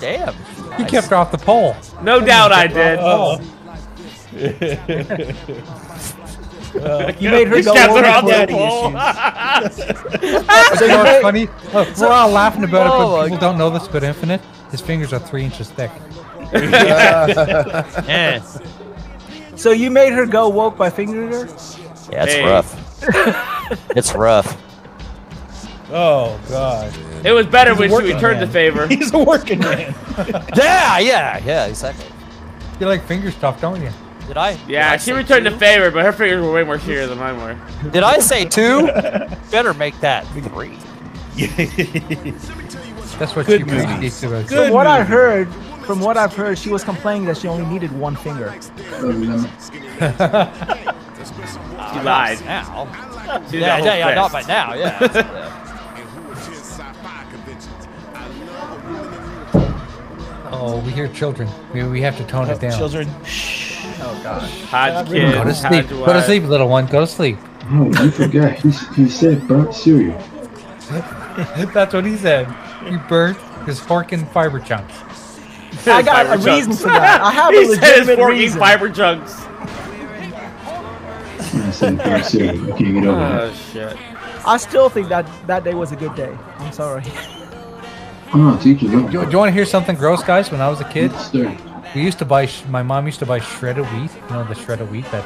[SPEAKER 2] Damn.
[SPEAKER 3] He kept her off the pole.
[SPEAKER 1] no doubt I did.
[SPEAKER 9] You made her
[SPEAKER 1] You
[SPEAKER 9] go
[SPEAKER 1] kept
[SPEAKER 9] over
[SPEAKER 1] her off
[SPEAKER 9] for
[SPEAKER 1] the
[SPEAKER 9] it.
[SPEAKER 1] pole.
[SPEAKER 3] You know what's funny? Look, we're all laughing about it,
[SPEAKER 2] Oh,
[SPEAKER 3] but
[SPEAKER 2] my
[SPEAKER 3] people don't know this. But Infinite, his fingers are three inches thick.
[SPEAKER 2] Yeah,
[SPEAKER 9] So you made her go woke by fingering her?
[SPEAKER 2] yeah it's
[SPEAKER 1] Hey.
[SPEAKER 2] rough. it's rough.
[SPEAKER 6] Oh god.
[SPEAKER 1] it was better when she
[SPEAKER 6] working
[SPEAKER 1] returned the
[SPEAKER 6] man.
[SPEAKER 1] favor.
[SPEAKER 6] He's a working man.
[SPEAKER 2] Yeah, yeah, yeah, exactly.
[SPEAKER 3] You like finger stuff, don't you?
[SPEAKER 2] Did I?
[SPEAKER 1] Yeah, she returned the favor, but her fingers were way more sheer than mine were.
[SPEAKER 2] Did I say two? Better make that three.
[SPEAKER 3] That's what
[SPEAKER 6] Good
[SPEAKER 3] you
[SPEAKER 6] movies.
[SPEAKER 3] appreciate to us.
[SPEAKER 6] Good.
[SPEAKER 9] From what I
[SPEAKER 6] movie.
[SPEAKER 9] heard, from what I've heard, she was complaining that she only needed one finger. Oh,
[SPEAKER 1] She lied.
[SPEAKER 2] Now.
[SPEAKER 1] She did the
[SPEAKER 2] Yeah,
[SPEAKER 1] whole
[SPEAKER 2] yeah, yeah, not
[SPEAKER 1] fist.
[SPEAKER 2] by now, yeah.
[SPEAKER 3] Oh, we hear children. We, we have to tone it down.
[SPEAKER 6] Children. Shh.
[SPEAKER 9] Oh
[SPEAKER 7] God.
[SPEAKER 1] Hodgkin.
[SPEAKER 3] Go to sleep. Go to sleep, little one. Go to sleep.
[SPEAKER 10] No, Oh, you forget. He, he said burnt cereal.
[SPEAKER 3] That's what he said. He burnt his fork and fiber chunks.
[SPEAKER 9] I got a
[SPEAKER 1] Fiber
[SPEAKER 9] reason
[SPEAKER 1] chunks.
[SPEAKER 9] for that. I have a
[SPEAKER 1] he said it's
[SPEAKER 9] legitimate
[SPEAKER 1] forking
[SPEAKER 9] reason.
[SPEAKER 1] fiber chunks.
[SPEAKER 10] I said burnt cereal. I can't get over that.
[SPEAKER 1] Oh shit.
[SPEAKER 9] I still think that that day was a good day. I'm sorry.
[SPEAKER 10] I'm not teaching
[SPEAKER 3] Do, do you want to hear something gross, guys? When I was a kid,
[SPEAKER 10] Yes, sir.
[SPEAKER 3] we used to buy. sh- My mom used to buy shredded wheat. You know the shredded wheat that.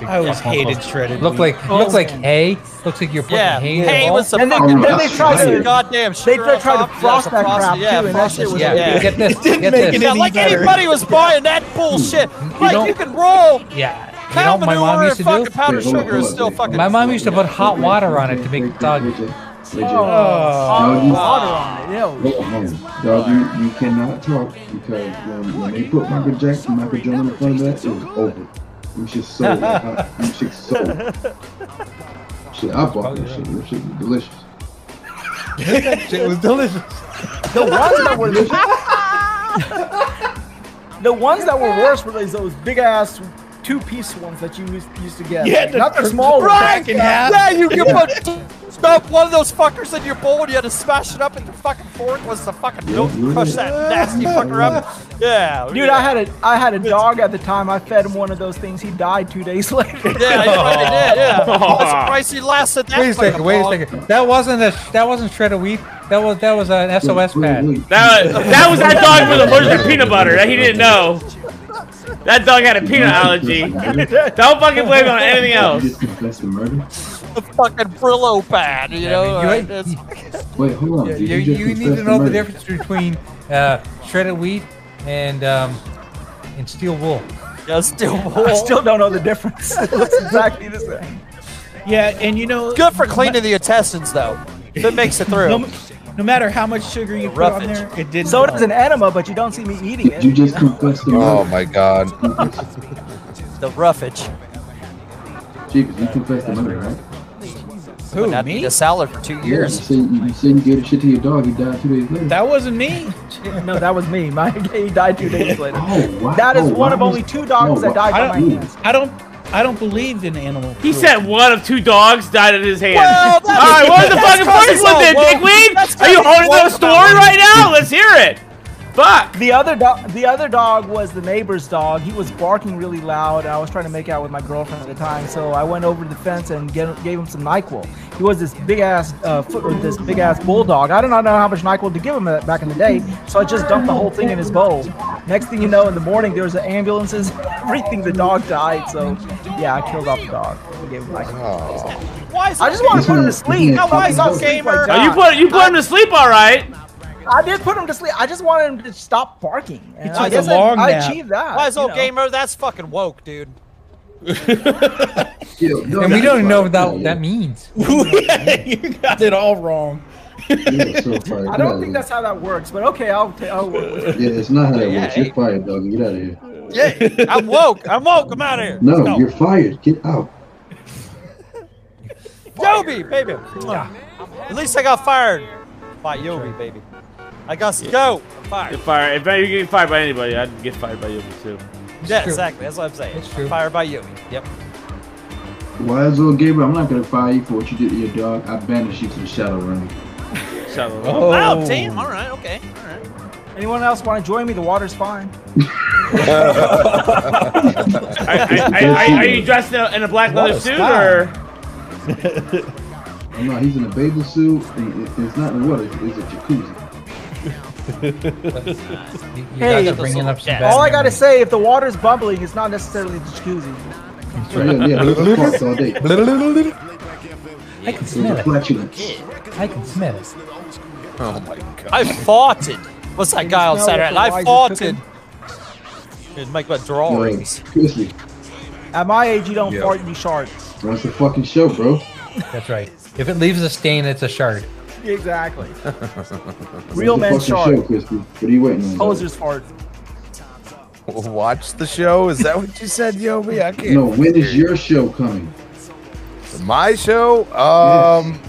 [SPEAKER 3] big
[SPEAKER 6] I always
[SPEAKER 3] clump of-
[SPEAKER 6] hated shredded
[SPEAKER 3] Looked
[SPEAKER 6] wheat. Oh,
[SPEAKER 3] like looked like hay. Looks like you're putting
[SPEAKER 2] Yeah,
[SPEAKER 3] hay. in a
[SPEAKER 2] hay
[SPEAKER 3] ball.
[SPEAKER 2] was the
[SPEAKER 9] And then,
[SPEAKER 2] fucking
[SPEAKER 9] then they tried
[SPEAKER 10] That's
[SPEAKER 9] to
[SPEAKER 10] weird.
[SPEAKER 2] goddamn
[SPEAKER 9] they
[SPEAKER 2] shit.
[SPEAKER 9] tried to frost that crap
[SPEAKER 2] yeah,
[SPEAKER 9] too, and that
[SPEAKER 2] frost
[SPEAKER 9] shit
[SPEAKER 2] it,
[SPEAKER 9] was
[SPEAKER 2] yeah.
[SPEAKER 9] yeah.
[SPEAKER 3] Get this. Get
[SPEAKER 6] make it
[SPEAKER 3] this.
[SPEAKER 2] Yeah, like
[SPEAKER 6] Better.
[SPEAKER 2] anybody was buying that bullshit. Like
[SPEAKER 3] don't-
[SPEAKER 2] you can roll
[SPEAKER 3] Yeah. You know
[SPEAKER 2] cow
[SPEAKER 3] what my mom
[SPEAKER 2] manure
[SPEAKER 3] used
[SPEAKER 2] and
[SPEAKER 3] to
[SPEAKER 2] fucking
[SPEAKER 3] do?
[SPEAKER 2] powdered
[SPEAKER 10] Wait, hold on,
[SPEAKER 2] sugar is
[SPEAKER 10] hold on,
[SPEAKER 2] still
[SPEAKER 10] wait.
[SPEAKER 2] fucking.
[SPEAKER 3] My mom used to put hot water on it to make it dog.
[SPEAKER 10] Wait, wait, wait, wait, wait.
[SPEAKER 9] Oh, oh, water on it. ew.
[SPEAKER 10] Hold on, hold on. Dog, you, you cannot talk because when, when they put Michael Jackson, Michael Jordan in front of that, it was over. You should sold. like, I- You should sold. Shit, I bought that shit. That shit was delicious.
[SPEAKER 3] It was delicious.
[SPEAKER 9] The ones that were the ones that were worse were these those big ass two piece ones that you used, used to get.
[SPEAKER 6] Yeah, the-
[SPEAKER 9] not the small
[SPEAKER 2] Right!
[SPEAKER 9] ones.
[SPEAKER 2] Yeah, you can put stuff one of those fuckers in your bowl and you had to smash it up and the fucking fork was the fucking milk and crush that nasty fucker up. Yeah.
[SPEAKER 9] Dude, I had a I had a dog at the time. I fed him one of those things. He died two days later.
[SPEAKER 2] Yeah, you fucking did, yeah. I'm surprised he lasted that
[SPEAKER 3] Wait a
[SPEAKER 2] fucking
[SPEAKER 3] second. Wait a
[SPEAKER 2] long.
[SPEAKER 3] second. That wasn't a. That wasn't shredded wheat. That was that was an SOS
[SPEAKER 10] Wait,
[SPEAKER 3] pad.
[SPEAKER 10] wait, wait.
[SPEAKER 1] That that was that dog with allergic to peanut butter that he didn't know. That dog had a peanut allergy. Don't fucking blame it on anything
[SPEAKER 10] You
[SPEAKER 1] else.
[SPEAKER 10] just confessed the murder?
[SPEAKER 2] The fucking Brillo pad, you know?
[SPEAKER 3] I mean, you
[SPEAKER 2] right?
[SPEAKER 3] ain't-
[SPEAKER 2] It's-
[SPEAKER 10] Wait, hold on.
[SPEAKER 3] Yeah, you,
[SPEAKER 10] Did you, just
[SPEAKER 3] you need
[SPEAKER 10] confess
[SPEAKER 3] to know the
[SPEAKER 10] murder?
[SPEAKER 3] difference between uh, shredded wheat and um, and steel wool.
[SPEAKER 2] yeah, still
[SPEAKER 9] I
[SPEAKER 2] warm.
[SPEAKER 9] still don't know the difference. It looks exactly the same.
[SPEAKER 6] Yeah, and you know,
[SPEAKER 2] Good for cleaning the intestines, though. If it makes it
[SPEAKER 6] no,
[SPEAKER 2] through.
[SPEAKER 6] no matter how much sugar you put on
[SPEAKER 2] Roughage.
[SPEAKER 6] there, it didn't.
[SPEAKER 9] So it is an
[SPEAKER 6] help.
[SPEAKER 9] enema, but you don't see me eating
[SPEAKER 10] Did you
[SPEAKER 9] it.
[SPEAKER 10] just confess the
[SPEAKER 7] Oh
[SPEAKER 10] murder?
[SPEAKER 7] my God.
[SPEAKER 2] The roughage.
[SPEAKER 10] Jeepers, you confessed the murder, right?
[SPEAKER 6] Who,
[SPEAKER 2] Not
[SPEAKER 6] me?
[SPEAKER 2] eat a salad for two
[SPEAKER 10] Yeah, you
[SPEAKER 2] years.
[SPEAKER 10] said you, you said you gave the shit to your dog. He died two days later.
[SPEAKER 6] That wasn't me.
[SPEAKER 9] No, that was me. My he died two days later.
[SPEAKER 10] oh, wow.
[SPEAKER 9] That is
[SPEAKER 10] one
[SPEAKER 9] one of only two dogs that died
[SPEAKER 6] I
[SPEAKER 9] by my
[SPEAKER 6] don't-
[SPEAKER 9] hands.
[SPEAKER 6] I don't. I don't believe in animal.
[SPEAKER 1] He
[SPEAKER 6] cruelty.
[SPEAKER 1] said one of two dogs died in his hand.
[SPEAKER 2] Well, that's-
[SPEAKER 1] All right, what was the
[SPEAKER 2] that's
[SPEAKER 1] fucking
[SPEAKER 2] cause
[SPEAKER 1] first
[SPEAKER 2] he's
[SPEAKER 1] one
[SPEAKER 2] all
[SPEAKER 1] then,
[SPEAKER 2] woke. That's
[SPEAKER 1] Dickweed?
[SPEAKER 2] cause
[SPEAKER 1] Are you
[SPEAKER 2] he's
[SPEAKER 1] holding
[SPEAKER 2] woke
[SPEAKER 1] the story
[SPEAKER 2] about
[SPEAKER 1] right now? Let's hear it. Fuck.
[SPEAKER 9] The other dog, the other dog was the neighbor's dog. He was barking really loud. and I was trying to make out with my girlfriend at the time, so I went over the fence and get, gave him some Nyquil. He was this big ass uh, foot, or this big ass bulldog. I did not know how much Nyquil to give him uh, back in the day, so I just dumped the whole thing in his bowl. Next thing you know, in the morning there was ambulances, everything. The dog died, so yeah, I killed off the dog. and Gave him Nyquil.
[SPEAKER 7] Oh.
[SPEAKER 2] Why is
[SPEAKER 9] I just want to put him to sleep.
[SPEAKER 10] Now,
[SPEAKER 2] why is
[SPEAKER 9] Fucking
[SPEAKER 2] up,
[SPEAKER 9] go to sleep
[SPEAKER 2] gamer?
[SPEAKER 9] like
[SPEAKER 1] Oh, you
[SPEAKER 9] that.
[SPEAKER 1] put you put him to sleep, all right.
[SPEAKER 9] I did put him to sleep. I just wanted him to stop barking. and
[SPEAKER 6] took
[SPEAKER 9] I
[SPEAKER 6] a
[SPEAKER 9] guess I-
[SPEAKER 6] long
[SPEAKER 9] I,
[SPEAKER 6] nap.
[SPEAKER 9] achieved that.
[SPEAKER 2] Why is
[SPEAKER 9] you
[SPEAKER 2] old
[SPEAKER 9] know.
[SPEAKER 2] gamer? That's fucking woke, dude.
[SPEAKER 3] And we don't even know what that, that means.
[SPEAKER 6] you got it all wrong.
[SPEAKER 9] I don't think that's how that works, but okay, I'll, t- I'll work with it.
[SPEAKER 10] Yeah, it's not how that
[SPEAKER 2] Yeah,
[SPEAKER 10] works.
[SPEAKER 2] hey.
[SPEAKER 10] You're fired, dog. Get out of here.
[SPEAKER 2] Yeah, I'm woke. I'm woke. I'm out of here.
[SPEAKER 10] No,
[SPEAKER 2] Let's go.
[SPEAKER 10] you're fired. Get out.
[SPEAKER 2] Yobi, baby. At least I got fired by Yobi, baby. I got to go. I'm
[SPEAKER 1] Get
[SPEAKER 2] fired.
[SPEAKER 1] fired. If you get fired by anybody, I'd get fired by you too.
[SPEAKER 2] Yeah,
[SPEAKER 3] true.
[SPEAKER 2] exactly. That's what I'm saying.
[SPEAKER 3] It's true.
[SPEAKER 2] Fired by Yobi. Yep.
[SPEAKER 10] Why is old Gabriel? I'm not gonna fire you for what you did to your dog. I banish you to the shadow realm.
[SPEAKER 1] Shut up.
[SPEAKER 6] Oh,
[SPEAKER 2] Wow, team. All right. Okay. All right.
[SPEAKER 9] Anyone else want to join me? The water's fine.
[SPEAKER 1] Are, are- are- are you dressed in a, in a black
[SPEAKER 6] What
[SPEAKER 1] leather
[SPEAKER 6] a
[SPEAKER 1] suit
[SPEAKER 6] style.
[SPEAKER 1] or?
[SPEAKER 10] Oh, no, he's in a bathing suit. And it, it's not in the water. It's, it's a jacuzzi.
[SPEAKER 3] You, you
[SPEAKER 9] Hey,
[SPEAKER 3] guys are bringing up some
[SPEAKER 2] yeah.
[SPEAKER 3] bad
[SPEAKER 9] All I gotta
[SPEAKER 3] memories.
[SPEAKER 9] say, if the water's bubbling, it's not necessarily the jacuzzi.
[SPEAKER 10] So yeah, yeah, those are parked all day.
[SPEAKER 3] I can
[SPEAKER 10] Those
[SPEAKER 3] smell
[SPEAKER 10] are
[SPEAKER 3] it.
[SPEAKER 10] flatulence.
[SPEAKER 3] I can smell it.
[SPEAKER 7] Oh my God.
[SPEAKER 2] I farted. What's that
[SPEAKER 9] you
[SPEAKER 2] guy on
[SPEAKER 9] smell what
[SPEAKER 2] Saturday?
[SPEAKER 9] the
[SPEAKER 2] night? I
[SPEAKER 9] wise is
[SPEAKER 2] farted. It'd make my drawings.
[SPEAKER 10] Yo, seriously,
[SPEAKER 9] At my age, you don't
[SPEAKER 7] Yeah.
[SPEAKER 9] fart, you shart.
[SPEAKER 10] that's the fucking show, bro.
[SPEAKER 3] That's right. If it leaves a stain, it's a shard.
[SPEAKER 9] Exactly. Real men
[SPEAKER 10] That's the fucking show,
[SPEAKER 9] shart.
[SPEAKER 10] Crispy. What are you waiting on? dog?
[SPEAKER 9] Posers fart.
[SPEAKER 7] Watch the show. Is that what you said, Yobi? I can't.
[SPEAKER 10] No, when is your show coming?
[SPEAKER 7] My show. Um.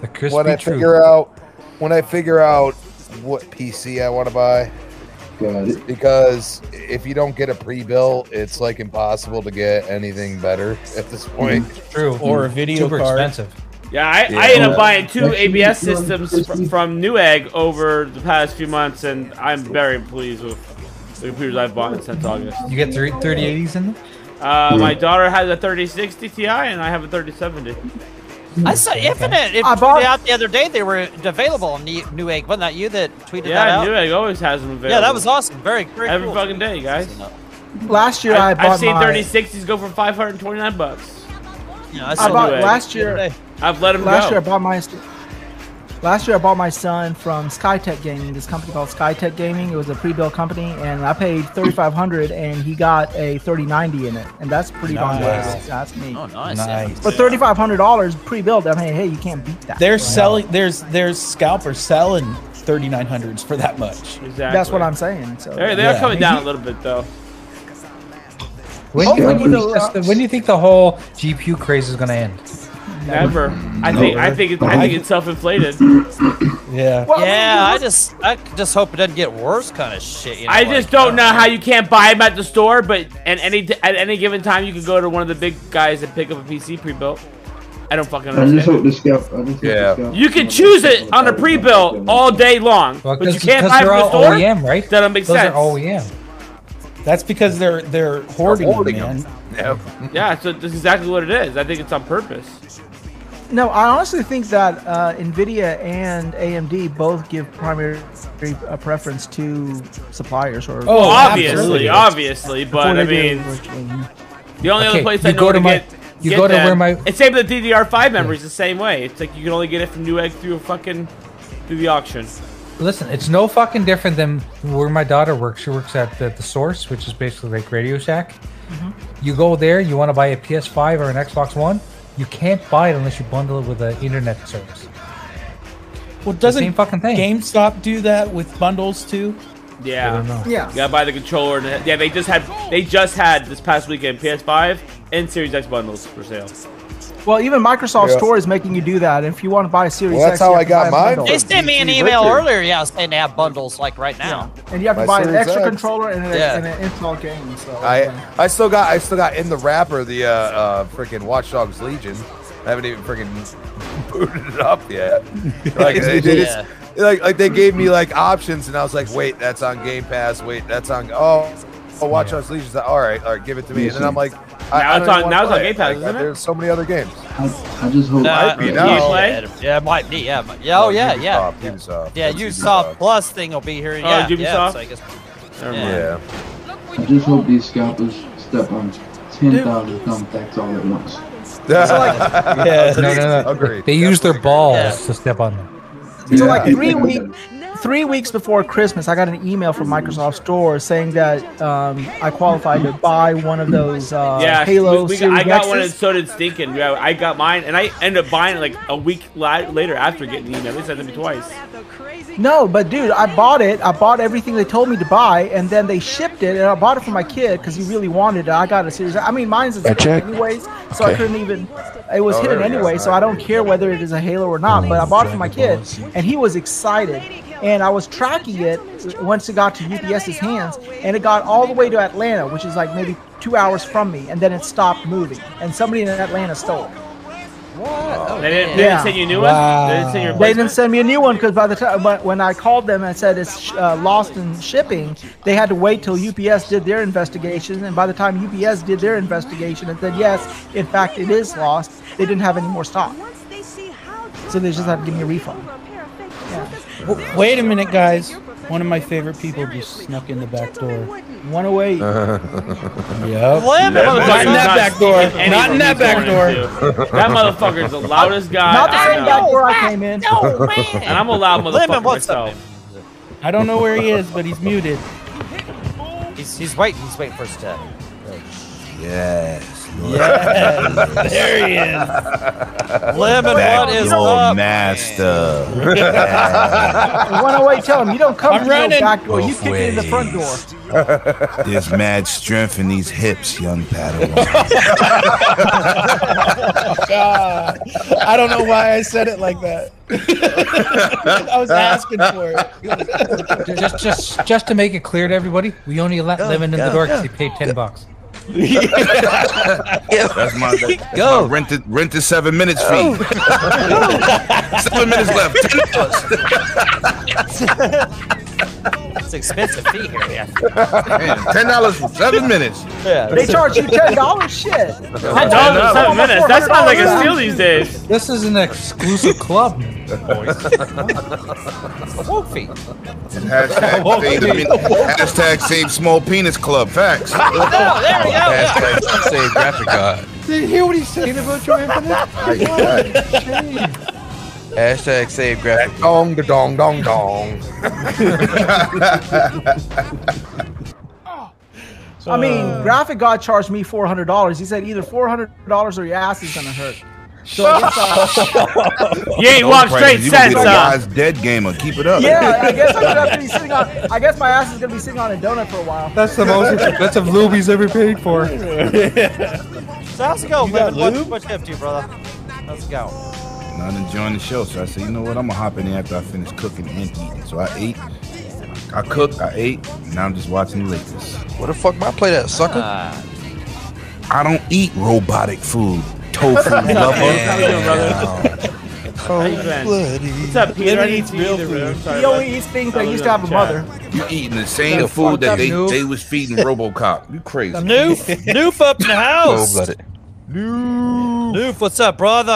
[SPEAKER 3] The crispy
[SPEAKER 7] when I
[SPEAKER 3] truth.
[SPEAKER 7] figure out when I figure out what PC I want to buy.
[SPEAKER 10] Got it.
[SPEAKER 7] Because if you don't get a pre-bill, it's like impossible to get anything better at this point.
[SPEAKER 3] True.
[SPEAKER 6] Or a video
[SPEAKER 3] Super
[SPEAKER 6] card.
[SPEAKER 3] expensive.
[SPEAKER 1] Yeah, I,
[SPEAKER 7] Yeah.
[SPEAKER 1] I ended up buying
[SPEAKER 10] Like,
[SPEAKER 1] two
[SPEAKER 10] she-
[SPEAKER 1] ABS
[SPEAKER 10] she-
[SPEAKER 1] systems fr- from Newegg over the past few months, and I'm very pleased with the computers I've bought since August.
[SPEAKER 3] You get 30, 3080s in them?
[SPEAKER 1] Uh, my daughter has a 3060 Ti, and I have a 3070.
[SPEAKER 8] I saw Infinite. It
[SPEAKER 9] I bought-
[SPEAKER 8] tweeted out the other day. They were available on New Newegg. Wasn't that you that tweeted that
[SPEAKER 1] Yeah,
[SPEAKER 8] out?
[SPEAKER 1] Newegg always has them available.
[SPEAKER 8] Yeah, that was awesome. Very, very
[SPEAKER 1] every
[SPEAKER 8] cool. Oh,
[SPEAKER 1] fucking day, guys.
[SPEAKER 9] Last year I,
[SPEAKER 1] I,
[SPEAKER 9] bought
[SPEAKER 1] have seen
[SPEAKER 9] my,
[SPEAKER 1] 3060s go for 529 bucks.
[SPEAKER 8] You know, I
[SPEAKER 9] I
[SPEAKER 8] saw
[SPEAKER 9] bought
[SPEAKER 1] Newegg.
[SPEAKER 9] last
[SPEAKER 8] the other
[SPEAKER 9] year.
[SPEAKER 8] day.
[SPEAKER 1] I've let him
[SPEAKER 9] Last
[SPEAKER 1] go.
[SPEAKER 9] year I bought my last year I bought my son from Skytech Gaming, this company called Skytech Gaming. It was a pre-built company, and I paid thirty five hundred, and he got a thirty ninety in it, and that's pretty darn
[SPEAKER 6] Nice.
[SPEAKER 9] good. That's me.
[SPEAKER 8] Oh, nice. yeah.
[SPEAKER 6] Nice.
[SPEAKER 9] For thirty five hundred dollars pre-built, I mean, hey, you can't beat that.
[SPEAKER 6] They're selling. There's there's scalpers selling 3900s for that much.
[SPEAKER 1] Exactly.
[SPEAKER 9] That's what I'm saying. So
[SPEAKER 1] They, they are
[SPEAKER 6] Yeah.
[SPEAKER 1] coming down a little bit though.
[SPEAKER 3] When,
[SPEAKER 10] Hopefully
[SPEAKER 3] when, do you
[SPEAKER 10] the-
[SPEAKER 3] think this- when do you think the whole GPU craze is going to end?
[SPEAKER 1] Never. I think. I think. It, I think it's self-inflated.
[SPEAKER 6] Yeah.
[SPEAKER 9] Well, I mean,
[SPEAKER 8] Yeah,
[SPEAKER 9] you
[SPEAKER 8] I
[SPEAKER 9] look-
[SPEAKER 8] just, I just hope it doesn't get worse, kind of shit. You know,
[SPEAKER 1] I just
[SPEAKER 8] like, uh,
[SPEAKER 1] don't know how you can't buy them at the store, but at any at any given time you can go to one of the big guys and pick up a PC pre-built. I don't fucking
[SPEAKER 10] I just hope
[SPEAKER 1] understand.
[SPEAKER 10] the scalp. I just hope
[SPEAKER 7] Yeah.
[SPEAKER 10] the scalp
[SPEAKER 1] You can choose it on a pre-built all day long,
[SPEAKER 3] Well,
[SPEAKER 1] but you
[SPEAKER 3] 'cause-
[SPEAKER 1] can't
[SPEAKER 3] 'cause
[SPEAKER 1] buy it
[SPEAKER 3] they're
[SPEAKER 1] from the
[SPEAKER 3] all E
[SPEAKER 1] store.
[SPEAKER 3] OEM, right?
[SPEAKER 1] That don't make
[SPEAKER 3] Those
[SPEAKER 1] sense.
[SPEAKER 3] are E OEM.
[SPEAKER 6] That's because they're they're hoarding,
[SPEAKER 7] Hoarding
[SPEAKER 6] man.
[SPEAKER 7] them. Yep.
[SPEAKER 1] Yeah, so that's exactly what it is. I think it's on purpose.
[SPEAKER 9] No, I honestly think that uh, NVIDIA and AMD both give primary uh, preference to suppliers or.
[SPEAKER 6] Oh,
[SPEAKER 1] obviously,
[SPEAKER 6] absolutely.
[SPEAKER 1] obviously, but I mean, the only other
[SPEAKER 3] Okay,
[SPEAKER 1] place
[SPEAKER 3] you
[SPEAKER 1] I know
[SPEAKER 3] go
[SPEAKER 1] where
[SPEAKER 3] to
[SPEAKER 1] to
[SPEAKER 3] my-
[SPEAKER 1] get.
[SPEAKER 3] you
[SPEAKER 1] get
[SPEAKER 3] go to
[SPEAKER 1] them-
[SPEAKER 3] where my-
[SPEAKER 1] It's same with the DDR5 memories. The same way. It's like you can only get it from Newegg through a fucking through the auction.
[SPEAKER 3] Listen, it's no fucking different than where my daughter works. She works at the, the Source, which is basically like Radio Shack.
[SPEAKER 1] Mm-hmm.
[SPEAKER 3] You go there, you want to buy a PS5 or an Xbox One, you can't buy it unless you bundle it with an internet service.
[SPEAKER 6] Well, doesn't
[SPEAKER 3] same fucking thing.
[SPEAKER 6] GameStop do that with bundles too?
[SPEAKER 1] Yeah.
[SPEAKER 3] I don't know.
[SPEAKER 9] Yeah.
[SPEAKER 1] You gotta buy the controller. And yeah, they just had they just had this past weekend PS5 and Series X bundles for sale.
[SPEAKER 9] Well, even Microsoft
[SPEAKER 7] Yeah.
[SPEAKER 9] Store is making you do that. If you want to buy a Series
[SPEAKER 7] Well, that's
[SPEAKER 9] X, you
[SPEAKER 7] how
[SPEAKER 9] have
[SPEAKER 7] I
[SPEAKER 9] to
[SPEAKER 7] got
[SPEAKER 9] buy a
[SPEAKER 7] mine
[SPEAKER 9] bundle.
[SPEAKER 8] They sent me an
[SPEAKER 7] GT
[SPEAKER 8] email
[SPEAKER 7] Richard.
[SPEAKER 8] earlier. Yeah, saying they have bundles like right now.
[SPEAKER 9] and you have to
[SPEAKER 7] My
[SPEAKER 9] buy an
[SPEAKER 7] Series
[SPEAKER 9] extra
[SPEAKER 7] X.
[SPEAKER 9] controller and an,
[SPEAKER 8] Yeah.
[SPEAKER 9] and an Intel game. So
[SPEAKER 7] I I still got I still got in the wrapper the uh, uh freaking Watch Dogs Legion. I haven't even freaking booted it up yet. Like they, they just- like like they gave me like options and I was like, wait, that's on Game Pass. Wait, that's on oh. Oh, Watch Dogs Legion's like, all right, all right, give it to me. And then I'm like, I,
[SPEAKER 1] Now
[SPEAKER 7] I
[SPEAKER 1] it's
[SPEAKER 7] don't
[SPEAKER 1] on-
[SPEAKER 7] even wanna
[SPEAKER 1] now it's on
[SPEAKER 7] play
[SPEAKER 1] Game Pass,
[SPEAKER 7] Like,
[SPEAKER 1] isn't it?
[SPEAKER 7] There's so many other games.
[SPEAKER 8] Oh,
[SPEAKER 10] I, I just hope.
[SPEAKER 8] Nah,
[SPEAKER 7] be
[SPEAKER 8] yeah,
[SPEAKER 7] now.
[SPEAKER 8] Uh, yeah, yeah, it might be. Yeah, but- yeah, oh yeah, yeah.
[SPEAKER 7] Ubisoft,
[SPEAKER 8] Yeah,
[SPEAKER 7] Ubisoft.
[SPEAKER 8] yeah
[SPEAKER 7] That's
[SPEAKER 8] Ubisoft Plus thing will be here.
[SPEAKER 1] Oh,
[SPEAKER 8] Yeah, yeah.
[SPEAKER 1] Ubisoft?
[SPEAKER 8] So I guess
[SPEAKER 1] Never
[SPEAKER 8] Yeah.
[SPEAKER 1] mind.
[SPEAKER 7] Yeah.
[SPEAKER 10] I just hope these scalpers step on ten thousand thumbtacks all at once.
[SPEAKER 6] Yeah.
[SPEAKER 3] No, no, no.
[SPEAKER 7] Agreed.
[SPEAKER 3] They use their
[SPEAKER 7] Definitely
[SPEAKER 3] balls
[SPEAKER 8] Yeah.
[SPEAKER 3] to step on them.
[SPEAKER 10] Yeah.
[SPEAKER 9] So like three week, three weeks before Christmas, I got an email from Microsoft Store saying that um, I qualified to buy one of those uh,
[SPEAKER 1] yeah,
[SPEAKER 9] Halo
[SPEAKER 1] we- we-
[SPEAKER 9] Series
[SPEAKER 1] I got
[SPEAKER 9] Xs.
[SPEAKER 1] one and so did Stinkin'. Yeah, I got mine and I ended up buying it like a week li- later after getting the email. They sent it to me twice.
[SPEAKER 9] No, but dude, I bought it. I bought everything they told me to buy, and then they shipped it. And I bought it for my kid because he really wanted it. I got a series. I mean, mine's a
[SPEAKER 5] check.
[SPEAKER 9] anyways, so I couldn't even. It was
[SPEAKER 7] Oh,
[SPEAKER 9] hidden
[SPEAKER 7] there we go.
[SPEAKER 9] anyway, so I don't care whether it is a Halo or not. But I bought it for my
[SPEAKER 6] Dragon
[SPEAKER 9] kid,
[SPEAKER 6] Ball Z.
[SPEAKER 9] and he was excited. And I was tracking it once it got to UPS's hands, and it got all the way to Atlanta, which is like maybe two hours from me, and then it stopped moving. And somebody in Atlanta stole it.
[SPEAKER 1] They didn't, they didn't
[SPEAKER 9] Yeah.
[SPEAKER 1] send you a new one. They didn't send you a
[SPEAKER 9] They didn't
[SPEAKER 1] replacement?
[SPEAKER 9] send me a new one because by the time but when I called them and said it's uh, lost in shipping, they had to wait till UPS did their investigation. And by the time UPS did their investigation and said yes, in fact it is lost, they didn't have any more stock. So they just had to give me a refund.
[SPEAKER 6] W- Wait a minute, guys. One of my favorite people just snuck in the back door.
[SPEAKER 9] One away.
[SPEAKER 6] Yep.
[SPEAKER 8] Lemon,
[SPEAKER 1] Motherfucker's
[SPEAKER 6] in that
[SPEAKER 1] not
[SPEAKER 6] back door.
[SPEAKER 1] sneaking any
[SPEAKER 6] Not
[SPEAKER 1] room
[SPEAKER 6] in that
[SPEAKER 1] he's
[SPEAKER 6] back
[SPEAKER 1] going
[SPEAKER 6] door.
[SPEAKER 1] into. That motherfucker's the loudest guy.
[SPEAKER 9] Not the
[SPEAKER 1] I
[SPEAKER 9] same
[SPEAKER 1] know.
[SPEAKER 9] back door I came in.
[SPEAKER 8] no
[SPEAKER 1] And
[SPEAKER 8] man.
[SPEAKER 1] I'm a loud motherfucker
[SPEAKER 8] Lemon, what's up,
[SPEAKER 1] myself.
[SPEAKER 6] I don't know where he is, but he's muted.
[SPEAKER 8] He's, he's waiting. He's waiting for us to.
[SPEAKER 5] Yes.
[SPEAKER 6] Yeah. there he is.
[SPEAKER 8] Lemon,
[SPEAKER 5] Back
[SPEAKER 8] what is
[SPEAKER 5] your
[SPEAKER 8] up?
[SPEAKER 5] master.
[SPEAKER 9] One away. Tell them you don't come
[SPEAKER 6] I'm
[SPEAKER 4] oh
[SPEAKER 9] through the
[SPEAKER 6] running.
[SPEAKER 9] back door. You
[SPEAKER 5] Both
[SPEAKER 9] kick it in the front door.
[SPEAKER 5] ways.
[SPEAKER 7] There's mad strength in these hips, young Padawan.
[SPEAKER 6] I don't know why I said it like that. I was asking for it.
[SPEAKER 3] just, just, just to make it clear to everybody, we only let
[SPEAKER 6] Go,
[SPEAKER 3] Levin in the
[SPEAKER 6] go,
[SPEAKER 3] door
[SPEAKER 6] go.
[SPEAKER 3] because he paid ten bucks.
[SPEAKER 7] That's my, that's my rented rented seven minutes fee. seven minutes left. Ten
[SPEAKER 2] It's an expensive fee here, yeah.
[SPEAKER 7] Man, ten dollars for seven minutes.
[SPEAKER 2] Yeah.
[SPEAKER 4] They charge you ten dollars. Shit.
[SPEAKER 1] Ten dollars for seven minutes. That sounds like a steal these days.
[SPEAKER 3] This is an exclusive club.
[SPEAKER 2] Woke fee.
[SPEAKER 7] Hashtag, save, the min- hashtag save small penis club. Facts.
[SPEAKER 2] Oh, there we go. yeah.
[SPEAKER 9] Hashtag save graphic god.
[SPEAKER 11] Did you hear what he's saying about your infinite?
[SPEAKER 9] My God.
[SPEAKER 10] Hashtag save graphic.
[SPEAKER 9] Dong, da dong, dong, dong.
[SPEAKER 4] I mean, Graphic God charged me four hundred dollars. He said either four hundred dollars or your ass is gonna hurt. So I guess, uh,
[SPEAKER 1] You ain't walk straight uh,
[SPEAKER 7] You gonna
[SPEAKER 1] sense
[SPEAKER 7] be the
[SPEAKER 1] up.
[SPEAKER 7] guy's dead gamer. Keep it up.
[SPEAKER 4] yeah, I guess I'm gonna have to be sitting on. I guess my ass is gonna be sitting on a donut for a while.
[SPEAKER 3] That's the most expensive lube he's ever paid for.
[SPEAKER 2] So how's it going,
[SPEAKER 6] got
[SPEAKER 2] Levin? What,
[SPEAKER 6] lube?
[SPEAKER 2] what you up to, brother? How's it going?
[SPEAKER 7] Not enjoying the show, so I said, you know what? I'm gonna hop in there after I finish cooking and eating. So I ate. I cooked. I ate. and Now I'm just watching the Lakers. Ah.
[SPEAKER 10] What the fuck? My play that sucker.
[SPEAKER 2] Uh,
[SPEAKER 7] I don't eat robotic food. Tofu lover.
[SPEAKER 1] How you been? What's up, Peter? I didn't see you in the room. Sorry,
[SPEAKER 4] He
[SPEAKER 1] bud.
[SPEAKER 4] only eats things that used to have a mother.
[SPEAKER 7] You eating the same food that they, they was feeding RoboCop. You crazy?
[SPEAKER 2] Noof, Noof up in the
[SPEAKER 10] Cold
[SPEAKER 7] Oh,
[SPEAKER 2] house.
[SPEAKER 10] blooded.
[SPEAKER 2] Noof, what's up, brother?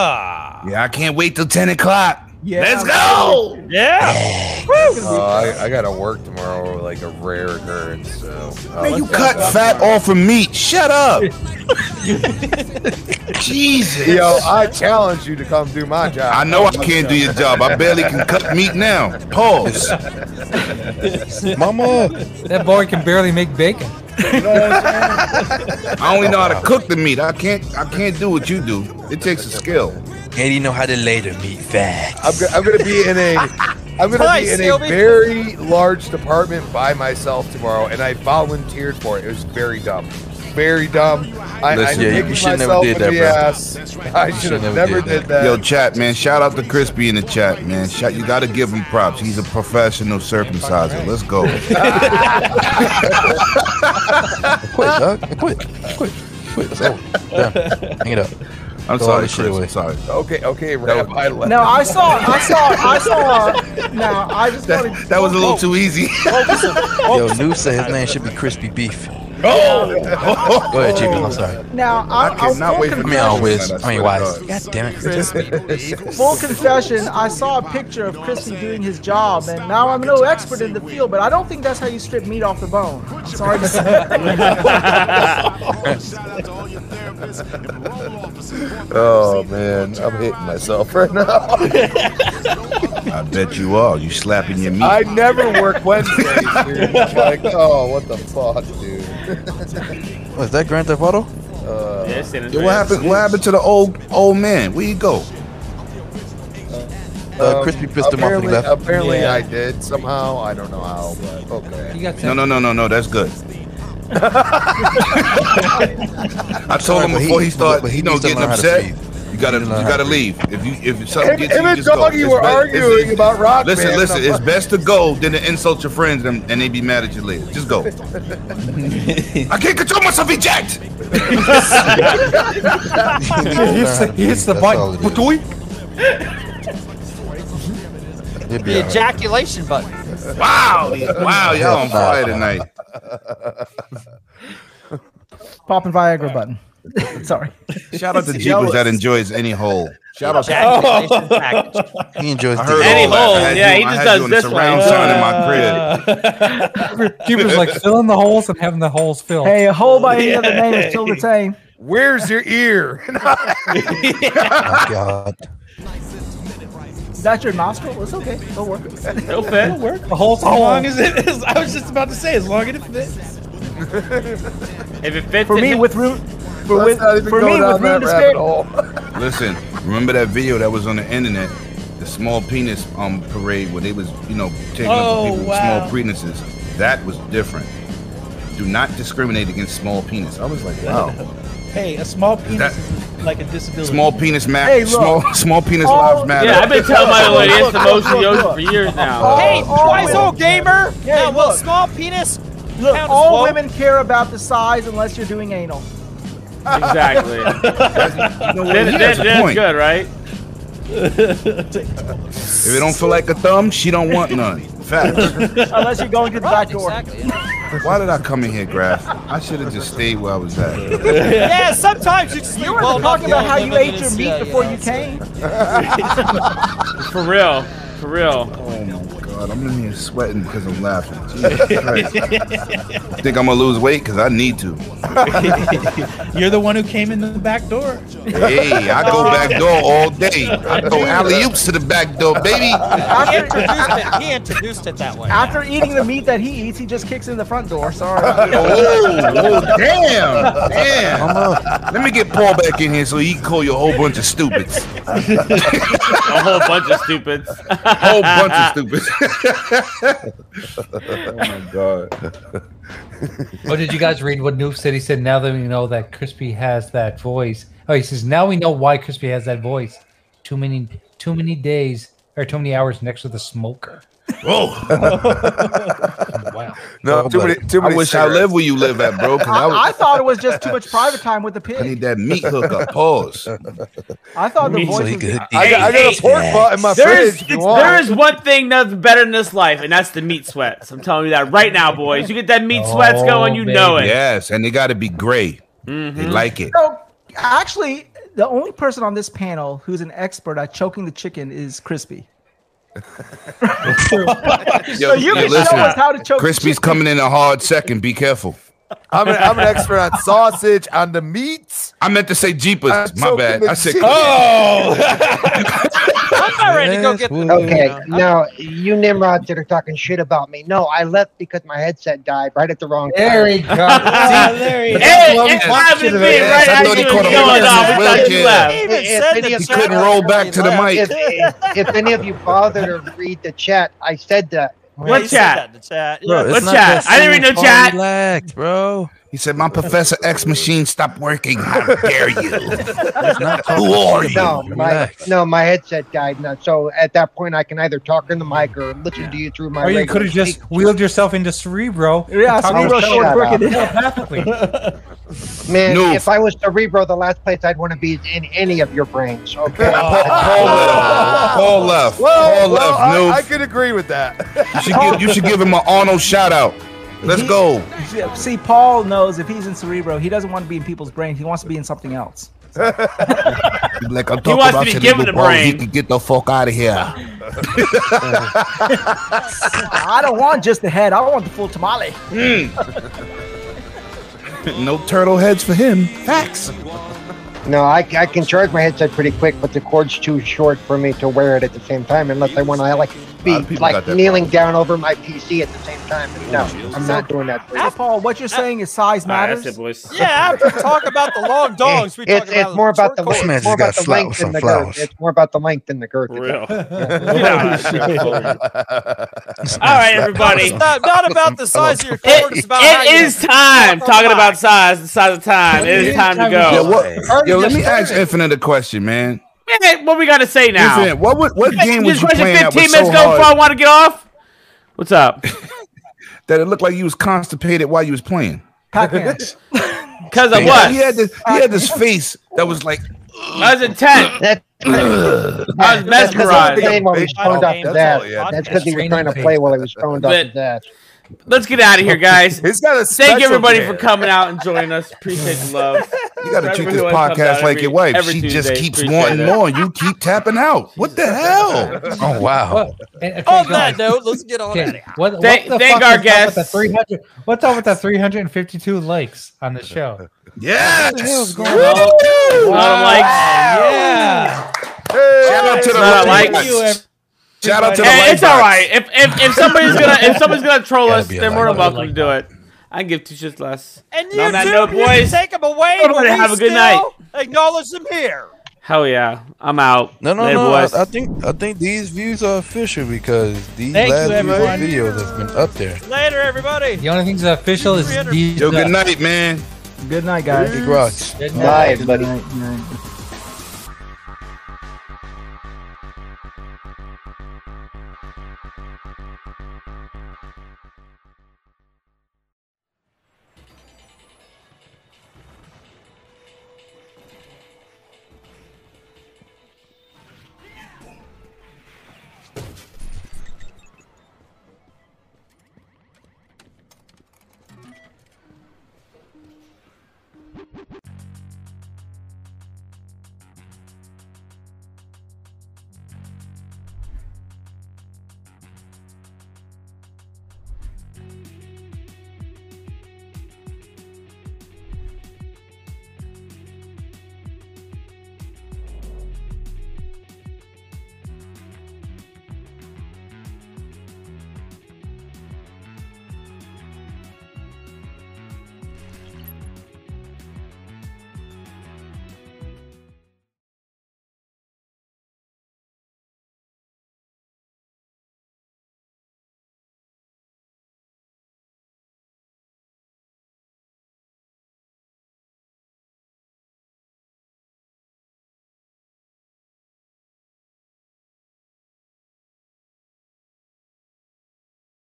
[SPEAKER 7] Yeah, I can't wait till ten o'clock.
[SPEAKER 4] Yeah.
[SPEAKER 7] Let's go.
[SPEAKER 2] Yeah.
[SPEAKER 9] Uh, I, I gotta work tomorrow, like a rare occurrence. So uh,
[SPEAKER 7] Man, you cut fat off of meat. Shut up. Jesus.
[SPEAKER 9] yo, I challenge you to come do my job.
[SPEAKER 7] I know I can't do your job. I barely can cut meat now. Pause.
[SPEAKER 10] Mama.
[SPEAKER 3] That boy can barely make bacon.
[SPEAKER 7] I only know how to cook the meat. I can't. I can't do what you do. It takes a skill.
[SPEAKER 10] Katie know how to lay the meat fat.
[SPEAKER 9] I'm, go- I'm gonna be in a I'm gonna
[SPEAKER 2] Hi,
[SPEAKER 9] be in
[SPEAKER 2] Sylvie.
[SPEAKER 9] a very large department by myself tomorrow, and I volunteered for it. It was very dumb, very dumb. I,
[SPEAKER 10] Listen,
[SPEAKER 9] I'm
[SPEAKER 10] yeah, you
[SPEAKER 9] kicking
[SPEAKER 10] shoulda never
[SPEAKER 9] myself
[SPEAKER 10] did
[SPEAKER 9] in
[SPEAKER 10] that,
[SPEAKER 9] the
[SPEAKER 10] bro.
[SPEAKER 9] ass. I should have
[SPEAKER 10] never
[SPEAKER 9] never
[SPEAKER 10] did that.
[SPEAKER 9] did that.
[SPEAKER 7] Yo, chat, man. Shout out to Crispy in the chat, man. Shout, you got to give him props. He's a professional circumciser. Let's go.
[SPEAKER 10] Quit, dog. Quit. Quit. Quit. It's over. Down. Hang it up.
[SPEAKER 7] I'm
[SPEAKER 10] Throw all
[SPEAKER 7] sorry,
[SPEAKER 10] this shit
[SPEAKER 7] Chris.
[SPEAKER 10] away.
[SPEAKER 7] I'm sorry.
[SPEAKER 9] okay, okay, Rabbi. left.
[SPEAKER 4] No, I saw. I saw. I saw. Uh, no, I just wanted.
[SPEAKER 7] That, that was a little too easy.
[SPEAKER 10] Yo, Noob said his name should be Crispy Beef. Oh! Go ahead, GB. I'm sorry.
[SPEAKER 4] Now I,
[SPEAKER 7] I
[SPEAKER 4] I,
[SPEAKER 7] cannot
[SPEAKER 4] full,
[SPEAKER 7] wait for
[SPEAKER 10] I
[SPEAKER 4] con-
[SPEAKER 10] mean, oh, Wiz.
[SPEAKER 7] I
[SPEAKER 10] I mean,
[SPEAKER 7] swear
[SPEAKER 10] Wise.
[SPEAKER 7] to
[SPEAKER 10] God damn it. Crispy Beef.
[SPEAKER 4] full confession. I saw a picture of Christy doing his job, and now I'm no expert in the field, but I don't think that's how you strip meat off the bone. I'm sorry to say.
[SPEAKER 9] Oh man, I'm hitting myself right now.
[SPEAKER 7] I bet you are. You slapping your meat.
[SPEAKER 9] I never work Wednesdays, dude. Like, oh, what the fuck, dude.
[SPEAKER 10] What, is that Grand Theft Auto?
[SPEAKER 1] Yeah, San Andreas.
[SPEAKER 7] Yo, what happened? What happened to the old old man? Where you go?
[SPEAKER 10] Uh,
[SPEAKER 9] Um,
[SPEAKER 10] Crispy pissed him off when he
[SPEAKER 9] apparently, uh,
[SPEAKER 10] left.
[SPEAKER 9] Apparently,
[SPEAKER 6] Yeah.
[SPEAKER 9] I did somehow. I don't know how, but okay.
[SPEAKER 3] You got
[SPEAKER 7] No, no, no, no, no. That's good. I told him
[SPEAKER 10] Sorry, but
[SPEAKER 7] before
[SPEAKER 10] he-
[SPEAKER 7] he started,
[SPEAKER 10] but he
[SPEAKER 7] you know,
[SPEAKER 10] needs to
[SPEAKER 7] getting
[SPEAKER 10] learn how to
[SPEAKER 7] upset.
[SPEAKER 10] feed.
[SPEAKER 7] You gotta,
[SPEAKER 10] He
[SPEAKER 7] you
[SPEAKER 10] needs to learn how
[SPEAKER 7] gotta
[SPEAKER 10] to
[SPEAKER 7] leave. If you, if something
[SPEAKER 9] Him,
[SPEAKER 7] gets you,
[SPEAKER 9] him and
[SPEAKER 7] just go.
[SPEAKER 9] Doggy
[SPEAKER 7] It's
[SPEAKER 9] were
[SPEAKER 7] best- it's-
[SPEAKER 9] arguing about rock.
[SPEAKER 7] Listen,
[SPEAKER 9] band.
[SPEAKER 7] listen.
[SPEAKER 9] I'm
[SPEAKER 7] It's
[SPEAKER 9] like,
[SPEAKER 7] best to go than to insult your friends and, and they be mad at you later. Just go. I can't control myself. Eject.
[SPEAKER 3] He hits the, he hits the
[SPEAKER 10] That's all
[SPEAKER 3] button.
[SPEAKER 10] it is.
[SPEAKER 3] Batoink.
[SPEAKER 10] It'd be
[SPEAKER 2] The
[SPEAKER 10] alright.
[SPEAKER 2] ejaculation button.
[SPEAKER 7] Wow, wow, y'all on fire tonight.
[SPEAKER 4] Popping Viagra button. sorry.
[SPEAKER 7] Shout out to Jeepers that enjoys any hole. Shout
[SPEAKER 2] Oh.
[SPEAKER 7] out. to
[SPEAKER 2] Ejaculation package.
[SPEAKER 10] He enjoys
[SPEAKER 7] I heard
[SPEAKER 10] dick.
[SPEAKER 1] Any
[SPEAKER 7] all that.
[SPEAKER 1] hole.
[SPEAKER 7] I had
[SPEAKER 1] Yeah,
[SPEAKER 7] you-
[SPEAKER 1] he
[SPEAKER 7] I
[SPEAKER 1] just
[SPEAKER 7] had
[SPEAKER 1] does
[SPEAKER 7] you in the
[SPEAKER 1] this one.
[SPEAKER 7] surround sound in my crib.
[SPEAKER 3] Keepers like filling the holes and having the holes filled.
[SPEAKER 9] uh,
[SPEAKER 4] Hey, a hole by any other name is still the same.
[SPEAKER 9] Where's your ear?
[SPEAKER 10] Oh, God.
[SPEAKER 4] Is that your nostril? It's okay. It'll work.
[SPEAKER 1] It'll fit.
[SPEAKER 3] the holes
[SPEAKER 6] As
[SPEAKER 3] hole.
[SPEAKER 6] long as it is, I was just about to say, as long as it fits.
[SPEAKER 1] If it fits
[SPEAKER 4] For
[SPEAKER 1] it
[SPEAKER 4] me,
[SPEAKER 1] fits.
[SPEAKER 4] with room.
[SPEAKER 9] Let's
[SPEAKER 4] with-
[SPEAKER 9] not even
[SPEAKER 4] for
[SPEAKER 9] go
[SPEAKER 4] me,
[SPEAKER 9] down
[SPEAKER 4] with room
[SPEAKER 9] that
[SPEAKER 4] to
[SPEAKER 9] rabbit
[SPEAKER 4] spare-
[SPEAKER 9] hole.
[SPEAKER 7] Listen, remember that video that was on the internet, the small penis um parade where they was you know taking
[SPEAKER 6] Oh,
[SPEAKER 7] up people
[SPEAKER 6] wow.
[SPEAKER 7] with small penises. That was different. do not discriminate against small penis. I was like, wow.
[SPEAKER 6] Hey, a small penis
[SPEAKER 7] That-
[SPEAKER 6] is like a disability.
[SPEAKER 7] Small penis ma-
[SPEAKER 6] Hey, look.
[SPEAKER 7] small small penis
[SPEAKER 1] Oh,
[SPEAKER 6] All-
[SPEAKER 7] lives matter.
[SPEAKER 6] Yeah, I've been telling my little lady it's the most
[SPEAKER 7] Look,
[SPEAKER 1] yo-
[SPEAKER 7] look,
[SPEAKER 1] for years now.
[SPEAKER 2] Hey,
[SPEAKER 9] all
[SPEAKER 2] wise
[SPEAKER 9] women-
[SPEAKER 2] old Oh, gamer.
[SPEAKER 9] Hey,
[SPEAKER 2] now, will
[SPEAKER 9] look.
[SPEAKER 2] small penis?
[SPEAKER 9] Look,
[SPEAKER 2] count as
[SPEAKER 9] all
[SPEAKER 2] woke?
[SPEAKER 9] women care about the size unless you're doing anal.
[SPEAKER 1] Exactly.
[SPEAKER 7] know what?
[SPEAKER 1] Then-
[SPEAKER 7] He
[SPEAKER 1] then-
[SPEAKER 7] has a
[SPEAKER 1] that's
[SPEAKER 7] point.
[SPEAKER 1] good, right?
[SPEAKER 7] If it don't feel like a thumb, she don't want none. Facts.
[SPEAKER 9] unless you're going to the back door.
[SPEAKER 7] Why did I come in here, Graf? I should have just stayed where I was at.
[SPEAKER 2] yeah, sometimes you just
[SPEAKER 9] You
[SPEAKER 2] leave
[SPEAKER 9] were
[SPEAKER 2] well
[SPEAKER 9] talking
[SPEAKER 2] enough
[SPEAKER 9] about how you
[SPEAKER 2] alone,
[SPEAKER 9] ate
[SPEAKER 2] but
[SPEAKER 9] your
[SPEAKER 2] it's-
[SPEAKER 9] meat
[SPEAKER 2] yeah,
[SPEAKER 9] before
[SPEAKER 2] yeah,
[SPEAKER 9] you
[SPEAKER 2] it's-
[SPEAKER 9] came.
[SPEAKER 1] For real. For real.
[SPEAKER 7] Oh my god, I'm in here sweating because I'm laughing. Jesus Christ. Think I'm gonna lose weight because I need to.
[SPEAKER 6] You're the one who came in the back door.
[SPEAKER 7] Hey, I go back door all day. I go alley oops to the back door, baby.
[SPEAKER 2] He introduced it. He introduced it that way.
[SPEAKER 9] After eating the meat that he eats, he just kicks in the front door. Sorry.
[SPEAKER 7] Oh, oh, damn, damn. Let me get Paul back in here so he can call you a whole bunch of stupids.
[SPEAKER 1] A whole bunch of stupids.
[SPEAKER 7] Whole bunch of stupids. oh my god.
[SPEAKER 3] Oh, did you guys read what Noob said? He said, now that we know that Crispy has that voice. Oh, he says, now we know why Crispy has that voice. Too many, too many days or too many hours next to the smoker.
[SPEAKER 7] Whoa.
[SPEAKER 3] Wow.
[SPEAKER 12] No, too many, too many
[SPEAKER 7] I wish I
[SPEAKER 12] cigarettes.
[SPEAKER 7] lived where you live at, bro. Cause I, was,
[SPEAKER 9] I, I thought it was just too much private time with the
[SPEAKER 7] I
[SPEAKER 9] pig.
[SPEAKER 7] need that meat hookup. Pause.
[SPEAKER 9] I thought
[SPEAKER 12] So
[SPEAKER 9] the
[SPEAKER 12] he
[SPEAKER 9] voice
[SPEAKER 12] could
[SPEAKER 9] was.
[SPEAKER 12] eat.
[SPEAKER 10] I, got, I got a pork butt in my
[SPEAKER 1] There's,
[SPEAKER 10] fridge. if you want.
[SPEAKER 1] there is one thing that's better in this life, and that's the meat sweats. I'm telling you that right now, boys. You get that meat sweats
[SPEAKER 3] Oh,
[SPEAKER 1] going, you know it.
[SPEAKER 7] Yes, and they got to be gray. They
[SPEAKER 1] Mm-hmm.
[SPEAKER 7] like it.
[SPEAKER 9] So, actually, the only person on this panel who's an expert at choking the chicken is Crispy. So you
[SPEAKER 7] hey,
[SPEAKER 9] can
[SPEAKER 7] listen,
[SPEAKER 9] show us how to choke. the
[SPEAKER 7] Crispy's
[SPEAKER 9] chicken.
[SPEAKER 7] coming in a hard second. Be careful.
[SPEAKER 10] I'm an, I'm an expert on sausage, on the meats.
[SPEAKER 7] I meant to say Jeepers.
[SPEAKER 10] I'm
[SPEAKER 7] My bad.
[SPEAKER 10] choking
[SPEAKER 7] I said.
[SPEAKER 10] the
[SPEAKER 2] I'm not ready to go
[SPEAKER 12] Yes,
[SPEAKER 2] get
[SPEAKER 12] woman.
[SPEAKER 4] Okay, now you Nimrods that are talking shit about me. No, I left because my headset died right at the wrong time.
[SPEAKER 3] There he goes.
[SPEAKER 6] Ah, there he
[SPEAKER 1] Hey,
[SPEAKER 6] is.
[SPEAKER 1] it's
[SPEAKER 10] Yeah.
[SPEAKER 1] happening to me
[SPEAKER 7] Yeah,
[SPEAKER 1] right
[SPEAKER 7] I
[SPEAKER 1] as
[SPEAKER 7] thought he
[SPEAKER 1] you
[SPEAKER 7] caught
[SPEAKER 1] was
[SPEAKER 7] a
[SPEAKER 1] going
[SPEAKER 7] wheel
[SPEAKER 1] off.
[SPEAKER 7] in
[SPEAKER 1] We
[SPEAKER 7] his
[SPEAKER 1] thought you
[SPEAKER 7] wheelchair.
[SPEAKER 1] left.
[SPEAKER 2] even
[SPEAKER 4] If-
[SPEAKER 2] said
[SPEAKER 4] if
[SPEAKER 2] that
[SPEAKER 4] any of
[SPEAKER 7] He
[SPEAKER 4] you-
[SPEAKER 7] couldn't roll back to the mic.
[SPEAKER 4] If, if any of you bother to read the chat, I said that.
[SPEAKER 1] What chat?
[SPEAKER 2] The chat.
[SPEAKER 12] Bro, it's
[SPEAKER 1] What
[SPEAKER 12] not
[SPEAKER 1] chat?
[SPEAKER 12] that
[SPEAKER 1] I didn't read no
[SPEAKER 12] simple.
[SPEAKER 1] chat.
[SPEAKER 12] Relax, bro.
[SPEAKER 7] He said, "My Professor X machine stopped working. How dare you? Who are you?"
[SPEAKER 4] No, my,
[SPEAKER 12] Relax.
[SPEAKER 4] no, my headset died. No, so at that point, I can either talk in the mic or listen to you through my.
[SPEAKER 3] Or you
[SPEAKER 4] regular
[SPEAKER 3] could have just
[SPEAKER 4] speaker.
[SPEAKER 3] wheeled yourself into Cerebro. and
[SPEAKER 9] Yeah,
[SPEAKER 3] talked
[SPEAKER 9] Cerebro
[SPEAKER 3] to
[SPEAKER 4] shut
[SPEAKER 9] short
[SPEAKER 4] up.
[SPEAKER 9] working it.
[SPEAKER 3] telepathically.
[SPEAKER 4] Man,
[SPEAKER 7] No.
[SPEAKER 4] if I was Cerebro, the last place I'd want to be is in any of your brains. Okay.
[SPEAKER 7] Paul, Paul left. Paul left.
[SPEAKER 10] Well, well,
[SPEAKER 7] Paul left.
[SPEAKER 10] I,
[SPEAKER 7] Noob.
[SPEAKER 10] I could agree with that.
[SPEAKER 7] you, should give, you should give him an Arnold shout out. Let's go.
[SPEAKER 9] Yeah, See, Paul knows if he's in Cerebro, he doesn't want to be in people's brains. He wants to be in something else.
[SPEAKER 7] Like I'm
[SPEAKER 1] He wants to be given
[SPEAKER 7] some little
[SPEAKER 1] the
[SPEAKER 7] balls.
[SPEAKER 1] brain.
[SPEAKER 7] He can get the fuck out of here.
[SPEAKER 9] I don't want just the head. I want the full tamale.
[SPEAKER 7] No turtle heads for him. Facts.
[SPEAKER 4] No, I, I can charge my headset pretty quick, but the cord's too short for me to wear it at the same time unless I want to like
[SPEAKER 7] A
[SPEAKER 4] be
[SPEAKER 7] lot of people
[SPEAKER 4] like
[SPEAKER 7] got that Oh,
[SPEAKER 4] kneeling down over my PC at the same time. But no, I'm not doing that.
[SPEAKER 9] So, Paul, what you're saying is size
[SPEAKER 1] All right, that's
[SPEAKER 9] matters.
[SPEAKER 1] it, boys.
[SPEAKER 2] Yeah, after we talk about the long dogs, we talk
[SPEAKER 4] it's,
[SPEAKER 2] about
[SPEAKER 4] it's more about the
[SPEAKER 2] short
[SPEAKER 4] length.
[SPEAKER 12] man
[SPEAKER 4] It's
[SPEAKER 12] just
[SPEAKER 4] more about
[SPEAKER 12] got
[SPEAKER 4] the
[SPEAKER 12] flout-
[SPEAKER 4] length
[SPEAKER 12] some
[SPEAKER 4] than the girth.
[SPEAKER 12] flowers.
[SPEAKER 4] It's more about the length than the girth.
[SPEAKER 1] For real. Yeah, absolutely. All right, everybody.
[SPEAKER 2] It's not, not about the size of your cord. It's
[SPEAKER 1] It,
[SPEAKER 2] about how
[SPEAKER 1] it
[SPEAKER 2] you-
[SPEAKER 1] is time.
[SPEAKER 2] Talk
[SPEAKER 1] Talking
[SPEAKER 2] about-
[SPEAKER 1] about size, the size of time. It is time to
[SPEAKER 7] Yeah,
[SPEAKER 1] go.
[SPEAKER 7] what, yo, let me ask Infinite a question, man.
[SPEAKER 1] Man, what we got to say now?
[SPEAKER 7] Infinite, what would- what game was
[SPEAKER 1] This
[SPEAKER 7] you
[SPEAKER 1] question
[SPEAKER 7] playing that
[SPEAKER 1] 15
[SPEAKER 7] was
[SPEAKER 1] minutes
[SPEAKER 7] so
[SPEAKER 1] ago before I
[SPEAKER 7] hard
[SPEAKER 1] want to get off? What's up?
[SPEAKER 7] that it looked like you was constipated while you was playing?
[SPEAKER 9] Pac-Man.
[SPEAKER 1] Because I
[SPEAKER 7] He had
[SPEAKER 1] was.
[SPEAKER 7] this, he had this face that was like,
[SPEAKER 1] I was intent.
[SPEAKER 4] That,
[SPEAKER 1] I was
[SPEAKER 4] that's because I was
[SPEAKER 1] mesmerized.
[SPEAKER 4] playing while he was stoned off
[SPEAKER 2] That's
[SPEAKER 4] his
[SPEAKER 2] all
[SPEAKER 4] ass.
[SPEAKER 2] he had.
[SPEAKER 4] That's because he was
[SPEAKER 3] Straining
[SPEAKER 4] trying to
[SPEAKER 3] face.
[SPEAKER 4] play while he was stoned off
[SPEAKER 1] But-
[SPEAKER 4] his ass.
[SPEAKER 1] Let's get out of here, guys.
[SPEAKER 10] It's got a
[SPEAKER 1] Thank
[SPEAKER 10] special
[SPEAKER 1] you, everybody,
[SPEAKER 10] there.
[SPEAKER 1] for coming out and joining us. Appreciate the love.
[SPEAKER 7] you got to treat
[SPEAKER 1] Everyone
[SPEAKER 7] this
[SPEAKER 1] who comes out
[SPEAKER 7] podcast like
[SPEAKER 1] every-
[SPEAKER 7] your wife.
[SPEAKER 1] every
[SPEAKER 7] She just
[SPEAKER 1] Tuesday.
[SPEAKER 7] keeps
[SPEAKER 1] Appreciate
[SPEAKER 7] wanting
[SPEAKER 1] it.
[SPEAKER 7] more, and you keep tapping out. What the hell?
[SPEAKER 12] Oh wow.
[SPEAKER 3] And- okay,
[SPEAKER 2] On
[SPEAKER 3] guys,
[SPEAKER 2] that note, let's get on out of
[SPEAKER 3] okay,
[SPEAKER 2] here.
[SPEAKER 3] what, what
[SPEAKER 1] Thank-
[SPEAKER 3] the
[SPEAKER 1] thank
[SPEAKER 3] fuck
[SPEAKER 1] our
[SPEAKER 3] is up with the
[SPEAKER 1] guests.
[SPEAKER 3] 300 What's up with the 352 likes on the show?
[SPEAKER 7] Yes.
[SPEAKER 1] A lot of likes.
[SPEAKER 6] Yeah.
[SPEAKER 7] Shout out to the
[SPEAKER 1] Not
[SPEAKER 7] likes.
[SPEAKER 1] like-
[SPEAKER 6] Thank you, everybody.
[SPEAKER 7] Shout out to the
[SPEAKER 1] Hey,
[SPEAKER 7] like
[SPEAKER 1] it's all
[SPEAKER 7] box.
[SPEAKER 1] right. If if, if somebody's gonna if somebody's gonna troll
[SPEAKER 12] Gotta
[SPEAKER 1] us,
[SPEAKER 12] be a
[SPEAKER 1] they're more
[SPEAKER 12] like
[SPEAKER 1] than
[SPEAKER 12] box.
[SPEAKER 1] welcome to do it. I give two shits less.
[SPEAKER 2] And
[SPEAKER 1] On
[SPEAKER 2] you
[SPEAKER 1] that
[SPEAKER 2] two,
[SPEAKER 1] note,
[SPEAKER 2] you can
[SPEAKER 1] boys,
[SPEAKER 2] take them away.
[SPEAKER 1] everybody
[SPEAKER 2] but we
[SPEAKER 1] have a good
[SPEAKER 2] still
[SPEAKER 1] night.
[SPEAKER 2] Acknowledge them here.
[SPEAKER 1] Hell yeah, I'm out.
[SPEAKER 10] No, no,
[SPEAKER 1] Later,
[SPEAKER 10] no. I,
[SPEAKER 1] boys.
[SPEAKER 10] I think I think these views are official because these
[SPEAKER 1] Thank you,
[SPEAKER 10] last views
[SPEAKER 1] everyone.
[SPEAKER 10] and videos have been up there.
[SPEAKER 2] Later, everybody.
[SPEAKER 3] The only thing's official is these.
[SPEAKER 10] Yo, good night,
[SPEAKER 7] man.
[SPEAKER 4] Good night, guys.
[SPEAKER 10] Big rocks.
[SPEAKER 4] Good
[SPEAKER 10] night, buddy.
[SPEAKER 4] night.